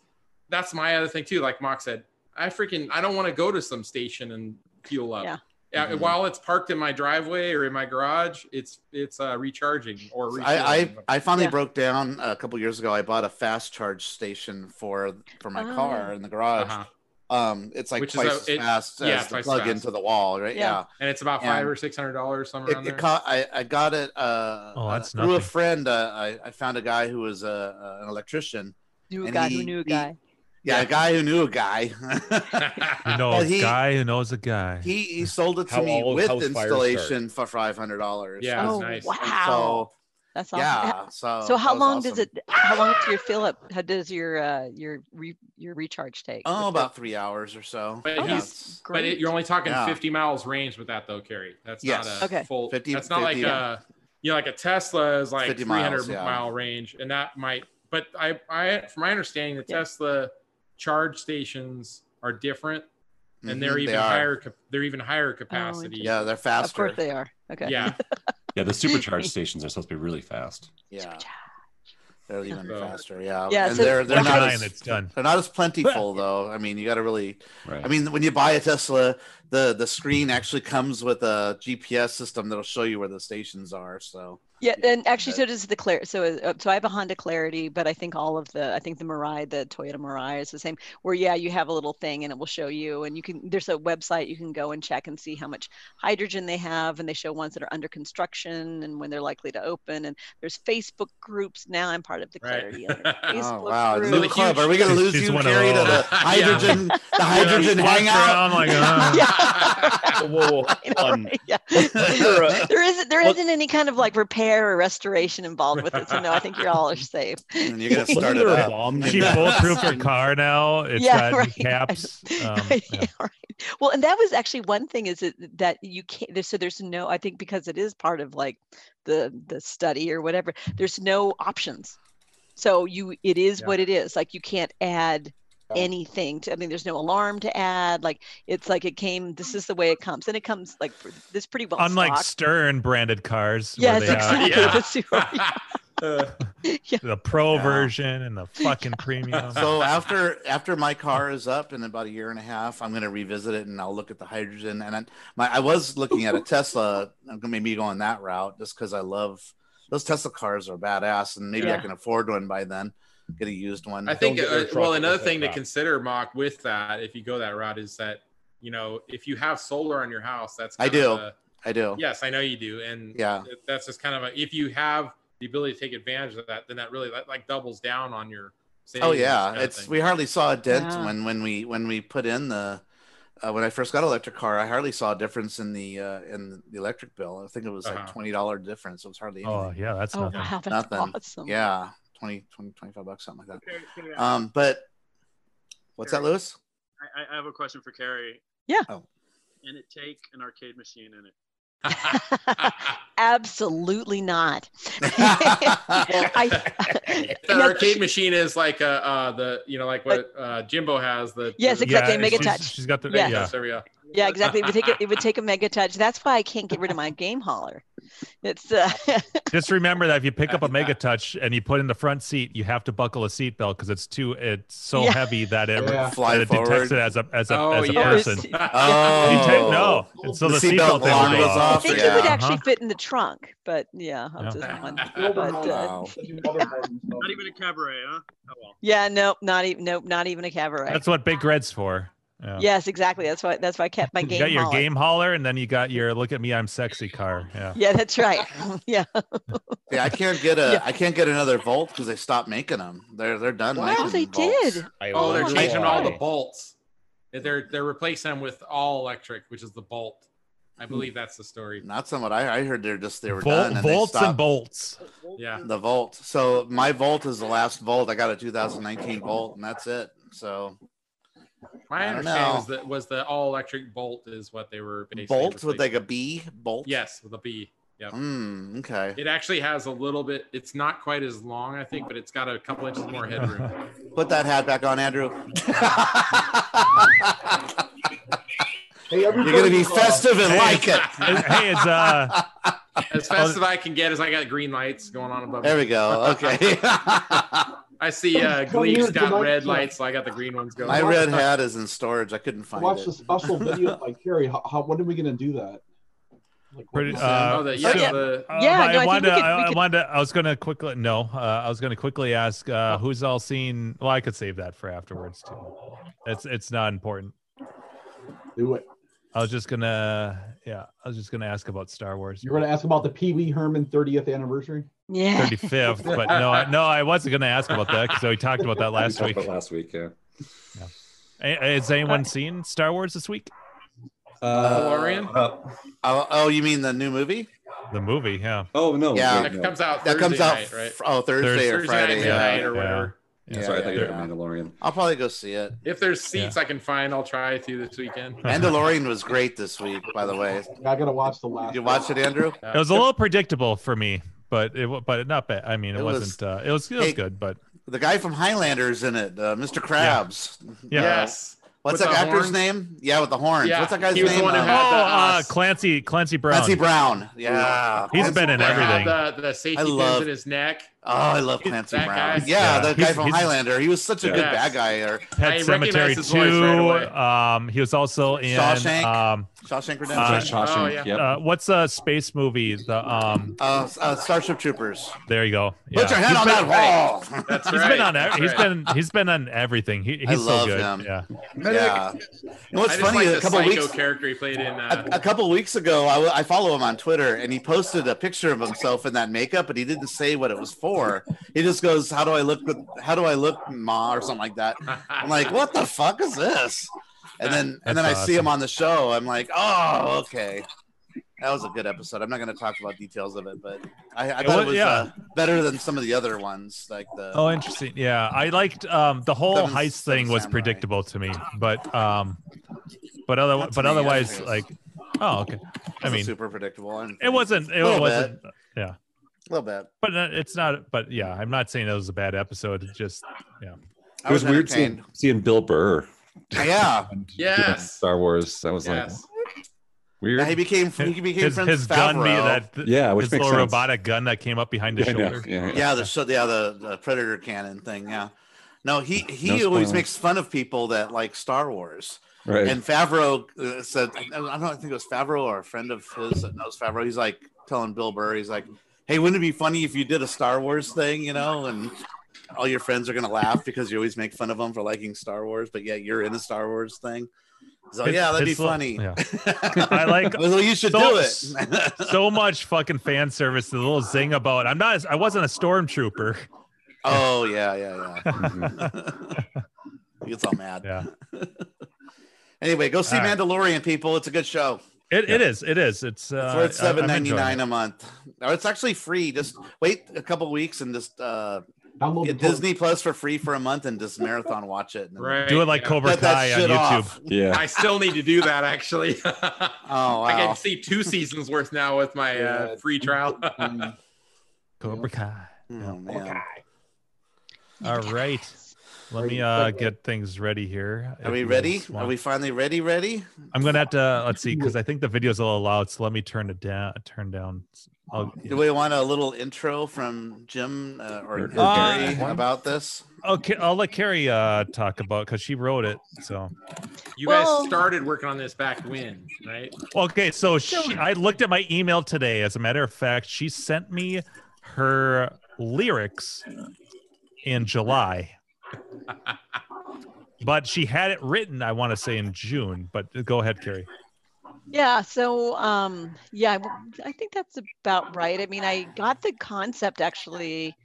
Speaker 4: that's my other thing too. Like Mock said, I freaking I don't want to go to some station and fuel up.
Speaker 9: Yeah.
Speaker 4: Yeah,
Speaker 1: Mhm.
Speaker 4: While it's parked in my driveway or in my garage, it's it's uh, recharging or refueling.
Speaker 1: I, I I finally
Speaker 4: Yeah.
Speaker 1: broke down a couple years ago. I bought a fast charge station for for my
Speaker 4: Oh.
Speaker 1: car in the garage. Um, it's like
Speaker 4: Which is
Speaker 1: twice
Speaker 4: a-
Speaker 1: as
Speaker 4: it-
Speaker 1: fast
Speaker 4: yeah,
Speaker 1: as the
Speaker 4: twice
Speaker 1: plug
Speaker 4: fast.
Speaker 1: into the wall, right? Yeah.
Speaker 4: and it's about five
Speaker 1: And-
Speaker 4: or six hundred dollars somewhere
Speaker 1: It,
Speaker 4: around
Speaker 1: it
Speaker 4: there.
Speaker 1: caught, I, I got it uh,
Speaker 3: Oh,
Speaker 1: uh,
Speaker 3: that's
Speaker 1: through a
Speaker 3: nothing.
Speaker 1: friend. Uh, I, I found a guy who was a, an electrician.
Speaker 9: knew a
Speaker 1: and
Speaker 9: guy who
Speaker 1: he-
Speaker 9: knew a
Speaker 1: he-
Speaker 9: guy.
Speaker 1: yeah, a guy who knew a guy.
Speaker 3: You know a
Speaker 1: But he-
Speaker 3: guy who knows a guy.
Speaker 1: He he sold it to
Speaker 3: How
Speaker 1: me
Speaker 3: all
Speaker 1: with
Speaker 3: house fires
Speaker 1: installation for five hundred dollars.
Speaker 4: Yeah, that's Oh, nice.
Speaker 9: wow. That's awesome.
Speaker 1: Yeah,
Speaker 9: Ha-
Speaker 1: so
Speaker 9: so how
Speaker 1: that was
Speaker 9: long does
Speaker 1: awesome.
Speaker 9: it? How long does your fill up? How does your uh your re, your recharge take?
Speaker 1: Oh, about three hours or so.
Speaker 4: But
Speaker 1: Yeah,
Speaker 4: he's
Speaker 1: it's-
Speaker 4: but it, you're only talking
Speaker 1: Yeah.
Speaker 4: 50 miles range with that though, Kerry. That's
Speaker 1: Yes.
Speaker 4: not a
Speaker 1: Okay.
Speaker 4: full.
Speaker 1: 50
Speaker 4: that's not like
Speaker 1: 50, yeah.
Speaker 4: a you know like a Tesla is like
Speaker 1: 50
Speaker 4: 300
Speaker 1: miles, yeah.
Speaker 4: mile range, and that might. But I I from my understanding, the Tesla charge stations are different, and they're
Speaker 1: Mhm, they
Speaker 4: even
Speaker 1: are.
Speaker 4: higher. cap- They're even higher capacity.
Speaker 1: Yeah, they're faster.
Speaker 9: Oh, Of course they are. Okay.
Speaker 4: Yeah.
Speaker 5: Yeah, the supercharged stations are supposed to be really fast.
Speaker 1: Yeah. They're even faster. Yeah.
Speaker 9: Yeah,
Speaker 1: And
Speaker 9: so-
Speaker 1: they're they're
Speaker 3: One
Speaker 1: not
Speaker 3: guy
Speaker 1: as,
Speaker 3: and it's done.
Speaker 1: they're not as plentiful though. I mean, you got to really
Speaker 5: Right.
Speaker 1: I mean, when you buy a Tesla, the the screen actually comes with a GPS system that'll show you where the stations are, so
Speaker 9: Yeah, and actually,
Speaker 1: but-
Speaker 9: so does the Clar. So, uh, so I have a Honda Clarity, but I think all of the, I think the Mirai, the Toyota Mirai, is the same. Where yeah, you have a little thing, and it will show you, and you can. There's a website you can go and check and see how much hydrogen they have, and they show ones that are under construction and when they're likely to open. And there's Facebook groups now. I'm part of the
Speaker 4: Right.
Speaker 9: Clarity. and there's
Speaker 1: Oh
Speaker 9: Facebook
Speaker 1: wow, it's a
Speaker 9: groups.
Speaker 1: new club. Are we gonna lose
Speaker 3: She's
Speaker 1: you,
Speaker 3: one of
Speaker 1: Carrie, to
Speaker 3: those.
Speaker 1: the hydrogen, the hydrogen
Speaker 3: Walks
Speaker 1: hangout?
Speaker 3: around like, uh,
Speaker 8: whoa, whoa, whoa.
Speaker 9: there isn't there
Speaker 8: Well-
Speaker 9: not any kind of like repair repair or restoration involved with it. So no, I think you all are safe.
Speaker 1: And you're gonna start it up.
Speaker 3: She bulletproof her car now. It's
Speaker 9: Yeah,
Speaker 3: got
Speaker 9: right.
Speaker 3: caps. Um, yeah.
Speaker 9: Well, and that was actually one thing is that, that you can't. There's, so there's no. I think because it is part of like the the study or whatever. There's no options. So you, it is
Speaker 11: Yeah.
Speaker 9: what it is. Like you can't add anything to. I mean, there's no alarm to add. Like it's like it came. This is the way it comes, and it comes like for- this pretty well.
Speaker 3: Unlike
Speaker 9: stocked.
Speaker 3: Stern branded cars.
Speaker 9: Yes,
Speaker 3: where they
Speaker 9: exactly. That's
Speaker 3: yeah. The pro version and the fucking premium.
Speaker 1: So uh, after after my car is up in about a year and a half, I'm gonna revisit it and I'll look at the hydrogen. And I, my I was looking at a Tesla. I'm gonna maybe go on that route just because I love those Tesla cars are badass, and maybe I
Speaker 4: Yeah.
Speaker 1: can afford one by then. Get a used one.
Speaker 4: I think, uh, well, another thing to consider, Mock, with that, if you go that route, is that you know if you have solar on your house, that's
Speaker 1: I
Speaker 4: kind of
Speaker 1: do.
Speaker 4: a-
Speaker 1: I do.
Speaker 4: Yes, I know you do, and
Speaker 1: Yeah.
Speaker 4: that's just kind of a, if you have the ability to take advantage of that, then that really that, like doubles down on your.
Speaker 1: Oh
Speaker 4: savings
Speaker 1: yeah,
Speaker 4: kind of
Speaker 1: it's
Speaker 4: thing.
Speaker 1: we hardly saw a dent
Speaker 4: Yeah.
Speaker 1: when when we when we put in the uh, when I first got an electric car, I hardly saw a difference in the uh, in the electric bill. I think it was like
Speaker 4: Uh-huh.
Speaker 1: twenty dollar difference. It was hardly
Speaker 3: Oh,
Speaker 1: anything.
Speaker 3: yeah, that's Oh, nothing. wow, that's
Speaker 1: nothing.
Speaker 3: awesome.
Speaker 1: Yeah, 20, 20, 25 bucks, something like
Speaker 18: Okay, so
Speaker 1: that.
Speaker 18: yeah.
Speaker 1: Um, but what's that, Lewis?
Speaker 18: I- I, I have a question for Carrie.
Speaker 9: Yeah.
Speaker 1: Oh.
Speaker 18: Can it take an arcade machine in it?
Speaker 9: Absolutely not. I,
Speaker 4: The arcade machine is like uh, uh the you know like what uh, Jimbo has the
Speaker 9: Yes,
Speaker 4: the-
Speaker 9: exactly, Yeah, Mega she's- Touch. she's got the- Yeah.
Speaker 4: Yes, there we go.
Speaker 9: Yeah, exactly. It would take a, it would take a mega touch. That's why I can't get rid of my game hauler. It's uh,
Speaker 3: Just remember that if you pick up a Mega Touch and you put in the front seat, you have to buckle a seatbelt because it's too it's so
Speaker 9: Yeah.
Speaker 3: heavy that it,
Speaker 1: Yeah.
Speaker 3: that
Speaker 1: Fly
Speaker 3: it detects
Speaker 1: forward.
Speaker 3: it as a as a,
Speaker 1: Oh,
Speaker 3: as a
Speaker 1: yes.
Speaker 3: person.
Speaker 1: Yeah. Oh.
Speaker 3: Detect- no, and so
Speaker 1: The
Speaker 3: the,
Speaker 1: seatbelt
Speaker 3: seatbelt thing
Speaker 1: alarm
Speaker 3: would
Speaker 1: goes
Speaker 3: go Uh-huh.
Speaker 9: I
Speaker 1: off,
Speaker 9: think it would actually fit in the trunk, but yeah, I'm
Speaker 3: Yeah.
Speaker 9: just one.
Speaker 1: Wow.
Speaker 9: But, uh,
Speaker 18: Not even a cabaret, huh? Oh well.
Speaker 9: yeah, nope, not even nope, not even a cabaret.
Speaker 3: That's what Big Red's for. Yeah.
Speaker 9: Yes, exactly. That's why that's why I kept my
Speaker 3: You
Speaker 9: game.
Speaker 3: got your
Speaker 9: hauler.
Speaker 3: game hauler, and then you got your look at me, I'm sexy car. Yeah.
Speaker 9: Yeah, that's right. yeah.
Speaker 1: Yeah, I can't get a I can't get another Volt because they stopped making them. They're they're done.
Speaker 9: Wow,
Speaker 1: making
Speaker 9: they
Speaker 1: Volts.
Speaker 9: did.
Speaker 4: Oh, they're
Speaker 1: wonder
Speaker 4: changing all the
Speaker 1: why.
Speaker 4: bolts. They're they're replacing them with all electric, which is the bolt. I believe that's the story.
Speaker 1: Hmm. Not so much. I, I heard they're just they were
Speaker 3: Vol-
Speaker 1: done. And
Speaker 3: volts
Speaker 1: they
Speaker 3: and
Speaker 1: stopped.
Speaker 3: bolts.
Speaker 4: Yeah.
Speaker 1: The Volt. So my Volt is the last Volt. I got a 2019 Volt, and that's it. So
Speaker 4: My
Speaker 1: I don't
Speaker 4: understanding
Speaker 1: know.
Speaker 4: was that was the all electric bolt is what they were basically
Speaker 1: Bolt with
Speaker 4: replacing.
Speaker 1: like a B bolt.
Speaker 4: Yes, with a B. Yep.
Speaker 1: Hmm. Okay.
Speaker 4: It actually has a little bit. It's not quite as long, I think, but it's got a couple inches more headroom.
Speaker 1: Put that hat back on, Andrew.
Speaker 21: Hey,
Speaker 1: You're gonna be festive and like it.
Speaker 3: hey, it's uh oh,
Speaker 4: as fast as I can get. Is I got green lights going on above.
Speaker 1: There
Speaker 4: me.
Speaker 1: we go. Okay.
Speaker 4: I see. Uh,
Speaker 21: Come here
Speaker 4: Gleek's got
Speaker 21: tonight,
Speaker 4: red
Speaker 21: sir.
Speaker 4: lights, so I got the green ones going. Oh,
Speaker 1: My red hat is in storage. I couldn't
Speaker 21: I
Speaker 1: find
Speaker 21: watched
Speaker 1: it.
Speaker 21: a special video by Carrie. How, how, when are we gonna do that? Like, what
Speaker 3: Pretty,
Speaker 21: is
Speaker 3: uh,
Speaker 21: that?
Speaker 4: Oh, the-
Speaker 3: so-
Speaker 4: yeah, the-
Speaker 3: uh,
Speaker 21: Yeah, no, I
Speaker 3: I,
Speaker 21: think we
Speaker 3: wanted, to-
Speaker 21: could-
Speaker 3: I,
Speaker 21: we
Speaker 3: I
Speaker 21: could-
Speaker 3: wanted. to- I was gonna quickly. No, uh, I was gonna quickly ask
Speaker 21: Oh.
Speaker 3: uh, who's all seen. Well, I could save that for afterwards too. It's it's not important.
Speaker 21: Do it.
Speaker 3: I was just gonna. Yeah, I was just gonna ask about Star Wars.
Speaker 21: You were gonna ask about the Pee Wee Herman 30th anniversary?
Speaker 9: Yeah.
Speaker 3: 35th, but no, I, no, I wasn't gonna ask about that because we talked about that last
Speaker 5: talked
Speaker 3: week.
Speaker 5: about last week, yeah.
Speaker 3: A- Has anyone seen Star Wars this week?
Speaker 21: Uh,
Speaker 4: Mandalorian?
Speaker 1: oh, oh, you mean the new movie?
Speaker 3: The movie, yeah.
Speaker 5: Oh no,
Speaker 1: Yeah.
Speaker 5: wait,
Speaker 1: That
Speaker 5: no.
Speaker 1: comes out That comes Thursday out night, right? fr- oh, Thursday or Friday,
Speaker 4: night,
Speaker 1: yeah.
Speaker 4: midnight or
Speaker 1: Yeah.
Speaker 4: whatever.
Speaker 5: Yeah, sorry, I thought you
Speaker 1: yeah.
Speaker 5: were Mandalorian.
Speaker 1: I'll probably go see it.
Speaker 4: If there's seats I can find, I'll try to this weekend.
Speaker 1: Mandalorian was great this week, by the way.
Speaker 21: I gotta watch the last.
Speaker 1: You watch it, Andrew?
Speaker 3: It was a little predictable for me, but it wa- but not bad. I mean, it,
Speaker 1: It was-
Speaker 3: wasn't. uh, it was it was
Speaker 1: Hey,
Speaker 3: good, but
Speaker 1: The guy from Highlander's in it, uh, Mr. Krabs.
Speaker 3: Yeah.
Speaker 4: Yes.
Speaker 1: What's
Speaker 4: With
Speaker 1: that
Speaker 4: the
Speaker 1: actor's
Speaker 4: horns?
Speaker 1: name? Yeah, with the horns.
Speaker 4: Yeah,
Speaker 1: What's that guy's
Speaker 4: he was the
Speaker 1: name?
Speaker 4: one who
Speaker 1: Um,
Speaker 4: had the,
Speaker 3: oh,
Speaker 4: uh,
Speaker 3: uh, Clancy Clancy Brown.
Speaker 1: Clancy Brown. Yeah.
Speaker 3: He's
Speaker 1: Clancy
Speaker 3: been in
Speaker 1: Brown.
Speaker 3: everything.
Speaker 4: The, the safety
Speaker 1: I
Speaker 4: pins
Speaker 1: love-
Speaker 4: in his neck.
Speaker 1: Oh, I love Clancy
Speaker 4: That
Speaker 1: Brown.
Speaker 4: guy.
Speaker 1: Yeah,
Speaker 3: Yeah.
Speaker 1: the guy
Speaker 3: He's-
Speaker 1: from
Speaker 3: he's-
Speaker 1: Highlander. He was such a
Speaker 3: Yeah.
Speaker 1: good bad guy. Or
Speaker 3: Pet
Speaker 4: I
Speaker 3: Cemetery
Speaker 4: recognize his voice
Speaker 3: 2.
Speaker 4: right away.
Speaker 3: um, he was also in
Speaker 1: Shawshank.
Speaker 3: Um,
Speaker 1: Shawshank Redemption.
Speaker 3: uh,
Speaker 5: Shawshank, Oh, yeah. yep.
Speaker 3: uh, what's a space movie? The um,
Speaker 1: uh, uh, Starship Troopers.
Speaker 3: there you go.
Speaker 1: Put your hand on that wall.
Speaker 4: That's
Speaker 3: He's been on. ev- He's been he's been on everything. He, he's
Speaker 1: I
Speaker 3: so
Speaker 1: love
Speaker 3: good.
Speaker 1: him.
Speaker 3: Yeah.
Speaker 1: Yeah. You know what's
Speaker 4: I just
Speaker 1: funny?
Speaker 4: like
Speaker 1: a
Speaker 4: the
Speaker 1: couple
Speaker 4: psycho
Speaker 1: weeks.
Speaker 4: character he played in. Uh,
Speaker 1: a couple weeks ago I, I follow him on twitter and he posted a picture of himself in that makeup but he didn't say what it was for he just goes how do i look with how do i look ma or something like that i'm like what the fuck is this and then and then
Speaker 3: That's
Speaker 1: i see him
Speaker 3: awesome.
Speaker 1: on the show i'm like oh okay That was a good episode. I'm not going to talk about details of it, but I, I
Speaker 3: It
Speaker 1: thought
Speaker 3: was-
Speaker 1: it was
Speaker 3: yeah.
Speaker 1: uh, better than some of the other ones, like the
Speaker 3: Oh, interesting. Yeah, I liked um, the whole
Speaker 1: Seven-
Speaker 3: heist thing was predictable to me, but um, but other
Speaker 1: Not to
Speaker 3: but
Speaker 1: me,
Speaker 3: otherwise,
Speaker 1: anyways.
Speaker 3: like, oh, okay. I
Speaker 1: It's
Speaker 3: mean,
Speaker 1: super predictable. and-
Speaker 3: it wasn't. It
Speaker 1: Little
Speaker 3: wasn't.
Speaker 1: bit.
Speaker 3: Yeah, a
Speaker 1: little bit.
Speaker 3: But uh, it's not. But yeah, I'm not saying it was a bad episode. It's just yeah.
Speaker 5: It was, weird seeing, seeing Bill Burr.
Speaker 1: Yeah.
Speaker 5: Yes. Star Wars. That was
Speaker 1: Yes.
Speaker 5: like weird.
Speaker 1: Yeah, he became he became
Speaker 3: his,
Speaker 1: friends
Speaker 3: his
Speaker 1: with
Speaker 3: gun, be
Speaker 1: Favreau.
Speaker 3: that
Speaker 5: Yeah, which
Speaker 3: his
Speaker 5: makes
Speaker 3: little
Speaker 5: sense.
Speaker 3: robotic gun that came up behind his
Speaker 5: Yeah, I know.
Speaker 3: shoulder.
Speaker 5: Yeah,
Speaker 1: yeah, the so yeah the, the predator cannon thing. Yeah, no, he
Speaker 3: No
Speaker 1: he
Speaker 3: spoilers.
Speaker 1: always makes fun of people that like Star Wars.
Speaker 5: Right.
Speaker 1: And Favreau uh, said, I don't know, I think it was Favreau or a friend of his that knows Favreau. He's like telling Bill Burr, he's like, "Hey, wouldn't it be funny if you did a Star Wars thing, you know?" And all your friends are gonna laugh because you always make fun of them for liking Star Wars, but yeah, you're in a Star Wars thing. So
Speaker 3: His-
Speaker 1: yeah, that'd be
Speaker 3: his little-
Speaker 1: funny.
Speaker 3: yeah. I like.
Speaker 1: Well, you should
Speaker 3: so,
Speaker 1: do it.
Speaker 3: so much fucking fan service. The little zing about I'm not. I wasn't a stormtrooper.
Speaker 1: Oh yeah, yeah, yeah. he gets all mad.
Speaker 3: Mm-hmm. Yeah.
Speaker 1: anyway, go see
Speaker 3: All right.
Speaker 1: Mandalorian, people. It's a good show.
Speaker 3: It, it is. It is. It's. Uh,
Speaker 1: It's worth
Speaker 3: I- I'm
Speaker 1: seven ninety nine
Speaker 3: enjoying it.
Speaker 1: a month. Or it's actually free. Just wait a couple weeks and just uh,
Speaker 21: Download
Speaker 1: get
Speaker 21: the-
Speaker 1: Disney Plus for free for a month and just marathon watch it. And then
Speaker 4: Right,
Speaker 3: Do it like
Speaker 4: yeah.
Speaker 3: Cobra
Speaker 1: Cut that
Speaker 3: Kai on
Speaker 1: shit
Speaker 3: YouTube.
Speaker 1: off.
Speaker 5: Yeah.
Speaker 4: I still need to do that actually. oh,
Speaker 1: wow.
Speaker 4: I can see two seasons worth now with my uh, free trial.
Speaker 1: Mm-hmm.
Speaker 3: Cobra Kai.
Speaker 1: Oh, man.
Speaker 3: All right. Let me uh, get things ready here.
Speaker 1: Are
Speaker 3: If
Speaker 1: we
Speaker 3: you
Speaker 1: ready?
Speaker 3: guys
Speaker 1: Are
Speaker 3: want-
Speaker 1: we finally ready? Ready?
Speaker 3: I'm gonna have to uh, let's see because I think the video's a little loud. So let me turn it down. Turn down. I'll-
Speaker 1: Do we want a little intro from Jim uh, or
Speaker 3: Or- Uh,
Speaker 1: Gary about this?
Speaker 3: okay, I'll let Carrie uh, talk about because she wrote it. So
Speaker 4: You
Speaker 3: Well-
Speaker 4: guys started working on this back when, right?
Speaker 3: okay, so she, I looked at my email today. As a matter of fact, she sent me her lyrics in July. But she had it written, I want to say, in June. But go ahead, Carrie.
Speaker 9: Yeah, so um, yeah, w- I think that's about right. I mean, I got the concept actually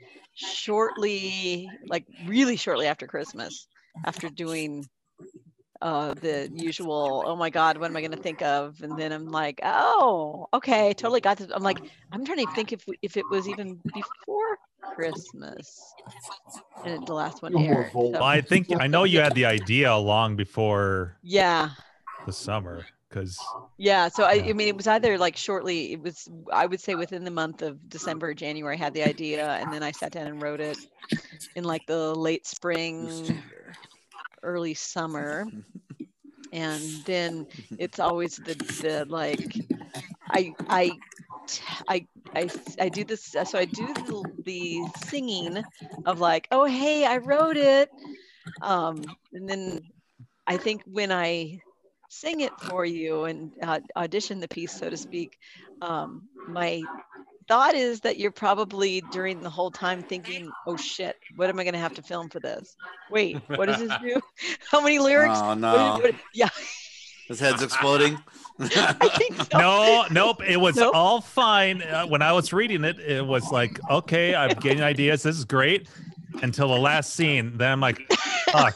Speaker 9: shortly, like really shortly after Christmas, after doing uh, the usual, oh my God, what am I going to think of? And then I'm like, oh, okay, totally got this. I'm like, I'm trying to think if if it was even before Christmas, and it, the last one aired. So,
Speaker 3: Well, I think I know you had the idea long before
Speaker 9: yeah.
Speaker 3: the summer because
Speaker 9: Yeah, so I, I mean, it was either like shortly, it was, I would say within the month of December, January, I had the idea, and then I sat down and wrote it in like the late spring, early summer. And then it's always the, the like, I, I, t- I, I, s- I do this, so I do the, the singing of like, oh, hey, I wrote it. Um, and then I think when I sing it for you and uh, audition the piece, so to speak, um, my thought is that you're probably during the whole time thinking, oh shit, what am I going to have to film for this? Wait, what does this do? How many lyrics?
Speaker 1: Oh,
Speaker 9: What is-
Speaker 1: no.
Speaker 9: what- yeah.
Speaker 1: His head's exploding.
Speaker 3: no, nope. It was
Speaker 9: Nope.
Speaker 3: all fine. Uh, when I was reading it, it was like, okay, I'm getting ideas. This is great. Until the last scene, then I'm like, fuck.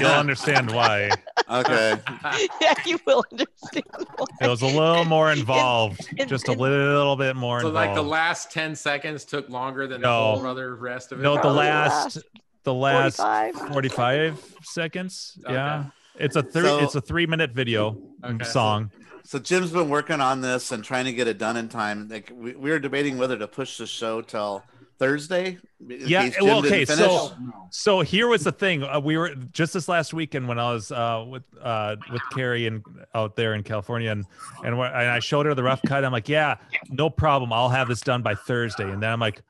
Speaker 3: You'll understand why.
Speaker 1: Okay.
Speaker 9: yeah, you will understand. why.
Speaker 3: It was a little more involved,
Speaker 9: and-
Speaker 3: just a little bit more
Speaker 4: So
Speaker 3: involved.
Speaker 4: like the last ten seconds took longer than
Speaker 3: No.
Speaker 4: the whole other rest of it.
Speaker 9: Oh,
Speaker 3: no, the last, the last
Speaker 9: 45.
Speaker 3: 45, seconds. Yeah, it's a third.
Speaker 1: So-
Speaker 3: it's a three minute video song.
Speaker 1: So Jim's been working on this and trying to get it done in time. Like we, we were debating whether to push the show till Thursday. in
Speaker 3: yeah
Speaker 1: case Jim
Speaker 3: well,
Speaker 1: didn't
Speaker 3: okay
Speaker 1: finish.
Speaker 3: so so here was the thing uh, we were just this last weekend when i was uh with uh with carrie and out there in california and and, wh- and i showed her the rough cut i'm like yeah no problem i'll have this done by thursday and then i'm like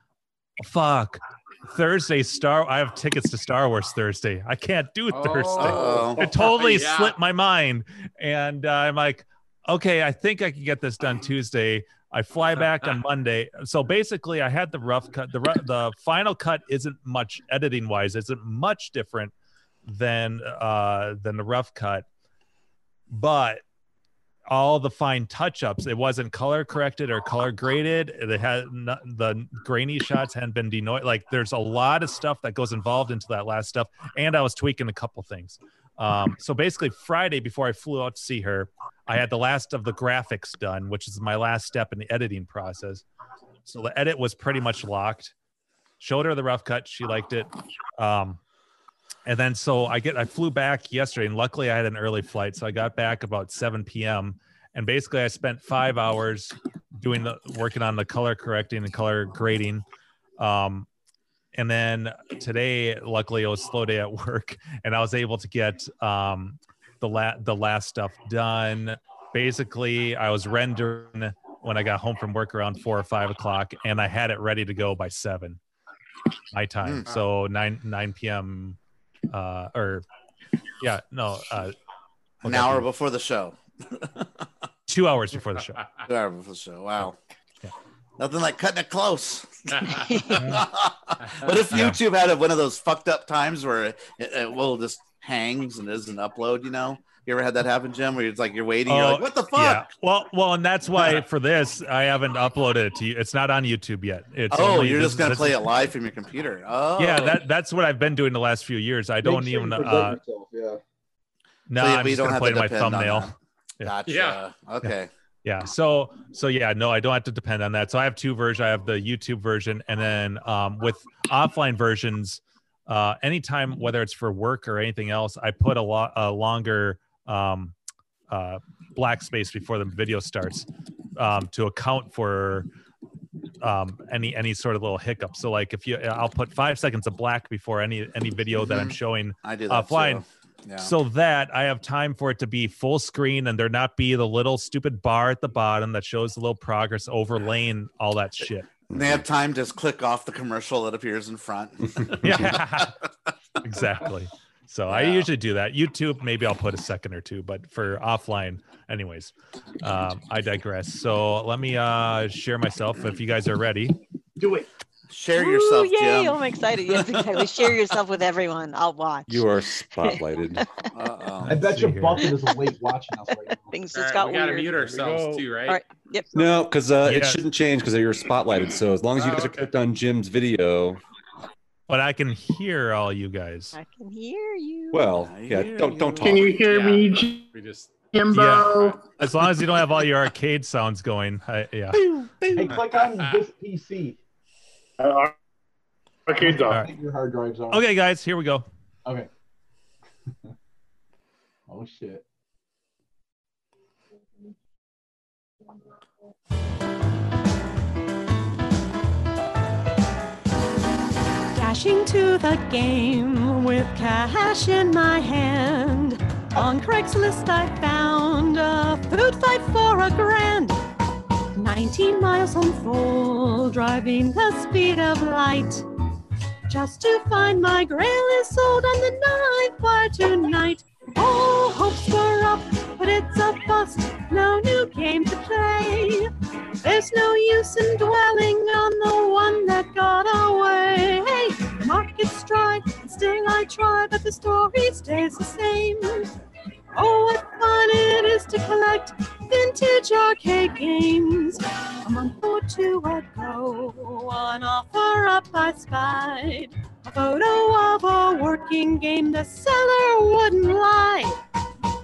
Speaker 3: fuck thursday star i have tickets to star wars thursday i can't do
Speaker 4: Oh.
Speaker 3: thursday it totally
Speaker 4: Yeah.
Speaker 3: slipped my mind and uh, i'm like okay i think i can get this done tuesday I fly back on Monday. So basically, I had the rough cut. The ru- the final cut isn't much editing wise. Isn't much different than uh, than the rough cut, but all the fine touch ups. It wasn't color corrected or color graded. It had not, the grainy shots hadn't been denoised. Like there's a lot of stuff that goes involved into that last stuff, and I was tweaking a couple things. Um, so basically, Friday before I flew out to see her, I had the last of the graphics done, which is my last step in the editing process. So the edit was pretty much locked. Showed her the rough cut. She liked it. Um, and then so I get I flew back yesterday, and luckily I had an early flight, so I got back about 7 p.m. And basically, I spent five hours doing the working on the color correcting and color grading. Um, and then today, luckily, it was a slow day at work, and I was able to get um, the la- the last stuff done. Basically, I was rendering when I got home from work around four or five o'clock, and I had it ready to go by seven my time.
Speaker 2: Mm.
Speaker 3: So nine nine p.m. Uh, or yeah, no, uh,
Speaker 1: An hour before the show.
Speaker 3: two hours before the show.
Speaker 1: Two hours before the show. Wow. Nothing like cutting it close. but if
Speaker 3: Yeah.
Speaker 1: YouTube had a- one of those fucked up times where it, it will just hangs and doesn't upload, you know? You ever had that happen, Jim? Where it's like you're waiting, you're like, what the fuck?
Speaker 3: Oh, Well, well, and that's why for this I haven't uploaded it to you. It's not on YouTube yet. It's
Speaker 1: oh,
Speaker 3: only-
Speaker 1: you're
Speaker 3: this-
Speaker 1: just gonna
Speaker 3: this-
Speaker 1: play it live from your computer. Oh,
Speaker 3: Yeah, that that's what I've been doing the last few years. I
Speaker 1: Make
Speaker 3: don't
Speaker 1: sure you
Speaker 3: even.
Speaker 1: present
Speaker 3: Uh,
Speaker 21: yourself, yeah.
Speaker 3: no,
Speaker 1: So you-
Speaker 3: I'm
Speaker 1: we
Speaker 3: just
Speaker 1: don't
Speaker 3: gonna
Speaker 1: have
Speaker 3: play
Speaker 1: to
Speaker 3: to my
Speaker 1: depend on
Speaker 3: thumbnail.
Speaker 1: that. Gotcha.
Speaker 4: Yeah.
Speaker 1: Okay.
Speaker 3: Yeah. So so yeah, no, I don't have to depend on that. So I have two versions. I have the YouTube version and then um, with offline versions, uh, anytime whether it's for work or anything else, I put a lot a longer um, uh, black space before the video starts um, to account for um, any any sort of little hiccup. So like if you, uh, I'll put five seconds of black before any any video that I'm
Speaker 1: Mhm.
Speaker 3: showing
Speaker 1: I do that
Speaker 3: offline.
Speaker 1: too. Yeah.
Speaker 3: So that I have time for it to be full screen and there not be the little stupid bar at the bottom that shows the little progress overlaying all that shit.
Speaker 1: And they have time to just click off the commercial that appears in front.
Speaker 3: yeah, exactly. So I usually do that. YouTube, maybe I'll put a second or two, but for offline, anyways, um, I digress. So let me uh, share myself if you guys are ready.
Speaker 1: Do it. Share
Speaker 9: Woo,
Speaker 1: yourself,
Speaker 9: yay!
Speaker 1: Jim.
Speaker 9: I'm excited. Yes, exactly. Share yourself with everyone. I'll watch.
Speaker 5: You are spotlighted.
Speaker 9: Uh-uh.
Speaker 3: Oh,
Speaker 1: Uh-oh.
Speaker 21: I bet
Speaker 5: See
Speaker 21: your
Speaker 5: here.
Speaker 21: Buffett is awake watching us right now.
Speaker 9: Things
Speaker 4: All right,
Speaker 9: just got
Speaker 4: we gotta
Speaker 9: weird.
Speaker 4: mute ourselves There we go. too, right?
Speaker 9: All right. Yep.
Speaker 5: No, because uh, it
Speaker 3: Yeah.
Speaker 5: shouldn't change because you're spotlighted. So as long as you
Speaker 3: Oh,
Speaker 5: guys are
Speaker 3: okay.
Speaker 5: clicked on Jim's video,
Speaker 3: But I can hear all you guys.
Speaker 9: I can hear you.
Speaker 5: well, yeah, don't don't talk.
Speaker 4: hear me, We just
Speaker 3: Jimbo? As long as you don't have all your arcade sounds going. I, yeah.
Speaker 21: Hey, click on this PC.
Speaker 3: Arcade's
Speaker 21: I
Speaker 3: on.
Speaker 21: think Your hard drive's on.
Speaker 3: Okay, guys, here we go.
Speaker 21: Okay. oh shit.
Speaker 11: Dashing to the game with cash in my hand. On Craigslist, I found a food fight for a grand. 19 miles on full, driving the speed of light. Just to find my grail is sold on the ninth bar tonight. All hopes were up, but it's a bust. No new game to play. There's no use in dwelling on the one that got away. The market's dry, and still I try, but the story stays the same. Oh, what fun it is to collect vintage arcade games. A month or two ago, on offer up I spied a photo of a working game the seller wouldn't lie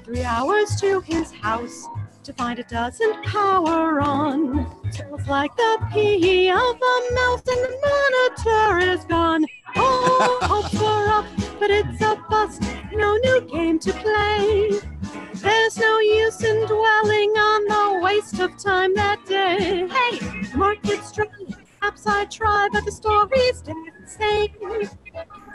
Speaker 11: three hours to his house to find it doesn't power on. Sounds like the pee of a mouse and the monitor is gone. Oh, All hopes were up, but it's a bust. No new game to play. There's no use in dwelling on the waste of time that day. Hey, the market's dry. Perhaps I try, but the story stays the same.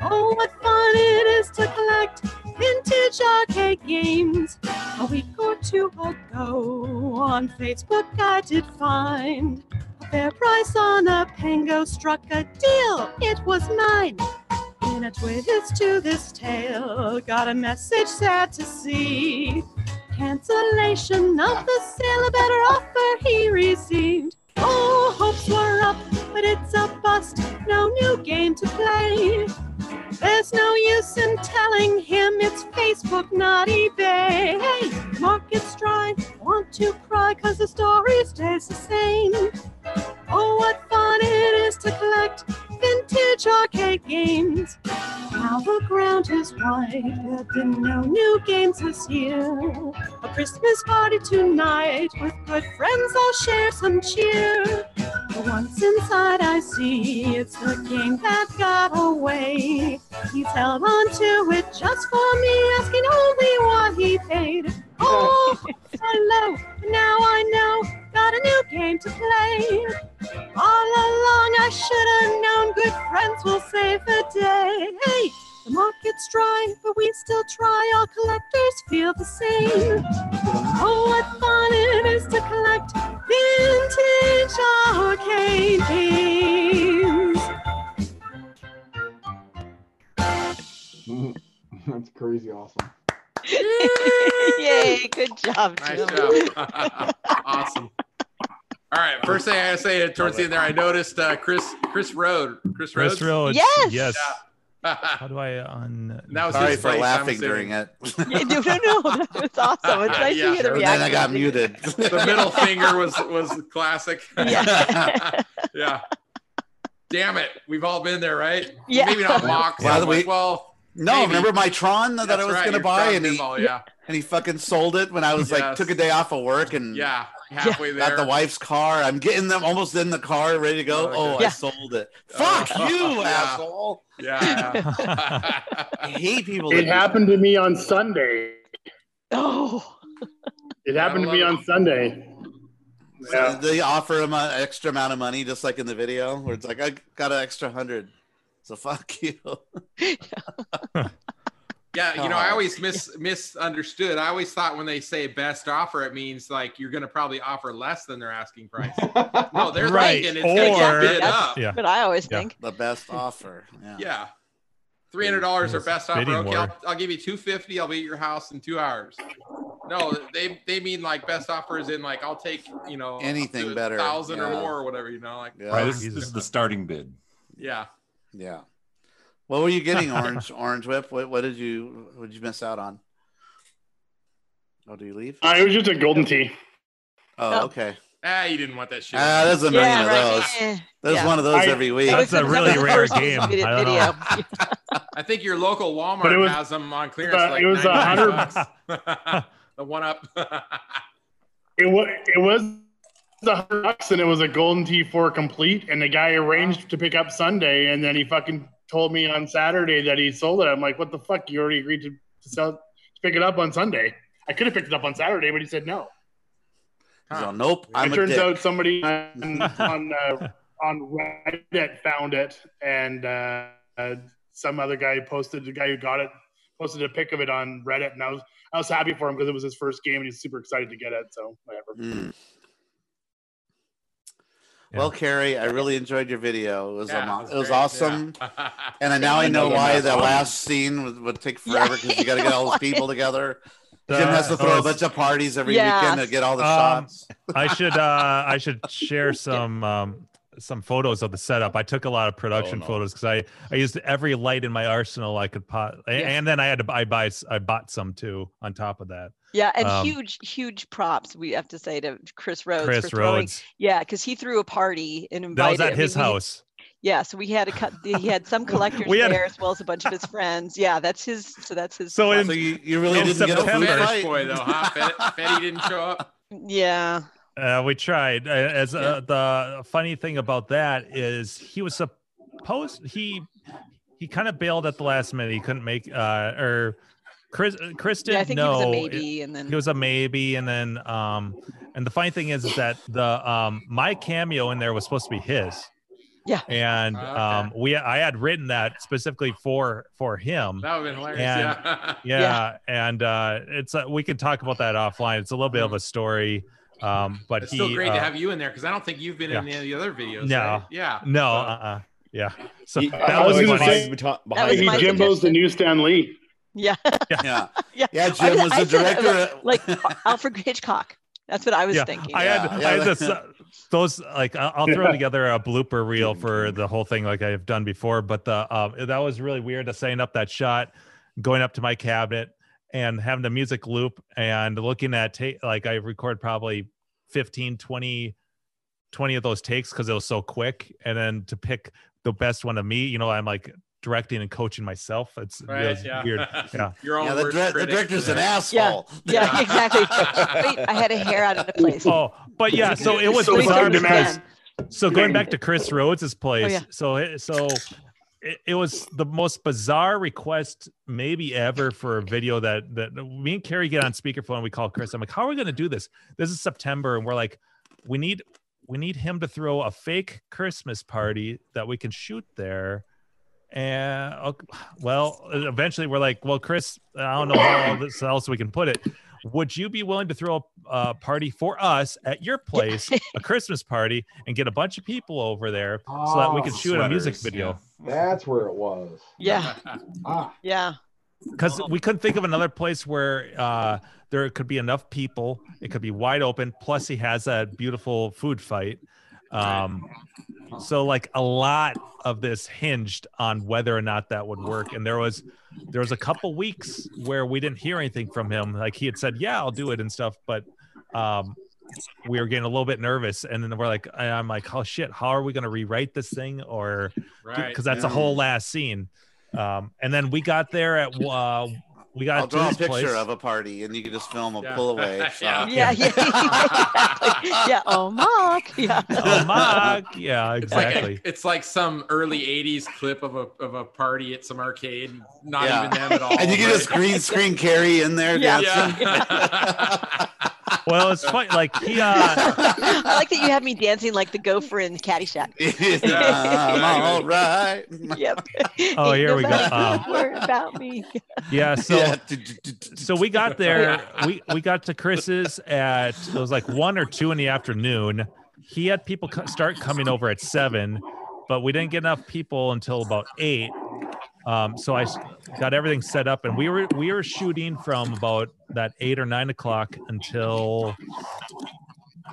Speaker 11: Oh, what fun it is to collect vintage arcade games. A week or two ago on Facebook, I did find a fair price on a Pango struck a deal. It was mine. In a twist to this tale, got a message sad to see. Cancellation of the sale, a better offer he received. Oh, hopes were up, but it's a bust. No new game to play. There's no use in telling him it's Facebook, not eBay. Hey, market's dry. Want to cry, cause the story stays the same. Oh, what fun it is to collect vintage arcade games. Now the ground is wide. There have been no new games this year. A Christmas party tonight with good friends. I'll share some cheer. For once inside, I see it's the king that got away. He's held on to it just for me, asking only what he paid. Oh, hello! Now I know. Got a new game to play. All along I should have known good friends will save the day. Hey, the market's dry, but we still try. All collectors feel the same. Oh, what fun it is to collect vintage arcade games.
Speaker 21: That's crazy awesome.
Speaker 9: Yay! Good job,
Speaker 4: Nice
Speaker 9: Jim.
Speaker 4: job. awesome. All right. First thing I gotta say towards the end there, I noticed uh, Chris Chris Road. Chris Road.
Speaker 3: Chris Rhodes. Yes. Yes. How do I un?
Speaker 4: That was
Speaker 1: Sorry
Speaker 4: his
Speaker 1: for
Speaker 4: place, I'm
Speaker 1: laughing during
Speaker 4: assuming.
Speaker 1: it.
Speaker 9: Yeah, no, no, no. That was awesome. It's nice to hear the
Speaker 1: And then I
Speaker 9: reaction.
Speaker 1: got muted.
Speaker 4: the middle finger was was classic. Yeah. Damn it. We've all been there, right?
Speaker 1: Yeah.
Speaker 4: Maybe not mock.
Speaker 1: By the
Speaker 4: someone-
Speaker 1: way-
Speaker 4: well,
Speaker 1: No,
Speaker 4: maybe.
Speaker 1: remember my Tron that
Speaker 4: That's
Speaker 1: I was
Speaker 4: right,
Speaker 1: gonna
Speaker 4: your
Speaker 1: buy,
Speaker 4: Tron
Speaker 1: and he
Speaker 4: pinball, yeah.
Speaker 1: and he fucking sold it when I was like
Speaker 4: Yes.
Speaker 1: took a day off of work and
Speaker 4: yeah, halfway
Speaker 1: got
Speaker 4: there.
Speaker 1: the wife's car. I'm getting them almost in the car, ready to go.
Speaker 4: Okay.
Speaker 1: Oh, I
Speaker 4: Yeah. Oh.
Speaker 1: sold it. Fuck you,
Speaker 4: Yeah.
Speaker 1: asshole.
Speaker 4: Yeah.
Speaker 1: I hate people. that
Speaker 19: It
Speaker 1: do
Speaker 19: happened to me on Sunday.
Speaker 9: Oh.
Speaker 19: It happened to me on Sunday.
Speaker 1: that. So They offer him an extra amount of money, just like in the video, where it's like I got an extra hundred. So fuck you.
Speaker 4: Oh, Yeah, you know,
Speaker 1: God.
Speaker 4: I always mis- misunderstood. I always thought when they say best offer, it means like you're going to probably offer less than their asking price. no, they're
Speaker 3: Right,
Speaker 4: thinking it's going
Speaker 3: or-
Speaker 4: to bid
Speaker 3: That's
Speaker 4: up.
Speaker 3: Yeah.
Speaker 9: But I always
Speaker 3: Yeah.
Speaker 9: think.
Speaker 1: The best offer. Yeah.
Speaker 4: Yeah. Three hundred dollars or best offer.
Speaker 3: bidding
Speaker 4: Okay,
Speaker 3: war.
Speaker 4: I'll, I'll give you two fifty. I'll be at your house in two hours. No, they they mean like best offers in like I'll take you know
Speaker 1: Anything better,
Speaker 4: thousand or
Speaker 1: yeah.
Speaker 4: more or whatever you know like
Speaker 1: Yeah.
Speaker 2: Right, this, is- this is the starting bid.
Speaker 4: yeah.
Speaker 1: Yeah. What were you getting, Orange Orange Whip? What, what did you what did you miss out on? Oh, do you leave?
Speaker 19: Uh, it was just a golden tea.
Speaker 1: Oh, okay.
Speaker 4: Ah, you didn't want that shit.
Speaker 1: Ah, there's a million of those. There's one of those
Speaker 19: I-
Speaker 1: every week.
Speaker 3: That's a really rare game. I
Speaker 4: video.
Speaker 3: don't know.
Speaker 4: I think your local
Speaker 19: But it
Speaker 4: Walmart
Speaker 19: was-
Speaker 4: has them on clearance.
Speaker 19: uh,
Speaker 4: like
Speaker 19: it was a
Speaker 4: 99 bucks. the one up.
Speaker 19: It was it was the hundred bucks, and it was a golden tee for complete. And the guy arranged to pick up Sunday, and then he fucking told me on Saturday that he sold it. I'm like, what the fuck? You already agreed to, to sell to pick it up on Sunday. I could have picked it up on Saturday, but he said no.
Speaker 1: So, nope. I'm
Speaker 19: it
Speaker 1: a
Speaker 19: turns
Speaker 1: dick.
Speaker 19: out somebody on on, uh, on Reddit found it, and uh, uh, some other guy posted the guy who got it posted a pic of it on Reddit, and I was I was happy for him because it was his first game, and he's super excited to get it. So whatever.
Speaker 1: Mm. Well, Carrie, I really enjoyed your video. It was
Speaker 19: Yeah,
Speaker 1: amo-
Speaker 19: it was
Speaker 1: it was
Speaker 19: great,
Speaker 1: awesome,
Speaker 4: yeah.
Speaker 1: and I, now I
Speaker 4: Yeah,
Speaker 1: know
Speaker 4: another
Speaker 1: why
Speaker 4: mess.
Speaker 1: the last scene would, would take forever because you got to get all those people together. Jim has to
Speaker 3: Uh,
Speaker 1: throw
Speaker 3: oh,
Speaker 1: a bunch of parties every
Speaker 3: Yeah.
Speaker 1: weekend to get all the
Speaker 3: Um,
Speaker 1: shots.
Speaker 3: I should uh, I should share some um, some photos of the setup. I took a lot of
Speaker 4: Oh,
Speaker 3: production photos because I I used every light in my arsenal I could pot, a-
Speaker 9: Yes.
Speaker 3: and then I had to I buy I bought some too on top of that.
Speaker 9: Yeah, and
Speaker 3: Um,
Speaker 9: huge, huge props we have to say to Chris Rhodes.
Speaker 3: Chris
Speaker 9: for throwing,
Speaker 3: Rhodes.
Speaker 9: Yeah, because he threw a party and
Speaker 3: That
Speaker 9: invited.
Speaker 3: was at
Speaker 9: I
Speaker 3: his
Speaker 9: mean, we-
Speaker 3: house.
Speaker 9: yeah, so we had a cut. He had some collectors
Speaker 3: We had-
Speaker 9: there as well as a bunch of his friends. Yeah, that's his. So that's his.
Speaker 3: So
Speaker 9: props.
Speaker 3: in
Speaker 1: you
Speaker 4: No
Speaker 3: September.
Speaker 4: fetish boy though, huh? Fet- Fetty didn't show up.
Speaker 9: yeah.
Speaker 3: Uh, we tried. Uh, As uh, the funny thing about that is, he was supposed he he kind of bailed at the last minute. He couldn't make uh or Chris uh, Chris
Speaker 9: Yeah, I
Speaker 3: didn't
Speaker 9: think he
Speaker 3: know.
Speaker 9: was a maybe and then-
Speaker 3: he was a maybe, and then um and the funny thing is, is that the um my cameo in there was supposed to be his.
Speaker 9: Yeah.
Speaker 4: Oh,
Speaker 3: And um we I had written that specifically for for him.
Speaker 4: That would have been hilarious.
Speaker 3: And-
Speaker 4: yeah.
Speaker 3: yeah, and uh, it's uh, we could talk about that offline. It's a little bit of a story, um, but
Speaker 4: It's
Speaker 3: he,
Speaker 4: still great
Speaker 3: uh,
Speaker 4: to have you in there because I don't think you've been in any
Speaker 3: yeah.
Speaker 4: of the other videos.
Speaker 3: No,
Speaker 4: right? Yeah.
Speaker 3: no, uh, uh yeah. So
Speaker 8: He-
Speaker 3: that
Speaker 8: I
Speaker 3: was,
Speaker 8: was
Speaker 3: funny.
Speaker 8: gonna say- That was
Speaker 19: Maybe
Speaker 8: my
Speaker 19: Jimbo's the new Stan Lee.
Speaker 9: Yeah.
Speaker 1: Yeah.
Speaker 9: Yeah.
Speaker 1: Yeah, Jim was the
Speaker 9: said, uh,
Speaker 1: director.
Speaker 9: Like, like Alfred Hitchcock. That's what I was
Speaker 3: yeah,
Speaker 9: thinking.
Speaker 3: I had, I had this, uh, those like I'll, I'll throw together a blooper reel for the whole thing like I've done before. But the um, that was really weird to setting up that shot, going up to my cabinet and having the music loop and looking at ta- like I record probably 15, 20 20 of those takes because it was so quick and then to pick the best one of me you know i'm like directing and coaching myself. It's it
Speaker 4: Right,
Speaker 3: was
Speaker 4: yeah.
Speaker 3: weird. Yeah.
Speaker 4: Your own Yeah, the worst direct- the critic. director's an
Speaker 9: asshole. Yeah, yeah, exactly. Wait, I had a hair out of place.
Speaker 3: Oh, but yeah, so it was
Speaker 9: Please
Speaker 3: bizarre because
Speaker 9: understand.
Speaker 3: so going back to Chris Rhodes's place,
Speaker 9: yeah.
Speaker 3: so so it, it was the most bizarre request maybe ever for a video that that me and Carrie get on speakerphone. We call Chris. I'm like, how are we going to do this? This is September, and we're like, we need we need him to throw a fake Christmas party that we can shoot there. And ok- well, eventually we're like, well, Chris, I don't know how all this else we can put it. Would you be willing to throw a uh, party for us at your place, a Christmas party, and get a bunch of people over there so that we can
Speaker 21: Oh.
Speaker 3: shoot a music
Speaker 21: Sweaters,
Speaker 3: video?
Speaker 21: That's where it was. Ah.
Speaker 9: Yeah. Yeah.
Speaker 3: Because we couldn't think of another place where uh, there could be enough people. It could be wide open. Plus, he has that beautiful food fight. Um, so like a lot of this hinged on whether or not that would work and there was there was a couple weeks where we didn't hear anything from him like he had said yeah i'll do it and stuff but um we were getting a little bit nervous and then we're like I- i'm like oh shit how are we going to rewrite this thing or
Speaker 4: Right,
Speaker 3: because that's a
Speaker 4: yeah.
Speaker 3: whole last scene um and then we got there at uh we got
Speaker 1: I'll
Speaker 3: to
Speaker 1: draw a
Speaker 3: this
Speaker 1: picture
Speaker 3: place.
Speaker 1: of a party, and you can just film a
Speaker 3: Yeah.
Speaker 1: pull away.
Speaker 3: Yeah.
Speaker 1: shot.
Speaker 3: Yeah, yeah,
Speaker 9: exactly. Yeah. Oh, Mark. Yeah.
Speaker 3: Oh, Mark. yeah
Speaker 4: It's like
Speaker 3: exactly
Speaker 4: a, it's like some early '80s clip of a of a party at some arcade. Not
Speaker 1: Yeah.
Speaker 4: even them at all.
Speaker 1: And you get
Speaker 4: right?
Speaker 1: a green screen carry in there
Speaker 4: Yeah.
Speaker 1: dancing.
Speaker 3: well it's funny like he uh
Speaker 9: I like that you had me dancing like the gopher in Caddyshack.
Speaker 1: I'm all right.
Speaker 9: Yep.
Speaker 3: Oh,
Speaker 9: Ain't
Speaker 3: here we go.
Speaker 9: nobody
Speaker 3: Um,
Speaker 9: worried about me.
Speaker 3: yeah so so we got there we we got to chris's at it was like one or two in the afternoon he had people co- start coming over at seven but we didn't get enough people until about eight um, so i s- got everything set up and we were we were shooting from about that eight or nine o'clock until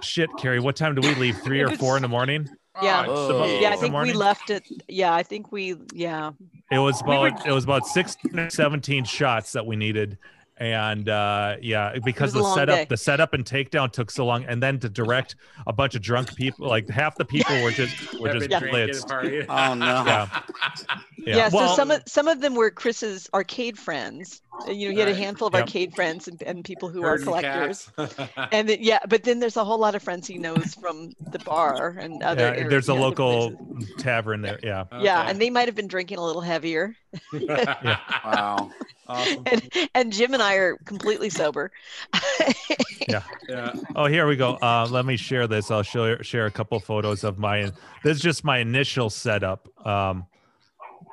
Speaker 3: shit carrie what time do we leave three or four in the morning
Speaker 9: Yeah.
Speaker 3: It's about-
Speaker 9: Yeah. I think
Speaker 3: it's the
Speaker 9: we
Speaker 3: morning.
Speaker 9: left it. Yeah. I think we, yeah.
Speaker 3: It was about it was about 16 or 17 shots that we needed. And uh yeah, because
Speaker 9: It was a
Speaker 3: the
Speaker 9: long
Speaker 3: setup
Speaker 9: day.
Speaker 3: the setup and takedown took so long and then to direct a bunch of drunk people like half the people were just were
Speaker 4: Have
Speaker 3: just
Speaker 4: been drinking
Speaker 3: blitzed.
Speaker 4: and partying.
Speaker 1: Oh, no.
Speaker 3: Yeah.
Speaker 9: Yeah.
Speaker 3: Yeah.
Speaker 9: so
Speaker 3: Well-
Speaker 9: some of some of them were Chris's arcade friends. Uh, You know, he had a
Speaker 4: Right.
Speaker 9: handful of
Speaker 3: Yep.
Speaker 9: arcade friends and, and people who are
Speaker 4: Herding
Speaker 9: collectors.
Speaker 4: cats.
Speaker 9: And then, yeah, but then there's a whole lot of friends he knows from the bar and other.
Speaker 3: Yeah,
Speaker 9: areas,
Speaker 3: there's a
Speaker 9: you know, other
Speaker 3: local tavern there. Yeah.
Speaker 9: places. Yeah, and they might have been drinking a little heavier.
Speaker 3: Yeah.
Speaker 1: Wow.
Speaker 9: and, and Jim and I are completely sober.
Speaker 3: Yeah.
Speaker 4: Yeah.
Speaker 3: Oh, here we go. Uh, let me share this. I'll show, share a couple photos of my. This is just my initial setup. Um,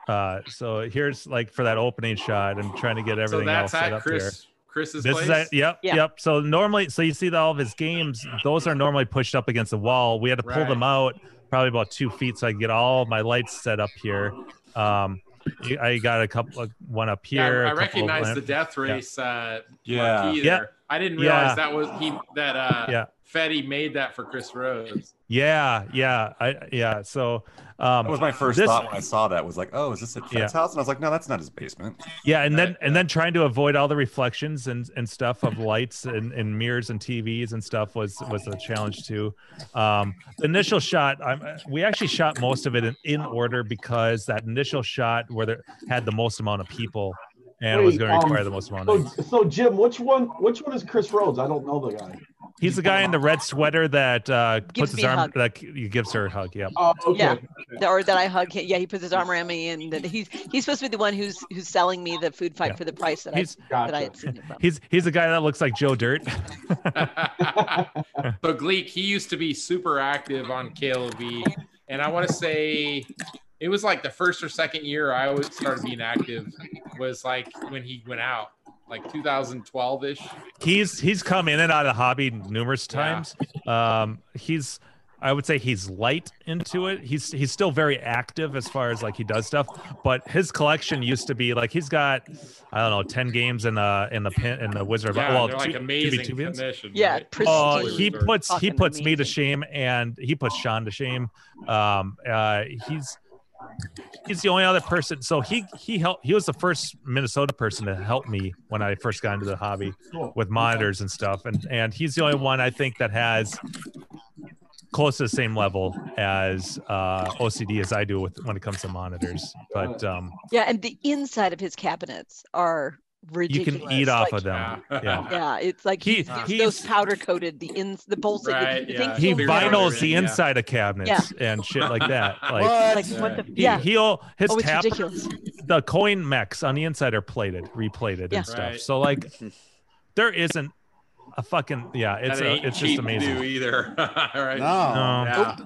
Speaker 3: uh, so here's like for that opening shot. I'm trying to get
Speaker 4: So
Speaker 3: everything
Speaker 4: that's
Speaker 3: else
Speaker 4: at
Speaker 3: set up here.
Speaker 4: Chris Chris's
Speaker 3: This
Speaker 4: place.
Speaker 3: is at, yep, yep. So normally, so you see that all of his games, those are normally pushed up against the wall. We had to pull
Speaker 4: Right.
Speaker 3: them out probably about two feet so I could get all my lights set up here. Um, I got a couple, uh, one up
Speaker 4: Yeah, I-
Speaker 3: here. a
Speaker 4: I
Speaker 3: couple
Speaker 4: recognize
Speaker 3: lamp-
Speaker 4: the death
Speaker 3: yeah.
Speaker 4: race. Uh,
Speaker 2: Yeah.
Speaker 4: marquee
Speaker 3: Yeah.
Speaker 4: there. I didn't
Speaker 3: Yeah.
Speaker 4: realize that was he that uh,
Speaker 3: Yeah.
Speaker 4: Fetty made that for Chris Rhodes.
Speaker 3: Yeah, yeah, I yeah. So um,
Speaker 2: That was my first
Speaker 3: this-
Speaker 2: thought when I saw that. Was like, oh, is this at Fred's
Speaker 3: Yeah.
Speaker 2: house? And I was like, no, that's not his basement.
Speaker 3: Yeah, and then and then trying to avoid all the reflections and, and stuff of lights and, and mirrors and TVs and stuff was was a challenge too. Um, the initial shot, I'm, we actually shot most of it in, in order because that initial shot where there had the most amount of people and was
Speaker 21: Wait,
Speaker 3: going to
Speaker 21: um,
Speaker 3: require the most amount.
Speaker 21: So,
Speaker 3: Of
Speaker 21: so Jim, which one? Which one is Chris Rhodes? I don't know the guy.
Speaker 3: He's the guy in the red sweater that uh,
Speaker 9: Gives
Speaker 3: puts
Speaker 9: me
Speaker 3: his
Speaker 9: a
Speaker 3: arm
Speaker 9: hug.
Speaker 3: like he gives her a hug. Yeah.
Speaker 21: Oh, okay.
Speaker 9: Yeah, the- or that I hug him. Yeah, he puts his arm around me, and that he's he's supposed to be the one who's who's selling me the food fight
Speaker 3: Yeah.
Speaker 9: for the price that
Speaker 3: He's-
Speaker 9: I that I had seen it from.
Speaker 3: He's he's the guy that looks like Joe Dirt.
Speaker 4: So Gleek, he used to be super active on KLV, and I want to say it was like the first or second year I was started being active was like when he went out, like 2012 ish.
Speaker 3: he's he's come in and out of hobby numerous times. Um, he's I would say he's light into it. He's he's still very active as far as like he does stuff, but his collection used to be like he's got I don't know ten games in the in the pin in the Wizard. of
Speaker 4: Yeah,
Speaker 3: well,
Speaker 4: they're like
Speaker 3: two-
Speaker 4: amazing
Speaker 3: 2v2 pins.
Speaker 4: commission.
Speaker 9: Yeah,
Speaker 4: right?
Speaker 3: Oh, he puts he
Speaker 9: Fucking
Speaker 3: puts me to shame and he puts Sean to shame. Um, uh, he's he's the only other person. So he he helped. He was the first Minnesota person to help me when I first got into the hobby
Speaker 21: Cool.
Speaker 3: with monitors and stuff. And and he's the only one I think that has close to the same level as uh, OCD as I do with when it comes to monitors. But um,
Speaker 9: Yeah, and the inside of his cabinets are
Speaker 3: you
Speaker 9: ridiculous.
Speaker 3: can eat
Speaker 9: Like,
Speaker 3: off of them. Yeah.
Speaker 9: Yeah, it's like
Speaker 3: He-
Speaker 9: he's, he's
Speaker 3: he's-
Speaker 9: those powder coated the ins the bolts. that you
Speaker 4: Right,
Speaker 9: think
Speaker 4: yeah.
Speaker 3: He
Speaker 9: he'll
Speaker 3: vinyls
Speaker 9: never-
Speaker 3: the inside of cabinets
Speaker 9: Yeah.
Speaker 3: and shit like that. Like,
Speaker 9: Like, what the-
Speaker 3: He,
Speaker 9: yeah.
Speaker 3: He'll his
Speaker 9: Oh, it's
Speaker 3: tap
Speaker 9: ridiculous.
Speaker 3: the coin mechs on the inside are plated, replated
Speaker 9: Yeah.
Speaker 3: and stuff.
Speaker 4: Right.
Speaker 3: So like there isn't a fucking yeah, it's
Speaker 4: That
Speaker 3: a,
Speaker 4: ain't
Speaker 3: it's just
Speaker 4: cheap
Speaker 3: amazing. Um,
Speaker 4: Do either. right?
Speaker 3: No.
Speaker 4: Yeah.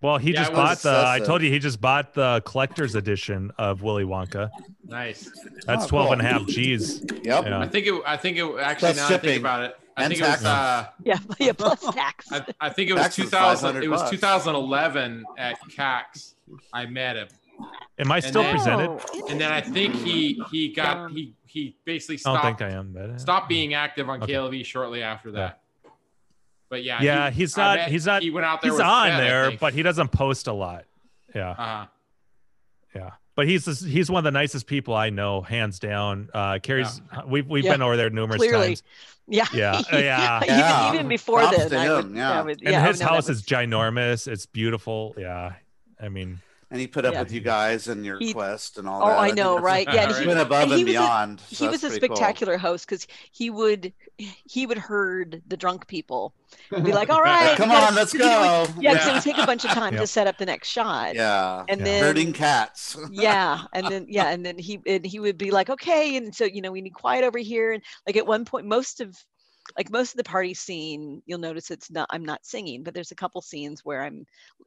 Speaker 3: Well, he
Speaker 4: Yeah,
Speaker 3: just
Speaker 4: it was
Speaker 3: bought the I
Speaker 4: excessive.
Speaker 3: told you he just bought the collector's edition of Willy Wonka.
Speaker 4: Nice.
Speaker 3: That's
Speaker 4: Oh,
Speaker 3: twelve and a
Speaker 4: cool.
Speaker 3: half G's. Yeah.
Speaker 4: I think it. I think it. Actually,
Speaker 3: Plus
Speaker 4: now I
Speaker 3: shipping
Speaker 4: think about it. I
Speaker 3: and
Speaker 4: think it was.
Speaker 3: taxes.
Speaker 4: Uh,
Speaker 9: yeah, yeah, plus tax.
Speaker 4: I, I think it was
Speaker 3: Tax was
Speaker 4: 2000. It
Speaker 3: 500
Speaker 4: was
Speaker 3: bucks.
Speaker 4: 2011 at CAX. I met him.
Speaker 3: Am I
Speaker 4: And
Speaker 3: still
Speaker 4: then-
Speaker 3: presented?
Speaker 4: And then I think he he got he he basically
Speaker 3: I
Speaker 4: stopped
Speaker 3: don't think I am, but uh,
Speaker 4: stopped being active on
Speaker 3: Okay.
Speaker 4: KLV shortly after that. But yeah,
Speaker 3: yeah,
Speaker 4: he-
Speaker 3: he's
Speaker 4: I
Speaker 3: not.
Speaker 4: met-
Speaker 3: He's not.
Speaker 4: He went out there.
Speaker 3: He's
Speaker 4: with
Speaker 3: on
Speaker 4: Seth, I
Speaker 3: there,
Speaker 4: think.
Speaker 3: but he doesn't post a lot. Yeah,
Speaker 4: Uh-huh.
Speaker 3: yeah. But he's this, he's one of the nicest people I know, hands down. Uh, Carrie's. We've we've
Speaker 9: Yeah.
Speaker 3: been over there numerous
Speaker 9: Clearly.
Speaker 3: times.
Speaker 9: Yeah.
Speaker 3: Yeah, oh, yeah.
Speaker 9: Even-
Speaker 3: Yeah.
Speaker 9: Even, before
Speaker 3: Props
Speaker 9: then,
Speaker 3: to
Speaker 9: I would,
Speaker 3: him,
Speaker 9: yeah. I would, yeah,
Speaker 3: and
Speaker 9: I
Speaker 3: his
Speaker 9: would know that
Speaker 3: house
Speaker 9: was-
Speaker 3: is ginormous. It's beautiful. Yeah, I mean,
Speaker 1: and he put up
Speaker 9: Yeah.
Speaker 1: with you guys and your
Speaker 9: He-
Speaker 1: quest and all
Speaker 9: oh,
Speaker 1: that.
Speaker 9: I
Speaker 1: think
Speaker 9: know,
Speaker 1: that's-
Speaker 9: right? Yeah, and he-
Speaker 1: went above
Speaker 9: and
Speaker 1: and,
Speaker 9: he was a-
Speaker 1: beyond. so
Speaker 9: he was
Speaker 1: that's
Speaker 9: a
Speaker 1: pretty cool.
Speaker 9: spectacular host because he would he would herd the drunk people, be like, "All right,
Speaker 1: Come
Speaker 9: you gotta-"
Speaker 1: on, let's
Speaker 9: 'cause it would-
Speaker 1: go.
Speaker 9: yeah, because it
Speaker 1: Yeah.
Speaker 9: would take a bunch of time
Speaker 1: Yeah.
Speaker 9: to set up the next shot.
Speaker 1: Yeah,
Speaker 9: and then
Speaker 1: herding cats.
Speaker 9: yeah and then yeah and then he and he would be like okay and so you know we need quiet over here and like at one point most of like most of the party scene you'll notice it's not i'm not singing but there's a couple scenes where i'm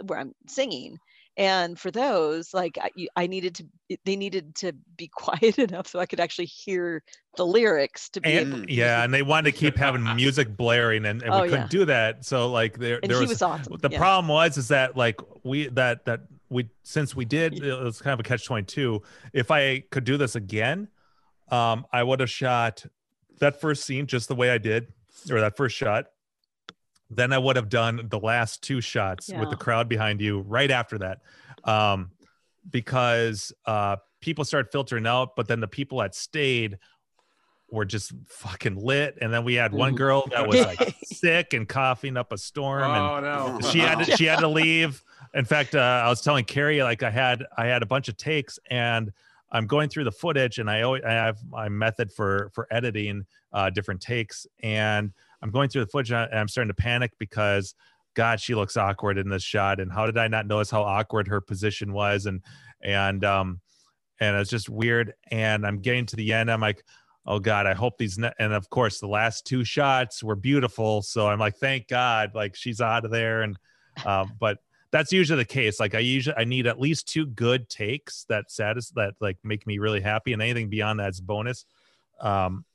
Speaker 9: where i'm singing and for those like i, you- I needed to it- they needed to be quiet enough so i could actually hear the lyrics to be able
Speaker 3: and yeah, and they wanted to keep having music blaring, and, and
Speaker 9: Oh,
Speaker 3: we couldn't
Speaker 9: yeah.
Speaker 3: do that. So like there,
Speaker 9: And
Speaker 3: there
Speaker 9: he
Speaker 3: was,
Speaker 9: was awesome,
Speaker 3: The
Speaker 9: yeah.
Speaker 3: problem was is that like we that that we since we did it was kind of a catch twenty two. If I could do this again, um, I would have shot that first scene just the way I did, or that first shot. Then I would have done the last two shots with
Speaker 15: Yeah.
Speaker 3: the crowd behind you right after that, um, because uh, people started filtering out. But then the people that stayed were just fucking lit. And then we had one
Speaker 15: Mhm.
Speaker 3: girl that was like sick and coughing up a storm, and
Speaker 15: Oh, no.
Speaker 3: she had to, she had
Speaker 15: Yeah.
Speaker 3: to leave. In fact, uh, I was telling Carrie like I had I had a bunch of takes, and I'm going through the footage, and I always I have my method for for editing uh, different takes, and I'm going through the footage, and I- and I'm starting to panic because. God, she looks awkward in this shot, and how did I not notice how awkward her position was? And and um, and it's just weird. And I'm getting to the end. I'm like, oh God, I hope these. Ne-. And of course, the last two shots were beautiful. So I'm like, thank God, like she's out of there. And um, but that's usually the case. Like I usually I need at least two good takes that satis that like make me really happy, and anything beyond that's bonus. Um,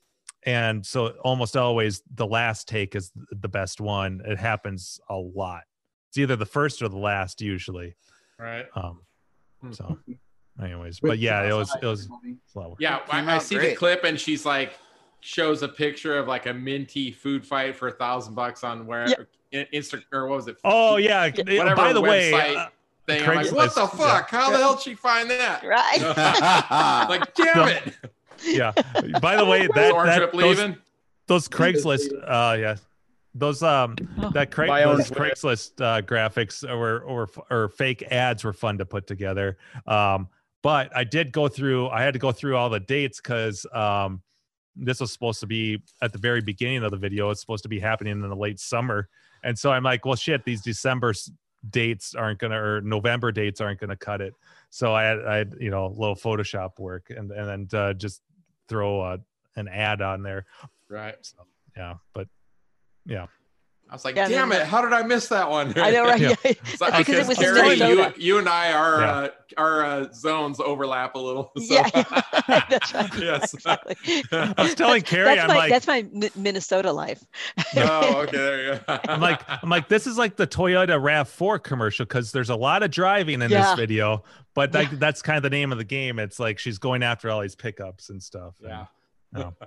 Speaker 3: and so almost always the last take is th- the best one. It happens a lot. It's either the first or the last usually.
Speaker 4: Right.
Speaker 3: Um,
Speaker 4: Hmm.
Speaker 3: so, anyways, but yeah, it was it was a lot of work.
Speaker 4: Yeah, I, I see the clip, and she's like shows a picture of like a minty food fight for a thousand bucks on where in Insta or what was it?
Speaker 3: Oh yeah.
Speaker 4: Whatever
Speaker 3: By the way,
Speaker 4: website
Speaker 3: uh,
Speaker 4: thing. I'm like, what the
Speaker 3: Craigslist,
Speaker 4: fuck?
Speaker 3: yeah.
Speaker 4: How the hell did she find that?
Speaker 3: Right.
Speaker 4: like, damn it.
Speaker 3: yeah. By the way, that,
Speaker 4: Orange
Speaker 3: that
Speaker 4: Rip
Speaker 3: those,
Speaker 4: leaving?
Speaker 3: those Craigslist, uh, yeah, those um, that Craig,
Speaker 4: My
Speaker 3: those
Speaker 4: own-
Speaker 3: Craigslist uh, graphics or or or fake ads were fun to put together. Um, but I did go through. I had to go through all the dates because um, this was supposed to be at the very beginning of the video. It's supposed to be happening in the late summer, and so I'm like, well, shit, these December s- dates aren't gonna or November dates aren't gonna cut it. So I had, I had you know a little Photoshop work and and then uh, just throw uh an ad on there.
Speaker 4: Right.
Speaker 3: Yeah, but yeah.
Speaker 4: I was like,
Speaker 3: Yeah,
Speaker 4: damn
Speaker 3: then-
Speaker 4: it! How did I miss that one?
Speaker 3: I know, right? Yeah. Yeah.
Speaker 4: So,
Speaker 3: Because it was in
Speaker 4: Carrie, you,
Speaker 3: Minnesota.
Speaker 4: you and I are
Speaker 3: Yeah.
Speaker 4: uh, our uh, zones overlap a little. So.
Speaker 9: Yeah,
Speaker 4: that's right. yes, exactly.
Speaker 3: I was telling Carrie,
Speaker 9: that's
Speaker 3: I'm
Speaker 9: my
Speaker 3: like,
Speaker 9: that's my Mi- Minnesota life.
Speaker 4: oh, okay, there you go.
Speaker 3: I'm like, I'm like, this is like the Toyota Rav4 commercial because there's a lot of driving in
Speaker 9: Yeah.
Speaker 3: this video, but like that's kind of the name of the game. It's like she's going after all these pickups and stuff. Yeah.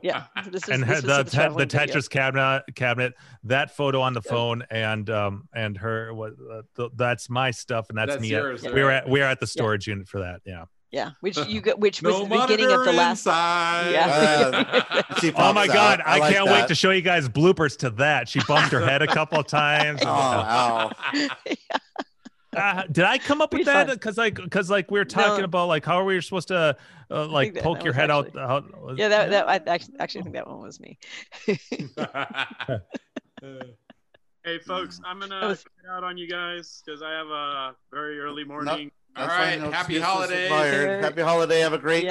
Speaker 9: Yeah, so this is,
Speaker 3: and
Speaker 9: this
Speaker 3: had
Speaker 9: was
Speaker 3: the,
Speaker 9: the
Speaker 3: te- the
Speaker 9: traveling video.
Speaker 3: Tetris cabinet, cabinet, that photo on the phone, and um, and her, what, uh, th- that's my stuff, and that's,
Speaker 4: That's
Speaker 3: me.
Speaker 4: yours,
Speaker 3: we were
Speaker 4: right?
Speaker 3: at we were at the
Speaker 4: Yeah.
Speaker 3: storage unit for that. Yeah,
Speaker 9: Yeah, which
Speaker 3: Uh,
Speaker 9: you got, which was
Speaker 4: No
Speaker 9: the beginning of
Speaker 4: monitor
Speaker 9: the last.
Speaker 4: inside.
Speaker 9: Yeah.
Speaker 1: She
Speaker 3: oh
Speaker 1: Uh, pops
Speaker 3: my
Speaker 1: out.
Speaker 3: god,
Speaker 1: I
Speaker 3: I,
Speaker 1: like
Speaker 3: can't
Speaker 1: that.
Speaker 3: wait to show you guys bloopers to that. She bumped her head a couple of times.
Speaker 1: Oh, ow.
Speaker 3: Uh, did I come up with
Speaker 9: Pretty
Speaker 3: that?
Speaker 9: fun.
Speaker 3: Because like, because like we were talking about like how are we supposed to uh, like
Speaker 9: that-
Speaker 3: poke
Speaker 9: that
Speaker 3: your
Speaker 9: was
Speaker 3: head
Speaker 9: actually-
Speaker 3: out? out
Speaker 9: yeah, that, that I actually, actually think that one was me.
Speaker 18: Hey, folks, I'm gonna
Speaker 9: was-
Speaker 18: cut out on you guys because I have a very early morning.
Speaker 1: All right, Happy holiday. Have a great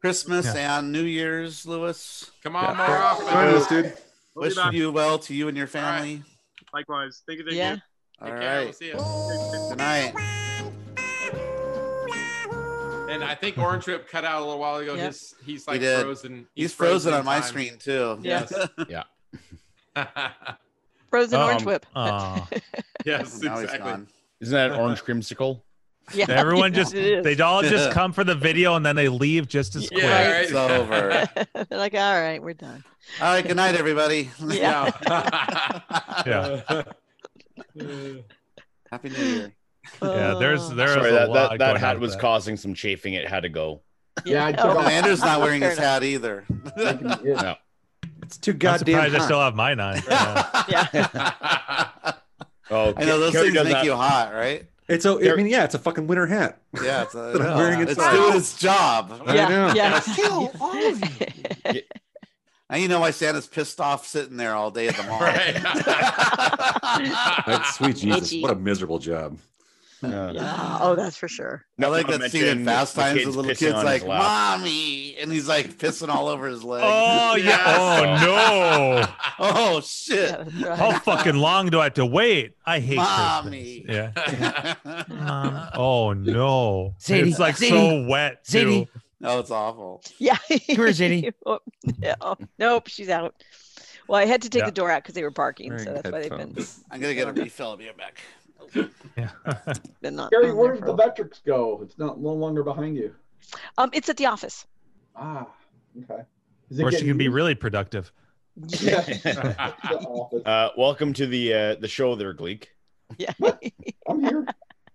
Speaker 1: Christmas and New Year's, Lewis.
Speaker 4: Come
Speaker 18: on Yeah. more often. Join us, dude. We'll be
Speaker 1: Wish
Speaker 18: back.
Speaker 1: you well to you and your family.
Speaker 18: Likewise. Thank you. Thank
Speaker 1: Yeah.
Speaker 18: you.
Speaker 1: All right. Good night.
Speaker 4: And I think Orange Rip cut out a little while ago.
Speaker 1: Yep.
Speaker 4: His, he's
Speaker 1: He
Speaker 4: like
Speaker 1: did.
Speaker 4: frozen.
Speaker 1: He's, frozen
Speaker 4: in
Speaker 1: on my
Speaker 4: time.
Speaker 1: screen too.
Speaker 4: Yes.
Speaker 1: yeah.
Speaker 9: Frozen
Speaker 1: Um,
Speaker 9: orange whip.
Speaker 3: uh,
Speaker 1: aw.
Speaker 4: yes,
Speaker 1: Oh, Now he's
Speaker 4: exactly.
Speaker 1: gone.
Speaker 8: Isn't that an orange crimsicle?
Speaker 9: Yeah,
Speaker 3: Everyone
Speaker 9: yeah,
Speaker 3: just
Speaker 9: it is.
Speaker 3: they all just come for the video and then they leave just as quick.
Speaker 4: Yeah, right. It's
Speaker 1: over.
Speaker 9: They're like, all right, we're done.
Speaker 1: All right. Good night, everybody.
Speaker 9: Yeah.
Speaker 3: Yeah.
Speaker 1: Happy New Year.
Speaker 3: Yeah, there's
Speaker 8: Uh,
Speaker 3: there's
Speaker 8: Sorry,
Speaker 3: a
Speaker 8: that,
Speaker 3: lot
Speaker 8: that,
Speaker 3: going
Speaker 8: that
Speaker 3: on
Speaker 8: hat
Speaker 3: with
Speaker 8: was
Speaker 3: that.
Speaker 8: causing some chafing. It had to go.
Speaker 21: Yeah, I took
Speaker 1: No,
Speaker 21: off-
Speaker 1: Andrew's not wearing his
Speaker 9: Fair enough.
Speaker 1: hat either.
Speaker 8: No.
Speaker 2: It's too
Speaker 3: I'm surprised I still have mine on. Yeah.
Speaker 8: Oh,
Speaker 1: I know those
Speaker 8: Kerry
Speaker 1: things
Speaker 8: does
Speaker 1: make
Speaker 8: that.
Speaker 1: you hot, right?
Speaker 2: It's a, I
Speaker 8: There-
Speaker 2: mean, yeah, it's a fucking winter hat.
Speaker 1: Yeah, it's, a,
Speaker 2: That I'm wearing
Speaker 1: it's
Speaker 2: inside.
Speaker 1: doing its job.
Speaker 2: I know.
Speaker 9: kill all of you.
Speaker 1: Now you know why Santa's pissed off sitting there all day at the mall.
Speaker 2: Like, sweet Jesus,
Speaker 9: Itchy.
Speaker 2: what a miserable job.
Speaker 9: Yeah. Oh, that's for sure.
Speaker 1: I like
Speaker 8: Not to
Speaker 1: that scene in
Speaker 8: mention
Speaker 1: Fast
Speaker 8: the
Speaker 1: Times.
Speaker 8: kid's
Speaker 1: The little
Speaker 8: pissing
Speaker 1: kid's
Speaker 8: on his
Speaker 1: like,
Speaker 8: lap.
Speaker 1: "Mommy," and he's like pissing all over his leg.
Speaker 3: Oh yeah. Oh
Speaker 1: Oh shit!
Speaker 3: no. How fucking long do I have to wait? I hate
Speaker 1: Mommy.
Speaker 3: Christmas. Yeah. Mom. Oh no.
Speaker 13: Sadie,
Speaker 3: it's like so
Speaker 13: Sadie,
Speaker 3: wet too.
Speaker 13: Sadie.
Speaker 1: Oh, it's awful.
Speaker 9: Yeah.
Speaker 13: here, Zadie.
Speaker 9: Oh, no. Nope, she's out. Well, I had to take
Speaker 3: Yeah.
Speaker 9: the door out because they were barking,
Speaker 2: Wearing
Speaker 9: so that's why they've been
Speaker 2: headphones.
Speaker 1: I'm gonna get a refill. I'll be right back.
Speaker 9: been not.
Speaker 21: Gary,
Speaker 9: on there
Speaker 21: where did
Speaker 9: for a
Speaker 21: the
Speaker 9: while.
Speaker 21: metrics go? It's not no longer behind you.
Speaker 9: Um, it's at the office.
Speaker 21: Ah, okay. Is
Speaker 3: Or she
Speaker 21: getting
Speaker 3: can be
Speaker 21: used?
Speaker 3: really productive.
Speaker 21: Yeah. It's the office.
Speaker 8: Uh, welcome to the uh, the show, there, Gleek.
Speaker 9: Yeah.
Speaker 21: I'm here.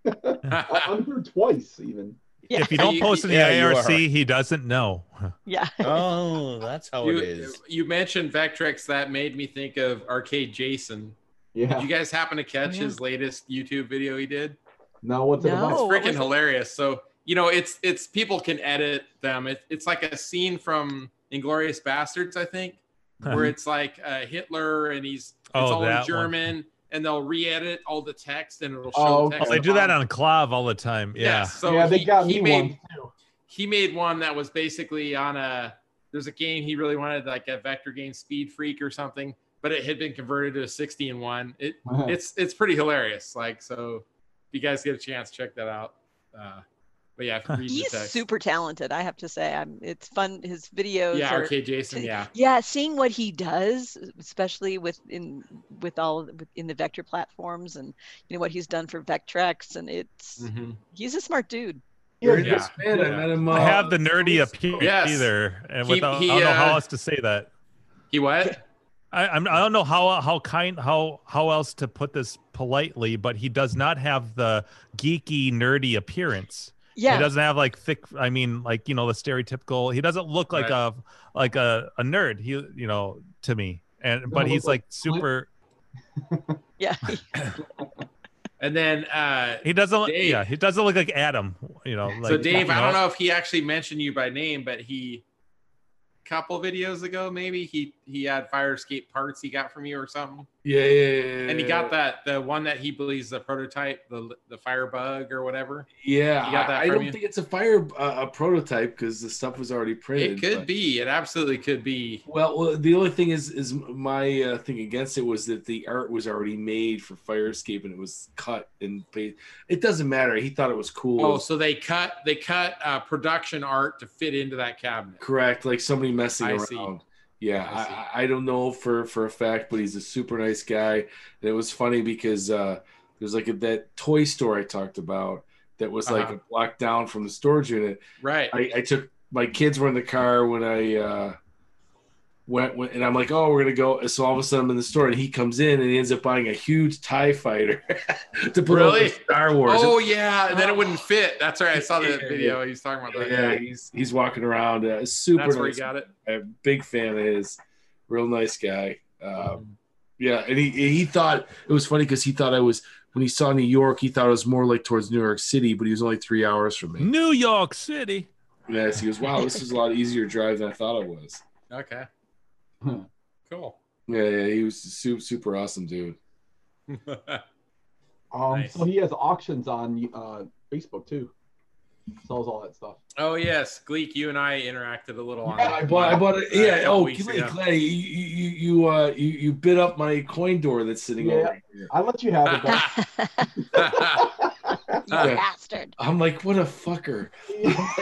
Speaker 21: I- I'm here twice, even.
Speaker 9: Yeah.
Speaker 3: If you don't
Speaker 4: You-
Speaker 3: post in the
Speaker 8: yeah, you are.
Speaker 3: IRC, he doesn't know.
Speaker 9: Yeah.
Speaker 8: Oh, that's how it
Speaker 4: You,
Speaker 8: is.
Speaker 4: you mentioned Vectrex. That made me think of Arcade Jason.
Speaker 21: Yeah.
Speaker 4: Did you guys happen to catch
Speaker 9: Oh, yeah.
Speaker 4: his latest YouTube video he did?
Speaker 21: Now what's it
Speaker 9: No.
Speaker 21: about?
Speaker 4: It's
Speaker 9: what was
Speaker 4: freaking
Speaker 9: it?
Speaker 4: hilarious. So you know, it's it's people can edit them. It, it's like a scene from Inglorious Bastards, I think, where it's like uh, Hitler and he's it's
Speaker 3: Uh-huh. Oh,
Speaker 4: all
Speaker 3: that
Speaker 4: in
Speaker 3: one.
Speaker 4: German, and they'll re-edit all the text, and it'll show
Speaker 21: Oh,
Speaker 4: the
Speaker 21: okay.
Speaker 4: text.
Speaker 3: Oh, they
Speaker 4: at the
Speaker 3: do that
Speaker 4: bottom.
Speaker 3: on Clav all the time. Yeah.
Speaker 4: Yes, so
Speaker 21: yeah, they
Speaker 4: he,
Speaker 21: got
Speaker 4: he
Speaker 21: me
Speaker 4: made
Speaker 21: once too.
Speaker 4: he made one that was basically on a there's a game he really wanted like a vector game Speed Freak or something, but it had been converted to a 60 and one. It
Speaker 21: Wow.
Speaker 4: it's it's pretty hilarious. Like so, if you guys get a chance, check that out. Uh, but yeah, if you read
Speaker 9: He's
Speaker 4: the text.
Speaker 9: super talented. I have to say, I'm. It's fun. His videos.
Speaker 4: yeah,
Speaker 9: are,
Speaker 4: Arcade Jason.
Speaker 9: to-
Speaker 4: Yeah,
Speaker 9: yeah seeing what he does especially with in with all of- with- in the vector platforms and you know what he's done for vectrex and it's
Speaker 4: Mhm.
Speaker 9: he's a smart dude
Speaker 4: Yeah.
Speaker 7: this man, I met him.
Speaker 3: I
Speaker 7: uh,
Speaker 3: have the nerdy appeal
Speaker 4: Yes.
Speaker 3: either, and
Speaker 4: He-
Speaker 3: without,
Speaker 4: he,
Speaker 3: I don't know
Speaker 4: uh,
Speaker 3: how else to say that.
Speaker 4: he what?
Speaker 3: I, I'm, I don't know how how kind how how else to put this politely, but he does not have the geeky nerdy appearance.
Speaker 9: yeah
Speaker 3: He doesn't have like thick. I mean, like you know the stereotypical. He doesn't look like
Speaker 4: Right.
Speaker 3: a like a, a nerd. He you know to me, and but
Speaker 21: look
Speaker 3: he's
Speaker 21: like
Speaker 3: like super.
Speaker 9: yeah
Speaker 4: And then uh,
Speaker 3: He doesn't. look
Speaker 4: Dave.
Speaker 3: Yeah, he doesn't look like Adam. You know. Like,
Speaker 4: so Dave,
Speaker 3: you
Speaker 4: I don't know if he actually mentioned you by name, but he couple videos ago maybe he he had fire escape parts he got from you or something.
Speaker 7: yeah, yeah, yeah, yeah.
Speaker 4: and he got that the one that he believes the prototype, the the firebug or whatever.
Speaker 7: Yeah,
Speaker 4: You got that
Speaker 7: I, I
Speaker 4: from
Speaker 7: don't
Speaker 4: you?
Speaker 7: think it's a fire uh, a prototype because the stuff was already printed.
Speaker 4: It could
Speaker 7: but-
Speaker 4: be. It absolutely could be.
Speaker 7: Well, well, the only thing is, is my uh, thing against it was that the art was already made for Fire Escape and it was cut and paid. It doesn't matter. He thought it was cool.
Speaker 4: Oh, so they cut they cut uh, production art to fit into that cabinet.
Speaker 7: correct. Like somebody messing
Speaker 4: I
Speaker 7: around.
Speaker 4: see.
Speaker 7: Yeah,
Speaker 4: I see.
Speaker 7: I, I, I don't know for for a fact, but he's a super nice guy. And it was funny because uh, there's like a, that toy store I talked about that was like
Speaker 4: Uh-huh.
Speaker 7: a block down from the storage unit.
Speaker 4: Right.
Speaker 7: I, I took my kids were in the car when I uh, went, went- and I'm like, oh, we're gonna go. So all of a sudden, I'm in the store, and he comes in, and he ends up buying a huge Tie Fighter to put
Speaker 4: Really?
Speaker 7: over Star Wars.
Speaker 4: Oh yeah, and then it wouldn't fit. That's right. I saw that video. He's talking about that.
Speaker 7: yeah, he's he's walking around. Uh, super.
Speaker 4: That's where he
Speaker 7: nice.
Speaker 4: got it.
Speaker 7: I'm a big fan of his. Real nice guy.
Speaker 3: Mm-hmm.
Speaker 7: Um, yeah, and he he thought it was funny because he thought I was when he saw New York, he thought it was more like towards New York City, but he was only three hours from me.
Speaker 3: New York City.
Speaker 7: Yes, he goes, wow, this is a lot easier drive than I thought it was.
Speaker 4: Okay.
Speaker 7: Huh.
Speaker 4: Cool.
Speaker 7: Yeah, yeah, he was super super awesome dude.
Speaker 21: Um, So he has auctions on uh, Facebook too. Sells all that stuff.
Speaker 4: oh yes, Gleek, you and I interacted a little on.
Speaker 7: I bought, I bought it.
Speaker 4: Uh, a
Speaker 7: Yeah.
Speaker 4: couple
Speaker 7: oh,
Speaker 4: weeks
Speaker 7: Clay,
Speaker 4: ago.
Speaker 7: Clay, you, you, you, uh, you, you bit up my coin door that's sitting
Speaker 21: Yeah,
Speaker 7: over here.
Speaker 21: I let you have it. But
Speaker 4: Uh,
Speaker 7: bastard. I'm like, what a fucker.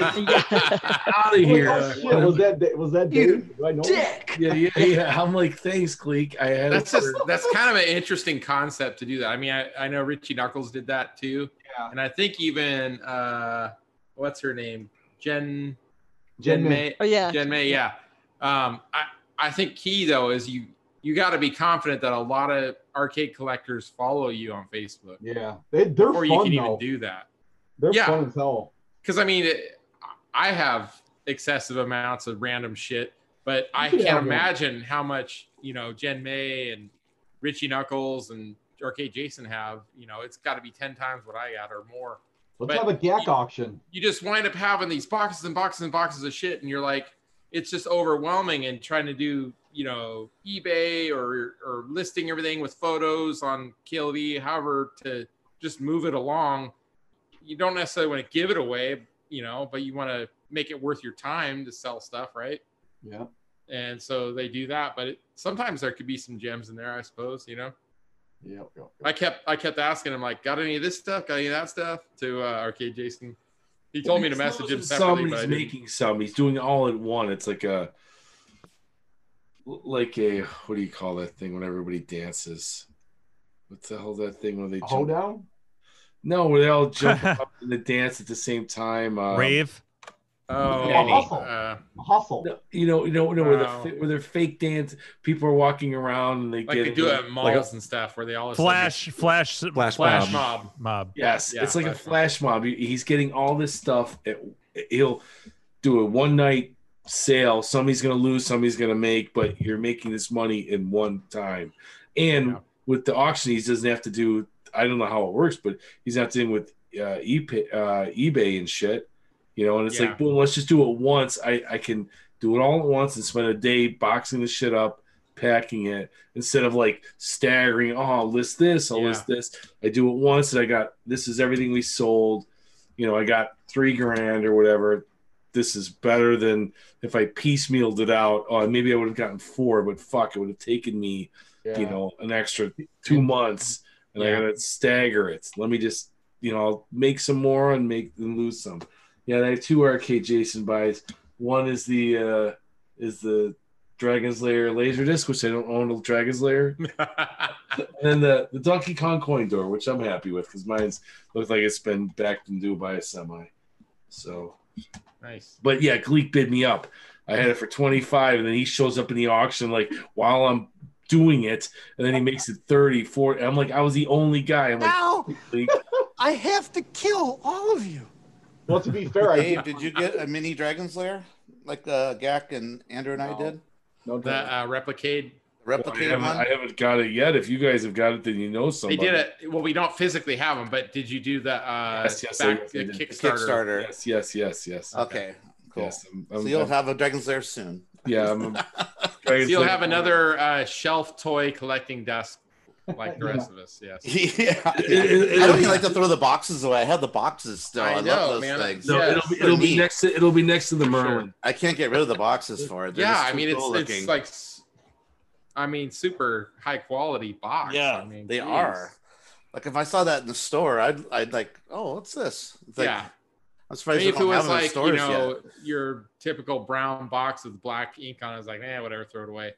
Speaker 7: out of
Speaker 21: Like,
Speaker 7: here.
Speaker 21: oh, shit, was that Da- was that
Speaker 7: You
Speaker 21: Dave? Do I know him?
Speaker 7: dick. Yeah, yeah, yeah. I'm like, thanks, Cleek. I had
Speaker 4: That's
Speaker 7: a-
Speaker 4: just that's kind of an interesting concept to do that. I mean, I, I know Richie Knuckles did that too.
Speaker 21: Yeah.
Speaker 4: And I think even uh what's her name? Jen
Speaker 21: Jen May.
Speaker 4: May.
Speaker 21: Oh, yeah.
Speaker 4: Jen May, yeah. Um I I think key though is you you got to be confident that a lot of arcade collectors follow you on Facebook.
Speaker 21: Yeah. They, they're fun
Speaker 4: before you can
Speaker 21: though.
Speaker 4: even do that.
Speaker 21: They're
Speaker 4: yeah.
Speaker 21: fun as hell.
Speaker 4: Cuz I mean, it, I have excessive amounts of random shit, but I
Speaker 21: Yeah, man.
Speaker 4: can't imagine how much, you know, Jen May and Richie Knuckles and Arcade Jason have, you know, it's got to be 10 times what I got or more.
Speaker 21: Let's
Speaker 4: But
Speaker 21: have a Gak auction.
Speaker 4: You just wind up having these boxes and boxes and boxes of shit, and you're like, it's just overwhelming. And trying to do, you know, eBay or or listing everything with photos on KLV, however, to just move it along. You don't necessarily want to give it away, you know, but you want to make it worth your time to sell stuff, right?
Speaker 21: Yeah.
Speaker 4: And so they do that, but it, sometimes there could be some gems in there, I suppose, you know.
Speaker 21: Yeah. yeah.
Speaker 4: I kept I kept asking him like, got any of this stuff? Got any of that stuff? To uh, Arcade Jason, he told me to message him separately,
Speaker 7: Some
Speaker 4: but I
Speaker 7: he's
Speaker 4: didn't.
Speaker 7: making some. He's doing all in one. It's like a, like a what do you call that thing when everybody dances? What the hell is that thing when they
Speaker 21: A
Speaker 7: jump?
Speaker 21: hoedown?
Speaker 7: No, where they all jump up in the dance at the same time. Um,
Speaker 3: Rave?
Speaker 4: Oh,
Speaker 7: Yeah,
Speaker 21: hustle.
Speaker 4: uh,
Speaker 21: hustle.
Speaker 7: You know, you know, you know where,
Speaker 4: Wow.
Speaker 7: the, where they're fake dance. People are walking around and they
Speaker 4: like
Speaker 7: get
Speaker 4: they do it at malls
Speaker 7: like a-
Speaker 4: and stuff where they all
Speaker 3: Flash, flash,
Speaker 7: Flash
Speaker 3: flash
Speaker 7: mob.
Speaker 3: mob, mob.
Speaker 7: Yes,
Speaker 4: Yeah,
Speaker 7: it's like
Speaker 4: flash
Speaker 7: a flash mob. He- He's getting all this stuff. It- he'll do a one night sale. Somebody's going to lose, somebody's going to make, but you're making this money in one time. And with the auction, he doesn't have to do. I don't know how it works, but he's not dealing with uh, eBay, uh, eBay and shit. You know, and it's
Speaker 4: Yeah.
Speaker 7: like, boom, let's just do it once. I, I can do it all at once and spend a day boxing the shit up, packing it instead of like staggering. Oh, I'll list this, I'll list this. I do it once and I got this is everything we sold. You know, I got three grand or whatever. This is better than if I piecemealed it out. Oh, maybe I would have gotten four, but fuck, it would have taken me, you
Speaker 21: Yeah.
Speaker 7: know, an extra two months and I gotta stagger it. Let me just, you know, I'll make some more and make and lose some. Yeah, I have two arcade Jason buys. One is the uh is the Dragon's Lair laser disc, which I don't own a Dragon's Lair. and then the, the Donkey Kong coin door, which I'm happy with because mine's looked like it's been backed and due by a semi. So
Speaker 4: Nice.
Speaker 7: but yeah, Gleek bid me up. I had it for 25 and then he shows up in the auction like while I'm doing it and then he makes it 30, 40. I'm like, I was the only guy. I'm like,
Speaker 13: Now!
Speaker 7: Gleek,
Speaker 13: I have to kill all of you.
Speaker 21: Well, to be fair, I
Speaker 1: Dave, did you get a mini Dragon Slayer like uh, Gak and Andrew and I did?
Speaker 21: No,
Speaker 4: the uh, replicate.
Speaker 7: I,
Speaker 1: Replicate
Speaker 7: haven't,
Speaker 1: one.
Speaker 7: I haven't got it yet. If you guys have got it, then you know
Speaker 4: They
Speaker 7: somebody.
Speaker 4: did it. Well, we don't physically have them, but did you do the uh,
Speaker 7: Yes, yes,
Speaker 4: back
Speaker 7: yes, I
Speaker 4: the
Speaker 7: did.
Speaker 4: Kickstarter?
Speaker 1: Kickstarter.
Speaker 7: Yes, yes, yes, yes.
Speaker 1: Okay, cool.
Speaker 7: Yes, I'm-
Speaker 1: so
Speaker 7: I'm-
Speaker 1: you'll
Speaker 7: I'm-
Speaker 1: have a Dragon Slayer soon.
Speaker 7: Yeah, I'm
Speaker 4: So you'll
Speaker 1: "Oh."
Speaker 4: have another uh, shelf toy collecting desk like the rest of us. Yes.
Speaker 1: Yeah, I don't even like to throw the boxes away. I have the boxes still. I,
Speaker 4: I know,
Speaker 1: love those
Speaker 4: man.
Speaker 1: things.
Speaker 4: No, it'll be-
Speaker 1: They're
Speaker 4: it'll be
Speaker 1: neat.
Speaker 7: next to it'll be next to the Merlin.
Speaker 1: I can't get rid of the boxes for it. They're
Speaker 4: yeah,
Speaker 1: just
Speaker 4: I
Speaker 1: too
Speaker 4: mean it's
Speaker 1: cool
Speaker 4: it's
Speaker 1: looking.
Speaker 4: like, s- I mean, super high quality box.
Speaker 1: yeah,
Speaker 4: I mean,
Speaker 1: they
Speaker 4: geez.
Speaker 1: are. Like if I saw that in the store, I'd I'd like, oh, what's this? It's like-
Speaker 4: yeah. I
Speaker 1: I'm surprised
Speaker 4: mean,
Speaker 1: they
Speaker 4: if it
Speaker 1: don't have
Speaker 4: was
Speaker 1: them in
Speaker 4: like you
Speaker 1: stores yet.
Speaker 4: know your typical brown box with black ink on, it, I was like, eh, whatever, throw it away.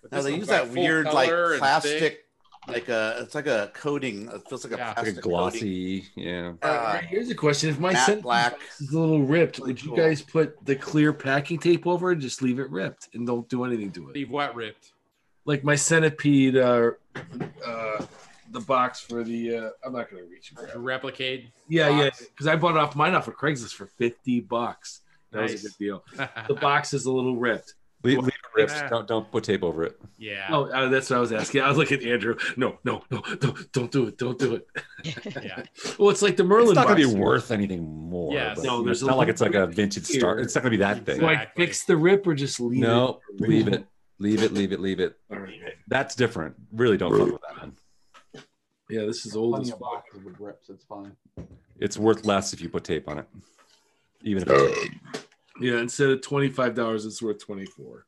Speaker 4: But
Speaker 1: No,
Speaker 4: this
Speaker 1: they
Speaker 4: one's,
Speaker 1: use that
Speaker 4: full
Speaker 1: weird like
Speaker 4: color and thick.
Speaker 1: plastic like a it's like a coating. It feels like a
Speaker 5: Like a
Speaker 1: plastic coating.
Speaker 5: glossy, yeah.
Speaker 1: Uh,
Speaker 7: Here's a question: If my
Speaker 1: matte
Speaker 7: sentence
Speaker 1: black.
Speaker 7: is a little ripped, would you
Speaker 1: cool.
Speaker 7: guys put the clear packing tape over it? Just leave it ripped and don't do anything to it.
Speaker 4: Leave what ripped?
Speaker 7: Like my centipede, uh, uh, the box for the. Uh, I'm not gonna reach. for it.
Speaker 4: Replicate.
Speaker 7: Yeah, yeah. Because I bought it off mine off of Craigslist for fifty bucks. That
Speaker 4: Nice.
Speaker 7: was a good deal. The box is a little ripped.
Speaker 5: Leave, leave it ripped.
Speaker 7: Yeah.
Speaker 5: Don't don't put tape over it.
Speaker 4: Yeah.
Speaker 7: Oh, uh, that's what I was asking. I was looking at Andrew. No, no, no, don't, don't do it. Don't do it.
Speaker 4: yeah.
Speaker 7: Well, it's like the Merlin.
Speaker 5: It's not gonna be
Speaker 7: box.
Speaker 5: worth anything more.
Speaker 7: Yes.
Speaker 5: but
Speaker 7: No,
Speaker 5: you know,
Speaker 7: there's
Speaker 5: it's
Speaker 7: a
Speaker 5: not like
Speaker 7: little
Speaker 5: it's like a vintage
Speaker 7: here.
Speaker 5: star. It's not gonna be that big.
Speaker 7: Do I fix the rip or just leave
Speaker 5: No,
Speaker 7: it?
Speaker 5: leave it. Leave it, leave it, leave it. That's different. Really don't fuck with that one.
Speaker 7: Yeah, this is old as
Speaker 21: Plenty of boxes with rips. It's fine.
Speaker 5: It's worth less if you put tape on it. Even if it's
Speaker 7: Yeah, instead of twenty five dollars, it's worth twenty four.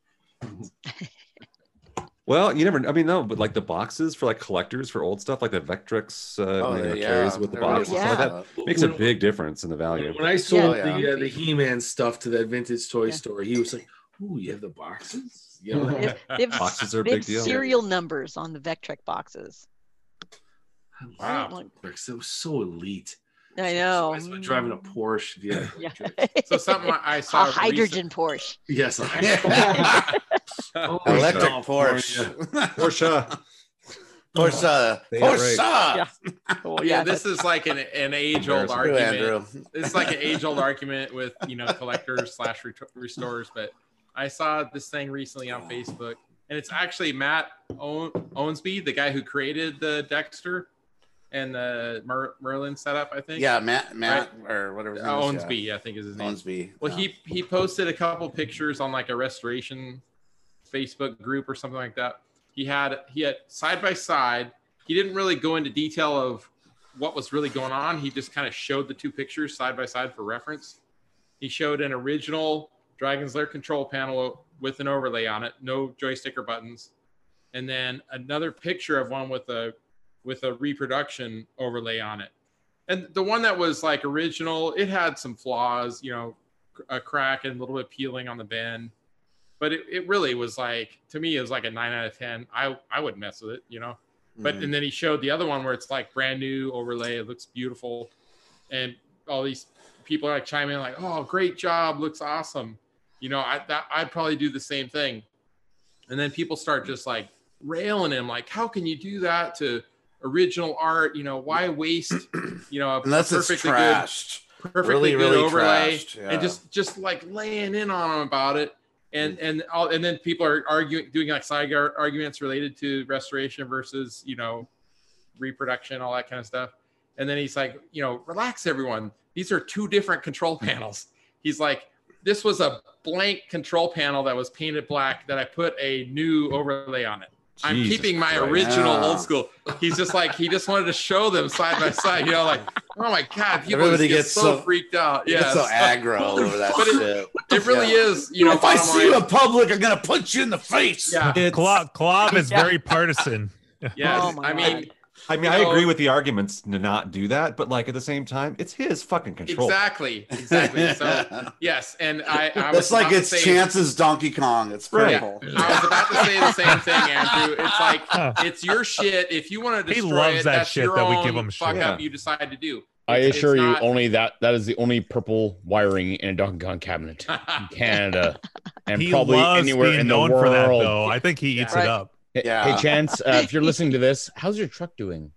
Speaker 5: Well, you never. I mean, no, but like the boxes for like collectors for old stuff, like the Vectrex uh,
Speaker 7: Oh,
Speaker 5: you know,
Speaker 7: yeah.
Speaker 5: carries with the
Speaker 7: They're
Speaker 5: box,
Speaker 7: really
Speaker 5: and stuff like
Speaker 7: Yeah.
Speaker 5: that makes a big difference in the value.
Speaker 7: When I sold
Speaker 5: Yeah.
Speaker 7: the uh, the He Man stuff to that vintage toy store, he was like, "Ooh, you have the boxes? You know,
Speaker 9: They have, they have-
Speaker 5: Boxes are a
Speaker 9: they have
Speaker 5: big deal.
Speaker 9: serial numbers on the Vectrek boxes.
Speaker 7: Wow, Vectrex, that was so elite.
Speaker 9: I know. Mm.
Speaker 7: It's like driving a Porsche. Yeah.
Speaker 4: So something I I saw
Speaker 9: a hydrogen Porsche.
Speaker 7: Yes.
Speaker 4: Oh,
Speaker 1: Electric
Speaker 7: God,
Speaker 1: Porsche.
Speaker 5: Porsche.
Speaker 1: Porsche.
Speaker 4: Say it
Speaker 1: Porsche.
Speaker 4: right. Well, Oh, yeah,
Speaker 1: Yeah,
Speaker 4: this is like an, an age old
Speaker 1: Embarrassing. True,
Speaker 4: argument.
Speaker 1: Andrew.
Speaker 4: It's like an age old argument with you know collectors slash ret- restorers. But I saw this thing recently on Facebook, and it's actually Matt Own- Ownsby, the guy who created the Dexter and the Mer- Merlin setup. I think.
Speaker 1: Yeah, Matt, Matt,
Speaker 4: Right?
Speaker 1: or whatever. his
Speaker 4: Uh,
Speaker 1: name is,
Speaker 4: Ownsby, I think is his name.
Speaker 1: Ownsby.
Speaker 4: Well,
Speaker 1: yeah.
Speaker 4: he he posted a couple pictures on like a restoration Facebook group or something like that. He had he had side by side. He didn't really go into detail of what was really going on. He just kind of showed the two pictures side by side for reference. He showed an original Dragon's Lair control panel with an overlay on it, no joystick or buttons, and then another picture of one with a with a reproduction overlay on it. And the one that was like original, it had some flaws, you know, a crack and a little bit peeling on the bend. But it, it really was like to me it was like a nine out of ten. I I would mess with it, you know. But
Speaker 1: Mhm.
Speaker 4: and then he showed the other one where it's like brand new overlay, it looks beautiful, and all these people are like chiming in like, "Oh, great job, looks awesome," you know. I that, I'd probably do the same thing, and then people start just like railing him, like, "How can you do that to original art? You know, why waste? You know, a,
Speaker 1: Unless
Speaker 4: a
Speaker 1: it's
Speaker 4: perfectly
Speaker 1: trashed.
Speaker 4: good, perfectly
Speaker 1: Really,
Speaker 4: good
Speaker 1: really
Speaker 4: overlay,
Speaker 1: trashed, yeah.
Speaker 4: and just just like laying in on him about it."
Speaker 1: Mm.
Speaker 4: And, and all, and then people are arguing doing like side ar- arguments related to restoration versus you know reproduction, all that kind of stuff. And then he's like, you know, relax, everyone. These are two different control panels. He's like, this was a blank control panel that was painted black that I put a new overlay on it. I'm
Speaker 1: Jesus
Speaker 4: keeping my
Speaker 1: Christ.
Speaker 4: original
Speaker 1: Yeah.
Speaker 4: old school. He's just like, he just wanted to show them side by side, you know, like, oh my God, people just
Speaker 1: Everybody
Speaker 4: get
Speaker 1: gets
Speaker 4: so,
Speaker 1: so-
Speaker 4: freaked out.
Speaker 1: You
Speaker 4: Yeah.
Speaker 1: get so aggro over that
Speaker 4: but it-
Speaker 1: shit.
Speaker 4: It, really
Speaker 1: Yeah.
Speaker 4: is, you know,
Speaker 1: if I
Speaker 4: bottom
Speaker 1: see you
Speaker 4: line.
Speaker 1: in public, I'm gonna punch you in the face.
Speaker 4: Yeah.
Speaker 3: Klob, Klob is
Speaker 4: Yeah.
Speaker 3: very partisan.
Speaker 4: Yes.
Speaker 1: Oh
Speaker 4: I mean,
Speaker 5: I mean, I
Speaker 4: No.
Speaker 5: agree with the arguments to not do that, but like at the same time, it's his fucking control.
Speaker 4: Exactly. Exactly. So yes, and I, I was
Speaker 1: That's like
Speaker 4: about to
Speaker 1: it's
Speaker 4: say-
Speaker 1: chances Donkey Kong. It's
Speaker 4: Right.
Speaker 1: purple.
Speaker 4: I was about to say the same thing, Andrew. It's like it's your shit. If you want to
Speaker 3: He
Speaker 4: destroy
Speaker 3: loves
Speaker 4: it,
Speaker 3: that
Speaker 4: that's
Speaker 3: shit
Speaker 4: your
Speaker 3: that we
Speaker 4: own
Speaker 3: give him
Speaker 4: fuck
Speaker 3: shit.
Speaker 4: up
Speaker 3: Yeah.
Speaker 4: you decide to do.
Speaker 8: I
Speaker 4: It's-
Speaker 8: assure
Speaker 4: it's
Speaker 8: you,
Speaker 4: not-
Speaker 8: only that that is the only purple wiring in a Donkey Kong cabinet in Canada, and
Speaker 3: he
Speaker 8: probably
Speaker 3: loves
Speaker 8: anywhere
Speaker 3: being
Speaker 8: in the
Speaker 3: known
Speaker 8: world.
Speaker 3: for that, though. I think he eats
Speaker 8: Right.
Speaker 3: it up.
Speaker 8: Hey,
Speaker 3: Yeah.
Speaker 8: hey Chance, uh, if you're listening to this, how's your truck doing?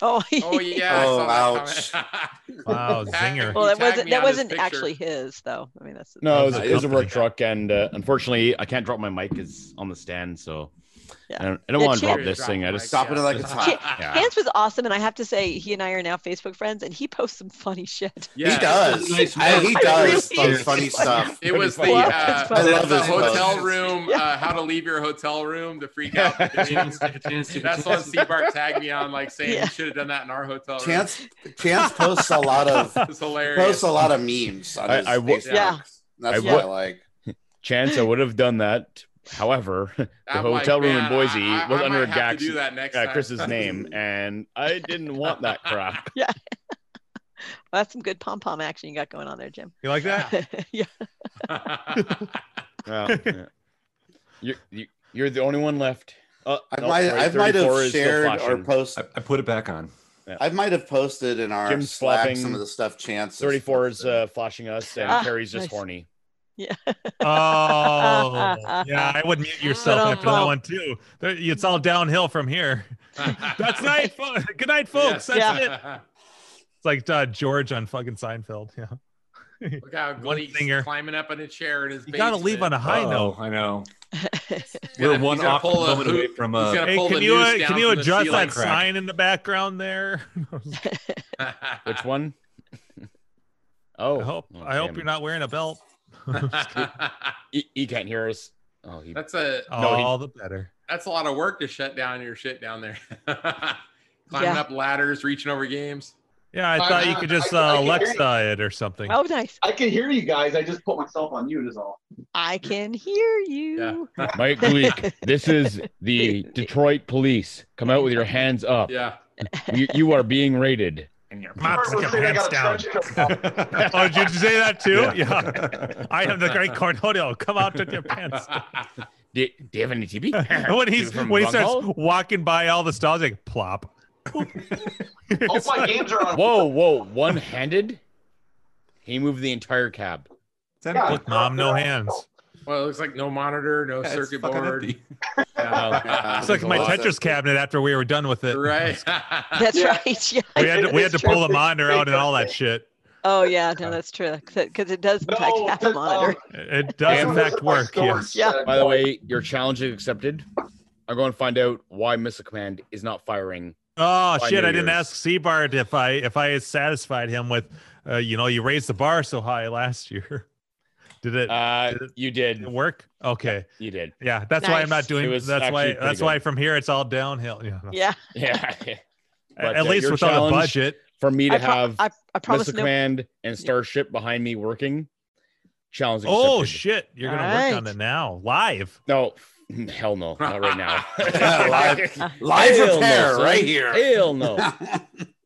Speaker 9: Oh,
Speaker 4: Oh yeah.
Speaker 8: Oh,
Speaker 4: I saw that comment.
Speaker 8: Wow,
Speaker 4: Tag-
Speaker 8: zinger.
Speaker 4: you
Speaker 9: Well, that
Speaker 4: tagged
Speaker 9: wasn't
Speaker 4: me
Speaker 9: that
Speaker 4: on his
Speaker 9: wasn't
Speaker 4: picture.
Speaker 9: actually his though. I mean, that's
Speaker 8: No, it was,
Speaker 9: that's
Speaker 8: it was a work truck, and uh, unfortunately, I can't drop my mic. It's on the stand, so I don't, I don't
Speaker 9: Yeah,
Speaker 8: want to drop
Speaker 9: Chance-
Speaker 8: this thing. I just
Speaker 1: Dropping it like it's hot.
Speaker 9: Ch- Chance was awesome, and I have to say, he and I are now Facebook friends, and he posts some funny shit.
Speaker 1: He does. I- he
Speaker 9: I
Speaker 1: does
Speaker 9: really-
Speaker 1: some funny stuff.
Speaker 4: It was the,
Speaker 1: Pretty funny.
Speaker 4: uh,
Speaker 1: I love
Speaker 4: the
Speaker 1: his
Speaker 4: hotel
Speaker 1: posts.
Speaker 4: room, uh, how to leave your hotel room to freak out. the comedians. That's one Seabark tagged me on, like saying we should have done that in our hotel room.
Speaker 1: Chance Chance posts a lot of
Speaker 4: It's hilarious.
Speaker 1: posts a lot of memes on
Speaker 8: I-
Speaker 1: his
Speaker 8: I wo-
Speaker 1: Facebook.
Speaker 4: Yeah.
Speaker 1: That's
Speaker 8: I
Speaker 1: what I
Speaker 8: wo-
Speaker 1: like.
Speaker 8: Chance, I would have done that. However, the
Speaker 4: I'm like,
Speaker 8: hotel room
Speaker 4: man,
Speaker 8: in Boise
Speaker 4: I- I-
Speaker 8: was
Speaker 4: I
Speaker 8: under
Speaker 4: might have to do
Speaker 8: Gax-
Speaker 4: that next
Speaker 8: uh,
Speaker 4: time.
Speaker 8: Chris's name, and I didn't want that crap.
Speaker 9: Yeah. Well, that's some good pom pom action you got going on there, Jim.
Speaker 3: You like that?
Speaker 9: yeah.
Speaker 8: Yeah, yeah. You're, you, you're the only one left. Uh,
Speaker 1: I
Speaker 8: no,
Speaker 1: might,
Speaker 8: sorry,
Speaker 1: I might
Speaker 8: 34
Speaker 1: have
Speaker 8: is still
Speaker 1: shared or
Speaker 8: flashing.
Speaker 1: posted.
Speaker 2: I put it back on.
Speaker 1: I might have posted in our
Speaker 8: Jim's
Speaker 1: Slack
Speaker 8: flopping.
Speaker 1: some of the stuff. Chance
Speaker 8: 34 is uh, flashing us, and
Speaker 1: Ah,
Speaker 8: Carrie's just
Speaker 1: nice.
Speaker 8: horny.
Speaker 3: Oh, yeah. I would mute yourself after that one too. There- It's all downhill from here. That's night. fo- Good night, folks. That's it. It's like uh, George on fucking Seinfeld. Yeah.
Speaker 4: Look how
Speaker 3: One
Speaker 4: Gleek's
Speaker 3: singer.
Speaker 4: climbing up in a chair in his Oh,
Speaker 3: You gotta leave on a high
Speaker 2: Uh-oh,
Speaker 5: Oh,
Speaker 3: note.
Speaker 2: I know.
Speaker 4: We're
Speaker 2: one
Speaker 4: he's gonna
Speaker 2: awkward
Speaker 4: pull a
Speaker 2: moment away
Speaker 4: hoop.
Speaker 2: from,
Speaker 4: He's
Speaker 2: uh,
Speaker 4: gonna
Speaker 3: Hey,
Speaker 4: pull
Speaker 3: can
Speaker 4: the
Speaker 3: you
Speaker 4: noose
Speaker 3: uh,
Speaker 4: down
Speaker 3: can you
Speaker 4: from the
Speaker 3: adjust
Speaker 4: ceiling
Speaker 3: that
Speaker 4: crack.
Speaker 3: sign in the background there?
Speaker 8: Which one? Oh,
Speaker 3: I hope
Speaker 8: oh,
Speaker 3: I hope
Speaker 8: damn.
Speaker 3: you're not wearing a belt.
Speaker 8: He, he can't hear us. Oh, he,
Speaker 4: That's a
Speaker 8: No, he-
Speaker 3: all the better.
Speaker 4: that's a lot of work to shut down your shit down there. Climbing
Speaker 9: Yeah.
Speaker 4: up ladders, reaching over games.
Speaker 3: Yeah, I thought you could just uh, Alexa it or something.
Speaker 9: Oh, nice.
Speaker 6: I can hear you guys. I just put myself on mute, is all.
Speaker 9: I can hear you.
Speaker 8: Mike Gleek, this is the Detroit police. Come out with your hands up.
Speaker 4: Yeah.
Speaker 8: You, you are being raided.
Speaker 3: And your
Speaker 8: First,
Speaker 3: pants,
Speaker 8: let's say they
Speaker 3: hands
Speaker 8: got a
Speaker 3: down. oh, did you say that too? Yeah. I am the great Cornelio. Come out with your pants.
Speaker 8: Do, do you have any TB?
Speaker 3: down. when he's when he starts walking by all the stalls, like plop.
Speaker 8: oh my games are on. Whoa, whoa, one handed. He moved the entire cab.
Speaker 4: Yeah.
Speaker 3: Look, mom, no hands.
Speaker 4: Well, it looks like no monitor, no
Speaker 8: it's
Speaker 4: circuit
Speaker 8: fucking
Speaker 4: board.
Speaker 8: empty.
Speaker 4: Yeah.
Speaker 3: It's like my Tetris cabinet after we were done with it.
Speaker 4: Right.
Speaker 8: Oh,
Speaker 9: That's right. Yeah.
Speaker 3: We had to, we had to
Speaker 9: That's
Speaker 3: pull the
Speaker 9: true.
Speaker 3: monitor out and all that shit.
Speaker 9: Oh yeah, no, that's true. Because it does in fact have a monitor.
Speaker 3: It does in fact work. Yes.
Speaker 9: Yeah.
Speaker 8: By the way, your challenge is accepted. I'm going to find out why Missile Command is not firing.
Speaker 3: Oh
Speaker 8: by
Speaker 3: shit!
Speaker 8: New
Speaker 3: I didn't
Speaker 8: Year's.
Speaker 3: ask Seabart if I if I satisfied him with, uh, you know, you raised the bar so high last year. Did it?
Speaker 8: Uh, you did.
Speaker 3: it work? Okay.
Speaker 8: You did.
Speaker 3: Yeah, that's why I'm
Speaker 8: Nice.
Speaker 3: not
Speaker 8: It
Speaker 3: doing.
Speaker 8: was
Speaker 3: That's why.
Speaker 8: actually pretty
Speaker 3: That's
Speaker 8: good.
Speaker 3: why from here it's all downhill. Yeah. no.
Speaker 9: Yeah.
Speaker 8: Yeah.
Speaker 3: At- at
Speaker 8: uh,
Speaker 3: least
Speaker 8: your
Speaker 3: without a
Speaker 8: challenge
Speaker 3: budget.
Speaker 8: For me to
Speaker 9: I pro-
Speaker 8: have
Speaker 9: I- I promise
Speaker 8: Missile
Speaker 9: no-
Speaker 8: Command and Starship behind me working. Challenge.
Speaker 3: Oh
Speaker 8: accepted.
Speaker 3: shit! You're gonna work on
Speaker 8: Alright.
Speaker 3: it now, live.
Speaker 8: No, hell no, not right now.
Speaker 3: Live-
Speaker 1: live
Speaker 8: Hell
Speaker 1: repair
Speaker 8: son.
Speaker 1: right here.
Speaker 8: Hell no.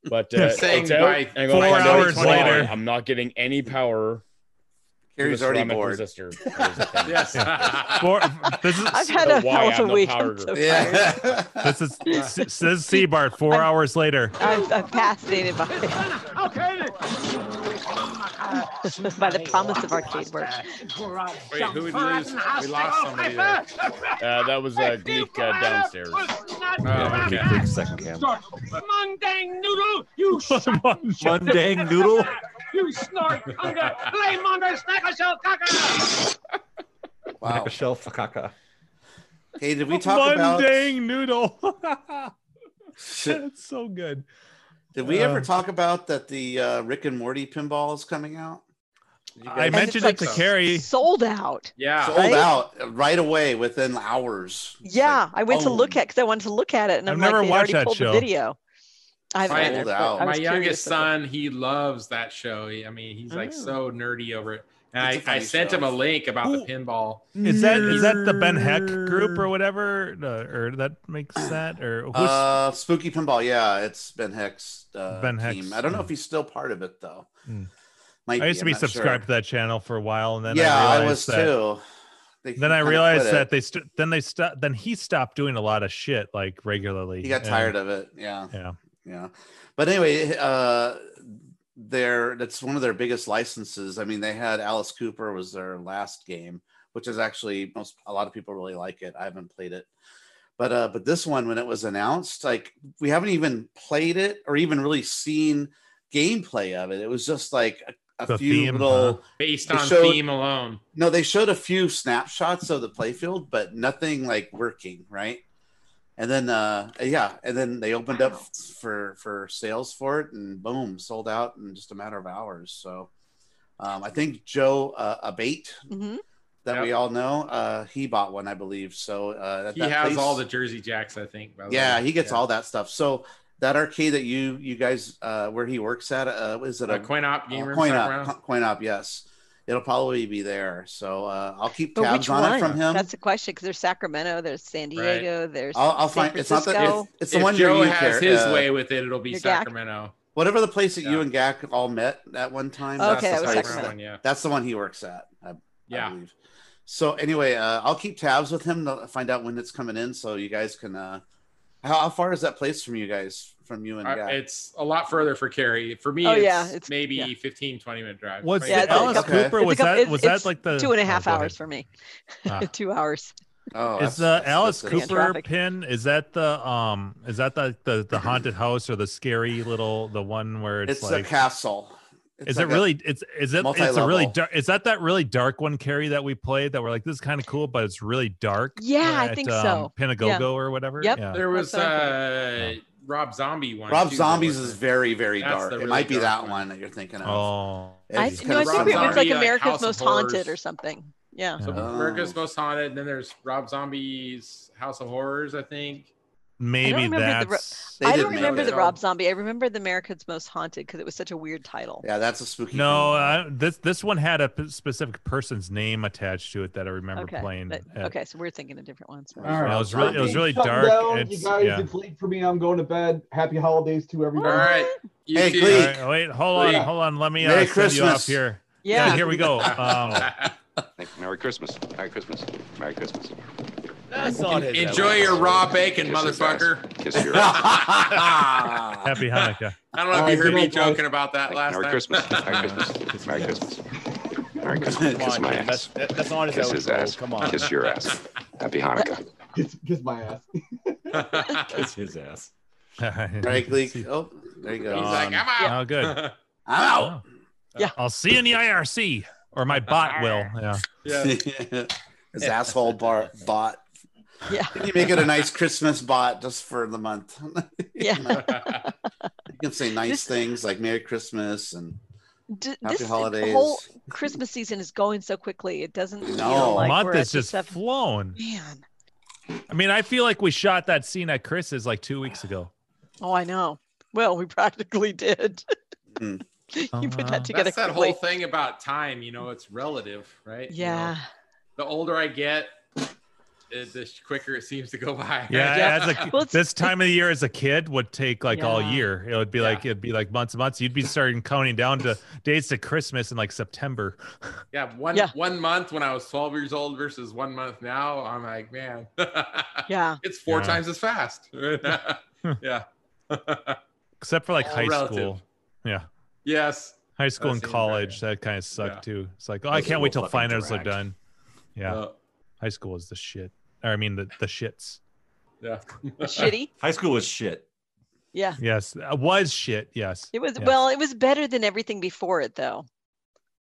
Speaker 8: But uh,
Speaker 1: Saying
Speaker 8: it's out,
Speaker 1: by
Speaker 8: and I'm gonna
Speaker 1: four
Speaker 8: find out
Speaker 1: hours
Speaker 8: it's why
Speaker 1: later.
Speaker 8: I'm not getting any power. to
Speaker 1: Carrie's
Speaker 8: the
Speaker 1: already
Speaker 8: ceramic
Speaker 1: bored.
Speaker 8: resistor.
Speaker 4: yes.
Speaker 3: this is,
Speaker 9: I've had a
Speaker 8: Why
Speaker 9: hell of a
Speaker 8: I'm not
Speaker 9: week.
Speaker 8: powered.
Speaker 9: I'm so
Speaker 1: Yeah.
Speaker 9: tired.
Speaker 3: This is this is Seabart. Four hours later.
Speaker 9: I'm, I'm fascinated by it. by the promise of arcade work.
Speaker 4: Wait, who would lose? We lost somebody there.
Speaker 8: Uh, that was uh, Gleek uh, downstairs.
Speaker 2: Yeah,
Speaker 4: Oh, okay.
Speaker 2: Gleek second cam.
Speaker 15: Mundang noodle, you
Speaker 2: Mundang noodle.
Speaker 15: you snort hunger, laymonger, snacker shell cocker.
Speaker 1: Wow.
Speaker 2: Michelle Fakaka.
Speaker 1: Hey, did we talk about?
Speaker 3: Mundang noodle. That's so good.
Speaker 1: Did we ever
Speaker 3: Uh,
Speaker 1: talk about that the uh, Rick and Morty pinball is coming out? Did you
Speaker 3: I
Speaker 1: guys-
Speaker 3: mentioned it to Carrie.
Speaker 9: Sold out.
Speaker 4: Yeah.
Speaker 1: sold
Speaker 9: right?
Speaker 1: out right away within hours.
Speaker 9: Yeah, I went to
Speaker 1: oh.
Speaker 9: look at because I wanted to look at it, and
Speaker 3: I've
Speaker 9: I'm
Speaker 3: never
Speaker 9: like, they
Speaker 3: watched
Speaker 9: already
Speaker 3: that
Speaker 9: pulled
Speaker 3: show.
Speaker 9: the video. I haven't
Speaker 4: my
Speaker 9: read it, but I
Speaker 4: my
Speaker 9: was curious
Speaker 4: youngest
Speaker 9: about it.
Speaker 4: son, he loves that show. He- I mean, he's like
Speaker 9: Oh.
Speaker 4: so nerdy over it. And
Speaker 1: It's a
Speaker 4: I, I
Speaker 1: funny
Speaker 4: sent
Speaker 1: show.
Speaker 4: him a link about the pinball.
Speaker 3: Is that is that the Ben Heck group or whatever, The- or that makes that or who's
Speaker 1: Uh, Spooky Pinball, yeah, it's Ben Hex. Uh,
Speaker 3: Ben mm. Hex,
Speaker 1: team. I don't know
Speaker 3: yeah.
Speaker 1: if he's still part of it though.
Speaker 3: Hmm.
Speaker 1: Might
Speaker 3: I used to
Speaker 1: I'm
Speaker 3: be
Speaker 1: not
Speaker 3: subscribed
Speaker 1: sure.
Speaker 3: to that channel for a while, and then
Speaker 1: yeah, I,
Speaker 3: I, realized
Speaker 1: was
Speaker 3: that,
Speaker 1: too. They-
Speaker 3: Then
Speaker 1: he
Speaker 3: I
Speaker 1: kinda
Speaker 3: realized
Speaker 1: quit
Speaker 3: that
Speaker 1: it.
Speaker 3: they st- then they stopped. Then he stopped doing a lot of shit like regularly.
Speaker 1: he got
Speaker 3: and-
Speaker 1: tired of it. Yeah,
Speaker 3: Yeah.
Speaker 1: yeah. But anyway, uh, their that's one of their biggest licenses. I mean, they had Alice Cooper was their last game, which is actually most a lot of people really like it. I haven't played it. but uh but this one when it was announced like we haven't even played it or even really seen gameplay of it it was just like a, a
Speaker 3: The
Speaker 1: few
Speaker 3: theme,
Speaker 1: little
Speaker 3: huh?
Speaker 4: Based
Speaker 1: They
Speaker 4: on
Speaker 1: showed-
Speaker 4: theme alone.
Speaker 1: no they showed a few snapshots of the playfield but nothing like working right and then uh yeah and then they opened up for for sales for it and boom sold out in just a matter of hours so um i think joe uh, abate
Speaker 9: Mhm.
Speaker 1: that we
Speaker 4: Yep.
Speaker 1: all know uh he bought one i believe so uh at
Speaker 4: He
Speaker 1: that
Speaker 4: has
Speaker 1: place-
Speaker 4: all the Jersey Jacks, I think. By the
Speaker 1: yeah
Speaker 4: way.
Speaker 1: he gets all that stuff so that arcade that you you guys uh where he works at uh is it
Speaker 4: Uh,
Speaker 1: a
Speaker 4: Coin Op Game Room,
Speaker 1: coin
Speaker 4: Sacramento?
Speaker 1: up coin up yes it'll probably be there so uh i'll keep
Speaker 9: But
Speaker 1: tabs
Speaker 9: which
Speaker 1: on
Speaker 9: one?
Speaker 1: it from him
Speaker 9: That's the question because there's Sacramento, there's San
Speaker 4: Right.
Speaker 9: Diego, there's
Speaker 1: I'll- I'll
Speaker 9: San
Speaker 1: find- it's not that-
Speaker 9: Francisco.
Speaker 1: it's- the
Speaker 4: If
Speaker 1: one near
Speaker 4: Joe
Speaker 1: you,
Speaker 4: has
Speaker 1: Car-
Speaker 4: his
Speaker 1: uh,
Speaker 4: way with it. It'll be
Speaker 9: Your Jack.
Speaker 4: Sacramento.
Speaker 1: whatever the place that you and gack all met at one time
Speaker 9: Okay,
Speaker 1: that's
Speaker 9: that
Speaker 1: the
Speaker 9: was
Speaker 1: place-
Speaker 9: Sacramento.
Speaker 4: One, yeah.
Speaker 1: that's the one he works at I, I
Speaker 4: Yeah.
Speaker 1: believe So anyway, uh, I'll keep tabs with him to find out when it's coming in, so you guys can. Uh, how, how far is that place from you guys? From you and
Speaker 4: Uh,
Speaker 1: Guy?
Speaker 4: It's a lot further for Carrie. For me,
Speaker 1: Oh,
Speaker 4: it's,
Speaker 1: yeah, it's-
Speaker 4: maybe
Speaker 1: yeah.
Speaker 4: 15, 20 minute drive.
Speaker 3: What's
Speaker 4: 20
Speaker 3: the
Speaker 4: minute
Speaker 3: Alice
Speaker 4: drive.
Speaker 3: Cooper? Was
Speaker 9: It's a-
Speaker 3: that
Speaker 9: it's-
Speaker 3: was that
Speaker 9: it's
Speaker 3: like the
Speaker 9: two and a half
Speaker 3: oh, go
Speaker 9: hours
Speaker 3: ahead.
Speaker 9: for me?
Speaker 3: Ah.
Speaker 9: two hours.
Speaker 1: Oh,
Speaker 3: is the Alice Cooper pin? Is that the um? Is that the, the the haunted house or the scary little the one where it's,
Speaker 1: It's
Speaker 3: like
Speaker 1: a castle. It's
Speaker 3: is
Speaker 1: like
Speaker 3: it
Speaker 1: a
Speaker 3: really? It's is it? It's a really
Speaker 1: multi-level.
Speaker 3: dark. Is that that really dark one, Carrie, that we played? That we're like, this is kind of cool, but it's really dark.
Speaker 9: Yeah, I
Speaker 3: at, um,
Speaker 9: think so. Yeah.
Speaker 3: Pinagogo or whatever.
Speaker 9: Yep.
Speaker 3: Yeah.
Speaker 4: There was
Speaker 9: what
Speaker 4: uh, Rob Zombie one.
Speaker 1: Rob
Speaker 4: too, that
Speaker 1: Zombies
Speaker 4: was-
Speaker 1: is very very
Speaker 4: That's
Speaker 1: dark.
Speaker 4: the
Speaker 1: it
Speaker 4: really
Speaker 1: might be
Speaker 4: dark
Speaker 1: that
Speaker 4: one.
Speaker 1: one. that you're thinking of.
Speaker 9: I,
Speaker 3: Oh.
Speaker 1: It's
Speaker 9: no, I
Speaker 1: 'cause
Speaker 9: think it
Speaker 1: Rob
Speaker 9: was like
Speaker 1: Zombie-
Speaker 4: like House
Speaker 9: America's
Speaker 4: of
Speaker 9: Most
Speaker 4: Horrors.
Speaker 9: Haunted or something. Yeah.
Speaker 4: So
Speaker 1: Oh.
Speaker 4: America's Most Haunted. Then there's Rob Zombie's House of Horrors, I think.
Speaker 9: I don't
Speaker 3: Maybe
Speaker 9: remember
Speaker 3: that's.
Speaker 9: the. Ro- I don't remember the Rob Zombie. I remember the America's Most Haunted because it was such a weird title.
Speaker 1: Yeah, that's a spooky.
Speaker 3: No, I, this this one had a p- specific person's name attached to it that I remember
Speaker 9: Okay.
Speaker 3: playing.
Speaker 9: but-
Speaker 3: at-
Speaker 9: okay, so we're thinking of different ones.
Speaker 1: All right.
Speaker 3: It was really it was
Speaker 1: Okay,
Speaker 3: really
Speaker 1: shut
Speaker 3: dark.
Speaker 1: down,
Speaker 3: It's,
Speaker 21: you guys,
Speaker 3: yeah.
Speaker 21: it's late for me. I'm going to bed. Happy holidays to everybody.
Speaker 4: All right. you
Speaker 1: Hey,
Speaker 4: two-
Speaker 1: Glee.
Speaker 3: All right, wait, hold on,
Speaker 4: Glee.
Speaker 3: hold on. Let me uh,
Speaker 1: Merry
Speaker 3: send you off
Speaker 1: Christmas.
Speaker 3: here.
Speaker 9: Yeah.
Speaker 3: here we go. Um,
Speaker 16: Merry Christmas. Merry Christmas. Merry Christmas.
Speaker 8: That's
Speaker 4: En- Enjoy your raw bacon, motherfucker.
Speaker 16: Kiss your
Speaker 4: I
Speaker 3: happy Hanukkah.
Speaker 4: don't know
Speaker 16: All right,
Speaker 4: if you heard
Speaker 16: good
Speaker 4: me
Speaker 16: night, guys.
Speaker 4: joking about that last
Speaker 16: Merry
Speaker 4: time.
Speaker 16: Christmas. Merry Christmas. Merry Christmas. Merry Christmas. Kiss my ass.
Speaker 8: That- that's not his
Speaker 16: Kiss his
Speaker 8: outro.
Speaker 16: ass.
Speaker 8: Come on.
Speaker 16: Kiss your ass. Happy Hanukkah.
Speaker 21: Kiss, kiss my ass.
Speaker 2: Kiss his ass.
Speaker 1: All right, Gleek. Oh, there you go.
Speaker 4: He's like, I'm out.
Speaker 3: Oh, good. Oh.
Speaker 1: I'm out.
Speaker 9: Yeah.
Speaker 3: I'll see you in the IRC or my bot will. Yeah.
Speaker 1: His asshole bar- bot.
Speaker 9: Yeah.
Speaker 1: Can you make it a nice Christmas bot just for the month?
Speaker 9: Yeah.
Speaker 1: you can say nice things like Merry Christmas and
Speaker 9: D-
Speaker 1: Happy
Speaker 9: this
Speaker 1: holidays.
Speaker 9: whole Christmas season is going so quickly. It doesn't. feel
Speaker 1: No.
Speaker 9: like
Speaker 3: Month
Speaker 9: we're
Speaker 3: has
Speaker 9: at
Speaker 3: just
Speaker 9: the sev-
Speaker 3: flown.
Speaker 9: Man.
Speaker 3: I mean, I feel like we shot that scene at Chris's like two weeks ago.
Speaker 9: Oh, I know. Well, we practically did.
Speaker 2: Hmm.
Speaker 9: you put
Speaker 3: Uh,
Speaker 9: that together.
Speaker 4: That's that
Speaker 9: quickly.
Speaker 4: whole thing about time. You know, it's relative, right? You know,
Speaker 9: Yeah.
Speaker 4: the older I get, it, the quicker it seems to go by.
Speaker 3: Yeah, as a, this time of the year as a kid would take like all year. It would be like it'd be like months and months. You'd be starting counting down to days to Christmas in like September.
Speaker 4: Yeah, one one month when I was 12 years old versus one month now, I'm like, man,
Speaker 9: yeah,
Speaker 4: it's four
Speaker 3: Yeah.
Speaker 4: times as fast. yeah,
Speaker 3: Except for like
Speaker 4: All
Speaker 3: high
Speaker 4: relative.
Speaker 3: school. Yeah.
Speaker 4: yes,
Speaker 3: High school
Speaker 4: That
Speaker 3: and
Speaker 4: seems
Speaker 3: college, that kind of sucked too. It's like, oh, I
Speaker 2: Those
Speaker 3: can't
Speaker 2: were
Speaker 3: wait till
Speaker 2: fucking
Speaker 3: finals
Speaker 2: drag.
Speaker 3: are done. Yeah.
Speaker 4: Uh,
Speaker 3: High school is the shit. Or I mean the, the shits.
Speaker 4: yeah,
Speaker 9: Shitty.
Speaker 2: High school was shit.
Speaker 9: Yeah.
Speaker 3: Yes. uh, was shit. Yes.
Speaker 9: It was
Speaker 3: Yeah.
Speaker 9: well. It was better than everything before it, though.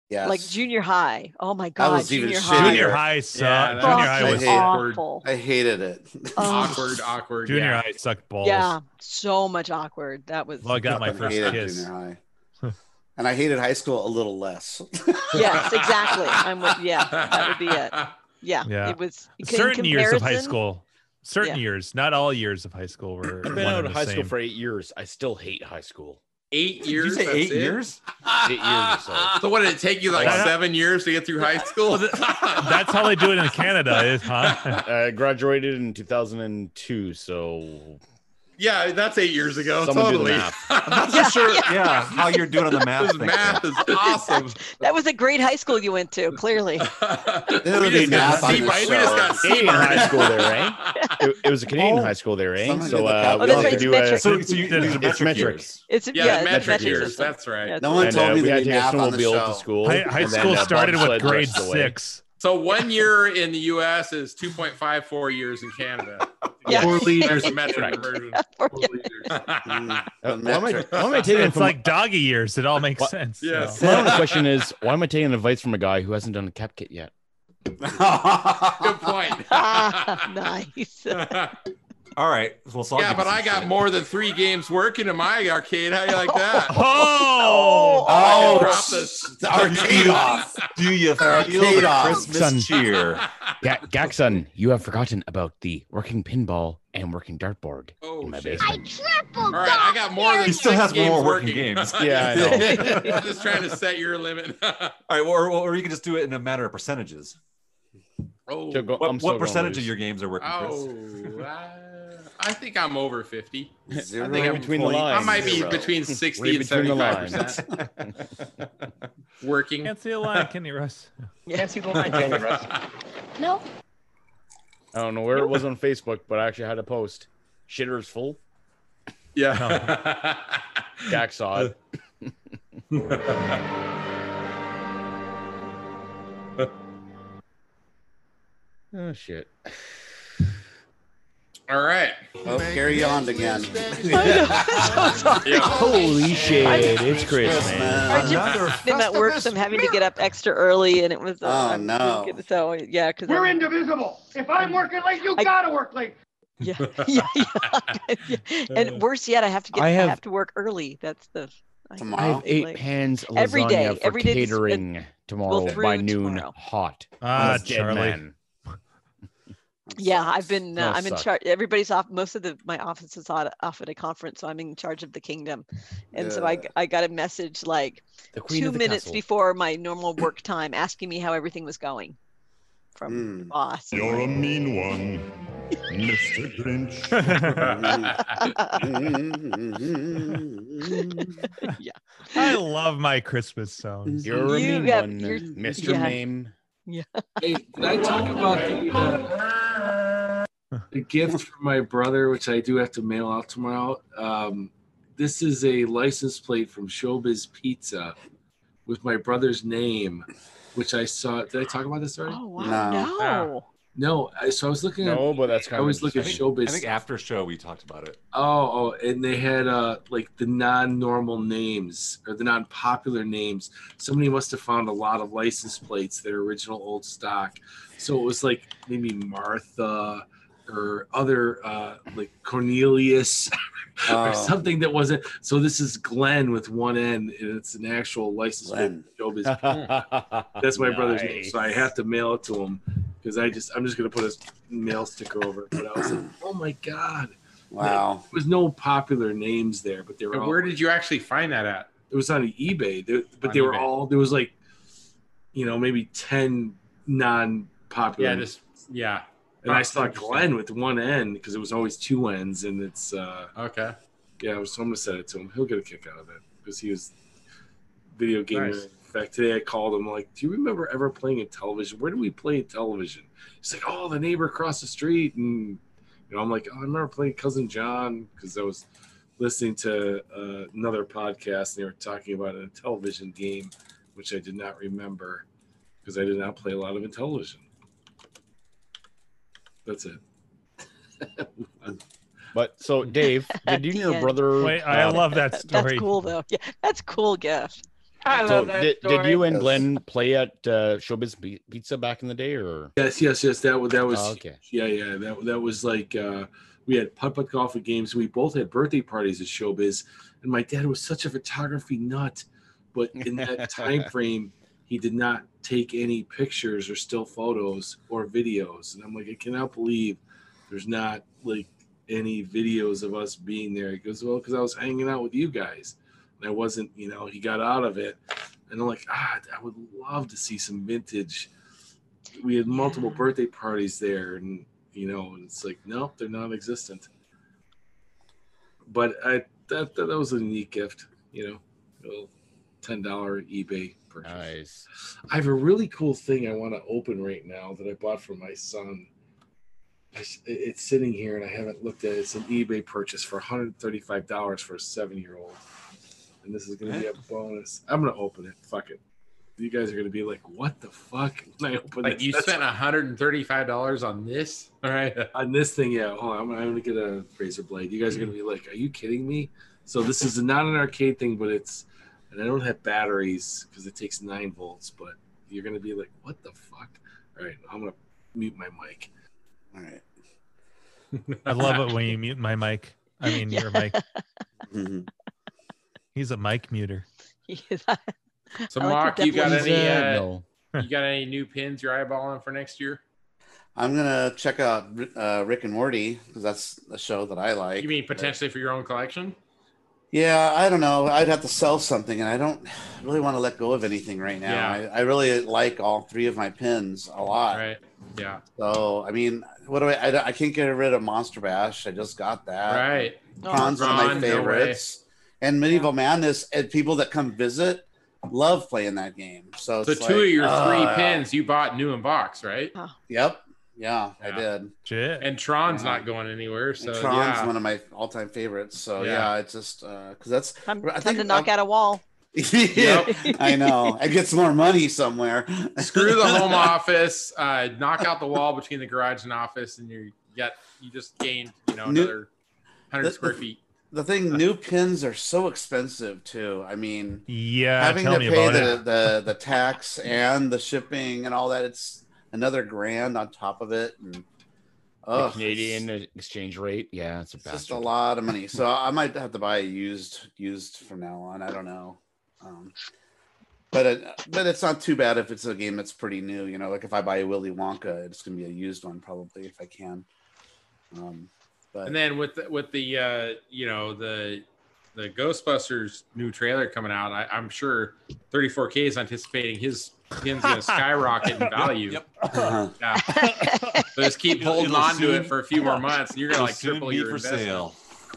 Speaker 1: yeah,
Speaker 9: Like junior high. Oh my god.
Speaker 1: was even
Speaker 9: junior
Speaker 1: shittier.
Speaker 9: high.
Speaker 3: Junior high sucked.
Speaker 4: Yeah, that
Speaker 3: junior high
Speaker 9: Fucking
Speaker 3: was
Speaker 9: awful.
Speaker 1: I hated it.
Speaker 4: awkward, awkward.
Speaker 3: Junior
Speaker 4: yeah.
Speaker 3: high sucked balls.
Speaker 9: Oh. Yeah. So much awkward. That was.
Speaker 3: Well, I got my
Speaker 1: Fucking
Speaker 3: first
Speaker 1: hated
Speaker 3: kiss.
Speaker 1: junior high. and I hated high school a little less.
Speaker 9: yes, exactly. I'm with. Yeah, that would be it. Yeah.
Speaker 3: Yeah.
Speaker 9: It was in
Speaker 3: Certain years of high
Speaker 9: comparison-
Speaker 3: school. Certain years, not all years of high school were.
Speaker 8: I've
Speaker 3: one
Speaker 8: been out
Speaker 3: and
Speaker 8: of
Speaker 3: the
Speaker 8: high school
Speaker 3: same.
Speaker 8: for eight years. I still hate high school.
Speaker 4: Eight
Speaker 2: Did you
Speaker 4: years.
Speaker 2: say
Speaker 4: that's
Speaker 2: eight
Speaker 4: it?
Speaker 2: years?
Speaker 8: Eight years or so.
Speaker 4: So what did it take you like
Speaker 3: That-
Speaker 4: seven years to get through high school?
Speaker 3: That's how they do it in Canada, is huh?
Speaker 8: I graduated in 2002, so
Speaker 4: yeah, that's eight years ago.
Speaker 8: Someone do the
Speaker 4: totally.
Speaker 8: math.
Speaker 2: I'm not so sure. Yeah. how you're doing on the math
Speaker 4: This
Speaker 2: thing.
Speaker 4: math is awesome.
Speaker 9: That was a great high school you went to. Clearly.
Speaker 1: There would
Speaker 4: We
Speaker 1: be
Speaker 4: just got
Speaker 1: math on
Speaker 4: C
Speaker 1: this
Speaker 4: right- we just
Speaker 1: show.
Speaker 4: got C
Speaker 8: Canadian
Speaker 4: right.
Speaker 8: high school there, eh? It, it was a Canadian high school there, eh?
Speaker 1: Someone did
Speaker 8: So
Speaker 1: the
Speaker 8: uh,
Speaker 1: calc-
Speaker 9: Oh,
Speaker 8: we
Speaker 9: that's
Speaker 8: had
Speaker 9: right.
Speaker 8: to
Speaker 9: It's
Speaker 8: do a
Speaker 9: metric.
Speaker 2: So, so you,
Speaker 8: It's-
Speaker 2: these are
Speaker 8: it's
Speaker 2: metric,
Speaker 8: metric.
Speaker 2: years.
Speaker 9: It's
Speaker 4: Yeah,
Speaker 9: yeah,
Speaker 4: the
Speaker 9: it's
Speaker 4: metric,
Speaker 8: metric
Speaker 4: years.
Speaker 8: years.
Speaker 4: That's right.
Speaker 9: Yeah,
Speaker 1: No one
Speaker 8: and
Speaker 1: told
Speaker 8: uh,
Speaker 1: me
Speaker 8: we
Speaker 1: to
Speaker 8: had
Speaker 1: do
Speaker 8: to get a
Speaker 1: math on the
Speaker 8: snowmobile
Speaker 1: show.
Speaker 8: to school.
Speaker 3: High, high
Speaker 8: and then,
Speaker 3: school
Speaker 8: uh,
Speaker 3: started with
Speaker 8: bobsled the
Speaker 3: grade
Speaker 8: rest of the way.
Speaker 3: six.
Speaker 4: So one year in the U.S. is 2.54 years in Canada.
Speaker 9: Yeah.
Speaker 18: Four
Speaker 4: There's
Speaker 18: leaders.
Speaker 4: a metric
Speaker 8: Right.
Speaker 4: conversion.
Speaker 1: Mm,
Speaker 8: Uh,
Speaker 1: the
Speaker 8: why, am I,
Speaker 1: metric.
Speaker 8: why am I taking it
Speaker 3: It's
Speaker 8: from,
Speaker 3: like doggy years. It all makes
Speaker 8: What?
Speaker 3: sense.
Speaker 4: Yes.
Speaker 8: my only question is why am I taking advice from a guy who hasn't done a cap kit yet?
Speaker 4: Good point.
Speaker 9: Ah, nice.
Speaker 4: yeah,
Speaker 2: All right. Well, so I'll give
Speaker 4: but
Speaker 2: you some
Speaker 4: I got
Speaker 2: shit.
Speaker 4: more than three games working in my arcade. How you like that?
Speaker 3: Oh,
Speaker 1: Oh,
Speaker 4: Drop this.
Speaker 1: the arcade off.
Speaker 2: Do you feel
Speaker 1: Arcade
Speaker 2: the
Speaker 1: off.
Speaker 8: Son.
Speaker 2: Christmas cheer?
Speaker 8: Ga- Gaxon, you have forgotten about the working pinball and working dartboard
Speaker 4: Oh,
Speaker 8: in my
Speaker 4: shit.
Speaker 8: basement.
Speaker 4: All right, I got more than
Speaker 2: He still
Speaker 4: six
Speaker 2: has
Speaker 4: games
Speaker 2: more working games.
Speaker 8: Yeah, I know.
Speaker 4: I'm just trying to set your limit.
Speaker 2: All right, or, or you can just do it in a matter of percentages.
Speaker 4: oh,
Speaker 8: Still go-
Speaker 2: What,
Speaker 8: I'm
Speaker 2: what
Speaker 8: still going
Speaker 2: percentage
Speaker 8: with-
Speaker 2: of your games are working, Chris?
Speaker 4: oh, I- I think I'm over 50.
Speaker 1: Zero
Speaker 4: I think I'm
Speaker 1: between the
Speaker 4: fully- I
Speaker 1: lines.
Speaker 4: might be
Speaker 1: Zero.
Speaker 4: between
Speaker 1: Way
Speaker 4: 60 and
Speaker 1: between the
Speaker 4: 75%. Working.
Speaker 3: Can't see a line, can you, Russ?
Speaker 14: Can't see the
Speaker 8: line, can you, Russ?
Speaker 14: No.
Speaker 8: I don't know where it was on Facebook, but I actually had a post. Shitter's full.
Speaker 4: Yeah.
Speaker 8: Oh. Jack saw it.
Speaker 4: Uh.
Speaker 8: oh shit.
Speaker 4: All right.
Speaker 1: Oh, Gary yawned again.
Speaker 4: Yeah.
Speaker 8: Holy shit! It's Christmas.
Speaker 9: I just been at work, so I'm having to get up extra early, and it was. uh,
Speaker 1: Oh,
Speaker 9: I'm
Speaker 1: no.
Speaker 9: good- So yeah, because
Speaker 15: We're indivisible. If I'm working late, you
Speaker 9: I-
Speaker 15: gotta work late.
Speaker 9: Yeah, yeah, yeah. and worse yet, I have to get.
Speaker 8: Uh, I
Speaker 9: I have,
Speaker 8: have-
Speaker 9: to work early. That's the. I-
Speaker 8: I have eight pans lasagna
Speaker 9: Every day,
Speaker 8: for
Speaker 9: every day this-
Speaker 8: catering tomorrow
Speaker 9: well,
Speaker 8: by
Speaker 9: through
Speaker 8: noon.
Speaker 9: tomorrow.
Speaker 8: Hot.
Speaker 3: Ah,
Speaker 8: Almost dead
Speaker 3: Charlie.
Speaker 8: man.
Speaker 9: Yeah, I've been. Uh,
Speaker 8: That
Speaker 9: I'm in
Speaker 8: sucks.
Speaker 9: charge. Everybody's off. Most of the my office is on, off at a conference, so I'm in charge of the kingdom. And so I I got a message like
Speaker 8: The queen
Speaker 9: two
Speaker 8: of the
Speaker 9: minutes
Speaker 8: castle.
Speaker 9: before my normal work time, asking me how everything was going from the boss.
Speaker 20: You're a mean one, Mr. Grinch.
Speaker 3: I love my Christmas songs.
Speaker 8: You're a mean
Speaker 9: got-
Speaker 8: one,
Speaker 9: you're-
Speaker 8: Mr.
Speaker 9: yeah.
Speaker 8: Name.
Speaker 9: Yeah.
Speaker 7: Hey, did I talk about the, uh, the gift from my brother, which I do have to mail out tomorrow? Um, this is a license plate from Showbiz Pizza with my brother's name, which I saw. Did I talk about this already?
Speaker 9: Oh wow! No.
Speaker 7: No, I, so I was looking at.
Speaker 8: No, but that's kind
Speaker 7: I always
Speaker 8: of
Speaker 7: look
Speaker 2: I
Speaker 7: at
Speaker 2: think,
Speaker 7: Showbiz.
Speaker 2: I think after show we talked about it.
Speaker 7: Oh, oh, and they had uh like the non-normal names or the non-popular names. Somebody must have found a lot of license plates that are original old stock. So it was like maybe Martha or other uh like Cornelius
Speaker 1: Oh.
Speaker 7: or something that wasn't. So this is Glenn with one N, and it's an actual license plate.
Speaker 1: Glenn.
Speaker 7: from Showbiz. That's my brother's name, so I
Speaker 8: Nice.
Speaker 7: have to mail it to him because I just I'm just gonna put a mail sticker over it. But I was like, oh my god.
Speaker 1: Wow.
Speaker 7: There was no popular names there, but they were.
Speaker 4: And
Speaker 7: All,
Speaker 4: where did you actually find that at?
Speaker 7: it was on eBay, There- but
Speaker 4: On
Speaker 7: they were
Speaker 4: eBay.
Speaker 7: all. There was like, you know, maybe ten non-popular.
Speaker 4: Yeah, just yeah.
Speaker 7: and I saw
Speaker 4: Interesting.
Speaker 7: Glenn with one N because it was always two N's, and it's. uh
Speaker 4: Okay.
Speaker 7: Yeah, so I'm gonna send it to him. He'll get a kick out of it because he was video game.
Speaker 4: Nice.
Speaker 7: In fact, today I called him like, "Do you remember ever playing in television? Where do we play in television?" He's like, "Oh, the neighbor across the street," and you know, I'm like, "Oh, I remember playing Cousin John because I was listening to uh, another podcast and they were talking about a television game, which I did not remember because I did not play a lot of in television." That's it.
Speaker 8: But so, Dave, did you and
Speaker 9: The
Speaker 8: your
Speaker 9: end.
Speaker 8: brother?
Speaker 3: Wait, I
Speaker 8: uh,
Speaker 3: love that
Speaker 9: That's
Speaker 3: story.
Speaker 9: cool though. Yeah, that's cool gift.
Speaker 15: I
Speaker 8: So
Speaker 15: love that
Speaker 8: did,
Speaker 15: story.
Speaker 8: did you and Glenn play at uh, Showbiz Pi- Pizza back in the day, or
Speaker 7: Yes, yes, yes. That was that was
Speaker 8: Oh, okay.
Speaker 7: yeah, yeah. That that was like uh, we had putt putt golf at games. We both had birthday parties at Showbiz, and my dad was such a photography nut, but in that time frame, he did not take any pictures or still photos or videos. And I'm like, I cannot believe there's not like any videos of us being there. He goes, well, because I was hanging out with you guys, and I wasn't. You know, he got out of it, and I'm like, ah, I would love to see some vintage we had multiple birthday parties there and you know and it's like nope they're non-existent but i that that, that was a neat gift you know a little ten dollar ebay purchase
Speaker 8: nice?
Speaker 7: i have a really cool thing i want to open right now that i bought for my son I s- it- it's sitting here and i haven't looked at it it's an ebay purchase for 135 dollars for a seven year old and this is going to be a bonus i'm going to open it fuck it you guys are going to be like what the fuck when i open
Speaker 4: Like
Speaker 7: this?
Speaker 4: you
Speaker 7: That's-
Speaker 4: spent $135 on this? All right.
Speaker 7: on this thing, yeah. Hold on, I'm, I'm gonna get a razor blade. You guys are gonna be like, "Are you kidding me?" So this is not an arcade thing, but it's, and I don't have batteries because it takes nine volts. But you're gonna be like, "What the fuck?" All right, I'm gonna mute my mic.
Speaker 1: All right.
Speaker 3: I love it when you mute my mic. I mean, your mic. He's a mic muter.
Speaker 4: So
Speaker 9: I like
Speaker 4: Mark,
Speaker 9: the
Speaker 4: you got
Speaker 9: devil's-
Speaker 4: any uh, you got any new pins you're eyeballing for next year?
Speaker 1: I'm gonna check out uh, Rick and Morty because that's a show that I like.
Speaker 4: You mean potentially for your own collection?
Speaker 1: Yeah, I don't know. I'd have to sell something, and I don't really want to let go of anything right now.
Speaker 4: Yeah.
Speaker 1: I, I really like all three of my pins a lot.
Speaker 4: Right. Yeah.
Speaker 1: So I mean, what do I? I, don't- I can't get rid of Monster Bash. I just got that.
Speaker 4: Right.
Speaker 1: Cons
Speaker 4: Oh,
Speaker 1: are my
Speaker 4: Ron, no
Speaker 1: favorites, and Medieval Madness. And people that come visit love playing that game. So,
Speaker 4: So
Speaker 1: it's
Speaker 4: two
Speaker 1: like,
Speaker 4: of your three
Speaker 1: uh,
Speaker 4: pins you bought new in box, right?
Speaker 9: Oh.
Speaker 1: Yep. Yeah, I did.
Speaker 4: And Tron's not going anywhere. So
Speaker 3: Uh,
Speaker 1: Tron's
Speaker 4: yeah.
Speaker 1: one of my all-time favorites. So yeah,
Speaker 4: Yeah.
Speaker 1: it's just because that's I
Speaker 9: Time
Speaker 1: think
Speaker 9: to knock out a wall.
Speaker 1: yeah, I know. I get some more money somewhere.
Speaker 4: Screw the home office. Uh, knock out the wall between the garage and office, and you get you just gained you know
Speaker 1: New-
Speaker 4: another hundred
Speaker 1: the-
Speaker 4: square feet. Uh.
Speaker 1: The thing, new pins are so expensive too. I mean,
Speaker 3: Yeah,
Speaker 1: having
Speaker 3: tell
Speaker 1: to
Speaker 3: me
Speaker 1: pay
Speaker 3: about
Speaker 1: the,
Speaker 3: it.
Speaker 1: the the tax and the shipping and all that, it's another grand on top of it. And
Speaker 12: The
Speaker 1: oh,
Speaker 12: Canadian
Speaker 8: e,
Speaker 12: exchange rate. Yeah, it's a
Speaker 1: it's just
Speaker 12: bastard.
Speaker 1: a lot of money. So I might have to buy a used used from now on. I don't know. Um, but it, but it's not too bad if it's a game that's pretty new. You know, like if I buy a Willy Wonka, it's gonna be a used one probably if I can. Um, but
Speaker 4: And then with the, with the uh, you know the the Ghostbusters new trailer coming out, I, I'm sure 34K is anticipating his pin's going to skyrocket in value.
Speaker 2: Yep.
Speaker 1: Uh-huh.
Speaker 4: Yeah. So just keep
Speaker 2: It'll-
Speaker 4: holding
Speaker 2: it'll
Speaker 4: on to
Speaker 2: soon-
Speaker 4: it for a few more months, and you're going to
Speaker 2: it'll
Speaker 4: like
Speaker 2: soon
Speaker 4: triple
Speaker 2: be
Speaker 4: your
Speaker 2: for
Speaker 4: investment.
Speaker 2: sale.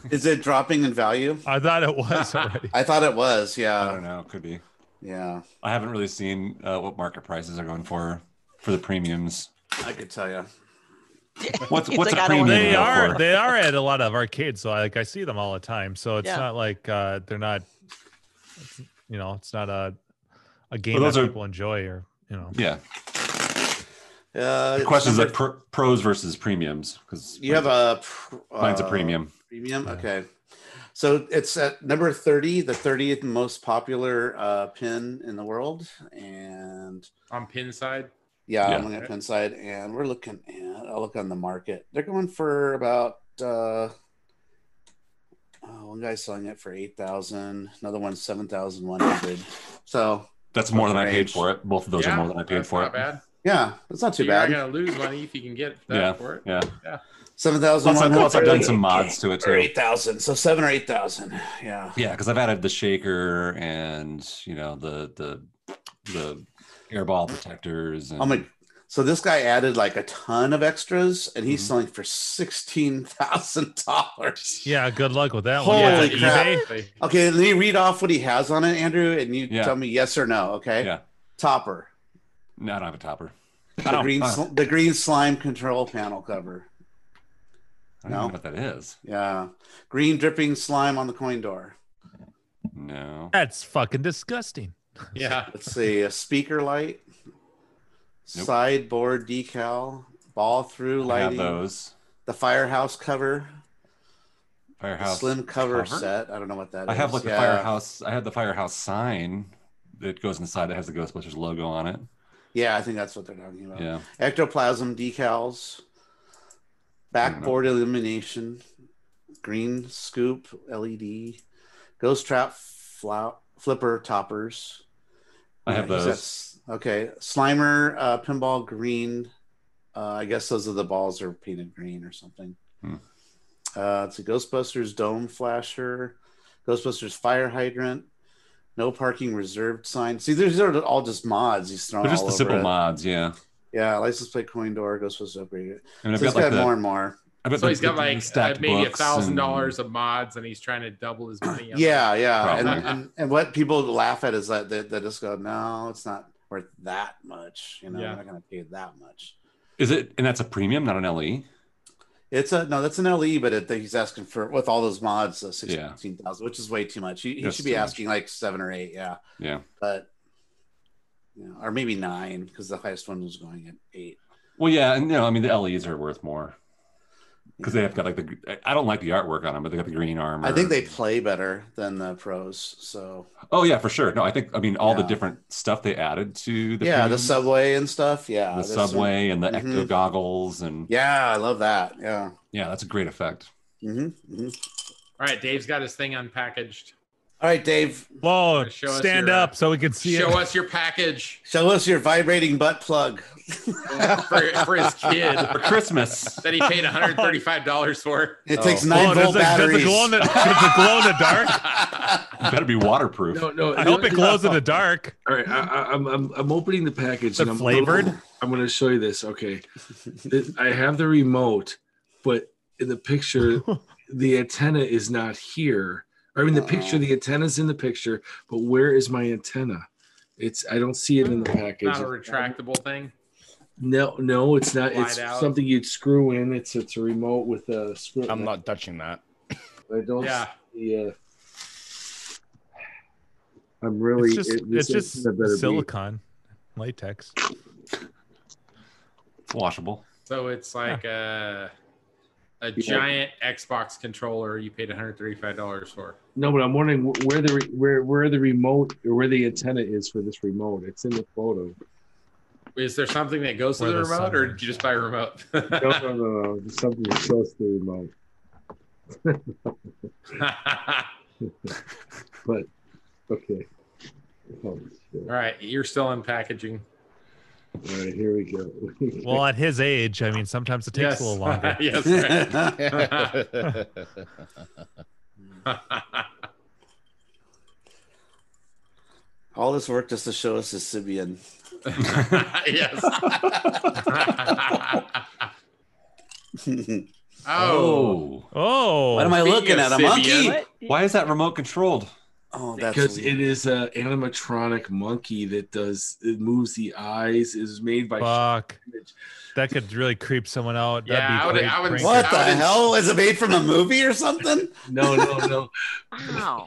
Speaker 1: Is it dropping in value?
Speaker 3: I thought it was already.
Speaker 1: I thought it was. Yeah.
Speaker 2: I don't know. Could be.
Speaker 1: Yeah.
Speaker 2: I haven't really seen uh, what market prices are going for for the premiums.
Speaker 1: I could tell you.
Speaker 2: What's
Speaker 3: He's
Speaker 2: what's
Speaker 3: like,
Speaker 2: a
Speaker 3: I don't
Speaker 2: premium?
Speaker 3: want- They
Speaker 2: though,
Speaker 3: are
Speaker 2: for?
Speaker 3: they are at a lot of arcades, so I, like I see them all the time. So it's
Speaker 2: Yeah.
Speaker 3: not like uh, they're not, it's, you know, it's not a a game
Speaker 2: those
Speaker 3: that
Speaker 2: are-
Speaker 3: people enjoy or you know.
Speaker 2: Yeah.
Speaker 1: Uh,
Speaker 2: the question is like pr- pros versus premiums because
Speaker 1: You have a pr-
Speaker 2: mine's a
Speaker 1: uh,
Speaker 2: premium.
Speaker 1: Premium. Okay. So it's at number thirty, the thirtieth most popular uh, pin in the world, and
Speaker 4: On pin side,
Speaker 1: yeah,
Speaker 4: Yeah.
Speaker 1: I'm looking at pin side, and we're looking at. I'll look on the market. They're going for about. Uh, oh, one guy's selling it for eight thousand. Another one's seven thousand one hundred. So
Speaker 2: That's more than I paid
Speaker 1: range.
Speaker 2: for it. Both of those
Speaker 4: Yeah,
Speaker 2: are more than I paid
Speaker 4: that's
Speaker 2: for
Speaker 4: not
Speaker 2: it.
Speaker 4: bad.
Speaker 1: Yeah, that's not too
Speaker 4: you're
Speaker 1: bad.
Speaker 4: You're not going to lose money if you can get that
Speaker 2: Yeah,
Speaker 4: for it.
Speaker 2: yeah.
Speaker 4: yeah.
Speaker 1: Seven thousand.
Speaker 2: Plus I- plus I've done some mods to it, too.
Speaker 1: Eight thousand. So seven or eight thousand. Yeah.
Speaker 2: Yeah, because I've added the shaker and you know the the the airball protectors. And,
Speaker 1: Oh my! So this guy added like a ton of extras, and
Speaker 2: Mm-hmm.
Speaker 1: he's selling for sixteen thousand dollars.
Speaker 3: Yeah, good luck with that one.
Speaker 1: Holy
Speaker 3: Is that
Speaker 1: crap!
Speaker 3: eBay?
Speaker 1: Okay, let me read off what he has on it, Andrew, and you
Speaker 2: Yeah.
Speaker 1: tell me yes or no. Okay.
Speaker 2: Yeah.
Speaker 1: Topper.
Speaker 2: No, I don't have a topper. I
Speaker 1: The
Speaker 2: don't-
Speaker 1: green,
Speaker 2: uh,
Speaker 1: sl- the green slime control panel cover.
Speaker 2: I don't know what that is.
Speaker 1: Yeah, green dripping slime on the coin door.
Speaker 2: No.
Speaker 3: That's fucking disgusting.
Speaker 4: Yeah.
Speaker 1: Let's see. A speaker light, sideboard decal, ball through
Speaker 2: I have
Speaker 1: lighting.
Speaker 2: those.
Speaker 1: The firehouse cover.
Speaker 2: Firehouse
Speaker 1: slim cover,
Speaker 2: cover?
Speaker 1: set. I don't know what that is.
Speaker 2: I have like the
Speaker 1: Yeah.
Speaker 2: firehouse. I have the firehouse sign that goes inside that has the Ghostbusters logo on it.
Speaker 1: Yeah, I think that's what they're talking about.
Speaker 2: Yeah.
Speaker 1: Ectoplasm decals, backboard illumination, green scoop LED, ghost trap flou- flipper toppers.
Speaker 2: I have
Speaker 1: Yeah, he
Speaker 2: those.
Speaker 1: says- Okay, Slimer uh, pinball green. Uh, I guess those are the balls are painted green or something.
Speaker 2: Hmm.
Speaker 1: Uh, it's a Ghostbusters dome flasher, Ghostbusters fire hydrant, no parking reserved sign. See, these are all just mods. He's throwing
Speaker 2: They're just
Speaker 1: all
Speaker 2: the
Speaker 1: over
Speaker 2: simple
Speaker 1: it.
Speaker 2: mods, yeah.
Speaker 1: Yeah, license plate coin door, Ghostbusters upgrade.
Speaker 2: And I've
Speaker 1: so
Speaker 2: got
Speaker 1: he's
Speaker 2: like
Speaker 1: got
Speaker 2: the-
Speaker 1: more and more.
Speaker 4: So he's got like uh, maybe a thousand dollars of mods, and he's trying to double his money. up.
Speaker 1: Yeah, yeah. And,
Speaker 4: Probably.
Speaker 1: and and what people laugh at is that they, they just go, no, it's not worth that much. You know,
Speaker 4: Yeah.
Speaker 1: I'm not going to pay that much.
Speaker 2: Is it? And that's a premium, not an E? LE.
Speaker 1: It's a no, that's an LE, but it, he's asking for with all those mods, uh,
Speaker 2: Yeah.
Speaker 1: sixteen thousand, which is way too much. He, he
Speaker 2: That's
Speaker 1: should be
Speaker 2: too much.
Speaker 1: asking like seven or eight, yeah,
Speaker 2: Yeah.
Speaker 1: but you know, or maybe nine because the highest one was going at eight.
Speaker 2: Well, yeah, and you know, I mean, the LEs are worth more because they have got like the. I don't like the artwork on them, but they got the green armor.
Speaker 1: I think they play better than the pros, so
Speaker 2: Oh yeah, for sure. No, I think I mean all the
Speaker 1: Yeah.
Speaker 2: different stuff they added to the
Speaker 1: yeah, the
Speaker 2: premium,
Speaker 1: subway and stuff, yeah,
Speaker 2: the
Speaker 1: there's some-
Speaker 2: subway and the ecto
Speaker 1: Mhm.
Speaker 2: goggles and
Speaker 1: Yeah, I love that. Yeah.
Speaker 2: yeah, that's a great effect.
Speaker 1: Mm-hmm.
Speaker 4: All right, Dave's got his thing unpackaged.
Speaker 1: All right, Dave.
Speaker 3: Whoa,
Speaker 4: Show us
Speaker 3: stand
Speaker 4: your, uh,
Speaker 3: up so we can see
Speaker 4: Show
Speaker 3: it.
Speaker 4: us your package
Speaker 1: Show us your vibrating butt plug.
Speaker 4: for, for his kid
Speaker 1: For Christmas.
Speaker 4: that he paid $135 for.
Speaker 1: It takes nine
Speaker 3: Oh,
Speaker 1: volt
Speaker 3: does it- does it
Speaker 1: batteries.
Speaker 3: glow in the- does it glow in the dark?
Speaker 2: better be waterproof.
Speaker 7: No, no.
Speaker 3: I hope it glows in the dark.
Speaker 7: All right, I, I, I'm, I'm I'm opening the package.
Speaker 3: Is it
Speaker 7: I'm
Speaker 3: flavored?
Speaker 7: I'm going to show you this. Okay, Th- I have the remote, but in the picture, the antenna is not here. I mean, the picture, the antenna's in the picture, but where is my antenna? It's I don't see it in the package.
Speaker 4: Not a retractable thing.
Speaker 7: No, no, it's not.
Speaker 4: Slide
Speaker 7: it's
Speaker 4: out.
Speaker 7: something you'd screw in. It's it's a remote with a screw.
Speaker 8: I'm not touching that.
Speaker 7: I don't.
Speaker 4: Yeah.
Speaker 7: See, uh, I'm really.
Speaker 3: it's just,
Speaker 7: it-
Speaker 3: it's
Speaker 7: this
Speaker 3: just
Speaker 7: antenna better be-
Speaker 3: silicon, latex.
Speaker 2: It's washable.
Speaker 4: So it's like uh a, giant Xbox controller you paid $135 for.
Speaker 7: No, but I'm wondering wh- where the re- where where the remote or where the antenna is for this remote. It's in the photo.
Speaker 4: Is there something that goes to
Speaker 3: Where
Speaker 4: the,
Speaker 3: the
Speaker 4: remote,
Speaker 3: sun
Speaker 4: or did you just buy a remote?
Speaker 7: No, no, no, no. There's uh, something that's close to the remote.
Speaker 4: All
Speaker 7: But okay. Oh, shit.
Speaker 4: right, you're still in packaging.
Speaker 7: All right, here we go.
Speaker 3: Well, at his age, I mean, sometimes it
Speaker 4: Yes.
Speaker 3: takes a little longer.
Speaker 4: yes. right.
Speaker 1: All this work just to show us is Sibian.
Speaker 4: yes. oh.
Speaker 2: Oh.
Speaker 3: Oh,
Speaker 1: What am I
Speaker 4: Speaking
Speaker 1: looking
Speaker 4: of
Speaker 1: at? A
Speaker 4: Sibian-
Speaker 1: monkey?
Speaker 4: What?
Speaker 2: Why is that remote controlled?
Speaker 1: Oh, that's
Speaker 7: Because
Speaker 1: weird.
Speaker 7: it is an animatronic monkey that does it moves the eyes. Is made by
Speaker 3: fuck.
Speaker 7: Image.
Speaker 3: That could really creep someone out. That'd
Speaker 4: Yeah, I
Speaker 3: be
Speaker 4: would-
Speaker 3: great.
Speaker 4: I would-
Speaker 3: prank.
Speaker 1: what the
Speaker 4: I would-
Speaker 1: hell? Is it made from a movie or something?
Speaker 15: Oh,
Speaker 7: no, no, no.
Speaker 9: Wow.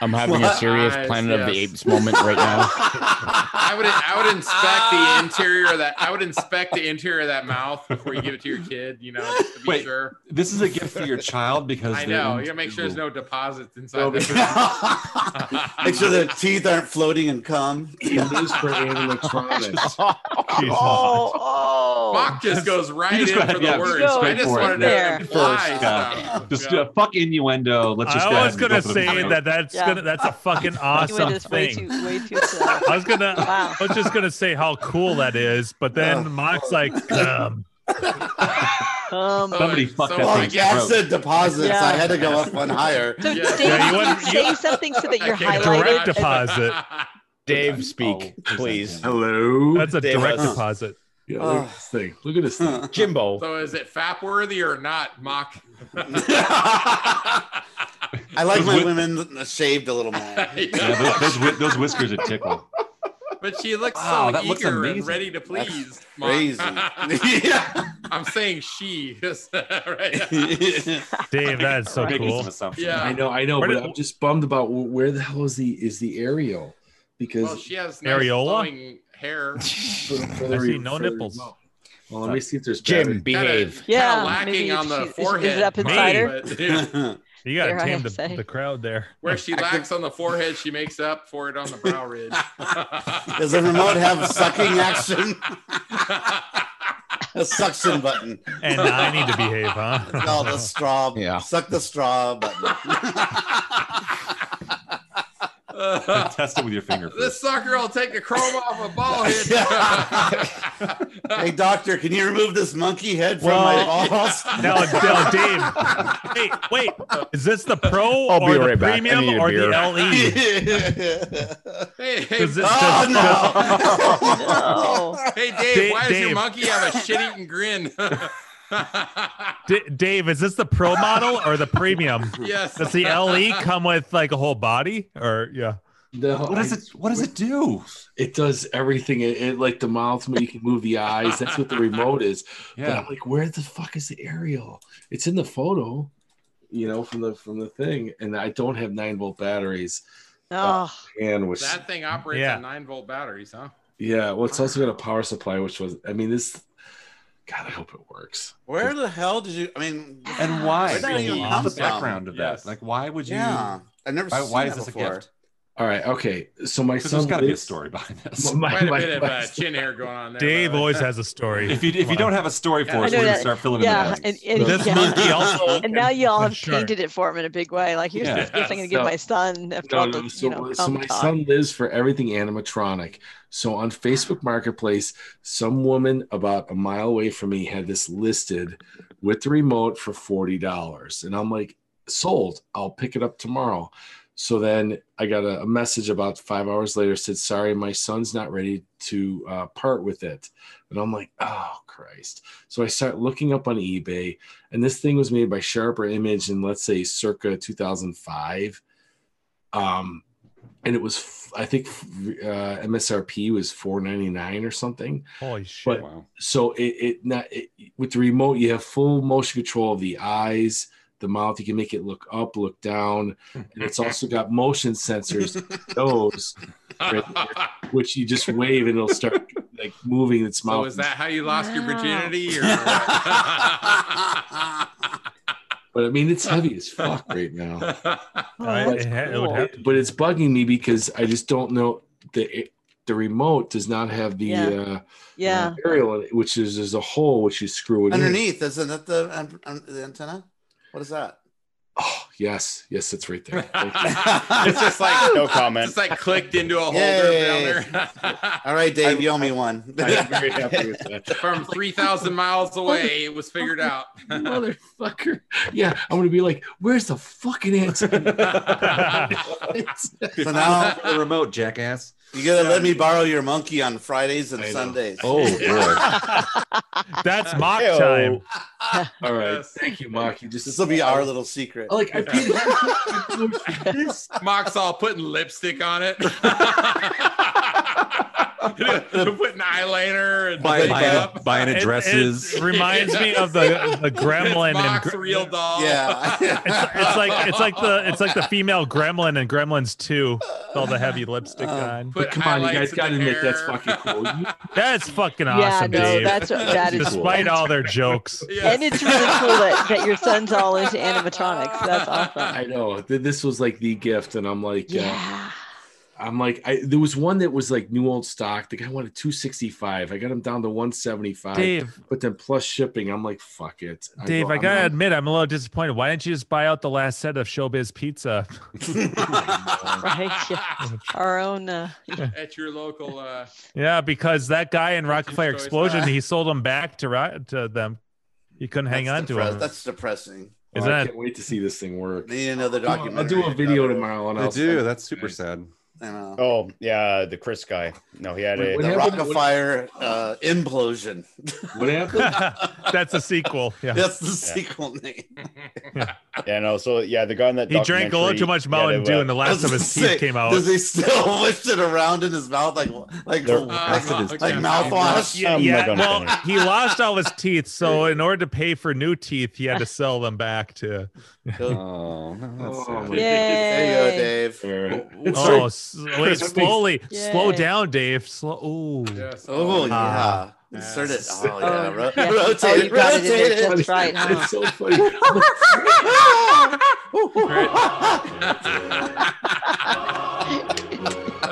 Speaker 12: I'm having a
Speaker 1: What?
Speaker 12: serious
Speaker 4: Eyes,
Speaker 12: Planet of the
Speaker 4: yes.
Speaker 12: Apes moment right now.
Speaker 4: I would I would inspect the interior of that. I would inspect the interior of that mouth before you give it to your kid. You know, just to be
Speaker 2: Wait,
Speaker 4: sure.
Speaker 2: This is a gift for your child because
Speaker 4: I
Speaker 2: they're
Speaker 4: know.
Speaker 2: in-
Speaker 4: You gotta make sure there's no deposits
Speaker 7: No,
Speaker 4: inside.
Speaker 1: Make sure
Speaker 4: the
Speaker 1: their teeth aren't floating in cum.
Speaker 7: It is for animatronics.
Speaker 3: Jesus.
Speaker 9: Oh, oh.
Speaker 4: Mock just goes right in
Speaker 2: just went-
Speaker 4: for the
Speaker 2: yeah,
Speaker 4: words.
Speaker 9: just
Speaker 4: I
Speaker 9: went
Speaker 4: just
Speaker 2: for
Speaker 4: want to
Speaker 2: it.
Speaker 4: know
Speaker 9: There.
Speaker 4: if it flies.
Speaker 2: First, yeah.
Speaker 4: though.
Speaker 2: Just
Speaker 4: Yeah.
Speaker 2: uh, fuck innuendo. Let's just. go
Speaker 3: I
Speaker 2: ahead
Speaker 3: was
Speaker 2: and
Speaker 3: gonna
Speaker 2: go for the
Speaker 3: say
Speaker 2: point.
Speaker 3: that that's
Speaker 9: Yeah.
Speaker 3: gonna that's a fucking
Speaker 9: You went
Speaker 3: awesome
Speaker 9: this way too,
Speaker 3: thing.
Speaker 9: way too slow.
Speaker 3: I was gonna
Speaker 9: Wow.
Speaker 3: I was just gonna say how cool that is, but then Mock's like, um,
Speaker 9: Um,
Speaker 2: Somebody
Speaker 4: Oh,
Speaker 2: fuck
Speaker 4: so
Speaker 2: that
Speaker 4: I
Speaker 1: Well,
Speaker 2: thing.
Speaker 1: Gaz said deposits.
Speaker 9: Yeah.
Speaker 1: I had to go up one higher.
Speaker 9: so
Speaker 4: Yeah.
Speaker 9: Dave,
Speaker 4: Yeah,
Speaker 3: you
Speaker 9: can
Speaker 3: went-
Speaker 9: you say
Speaker 3: you-
Speaker 9: something so that you're
Speaker 4: I can't-
Speaker 9: highlighted?
Speaker 3: Direct
Speaker 9: as-
Speaker 3: deposit.
Speaker 8: Dave, speak,
Speaker 2: Oh,
Speaker 8: please.
Speaker 7: Hello.
Speaker 3: that's a
Speaker 8: Dave
Speaker 3: direct
Speaker 8: has-
Speaker 3: deposit.
Speaker 7: yeah, look at this thing. Look at this thing.
Speaker 8: Jimbo.
Speaker 4: So is it fap worthy or not, Mock?
Speaker 1: I like my women shaved a little more.
Speaker 2: Yeah, those, those, whi- those whiskers would tickle.
Speaker 4: But she looks
Speaker 2: Wow,
Speaker 4: so
Speaker 2: that looks
Speaker 4: eager and
Speaker 2: amazing.
Speaker 4: ready to please. Mock.
Speaker 1: Crazy.
Speaker 4: I'm saying she. just- right?
Speaker 1: yeah.
Speaker 3: Dave, that is so
Speaker 2: We're making
Speaker 3: cool.
Speaker 2: some assumptions.
Speaker 4: Yeah.
Speaker 7: I know, I know,
Speaker 3: Where
Speaker 7: but
Speaker 3: did-
Speaker 7: I'm just bummed about wh- where the hell is the is the aerial? Because
Speaker 4: Well, she has nice
Speaker 3: Areola?
Speaker 4: flowing hair.
Speaker 7: for the- for the
Speaker 3: I see
Speaker 7: re-
Speaker 3: no
Speaker 7: for the
Speaker 3: nipples.
Speaker 7: remote. Well, let me see if there's
Speaker 8: Jim,
Speaker 7: battery.
Speaker 8: behave.
Speaker 4: Kinda-
Speaker 9: Yeah,
Speaker 4: kinda lacking
Speaker 9: maybe
Speaker 4: on the
Speaker 9: she- is- is
Speaker 4: forehead.
Speaker 9: it up
Speaker 4: Mock,
Speaker 9: inside her?
Speaker 4: but, yeah.
Speaker 3: "Um, You gotta
Speaker 9: Dare I
Speaker 3: tame the,
Speaker 9: say.
Speaker 3: the crowd there.
Speaker 4: Where she lacks on the forehead, she makes up for it on the brow ridge.
Speaker 1: Does the remote have sucking action? A suction button.
Speaker 3: And I need to behave,
Speaker 1: It's called the
Speaker 3: huh?
Speaker 1: straw.
Speaker 12: Yeah.
Speaker 1: Suck the straw button.
Speaker 2: Test it with your finger.
Speaker 4: this
Speaker 2: First.
Speaker 4: sucker will take a chrome off a ball hit.
Speaker 1: hey, doctor, can you remove this monkey head from my
Speaker 3: Well-
Speaker 1: balls?
Speaker 3: Now, now, Dave. Hey, wait. Is this the pro
Speaker 8: I'll be
Speaker 3: or the
Speaker 8: right back. I
Speaker 3: premium
Speaker 8: need a
Speaker 3: or
Speaker 8: beer.
Speaker 3: the E? LE?
Speaker 4: hey, hey,
Speaker 3: Does it-
Speaker 1: oh,
Speaker 3: does-
Speaker 1: no.
Speaker 9: No.
Speaker 4: hey, Dave,
Speaker 3: Da-
Speaker 4: why does your
Speaker 3: Dave.
Speaker 4: monkey have a shit-eating grin?
Speaker 3: D- Dave, is this the pro model or the premium?
Speaker 4: yes.
Speaker 3: Does the LE come with like a whole body or yeah?
Speaker 7: No,
Speaker 2: What does
Speaker 7: I-
Speaker 2: it? What does it do?
Speaker 7: It does everything. It, it like the mouth, you can move the eyes. That's what the remote is. But
Speaker 2: Yeah.
Speaker 7: I'm like, where the fuck is the aerial? It's in the photo, you know, from the from the thing. And I don't have nine volt batteries. Uh,
Speaker 9: Oh,
Speaker 7: And which
Speaker 4: That thing operates
Speaker 3: Yeah.
Speaker 4: on nine volt batteries, huh?
Speaker 7: yeah, well, it's also got a power supply, which was I mean, this God, I hope it works.
Speaker 1: Where the hell did you? I mean,
Speaker 2: And why?
Speaker 1: Where'd that even
Speaker 2: What's
Speaker 1: come
Speaker 2: the
Speaker 1: from?
Speaker 2: background of that?
Speaker 4: Yes.
Speaker 2: Like, why would you?
Speaker 1: yeah, I've never
Speaker 2: Why,
Speaker 1: seen
Speaker 2: why
Speaker 1: that
Speaker 2: is this a
Speaker 1: before.
Speaker 2: gift?
Speaker 7: All right. Okay. So my
Speaker 2: So
Speaker 7: son.
Speaker 2: there's gotta be a
Speaker 7: lives-
Speaker 2: story behind this.
Speaker 7: My-
Speaker 4: Quite a
Speaker 7: my-
Speaker 4: bit of
Speaker 7: my
Speaker 4: uh,
Speaker 7: son-
Speaker 4: chin hair going on there.
Speaker 3: Dave
Speaker 4: by the way.
Speaker 3: always has a story.
Speaker 2: If you if you don't have a story
Speaker 4: Yeah.
Speaker 2: for
Speaker 4: I
Speaker 2: us,
Speaker 4: know
Speaker 2: we're gonna
Speaker 4: that.
Speaker 2: start filling in the
Speaker 9: yeah,
Speaker 2: blanks.
Speaker 9: and, and,
Speaker 2: This
Speaker 9: yeah.
Speaker 2: monkey also
Speaker 9: and now y'all have
Speaker 2: shark.
Speaker 9: painted it for him in a big way. Like here's
Speaker 7: Yeah.
Speaker 9: this gift I'm gonna give
Speaker 7: No.
Speaker 9: my son after
Speaker 7: No,
Speaker 9: all the
Speaker 7: no. So,
Speaker 9: you know
Speaker 7: my- so
Speaker 9: cum
Speaker 7: my
Speaker 9: talk.
Speaker 7: son lives for everything animatronic. So on Facebook Marketplace, some woman about a mile away from me had this listed with the remote for forty dollars, and I'm like, sold. I'll pick it up tomorrow. So then I got a, a message about five hours later said, sorry, my son's not ready to uh, part with it, and I'm like, oh Christ. So I start looking up on eBay, and this thing was made by Sharper Image in let's say circa 2005 um and it was f- i think f- uh msrp was 499 or something
Speaker 3: Holy shit!
Speaker 7: so it, it not it, with the remote you have full motion control of the eyes the mouth you can make it look up look down and it's also got motion sensors those which you just wave and it'll start like moving its mouth
Speaker 4: So is that how you lost your virginity? Or
Speaker 7: Oh, but i mean it's heavy as fuck right now
Speaker 9: Oh,
Speaker 3: Uh, it ha- it would have to-
Speaker 7: but it's bugging me because I just don't know the it, the remote does not have the
Speaker 9: Yeah.
Speaker 7: uh,
Speaker 9: yeah.
Speaker 7: aerial, in it, which is there's a hole which you screw it in.
Speaker 1: Underneath, isn't that the, um, um, the antenna? What is that?
Speaker 7: Oh, Yes, yes, it's right there.
Speaker 4: it's just like
Speaker 1: No comment.
Speaker 4: It's just like clicked into a holder
Speaker 1: Yay.
Speaker 4: down there.
Speaker 1: All right, Dave, you owe me one.
Speaker 7: I'm very happy with that.
Speaker 4: From three thousand miles away, it was figured out.
Speaker 7: Motherfucker. Yeah, I'm gonna be like, where's the fucking antenna?
Speaker 1: So now-
Speaker 2: the remote, jackass.
Speaker 1: You gotta let me borrow your monkey on Fridays and Sundays.
Speaker 2: Oh,
Speaker 3: That's mock
Speaker 1: Hey-o.
Speaker 3: time.
Speaker 7: All right, thank you, Mark. You just
Speaker 1: this will be our little secret.
Speaker 7: like I paid
Speaker 4: Mock's all putting lipstick on it. putting eyeliner and
Speaker 2: Buying-
Speaker 4: makeup.
Speaker 2: buying- buying
Speaker 3: It-
Speaker 2: addresses.
Speaker 3: It, reminds me of the the gremlin and
Speaker 4: Mock's real doll.
Speaker 1: Yeah.
Speaker 3: it's like it's like the it's like the female gremlin and Gremlins 2 with all the heavy lipstick on.
Speaker 4: Uh, Put
Speaker 7: Come on, you
Speaker 4: highlights
Speaker 7: guys
Speaker 4: in
Speaker 7: gotta
Speaker 4: the
Speaker 7: admit that's
Speaker 4: hair.
Speaker 7: fucking cool. You-
Speaker 3: That's fucking
Speaker 9: Yeah,
Speaker 3: awesome,
Speaker 9: no,
Speaker 3: Dave.
Speaker 9: that's- that is-
Speaker 3: despite all their jokes.
Speaker 9: And it's really cool that, that your son's all into animatronics. That's awesome.
Speaker 7: I know th- this was like the gift, and I'm like, yeah.
Speaker 9: Yeah.
Speaker 7: I'm like, I there was one that was like new old stock. The guy wanted 265. I got him down to 175.
Speaker 3: Dave.
Speaker 7: but then plus shipping. I'm like, fuck it. I
Speaker 3: Dave,
Speaker 7: go-
Speaker 3: I
Speaker 7: I'm
Speaker 3: gotta
Speaker 7: out.
Speaker 3: admit, I'm a little disappointed. Why didn't you just buy out the last set of Showbiz Pizza?
Speaker 9: Right. Yeah. Our own. Uh,
Speaker 4: At your local uh
Speaker 3: yeah, because that guy in Rockfire
Speaker 4: Toy
Speaker 3: Explosion,
Speaker 4: Story.
Speaker 3: he sold them back to Ro- to them. He couldn't hang on
Speaker 1: That's
Speaker 3: to
Speaker 1: depre-
Speaker 3: them.
Speaker 1: That's depressing.
Speaker 7: Oh,
Speaker 3: Isn't
Speaker 7: I
Speaker 3: that
Speaker 7: can't wait to see this thing work.
Speaker 1: They need another documentary.
Speaker 7: I'll do a video tomorrow, and
Speaker 2: They
Speaker 7: I'll
Speaker 2: do. That's super sad.
Speaker 1: I know.
Speaker 8: Oh yeah, the Chris guy. No, he had
Speaker 7: Wait,
Speaker 8: a.
Speaker 7: what
Speaker 1: The
Speaker 7: happened-
Speaker 1: Rockafire uh, implosion.
Speaker 7: What happened?
Speaker 3: that's a sequel? Yeah.
Speaker 1: That's the sequel name.
Speaker 8: Yeah, no. So yeah, the guy in that
Speaker 3: He drank a little
Speaker 8: documentary,
Speaker 3: too much
Speaker 8: yeah,
Speaker 3: Mountain
Speaker 8: they,
Speaker 3: Dew,
Speaker 8: uh,
Speaker 3: and the last of his teeth came out.
Speaker 1: Does he still wish it around in his mouth like like
Speaker 8: They're-
Speaker 1: like,
Speaker 4: Oh,
Speaker 1: like
Speaker 4: okay.
Speaker 1: mouthwash?
Speaker 3: yeah,
Speaker 8: I'm not
Speaker 3: yeah,
Speaker 8: gonna
Speaker 3: well,
Speaker 8: finish.
Speaker 3: he lost all his teeth, so in order to pay for new teeth, he had to sell them back to.
Speaker 2: Oh, no, that's
Speaker 7: Oh,
Speaker 2: sad.
Speaker 7: my
Speaker 1: There you go,
Speaker 9: Yay.
Speaker 1: Dave.
Speaker 7: Or-
Speaker 3: Oh, s- wait,
Speaker 7: Chris,
Speaker 3: slowly,
Speaker 9: Yay.
Speaker 3: slow down, Dave. Slow. Ooh.
Speaker 4: yes.
Speaker 1: Oh yeah.
Speaker 3: Ah.
Speaker 1: Insert it. Oh yeah. Ro-
Speaker 9: yeah. Oh,
Speaker 1: Rotate
Speaker 9: you
Speaker 1: it.
Speaker 9: got it in there
Speaker 1: Rotate it.
Speaker 9: just right, huh?
Speaker 7: It's so funny.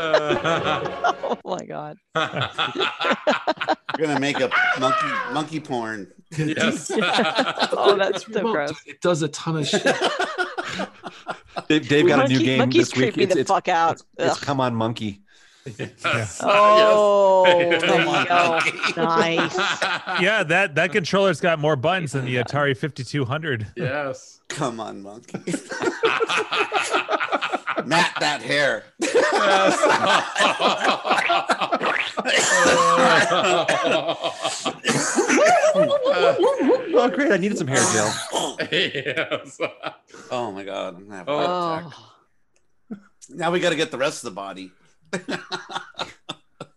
Speaker 9: Oh my god.
Speaker 1: You're gonna make a monkey monkey porn.
Speaker 4: yes.
Speaker 9: Oh, that's so gross.
Speaker 7: It does a ton of shit.
Speaker 2: Dave, Dave got a new
Speaker 9: Monkey-
Speaker 2: game
Speaker 9: monkeys
Speaker 2: this week.
Speaker 9: creep me the fuck out.
Speaker 2: It's, it's come on, monkey.
Speaker 9: Oh, there you go. Nice.
Speaker 3: Yeah, that that controller's got more buttons than the Atari 5200.
Speaker 4: Yes.
Speaker 1: Come on, monkey. Matt that hair.
Speaker 2: Oh, great! I needed some hair gel.
Speaker 4: yes.
Speaker 1: Oh my god, I'm gonna have a heart attack.
Speaker 9: Oh.
Speaker 1: Now we gotta get the rest of the body.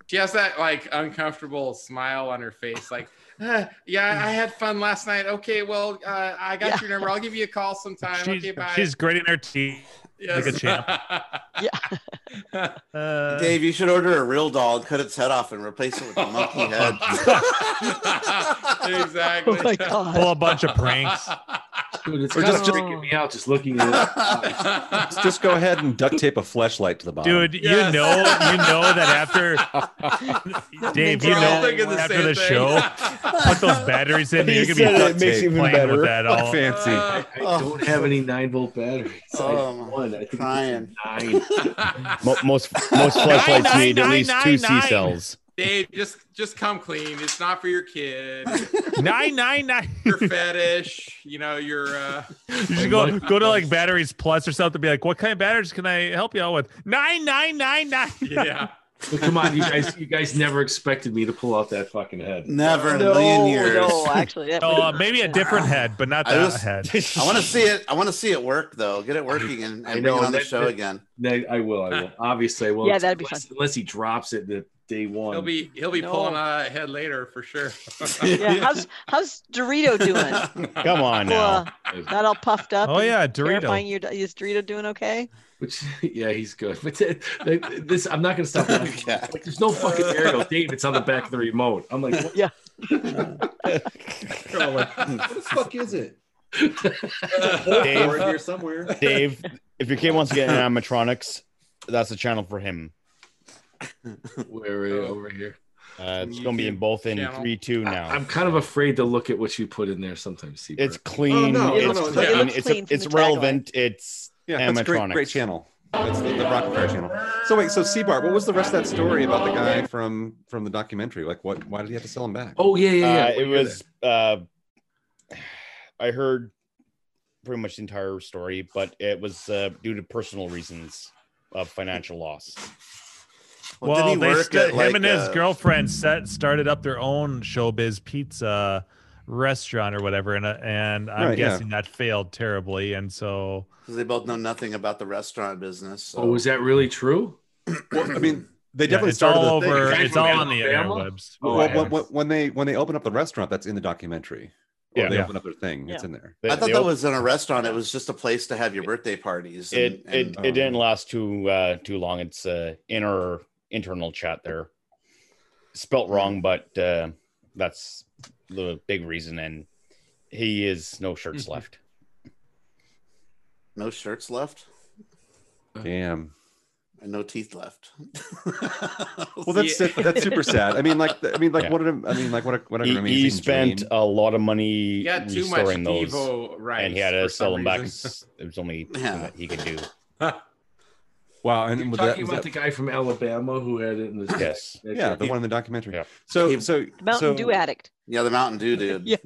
Speaker 4: She has that like uncomfortable smile on her face, like, "Uh, yeah, I had fun last night. Okay, well, uh, I got
Speaker 9: Yeah.
Speaker 4: your number. I'll give you a call sometime.
Speaker 3: She's,
Speaker 4: okay, bye.
Speaker 3: she's great in her teeth.
Speaker 4: Yes.
Speaker 3: like a champ. Uh,
Speaker 1: Dave, you should order a real doll and cut its head off and replace it with a monkey head.
Speaker 4: exactly.
Speaker 9: Oh my god.
Speaker 3: pull a bunch of pranks.
Speaker 7: Dude, it's
Speaker 5: Or
Speaker 7: kind
Speaker 5: just-
Speaker 7: of freaking me out just looking at it.
Speaker 5: Let's just go ahead and duct tape a flashlight to the bottom.
Speaker 3: Dude, you know, you know that after Dave, you
Speaker 5: We're all
Speaker 3: know
Speaker 5: thinking the
Speaker 3: after
Speaker 5: same
Speaker 3: the
Speaker 5: thing.
Speaker 3: show, put those batteries in.
Speaker 5: He
Speaker 3: You're gonna be
Speaker 5: said it
Speaker 3: duct
Speaker 5: makes it
Speaker 3: tape
Speaker 5: even
Speaker 3: playing
Speaker 5: better.
Speaker 3: with that all.
Speaker 5: Fancy.
Speaker 7: I, I
Speaker 1: Oh.
Speaker 7: don't have any nine volt batteries. I have one. I think
Speaker 1: crying.
Speaker 7: nine.
Speaker 8: Mo- most most flashlights
Speaker 4: Nine,
Speaker 8: need
Speaker 4: nine,
Speaker 8: at least
Speaker 4: nine,
Speaker 8: two C
Speaker 4: nine.
Speaker 8: cells.
Speaker 4: Dave, just just come clean. It's not for your kid.
Speaker 3: Nine nine nine.
Speaker 4: Your fetish. You know your. Uh,
Speaker 3: You should go go to like batteries plus or something. Be like, what kind of batteries can I help you out with? Nine nine nine nine.
Speaker 4: Yeah.
Speaker 7: But come on, you guys, you guys never expected me to pull out that fucking head.
Speaker 1: Never in a million years.
Speaker 3: Oh, uh, maybe a different head, but not
Speaker 1: I
Speaker 3: that
Speaker 1: just-
Speaker 3: head.
Speaker 1: I want to see it. I want to see it work though. Get it working and, and bring it on the
Speaker 7: that-
Speaker 1: show
Speaker 7: that-
Speaker 1: again.
Speaker 7: that- I will. I will. Obviously, I will.
Speaker 9: Yeah, that'd be
Speaker 7: unless, fun. Unless he drops it the day one.
Speaker 4: He'll be he'll be
Speaker 9: No.
Speaker 4: pulling out that head later for sure.
Speaker 9: Yeah, how's how's Dorito doing?
Speaker 8: Come on now.
Speaker 9: Cool. not all puffed up.
Speaker 7: Oh,
Speaker 9: and
Speaker 7: yeah, Dorito.
Speaker 9: terrifying you. Is Dorito doing okay?
Speaker 7: Which, yeah, he's good. But th- th- this, I'm not gonna stop.
Speaker 5: Oh
Speaker 7: laughing. Like, there's no fucking aerial, Dave. It's on the back of the remote. I'm like, what?
Speaker 9: yeah.
Speaker 7: what the fuck is it?
Speaker 8: Dave.
Speaker 7: Or in here somewhere.
Speaker 8: Dave, if your kid wants to get an animatronics, that's the channel for him.
Speaker 7: Where are you over here?
Speaker 8: Uh, it's going to be in both in
Speaker 7: Channel.
Speaker 8: three two now.
Speaker 7: I'm kind of afraid to look at what you put in there sometimes. Seabird.
Speaker 8: it's clean.
Speaker 7: Oh, no,
Speaker 8: it's
Speaker 7: no, no,
Speaker 8: clean.
Speaker 7: yeah.
Speaker 8: It's,
Speaker 7: It looks clean from
Speaker 8: it's
Speaker 7: the
Speaker 8: relevant. It's
Speaker 5: Yeah, that's a
Speaker 8: animatronics.
Speaker 5: great, great channel. That's the, the Rockefeller channel. So wait, so Seabart, what was the rest of that story about the guy from from the documentary? Like, what? Why did he have to sell him back?
Speaker 7: Oh yeah, yeah,
Speaker 8: Uh,
Speaker 7: yeah.
Speaker 8: it was. Uh, I heard pretty much the entire story, but it was uh, due to personal reasons of financial loss.
Speaker 3: Well, they sta- him and
Speaker 1: uh,
Speaker 3: his girlfriend set started up their own showbiz pizza restaurant or whatever, and uh, and I'm
Speaker 1: Right, yeah.
Speaker 3: guessing that failed terribly, and so
Speaker 1: 'Cause they both know nothing about the restaurant business. So.
Speaker 7: Oh, was that really true?
Speaker 5: I mean, they
Speaker 3: Yeah,
Speaker 5: definitely
Speaker 3: it's
Speaker 5: started
Speaker 3: all
Speaker 5: the thing.
Speaker 3: over-
Speaker 5: Guy
Speaker 3: it's
Speaker 5: from
Speaker 3: all on the
Speaker 5: Alabama?
Speaker 3: airwebs.
Speaker 5: Well,
Speaker 3: Oh,
Speaker 5: well,
Speaker 3: yeah.
Speaker 5: when, when they when they open up the restaurant, that's in the documentary. Or
Speaker 8: Yeah.
Speaker 5: they
Speaker 8: Yeah.
Speaker 5: open up their thing. It's in there.
Speaker 1: I thought that was in a restaurant. It was just a place to have your birthday parties. and-
Speaker 8: It it,
Speaker 1: and- um,
Speaker 8: it didn't last too uh, too long. It's uh, inner internal chat there,
Speaker 1: Hmm.
Speaker 8: spelt wrong, but uh, that's the big reason. And he is no
Speaker 3: Mm-hmm.
Speaker 8: shirts left.
Speaker 1: No shirts left
Speaker 3: Uh-huh.
Speaker 5: Damn.
Speaker 1: and no teeth left.
Speaker 5: Well, that's
Speaker 1: Yeah.
Speaker 5: that's super sad. I mean, like, I mean, like,
Speaker 8: Yeah.
Speaker 5: what? A, I mean, like, what? A, what an
Speaker 8: He,
Speaker 5: amazing
Speaker 8: he spent
Speaker 5: dream.
Speaker 8: a lot of money
Speaker 4: He had too much
Speaker 8: restoring those,
Speaker 4: Devo
Speaker 8: and
Speaker 4: rice
Speaker 8: he had
Speaker 4: for
Speaker 8: to
Speaker 4: some
Speaker 8: sell them back.
Speaker 4: reason.
Speaker 8: It's- It was only
Speaker 1: Yeah.
Speaker 8: something that he could do.
Speaker 5: Wow, and
Speaker 7: You're
Speaker 5: was that,
Speaker 7: talking
Speaker 5: was
Speaker 7: about
Speaker 5: that-
Speaker 7: the guy from Alabama who had it in his
Speaker 8: Yes.
Speaker 7: That's
Speaker 5: yeah,
Speaker 7: it.
Speaker 5: the one in the documentary. So, so,
Speaker 9: Mountain
Speaker 5: so,
Speaker 9: Dew addict.
Speaker 1: yeah, the Mountain Dew dude.
Speaker 9: Yeah.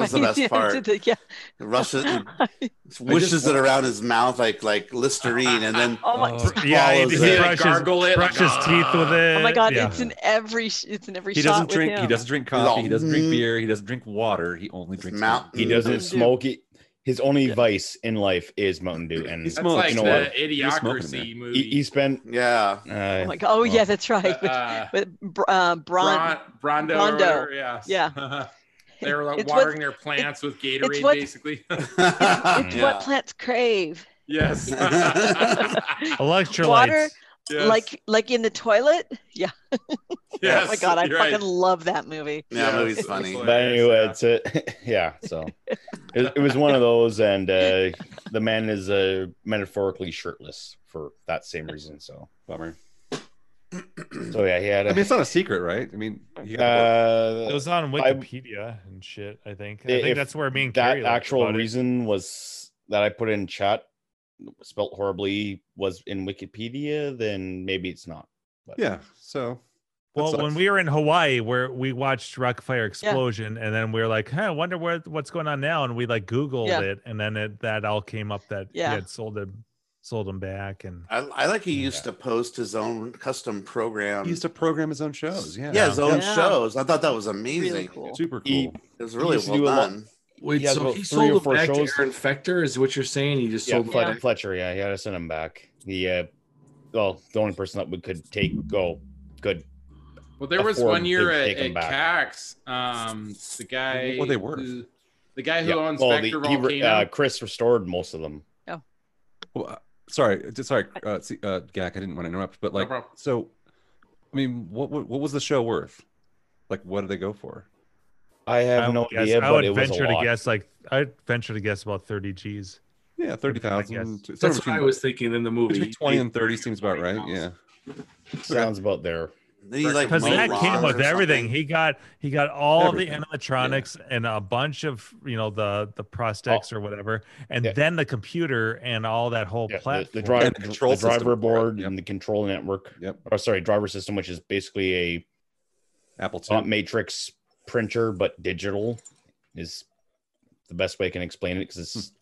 Speaker 1: was the
Speaker 9: Right.
Speaker 1: best
Speaker 9: Yeah,
Speaker 1: part.
Speaker 9: did the- yeah.
Speaker 1: Rushes, wishes it around his mouth like like Listerine, and then
Speaker 9: Oh my-
Speaker 1: swallows
Speaker 3: yeah, he, he
Speaker 1: it.
Speaker 3: brushes, brushes
Speaker 8: Ah.
Speaker 3: teeth with it.
Speaker 9: Oh my god,
Speaker 3: yeah.
Speaker 9: it's in every sh- it's in every
Speaker 5: he
Speaker 9: shot
Speaker 5: doesn't
Speaker 9: with
Speaker 5: drink. He
Speaker 9: him.
Speaker 5: doesn't drink
Speaker 1: all,
Speaker 5: coffee. He doesn't drink
Speaker 1: "Mm."
Speaker 5: beer. He doesn't drink water. He only drinks
Speaker 1: Mountain
Speaker 8: He doesn't smoke. He, his only vice in life is Mountain Dew, and
Speaker 5: He
Speaker 4: That's like
Speaker 8: You know
Speaker 4: the
Speaker 8: what?
Speaker 4: idiocracy
Speaker 8: He,
Speaker 4: movie.
Speaker 8: he spent.
Speaker 1: Yeah.
Speaker 8: Uh,
Speaker 9: Oh my god. Oh yeah, that's right. With,
Speaker 4: Uh,
Speaker 9: with Br- uh, Bron,
Speaker 4: Bron- Brondo, or whatever, yes.
Speaker 9: Yeah.
Speaker 4: they were like
Speaker 9: It's what-
Speaker 4: watering their plants with Gatorade,
Speaker 9: what-
Speaker 4: basically.
Speaker 9: It's what plants crave.
Speaker 4: yes.
Speaker 3: Electrolytes.
Speaker 9: Water,
Speaker 4: Yes.
Speaker 9: like like in the toilet. Yeah. oh my
Speaker 4: Yes,
Speaker 9: god, I
Speaker 4: you're
Speaker 9: fucking
Speaker 4: right.
Speaker 9: love that movie.
Speaker 1: Yeah,
Speaker 4: Yeah,
Speaker 1: movie's
Speaker 4: it's
Speaker 1: funny.
Speaker 4: like-
Speaker 8: But anyway, it's a, yeah. So it, it was one of those, and uh, the man is uh, metaphorically shirtless for that same reason. So
Speaker 5: Bummer.
Speaker 8: so yeah, he had.
Speaker 5: I
Speaker 8: A,
Speaker 5: mean, it's not a secret, right? I mean, you gotta-
Speaker 8: uh,
Speaker 3: It was on
Speaker 8: I-
Speaker 3: Wikipedia and shit. I think. I think
Speaker 8: if
Speaker 3: that's where me and
Speaker 8: that
Speaker 3: Carrie laughed
Speaker 8: actual
Speaker 3: about it.
Speaker 8: reason was that I put in chat spelt horribly was in Wikipedia, then maybe it's not. But
Speaker 5: yeah. So, that
Speaker 3: Well,
Speaker 5: sucks.
Speaker 3: when we were in Hawaii, where we watched Rockfire Explosion, and then we were like, "Huh, I wonder where what's going on now," and we like Googled
Speaker 9: Yeah.
Speaker 3: it, and then it, that all came up that
Speaker 9: Yeah.
Speaker 3: he had sold him, sold him back, and
Speaker 1: I, I like he used to post his own custom program.
Speaker 5: he used to program his own shows. Yeah.
Speaker 1: yeah, his own
Speaker 9: Yeah.
Speaker 1: shows. I thought that was amazing.
Speaker 5: Super cool.
Speaker 8: He-
Speaker 1: It was
Speaker 8: he
Speaker 1: really
Speaker 8: used to
Speaker 1: well
Speaker 8: do a lot-
Speaker 1: done.
Speaker 7: Wait,
Speaker 8: He has
Speaker 7: so
Speaker 8: about
Speaker 7: he
Speaker 8: three
Speaker 7: sold
Speaker 8: or
Speaker 7: them
Speaker 8: four
Speaker 7: back
Speaker 8: shows.
Speaker 7: to Aaron Fector, is what you're saying? He just
Speaker 8: yeah,
Speaker 7: sold them
Speaker 8: Flet-
Speaker 7: back.
Speaker 8: Fletcher. Yeah, he had to send him back. The uh, well, the only person that we could take go could
Speaker 4: Well, there was
Speaker 8: afford
Speaker 4: one year
Speaker 8: to
Speaker 4: at,
Speaker 8: take 'em
Speaker 4: at CAX. Um, the guy.
Speaker 5: What were they worth?
Speaker 4: Who, the guy who
Speaker 8: Yeah.
Speaker 4: owns
Speaker 8: Well, the,
Speaker 4: Vector
Speaker 8: he,
Speaker 4: Volcano.
Speaker 8: re- uh, Chris restored most of them.
Speaker 5: Well, uh, sorry, just- sorry, uh, see, uh, Gak. I didn't want to interrupt, but like,
Speaker 4: problem.
Speaker 5: so, I mean, what, what what was the show worth? Like, what did they go for?
Speaker 8: I have
Speaker 3: I
Speaker 8: no
Speaker 3: would guess-
Speaker 8: idea,
Speaker 3: I
Speaker 8: but
Speaker 3: would
Speaker 8: it was a
Speaker 3: venture to
Speaker 8: lot.
Speaker 3: guess like I venture to guess about 30 G's.
Speaker 5: Yeah, thirty thousand.
Speaker 7: That's what I was thinking in the movie.
Speaker 5: Between twenty and thirty seems about right. Yeah,
Speaker 8: Sounds about there.
Speaker 1: Then he's like
Speaker 3: because
Speaker 1: Mo
Speaker 3: that
Speaker 1: Ron
Speaker 3: came
Speaker 1: or
Speaker 3: with
Speaker 1: something.
Speaker 3: everything. He got he got all
Speaker 5: Everything.
Speaker 3: the animatronics and a bunch of you know the the prosthetics or whatever, and then the computer and all that whole
Speaker 8: The,
Speaker 3: platform.
Speaker 8: the, drive,
Speaker 5: And the
Speaker 8: the
Speaker 5: control
Speaker 8: driver
Speaker 5: system.
Speaker 8: board and the control network.
Speaker 5: Yep.
Speaker 8: Or sorry, driver system, which is basically a
Speaker 5: Apple
Speaker 8: not matrix printer but digital, is the best way I can explain it because it's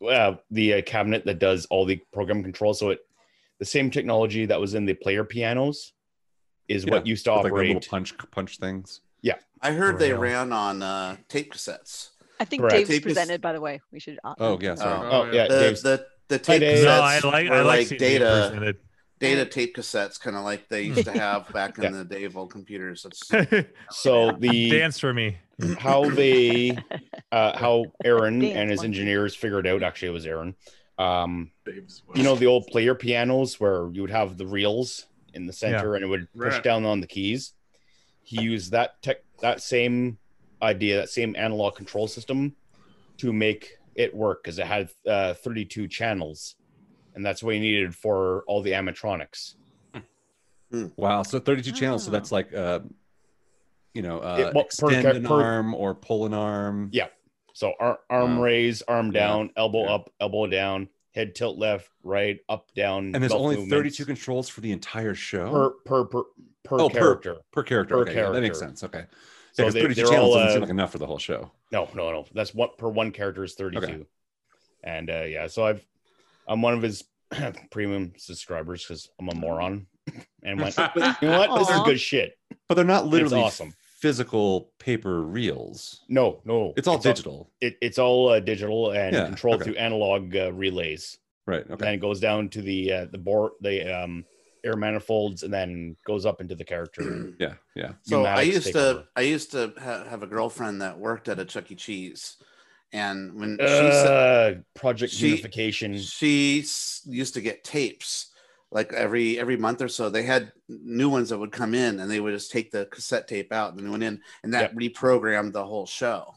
Speaker 5: Hmm.
Speaker 8: uh, the uh, cabinet that does all the program control. So it the same technology that was in the player pianos is what
Speaker 5: Yeah,
Speaker 8: used to
Speaker 5: with, like, the little
Speaker 8: operate.
Speaker 5: punch punch things.
Speaker 8: yeah,
Speaker 1: I heard they
Speaker 5: Braille.
Speaker 1: ran on uh, tape cassettes.
Speaker 9: I think
Speaker 8: Correct.
Speaker 9: Dave's
Speaker 1: Tape is-
Speaker 9: presented, by the way. We should. uh,
Speaker 5: Oh yeah, sorry.
Speaker 8: Oh, yeah,
Speaker 1: the,
Speaker 8: Dave's-
Speaker 1: the the
Speaker 8: Hi,
Speaker 1: tape
Speaker 8: Dave.
Speaker 1: cassettes
Speaker 3: No, I like-
Speaker 1: were
Speaker 3: I like
Speaker 1: like
Speaker 3: seeing Dave
Speaker 1: data
Speaker 3: presented.
Speaker 1: data tape cassettes, kind of like they used to have back in
Speaker 8: Yeah.
Speaker 1: the day of old computers. That's
Speaker 8: So the
Speaker 3: Dance for me.
Speaker 8: how they uh, how Aaron
Speaker 9: Dance
Speaker 8: and his
Speaker 9: monkey.
Speaker 8: engineers figured out actually it was Aaron. Um,
Speaker 7: Babes.
Speaker 8: you know the old player pianos where you would have the reels in the center and it would push
Speaker 4: Right.
Speaker 8: down on the keys. He used that tech that same idea that same analog control system to make it work because it had uh, 32 channels, and that's what he needed for all the animatronics.
Speaker 5: Wow, so 32 channels. So that's like, uh, you know, uh,
Speaker 8: It- well, per
Speaker 5: extend
Speaker 8: ca-
Speaker 5: an
Speaker 8: per-
Speaker 5: arm or pull an arm.
Speaker 8: Yeah. So ar- arm
Speaker 5: Wow.
Speaker 8: raise, arm
Speaker 5: Yeah.
Speaker 8: down, elbow
Speaker 5: Yeah.
Speaker 8: up, elbow down, head tilt left, right, up, down.
Speaker 5: And there's
Speaker 8: belt
Speaker 5: only
Speaker 8: movements
Speaker 5: 32 controls for the entire show.
Speaker 8: per per per, per
Speaker 5: oh,
Speaker 8: character.
Speaker 5: per per character.
Speaker 8: Per
Speaker 5: okay, yeah, that makes
Speaker 8: character.
Speaker 5: sense. Okay. So
Speaker 8: So
Speaker 5: yeah, 'cause
Speaker 8: they-
Speaker 5: 32
Speaker 8: they're
Speaker 5: channels
Speaker 8: all,
Speaker 5: doesn't
Speaker 8: uh,
Speaker 5: seem like enough for the whole show.
Speaker 8: No, no, no. That's what per one character is 32.
Speaker 5: Okay.
Speaker 8: And uh yeah, so I've I'm one of his premium subscribers because I'm a
Speaker 5: Mm-hmm.
Speaker 8: moron. And went, you know what? This is
Speaker 9: Aw.
Speaker 8: good shit.
Speaker 5: But they're not literally
Speaker 8: awesome.
Speaker 5: physical paper reels.
Speaker 8: No, no.
Speaker 5: It's all digital.
Speaker 8: it, it's all uh, digital and
Speaker 5: Yeah,
Speaker 8: controlled
Speaker 5: okay.
Speaker 8: through analog uh, relays.
Speaker 5: Right. Okay.
Speaker 8: And then it goes down to the uh, the board, the um, air manifolds, and then goes up into the character.
Speaker 5: yeah. Yeah.
Speaker 1: So I
Speaker 8: pneumatics
Speaker 1: used
Speaker 8: take
Speaker 1: to
Speaker 8: over.
Speaker 1: I used to ha- have a girlfriend that worked at a Chuck E. Cheese, and when she said
Speaker 8: uh, Project
Speaker 1: she-
Speaker 8: Unification.
Speaker 1: she s- used to get tapes like every every month or so they had new ones that would come in and they would just take the cassette tape out and went in and that reprogrammed the whole show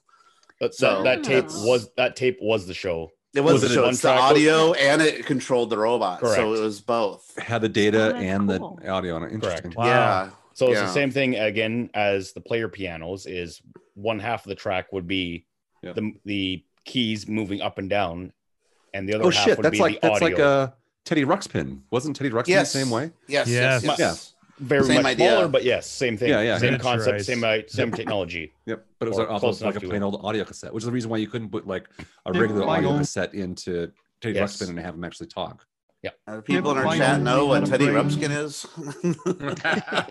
Speaker 8: But
Speaker 1: so
Speaker 8: that, that tape
Speaker 1: that's-
Speaker 8: was that tape was the show.
Speaker 1: it was,
Speaker 5: Was
Speaker 1: the
Speaker 5: it
Speaker 1: show
Speaker 5: a
Speaker 1: it's the
Speaker 8: one-track-
Speaker 1: audio and it controlled the robot so
Speaker 8: Correct.
Speaker 1: it was both
Speaker 5: Had the data
Speaker 9: that's
Speaker 5: and
Speaker 9: cool.
Speaker 5: the audio on it. Interesting.
Speaker 3: Wow.
Speaker 1: yeah
Speaker 8: So it's
Speaker 1: Yeah.
Speaker 8: the same thing again as the player pianos is one half of the track would be
Speaker 5: Yeah.
Speaker 8: the the keys moving up and down, and the other
Speaker 5: Oh
Speaker 8: half
Speaker 5: shit,
Speaker 8: would
Speaker 5: that's
Speaker 8: be
Speaker 5: like
Speaker 8: the
Speaker 5: that's
Speaker 8: audio.
Speaker 5: like uh Teddy Ruxpin. Wasn't Teddy Ruxpin
Speaker 1: yes
Speaker 5: the same way?
Speaker 1: yes
Speaker 3: Yes.
Speaker 1: yes yes, yes.
Speaker 8: Very
Speaker 1: same
Speaker 8: much
Speaker 1: idea.
Speaker 8: smaller, but yes, same thing.
Speaker 5: Yeah, yeah.
Speaker 8: Same
Speaker 3: Miniaturized.
Speaker 8: concept, same uh, same technology.
Speaker 5: Yep. But it was
Speaker 8: Or close
Speaker 5: also like
Speaker 8: enough
Speaker 5: a
Speaker 8: to
Speaker 5: plain
Speaker 8: it.
Speaker 5: old audio cassette, which is the reason why you couldn't put like a
Speaker 16: Yeah,
Speaker 5: regular
Speaker 16: my
Speaker 5: audio
Speaker 16: old-
Speaker 5: cassette into Teddy
Speaker 8: Yes.
Speaker 5: Ruxpin and have him actually talk.
Speaker 1: Uh, the people in our
Speaker 16: Mine
Speaker 1: chat
Speaker 16: only
Speaker 1: know what
Speaker 16: had a
Speaker 1: Teddy
Speaker 16: brain.
Speaker 1: Rupskin is.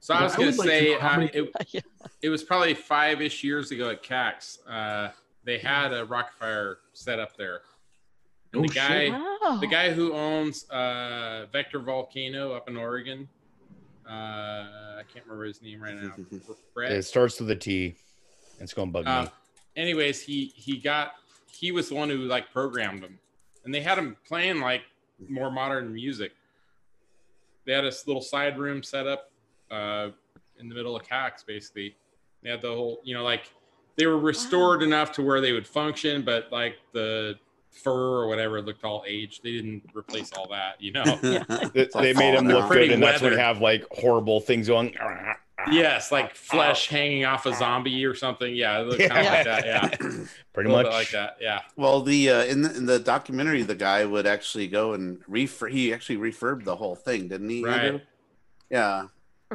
Speaker 4: So I was
Speaker 16: I
Speaker 4: gonna
Speaker 16: would like to
Speaker 4: say
Speaker 16: know how
Speaker 4: uh,
Speaker 16: many-
Speaker 4: it, it was probably five ish years ago at CAX. Uh, they had a Rockfire set up there, and
Speaker 16: Oh,
Speaker 4: the
Speaker 16: shit.
Speaker 4: guy
Speaker 9: Wow.
Speaker 4: the guy who owns uh, Vector Volcano up in Oregon. Uh, I can't remember his name right now. Brett.
Speaker 8: It starts with a T. It's gonna bug
Speaker 4: Uh,
Speaker 8: me.
Speaker 4: anyways, he he got he was the one who like programmed them, and they had him playing like more modern music. They had this little side room set up uh, in the middle of Cox, basically. They had the whole, you know, like they were restored enough to where they would function, but like the fur or whatever looked all aged. They didn't replace all that, you know.
Speaker 8: They,
Speaker 1: It's all
Speaker 8: they made him
Speaker 1: falling
Speaker 8: look
Speaker 1: out.
Speaker 8: good,
Speaker 4: Pretty
Speaker 8: and that's when you
Speaker 4: weathered.
Speaker 8: have like horrible things going.
Speaker 4: yes, like flesh hanging off a zombie or something. Yeah, it looked kind of like that. Yeah,
Speaker 8: Pretty
Speaker 4: a little
Speaker 8: much
Speaker 4: bit like that. Yeah.
Speaker 1: Well, the uh, in, the, in the documentary, the guy would actually go and refurb. He actually refurbed the whole thing, didn't he?
Speaker 4: Right.
Speaker 1: Andrew? Yeah.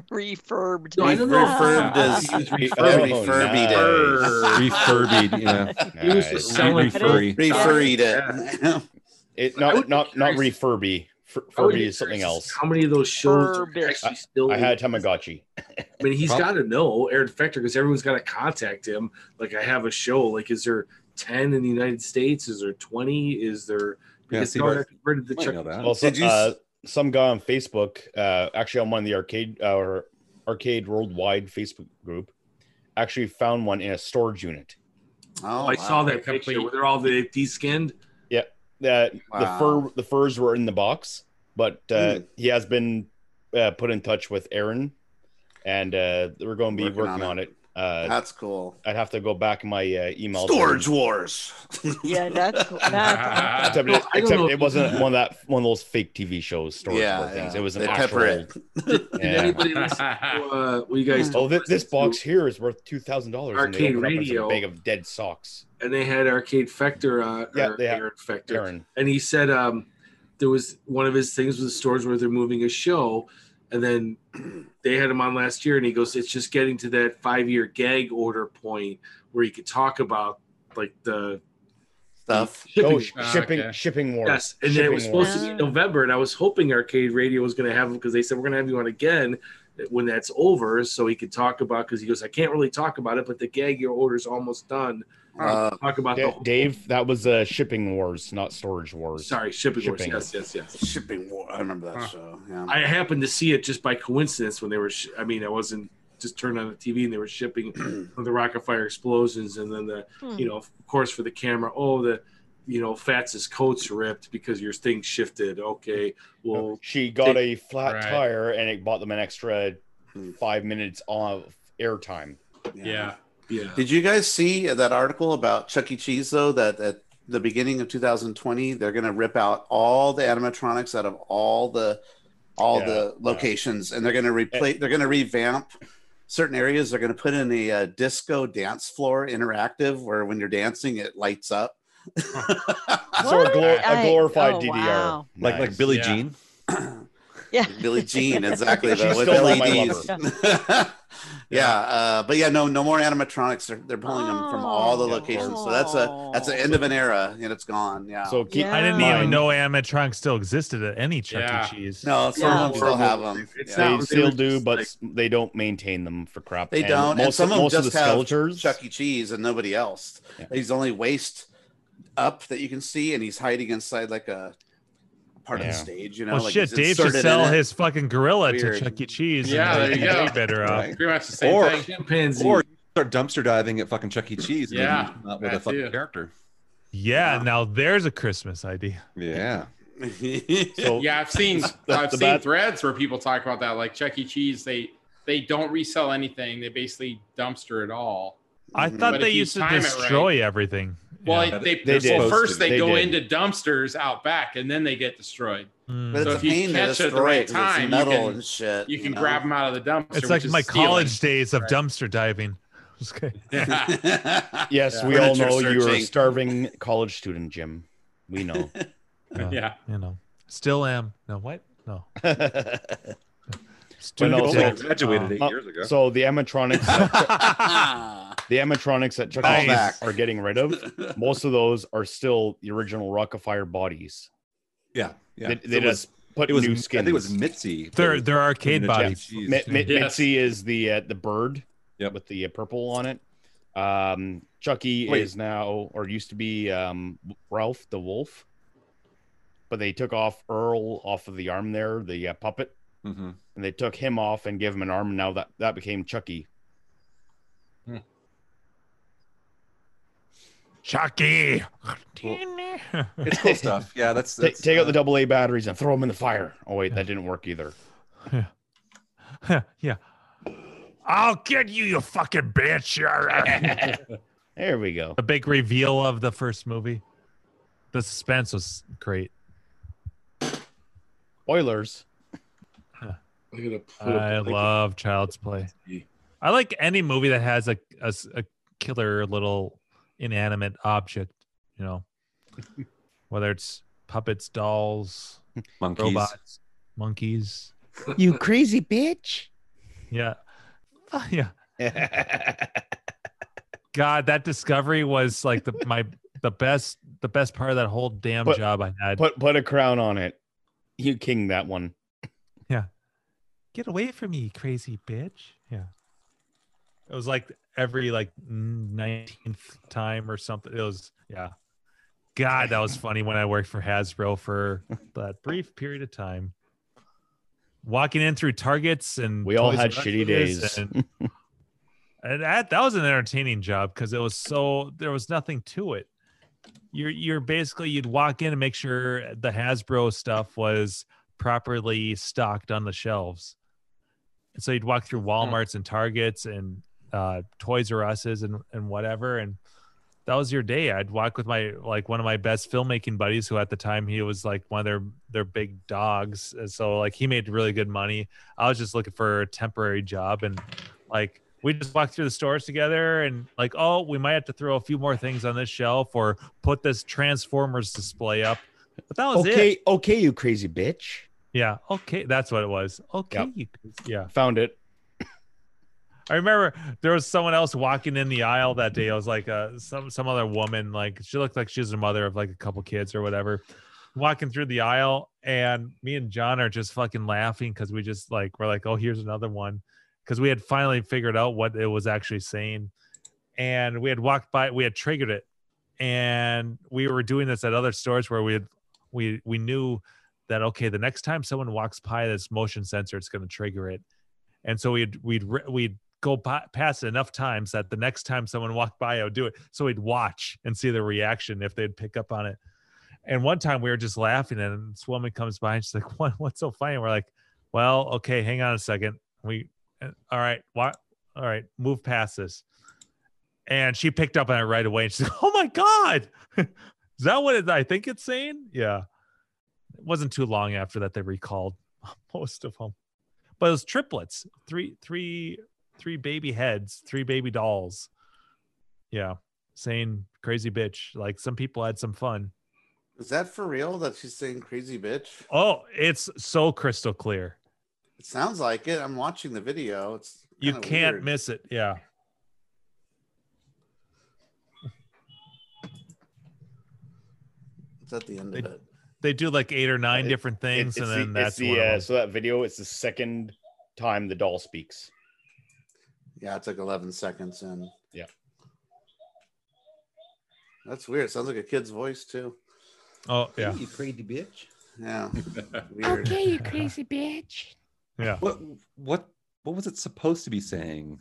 Speaker 9: refurbed.
Speaker 7: No, I don't know.
Speaker 1: Refurbed is
Speaker 7: He was
Speaker 1: every
Speaker 8: Oh,
Speaker 1: furbied
Speaker 8: nice.
Speaker 1: it.
Speaker 5: Refurbied, yeah.
Speaker 7: He was
Speaker 8: Nice.
Speaker 7: just selling.
Speaker 9: Nice.
Speaker 5: Refurry.
Speaker 1: Refurried it.
Speaker 8: It
Speaker 7: I would
Speaker 8: not
Speaker 7: be
Speaker 8: not not
Speaker 7: curious-
Speaker 8: refurby. Fur-
Speaker 7: I would
Speaker 8: Furby
Speaker 7: be
Speaker 8: is something
Speaker 7: curious
Speaker 8: else.
Speaker 7: How many of those shows are
Speaker 9: Furby.
Speaker 7: actually still?
Speaker 8: I had a Tamagotchi.
Speaker 7: I mean, he's
Speaker 5: Prob-
Speaker 7: got to know oh, Aaron Fector because everyone's got to contact him. Like, I have a show. Like, is there ten in the United States? Is there twenty? Is
Speaker 5: Yeah,
Speaker 7: there? Because
Speaker 5: see,
Speaker 7: yeah,
Speaker 5: but-
Speaker 7: converted the E.
Speaker 5: Might
Speaker 7: check.
Speaker 5: know that.
Speaker 8: Well, so,
Speaker 1: Did you
Speaker 8: uh, some guy on Facebook, uh, actually on one of the arcade uh, or arcade worldwide Facebook group, actually found one in a storage unit.
Speaker 1: Oh,
Speaker 7: I saw
Speaker 1: wow.
Speaker 7: that picture where they're all the de-skinned.
Speaker 8: That
Speaker 1: Wow.
Speaker 8: the fur the furs were in the box, but uh,
Speaker 1: Mm.
Speaker 8: he has been uh, put in touch with Aaron, and uh, we're going to be working, on, it. Uh,
Speaker 1: that's cool.
Speaker 8: I'd have to go back in my uh, email.
Speaker 1: Storage wars.
Speaker 9: yeah, that's cool. That's awesome.
Speaker 8: Except, it, except it wasn't one of that one of those fake TV shows. Storage
Speaker 1: Yeah,
Speaker 8: war things.
Speaker 1: yeah.
Speaker 8: It was an
Speaker 1: They
Speaker 8: actual.
Speaker 1: pepper it.
Speaker 8: Yeah.
Speaker 7: anybody listen to, uh, what you guys
Speaker 8: oh, this, this box here is worth two thousand dollars.
Speaker 7: Arcade Radio.
Speaker 8: bag of dead socks.
Speaker 7: and they had Arcade Fector, uh,
Speaker 8: Yeah,
Speaker 7: or
Speaker 8: they had-
Speaker 7: Aaron Fector,
Speaker 8: Aaron.
Speaker 7: and he said um, there was one of his things with stores where they're moving a show, and then they had him on last year, and he goes, "It's just getting to that five-year gag order point where you could talk about like the
Speaker 1: stuff
Speaker 7: shipping, Ah,
Speaker 8: Oh, sh- shipping shipping wars.
Speaker 7: Yes, and then
Speaker 8: shipping
Speaker 7: it was supposed
Speaker 8: wars.
Speaker 7: to be in November, and I was hoping Arcade Radio was going to have him because they said we're going to have you on again when that's over, so he could talk about because he goes, I can't really talk about it, but the gag your order's almost done.
Speaker 1: Uh,
Speaker 7: talk about
Speaker 8: Da-
Speaker 7: the whole-
Speaker 8: Dave, that was uh, shipping wars, not storage wars.
Speaker 7: Sorry, shipping,
Speaker 8: Shipping.
Speaker 7: wars. Yes, yes, yes.
Speaker 1: Shipping war. I remember that show. Yeah.
Speaker 7: I happened to see it just by coincidence when they were. Sh- I mean, I wasn't just turned on the TV and they were shipping the rocket fire explosions, and then the you know, of course, for the camera. Oh, the you know, Fats' coat's ripped because your thing shifted. Okay, well,
Speaker 8: she got
Speaker 7: they-
Speaker 8: a flat
Speaker 7: Right.
Speaker 8: tire, and it bought them an extra five minutes of airtime.
Speaker 7: yeah, yeah.
Speaker 1: Did you guys see that article about Chuck E. Cheese though? That at the beginning of 2020, they're going to rip out all the animatronics out of all the all
Speaker 8: Yeah,
Speaker 1: the locations, and they're going to replace. They're going to revamp certain areas. They're going to put in a, uh disco dance floor interactive where when you're dancing, it lights up.
Speaker 8: So a, glor- a
Speaker 9: I-
Speaker 8: glorified
Speaker 9: oh,
Speaker 8: DDR,
Speaker 9: wow.
Speaker 2: Like like Billie Jean.
Speaker 9: Yeah.
Speaker 1: Billie Jean, exactly.
Speaker 8: She's
Speaker 1: the, with
Speaker 8: still not my
Speaker 1: LEDs. yeah, uh, but yeah, no, no more animatronics. They're, they're pulling them
Speaker 9: Oh,
Speaker 1: from all the locations. So that's a that's the end of an era, and it's gone. Yeah.
Speaker 8: So keep
Speaker 3: I didn't
Speaker 8: in
Speaker 3: even
Speaker 8: mind,
Speaker 3: know animatronics still existed at any Chuck
Speaker 4: Yeah.
Speaker 3: E. Cheese.
Speaker 1: no, some
Speaker 9: Yeah.
Speaker 1: of them still have them.
Speaker 7: It's
Speaker 1: Yeah.
Speaker 7: not-
Speaker 8: They still do, but s- they don't maintain them for crap.
Speaker 1: They
Speaker 8: And
Speaker 1: don't, and
Speaker 8: Most,
Speaker 1: some of them
Speaker 8: most
Speaker 1: just
Speaker 8: the
Speaker 1: have
Speaker 8: sculptures.
Speaker 1: Chuck E. Cheese and nobody else. He's only waist up that you can see, and he's hiding inside like a part of
Speaker 8: Yeah.
Speaker 1: the stage. You know,
Speaker 3: Well,
Speaker 1: like
Speaker 3: shit,
Speaker 1: he's
Speaker 3: Dave
Speaker 1: inserted
Speaker 3: should
Speaker 1: in
Speaker 3: sell
Speaker 1: it.
Speaker 3: his fucking gorilla
Speaker 1: Weird.
Speaker 3: to Chuck E. Cheese.
Speaker 4: Yeah,
Speaker 3: and
Speaker 4: there you
Speaker 3: they'd
Speaker 4: go.
Speaker 3: be Better off.
Speaker 16: Right.
Speaker 4: Pretty much the same
Speaker 2: Or
Speaker 4: thing.
Speaker 7: chimpanzee.
Speaker 2: or you start dumpster diving at fucking Chuck E. Cheese. and
Speaker 4: Yeah,
Speaker 2: maybe you come out with a
Speaker 4: that
Speaker 2: fucking
Speaker 4: too.
Speaker 2: character.
Speaker 3: Yeah, now there's a Christmas idea.
Speaker 2: Yeah.
Speaker 8: So
Speaker 4: Yeah, I've seen
Speaker 8: the
Speaker 4: I've seen
Speaker 8: bad-
Speaker 4: threads where people talk about that. Like Chuck E. Cheese, they they don't resell anything. They basically dumpster it all.
Speaker 3: I
Speaker 1: Mhm.
Speaker 3: thought
Speaker 4: But
Speaker 3: they
Speaker 4: if you
Speaker 3: used to
Speaker 4: time it right-
Speaker 3: destroy everything.
Speaker 4: Well,
Speaker 3: Yeah.
Speaker 4: they,
Speaker 8: They
Speaker 4: well,
Speaker 8: did.
Speaker 4: first they,
Speaker 8: They
Speaker 4: go
Speaker 8: did.
Speaker 4: into dumpsters out back, and then they get destroyed.
Speaker 3: Mm.
Speaker 1: But
Speaker 4: So
Speaker 1: it's a
Speaker 4: if you
Speaker 1: pain to
Speaker 4: catch it at the
Speaker 1: destroy
Speaker 4: right
Speaker 1: it 'cause
Speaker 4: time,
Speaker 1: it's
Speaker 4: you
Speaker 1: metal
Speaker 4: can-
Speaker 1: and shit.
Speaker 4: You can
Speaker 1: know?
Speaker 4: grab them out of the dumpster.
Speaker 3: It's
Speaker 4: which
Speaker 3: like
Speaker 4: is
Speaker 3: my
Speaker 4: stealing.
Speaker 3: college days of
Speaker 4: Right.
Speaker 3: dumpster diving. Just kidding.
Speaker 4: Yeah.
Speaker 8: Yes, we all
Speaker 1: Furniture
Speaker 8: know you're a
Speaker 1: searching.
Speaker 8: starving college student, Jim. We know.
Speaker 3: No,
Speaker 4: Yeah.
Speaker 3: You know, still am. No, what? No.
Speaker 8: But
Speaker 3: Student
Speaker 8: no,
Speaker 2: Only
Speaker 8: so,
Speaker 3: days.
Speaker 2: graduated eight
Speaker 8: uh,
Speaker 2: years ago.
Speaker 8: so the animatronics, the animatronics that Chuck E.
Speaker 1: Nice.
Speaker 8: Cheese are getting rid of, most of those are still the original Rockafire bodies.
Speaker 2: yeah. Yeah.
Speaker 8: They, they
Speaker 2: it was,
Speaker 8: just put
Speaker 2: it was
Speaker 8: new
Speaker 2: I
Speaker 8: skins.
Speaker 2: think it was Mitzi.
Speaker 3: They're, they're arcade
Speaker 2: Yeah.
Speaker 3: bodies.
Speaker 2: Jeez.
Speaker 8: Mi- Mi-
Speaker 4: Yes.
Speaker 8: Mitzi is the uh, the bird
Speaker 2: Yep.
Speaker 8: with the uh, purple on it. Um, Chucky
Speaker 2: Wait.
Speaker 8: is now or used to be um, Ralph the wolf, but they took off Earl off of the arm there, the uh, puppet,
Speaker 9: Mm-hmm.
Speaker 2: Mhm.
Speaker 8: and they took him off and gave him an arm. And now that that became Chucky.
Speaker 3: Chucky.
Speaker 2: It's cool stuff. Yeah, that's,
Speaker 8: Ta-
Speaker 2: that's
Speaker 8: take
Speaker 3: uh,
Speaker 8: out the double A batteries and throw them in the fire. Oh wait, that didn't work either.
Speaker 3: yeah. I'll get you, you fucking bitch.
Speaker 8: There we go.
Speaker 3: the big reveal of the first movie. The suspense was great.
Speaker 8: Spoilers.
Speaker 7: I'm gonna put a
Speaker 3: I
Speaker 7: blanket-
Speaker 3: love Child's Play. I like any movie that has a, a s- a killer little inanimate object, you know, whether it's puppets, dolls,
Speaker 2: monkeys.
Speaker 3: robots, monkeys.
Speaker 13: You crazy bitch.
Speaker 3: Yeah. Ah, yeah. God, that discovery was like the my the best the best part of that whole damn
Speaker 8: But-
Speaker 3: job I had.
Speaker 8: Put put a crown on it. You king that one.
Speaker 3: Get away from me, you crazy bitch. Yeah. It was like every like 19th time or something. It was yeah. God, that was funny when I worked for Hasbro for that brief period of time. Walking in through Targets and
Speaker 8: We all
Speaker 3: Toys
Speaker 8: had
Speaker 3: R
Speaker 8: shitty
Speaker 3: Uses
Speaker 8: days.
Speaker 3: and- And that that was an entertaining job because it was so there was nothing to it. You're you're basically you'd walk in and make sure the Hasbro stuff was
Speaker 8: Hmm.
Speaker 3: properly stocked on the shelves. And so you'd walk through Walmarts and Targets and uh, Toys R Us's and and whatever. And that was your day. I'd walk with my like one of my best filmmaking buddies, who at the time he was like one of their their big dogs. And so like he made really good money. I was just looking for a temporary job, and like we just walked through the stores together and like oh we might have to throw a few more things on this shelf or put this transformers display up but that was
Speaker 12: okay,
Speaker 3: it
Speaker 12: okay, you crazy bitch.
Speaker 3: yeah okay that's what it was okay
Speaker 12: Yep.
Speaker 3: you- yeah
Speaker 12: Found it.
Speaker 3: i remember there was someone else walking in the aisle that day i was like uh, some some other woman like she looked like she was a mother of like a couple kids or whatever walking through the aisle and me and john are just fucking laughing because we just like we're like oh here's another one because we had finally figured out what it was actually saying and we had walked by we had triggered it and we were doing this at other stores where we had, we we knew that okay the next time someone walks by this motion sensor it's going to trigger it and so we'd we'd re- we'd go pa- past it enough times that the next time someone walked by i would do it so we'd watch and see the reaction if they'd pick up on it and one time we were just laughing and this woman comes by and she's like what, what's so funny And we're like well okay hang on a second we uh, all right what all right move past this and she picked up on it right away and she's like oh my god is that what it, i think it's saying yeah it wasn't too long after that they recalled most of them but it was triplets three three three baby heads three baby dolls yeah saying crazy bitch like some people had some fun
Speaker 1: Is that for real that she's saying crazy bitch?
Speaker 3: oh it's so crystal clear
Speaker 1: It sounds like it. I'm watching the video. It's
Speaker 3: you
Speaker 1: kinda
Speaker 3: can't
Speaker 1: weird.
Speaker 3: miss it yeah
Speaker 1: It's at the end
Speaker 3: they,
Speaker 1: of it.
Speaker 3: they do like eight or nine different
Speaker 12: It's
Speaker 3: things and
Speaker 12: the-
Speaker 3: then
Speaker 12: it's
Speaker 3: that's
Speaker 12: the,
Speaker 3: one of
Speaker 12: uh,
Speaker 3: them.
Speaker 12: so that video. It's the second time the doll speaks.
Speaker 1: Yeah, it's like 11 seconds in.
Speaker 12: Yeah.
Speaker 1: That's weird. sounds like a kid's voice too.
Speaker 3: oh yeah
Speaker 1: you crazy bitch. Yeah. Weird.
Speaker 13: Okay, you crazy bitch.
Speaker 3: Yeah.
Speaker 2: What what what was it supposed to be saying?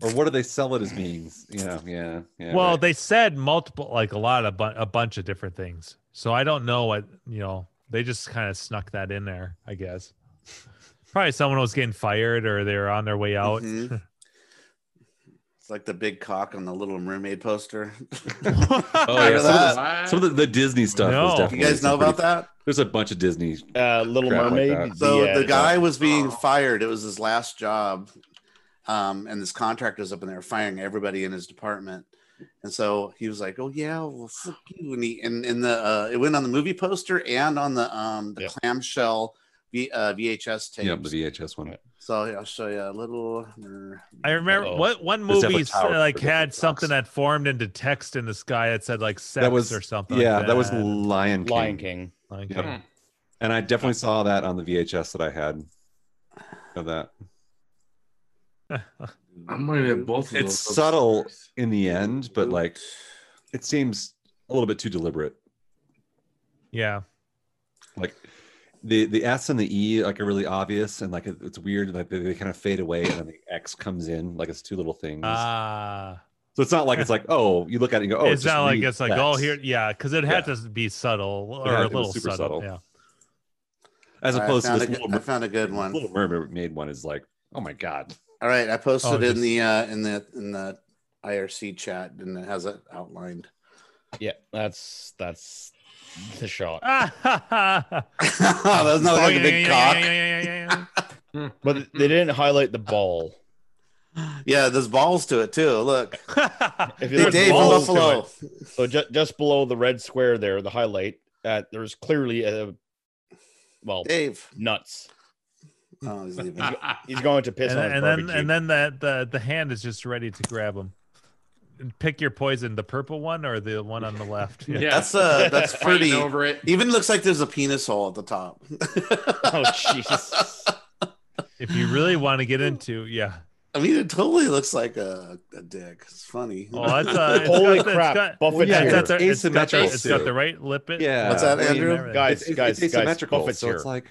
Speaker 2: Or what do they sell it as being? Yeah, yeah, yeah.
Speaker 3: well
Speaker 2: right.
Speaker 3: they said multiple like a lot of bu- a bunch of different things so i don't know what you know they just kind of snuck that in there i guess probably someone was getting fired or they were on their way out
Speaker 2: Mm-hmm.
Speaker 1: Mhm. It's like the big cock on the Little Mermaid poster.
Speaker 2: oh, yeah,
Speaker 1: Remember
Speaker 2: some, of the,
Speaker 1: that?
Speaker 2: some of the, the Disney stuff. was
Speaker 1: No. You
Speaker 2: definitely
Speaker 1: guys
Speaker 2: some
Speaker 1: know about
Speaker 2: pretty-
Speaker 1: that?
Speaker 2: There's a bunch of Disney.
Speaker 12: Uh, Little
Speaker 2: crap like
Speaker 12: Mermaid,
Speaker 2: that.
Speaker 1: So
Speaker 12: Yeah,
Speaker 1: the
Speaker 12: yeah.
Speaker 1: guy was being fired. It was his last job, um, and this contractor was up, and they were firing everybody in his department. And so he was like, "Oh yeah, well fuck you." And he and, and the uh, it went on the movie poster and on the um the clamshell v, uh, VHS tape.
Speaker 2: Yeah, the VHS one.
Speaker 1: So yeah, I'll show you a little. mer-
Speaker 3: I remember
Speaker 1: Uh-oh.
Speaker 3: what uh, one
Speaker 2: There's
Speaker 3: movie
Speaker 2: definitely
Speaker 3: s-
Speaker 2: towers
Speaker 3: like
Speaker 2: for different
Speaker 3: had something that formed into text in the sky that said like sex
Speaker 2: that was
Speaker 3: or something.
Speaker 2: Yeah,
Speaker 3: like
Speaker 2: that was Lion King.
Speaker 12: Lion King.
Speaker 3: Lion
Speaker 2: Yep.
Speaker 3: King.
Speaker 2: And I definitely saw that on the VHS that I had of that.
Speaker 7: I might have both of
Speaker 2: It's
Speaker 7: those.
Speaker 2: subtle in the end, but like it seems a little bit too deliberate.
Speaker 3: Yeah.
Speaker 2: Like the the S and the E like are really obvious, and like it- it's weird. Like they, they kind of fade away, and then the X comes in. Like it's two little things.
Speaker 3: Ah.
Speaker 2: so it's not like it's like oh, you look at it and go oh,
Speaker 3: it's
Speaker 2: just
Speaker 3: not like
Speaker 2: read
Speaker 3: it's like
Speaker 2: text.
Speaker 3: oh here yeah because it had to be subtle
Speaker 2: It
Speaker 3: or a
Speaker 2: had- it was
Speaker 3: little
Speaker 2: super
Speaker 3: subtle,
Speaker 2: subtle.
Speaker 3: yeah
Speaker 2: As
Speaker 1: All right, I
Speaker 2: opposed
Speaker 1: found
Speaker 2: to
Speaker 1: a
Speaker 2: this
Speaker 1: good-
Speaker 2: little,
Speaker 1: I found a good one.
Speaker 2: little mermaid made one is like oh my god.
Speaker 1: All right, I posted
Speaker 2: Oh,
Speaker 1: in
Speaker 2: just-
Speaker 1: the uh, in the in the IRC chat, and it has it outlined.
Speaker 12: Yeah, that's that's the shot.
Speaker 1: That's not like a big cock.
Speaker 12: But they didn't highlight the ball.
Speaker 1: Yeah, there's balls to it too. Look,
Speaker 12: If
Speaker 1: Big
Speaker 12: look
Speaker 1: Dave from
Speaker 12: balls to
Speaker 1: Buffalo.
Speaker 12: it- So ju- just below the red square there, the highlight, uh, there's clearly a well,
Speaker 1: Dave
Speaker 12: nuts.
Speaker 1: Oh, he's leaving.
Speaker 12: He's going to piss
Speaker 3: and,
Speaker 12: on his
Speaker 3: and
Speaker 12: barbecue.
Speaker 3: then and then the, the the hand is just ready to grab him pick your poison the purple one or the one on the left
Speaker 1: that's uh, that's pretty.
Speaker 4: over it.
Speaker 1: Even looks like there's a penis hole at the top.
Speaker 12: oh Jesus!
Speaker 3: if you really want to get into yeah
Speaker 1: I mean, it totally looks like a, a dick. It's funny.
Speaker 3: oh that's uh, it's
Speaker 12: Holy
Speaker 3: got, the-
Speaker 12: crap,
Speaker 3: it's got,
Speaker 12: Buffett
Speaker 3: yeah,
Speaker 12: here.
Speaker 3: it's got the, it's got the,
Speaker 2: Asymmetrical
Speaker 3: it's got
Speaker 2: too.
Speaker 3: the right lip it
Speaker 2: Yeah.
Speaker 1: What's that,
Speaker 3: Well, you
Speaker 1: Andrew?
Speaker 3: remember that.
Speaker 12: guys,
Speaker 2: it's,
Speaker 12: guys,
Speaker 2: it's
Speaker 12: guys,
Speaker 2: asymmetrical,
Speaker 12: Buffett's
Speaker 2: so
Speaker 12: here.
Speaker 2: it's like,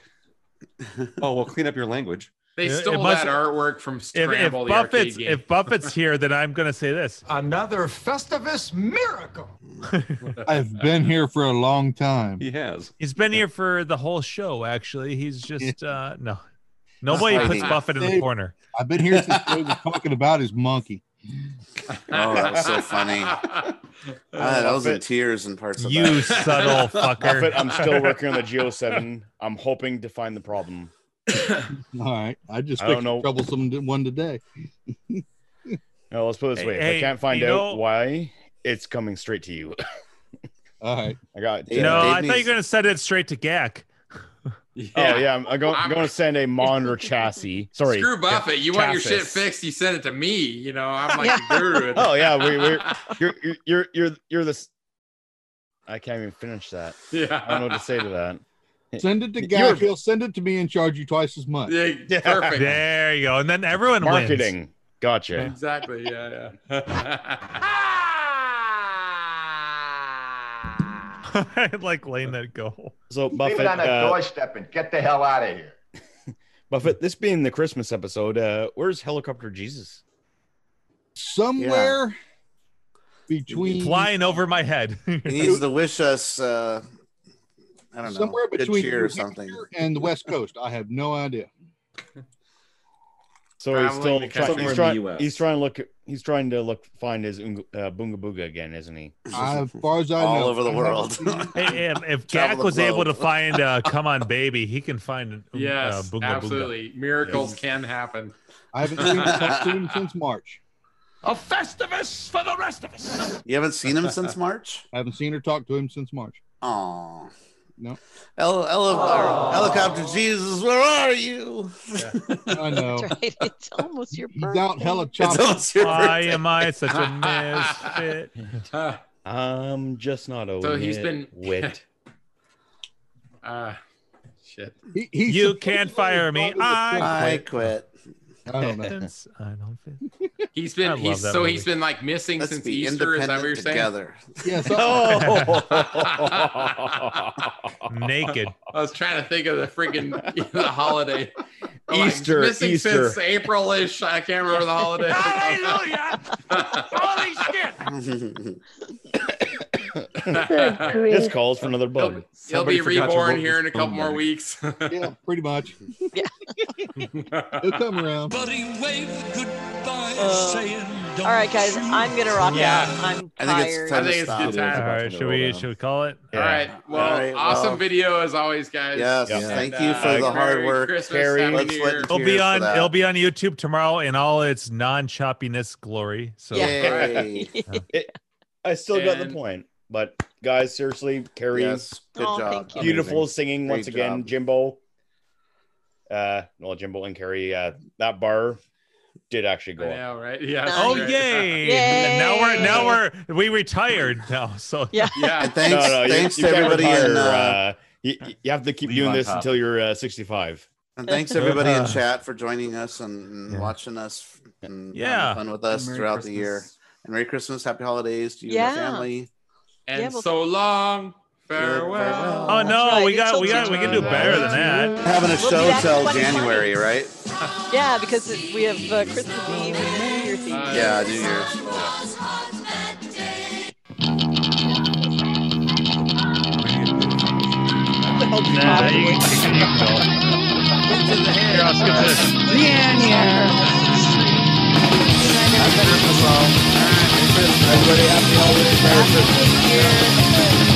Speaker 2: oh, well, clean up your language.
Speaker 4: They
Speaker 3: It- it
Speaker 4: stole
Speaker 3: must-
Speaker 4: that artwork from
Speaker 3: if, if
Speaker 4: Scramble the arcade
Speaker 3: Buffett's
Speaker 4: game.
Speaker 3: if Buffett's here, then I'm gonna say this.
Speaker 15: Another Festivus miracle.
Speaker 17: I've been here for a long time.
Speaker 2: He has.
Speaker 3: He's been here for the whole show. Actually, he's just uh no. Nobody puts Buffett in the
Speaker 19: Dave,
Speaker 3: corner.
Speaker 19: I've been here since Dave was talking about his monkey.
Speaker 1: Oh, that was so funny.
Speaker 8: Uh,
Speaker 1: Ah, I was in tears in parts of
Speaker 3: You
Speaker 1: that.
Speaker 3: subtle fucker.
Speaker 8: Buffett, I'm still working on the Geo Seven. I'm hoping to find the problem.
Speaker 19: All right, I just
Speaker 8: I don't
Speaker 19: picked
Speaker 8: know.
Speaker 19: a troublesome one today.
Speaker 8: No, let's put it this way: if
Speaker 19: Hey,
Speaker 8: I can't find
Speaker 19: you
Speaker 8: out
Speaker 19: know-
Speaker 8: why, it's coming straight to you.
Speaker 19: All right,
Speaker 8: I got.
Speaker 3: no, I thought you were going to send it straight to Gak.
Speaker 8: Oh yeah, I'm, I'm going, I'm going to send a monitor chassis. Sorry,
Speaker 4: Screw Buffett. You want your shit
Speaker 8: chassis.
Speaker 4: fixed? You send it to me. You know, I'm like the guru.
Speaker 8: Oh yeah, we, we're you're you're you're you're, you're the. s- I can't even finish that.
Speaker 4: Yeah.
Speaker 8: I don't know what to say to that.
Speaker 19: Send it to
Speaker 8: You're-
Speaker 19: Gak. He'll send it to me and charge you twice as much.
Speaker 3: There you go. And then everyone wins.
Speaker 8: Marketing. Gotcha.
Speaker 4: Exactly. Yeah. Yeah.
Speaker 3: I like laying that go.
Speaker 8: So
Speaker 22: Leave
Speaker 8: Buffett,
Speaker 22: it on the
Speaker 8: uh,
Speaker 22: doorstep and get the hell out of here.
Speaker 8: Buffett. This being the Christmas episode, uh, where's helicopter Jesus?
Speaker 19: Somewhere between
Speaker 3: flying over my head. he
Speaker 1: needs to wish us. Uh, I don't know.
Speaker 19: somewhere
Speaker 1: good
Speaker 19: between
Speaker 1: cheer
Speaker 19: New
Speaker 1: or something.
Speaker 19: Hampshire and the West Coast. I have no idea.
Speaker 8: So he's
Speaker 19: Traveling
Speaker 8: still
Speaker 19: the
Speaker 8: trying,
Speaker 19: country.
Speaker 8: he's,
Speaker 19: Somewhere in the
Speaker 8: trying, he's trying to look. He's trying to look find his Oong- uh, Boonga Booga again, isn't he?
Speaker 19: I, as far as I know, I haven't seen it.
Speaker 3: if if
Speaker 8: Travel
Speaker 3: Gak
Speaker 8: the
Speaker 3: was
Speaker 8: globe.
Speaker 3: able to find uh, Come On Baby, he can find um, uh,
Speaker 4: yes.
Speaker 3: Boonga Booga.
Speaker 4: absolutely. Miracles can happen.
Speaker 19: I haven't seen it cartoon since March.
Speaker 15: A festivus for the rest of us.
Speaker 1: You haven't seen him since March.
Speaker 19: I haven't seen or talked to him since March.
Speaker 1: Aw.
Speaker 19: No.
Speaker 1: El, el, or helicopter Jesus, where are you?
Speaker 19: I know. That's
Speaker 9: right. It's almost your birthday.
Speaker 19: out hella
Speaker 3: Why am I such a misfit?
Speaker 8: I'm just not a.
Speaker 4: So he's been-
Speaker 8: wit.
Speaker 4: Uh, shit.
Speaker 3: you can't fire me. I
Speaker 1: I
Speaker 3: quit.
Speaker 1: quit.
Speaker 19: I don't know.
Speaker 3: Since I don't fit.
Speaker 4: He's
Speaker 3: I
Speaker 4: been
Speaker 3: love
Speaker 4: he's
Speaker 3: that
Speaker 4: so
Speaker 3: movie.
Speaker 4: he's been like missing
Speaker 1: Let's
Speaker 4: since
Speaker 1: be
Speaker 4: Easter. Is that what you're
Speaker 1: independent
Speaker 4: saying?
Speaker 1: together.
Speaker 19: Yes.
Speaker 15: Oh.
Speaker 4: Oh.
Speaker 3: Naked.
Speaker 4: I was trying to think of the freaking the holiday. Like,
Speaker 8: Easter,
Speaker 4: missing
Speaker 8: Easter.
Speaker 4: since April-ish. I can't remember the holiday.
Speaker 15: Hallelujah! Holy shit!
Speaker 8: this calls for another bug.
Speaker 4: He'll be reborn here in a couple more weeks.
Speaker 19: yeah, pretty much. It'll come around.
Speaker 9: Uh, all right, guys, I'm gonna rock
Speaker 4: Yeah.
Speaker 9: out. I'm
Speaker 1: Oh. I think
Speaker 9: tired.
Speaker 1: it's
Speaker 4: I
Speaker 1: time
Speaker 4: think
Speaker 1: to
Speaker 4: it's
Speaker 1: stop.
Speaker 4: good time.
Speaker 3: All right, should we should we call it?
Speaker 4: All right. Well,
Speaker 1: All right,
Speaker 4: awesome
Speaker 1: well-
Speaker 4: video as always, guys.
Speaker 1: Yes,
Speaker 4: And,
Speaker 1: thank you
Speaker 4: uh,
Speaker 1: for the hard
Speaker 4: Merry
Speaker 1: work,
Speaker 4: Christmas,
Speaker 1: Harry.
Speaker 4: Happy
Speaker 1: Let's
Speaker 4: New
Speaker 1: let
Speaker 4: Year.
Speaker 3: It'll
Speaker 1: Cheers
Speaker 3: be
Speaker 1: for
Speaker 3: on.
Speaker 1: that.
Speaker 3: It'll be on YouTube tomorrow in all its non-choppiness glory. So
Speaker 1: Yay.
Speaker 8: It- I still got the
Speaker 4: And-
Speaker 8: point, but guys, seriously, Carrie,
Speaker 1: Yes, good
Speaker 9: Oh,
Speaker 1: job.
Speaker 9: thank you.
Speaker 8: beautiful singing
Speaker 1: Great
Speaker 8: once again,
Speaker 1: job.
Speaker 8: Jimbo. Uh, well, Jimbo and Carrie, uh, that bar did actually go
Speaker 4: I
Speaker 8: up.
Speaker 4: know, right? Yeah.
Speaker 3: Oh
Speaker 4: right.
Speaker 3: yay! And now we're now we're we retired now. So
Speaker 9: Yeah.
Speaker 4: Yeah.
Speaker 1: And thanks,
Speaker 8: you-
Speaker 1: thanks
Speaker 8: you
Speaker 1: to
Speaker 8: can't
Speaker 1: everybody
Speaker 8: retire,
Speaker 1: in uh,
Speaker 8: uh, you, you have to keep
Speaker 23: Leave
Speaker 8: doing
Speaker 23: on
Speaker 8: this
Speaker 23: top.
Speaker 8: until you're uh, 65.
Speaker 1: and thanks everybody in
Speaker 3: Uh,
Speaker 1: chat for joining us and, and watching us and
Speaker 3: Yeah.
Speaker 1: having fun with us
Speaker 4: Merry
Speaker 1: throughout
Speaker 4: Christmas.
Speaker 1: the year. And Merry Christmas, Happy Holidays to you
Speaker 9: Yeah.
Speaker 1: and your family.
Speaker 4: And
Speaker 9: Yeah, well-
Speaker 4: so long. Farewell.
Speaker 3: Oh no,
Speaker 9: right,
Speaker 3: we got
Speaker 9: until
Speaker 3: we got we can do better than that.
Speaker 1: Having a
Speaker 9: We'll be
Speaker 1: show
Speaker 9: back
Speaker 1: till
Speaker 9: in 2020.
Speaker 1: January, right?
Speaker 9: Yeah, because it- we have uh, Christmas Eve and New Year's Eve.
Speaker 4: Uh,
Speaker 1: Yeah, New Year's.
Speaker 4: uh,
Speaker 3: Nah, you, you can you can go. Here, I'll skip this.
Speaker 1: Merry Christmas, all. Merry Christmas. Everybody, happy holidays. Merry Christmas.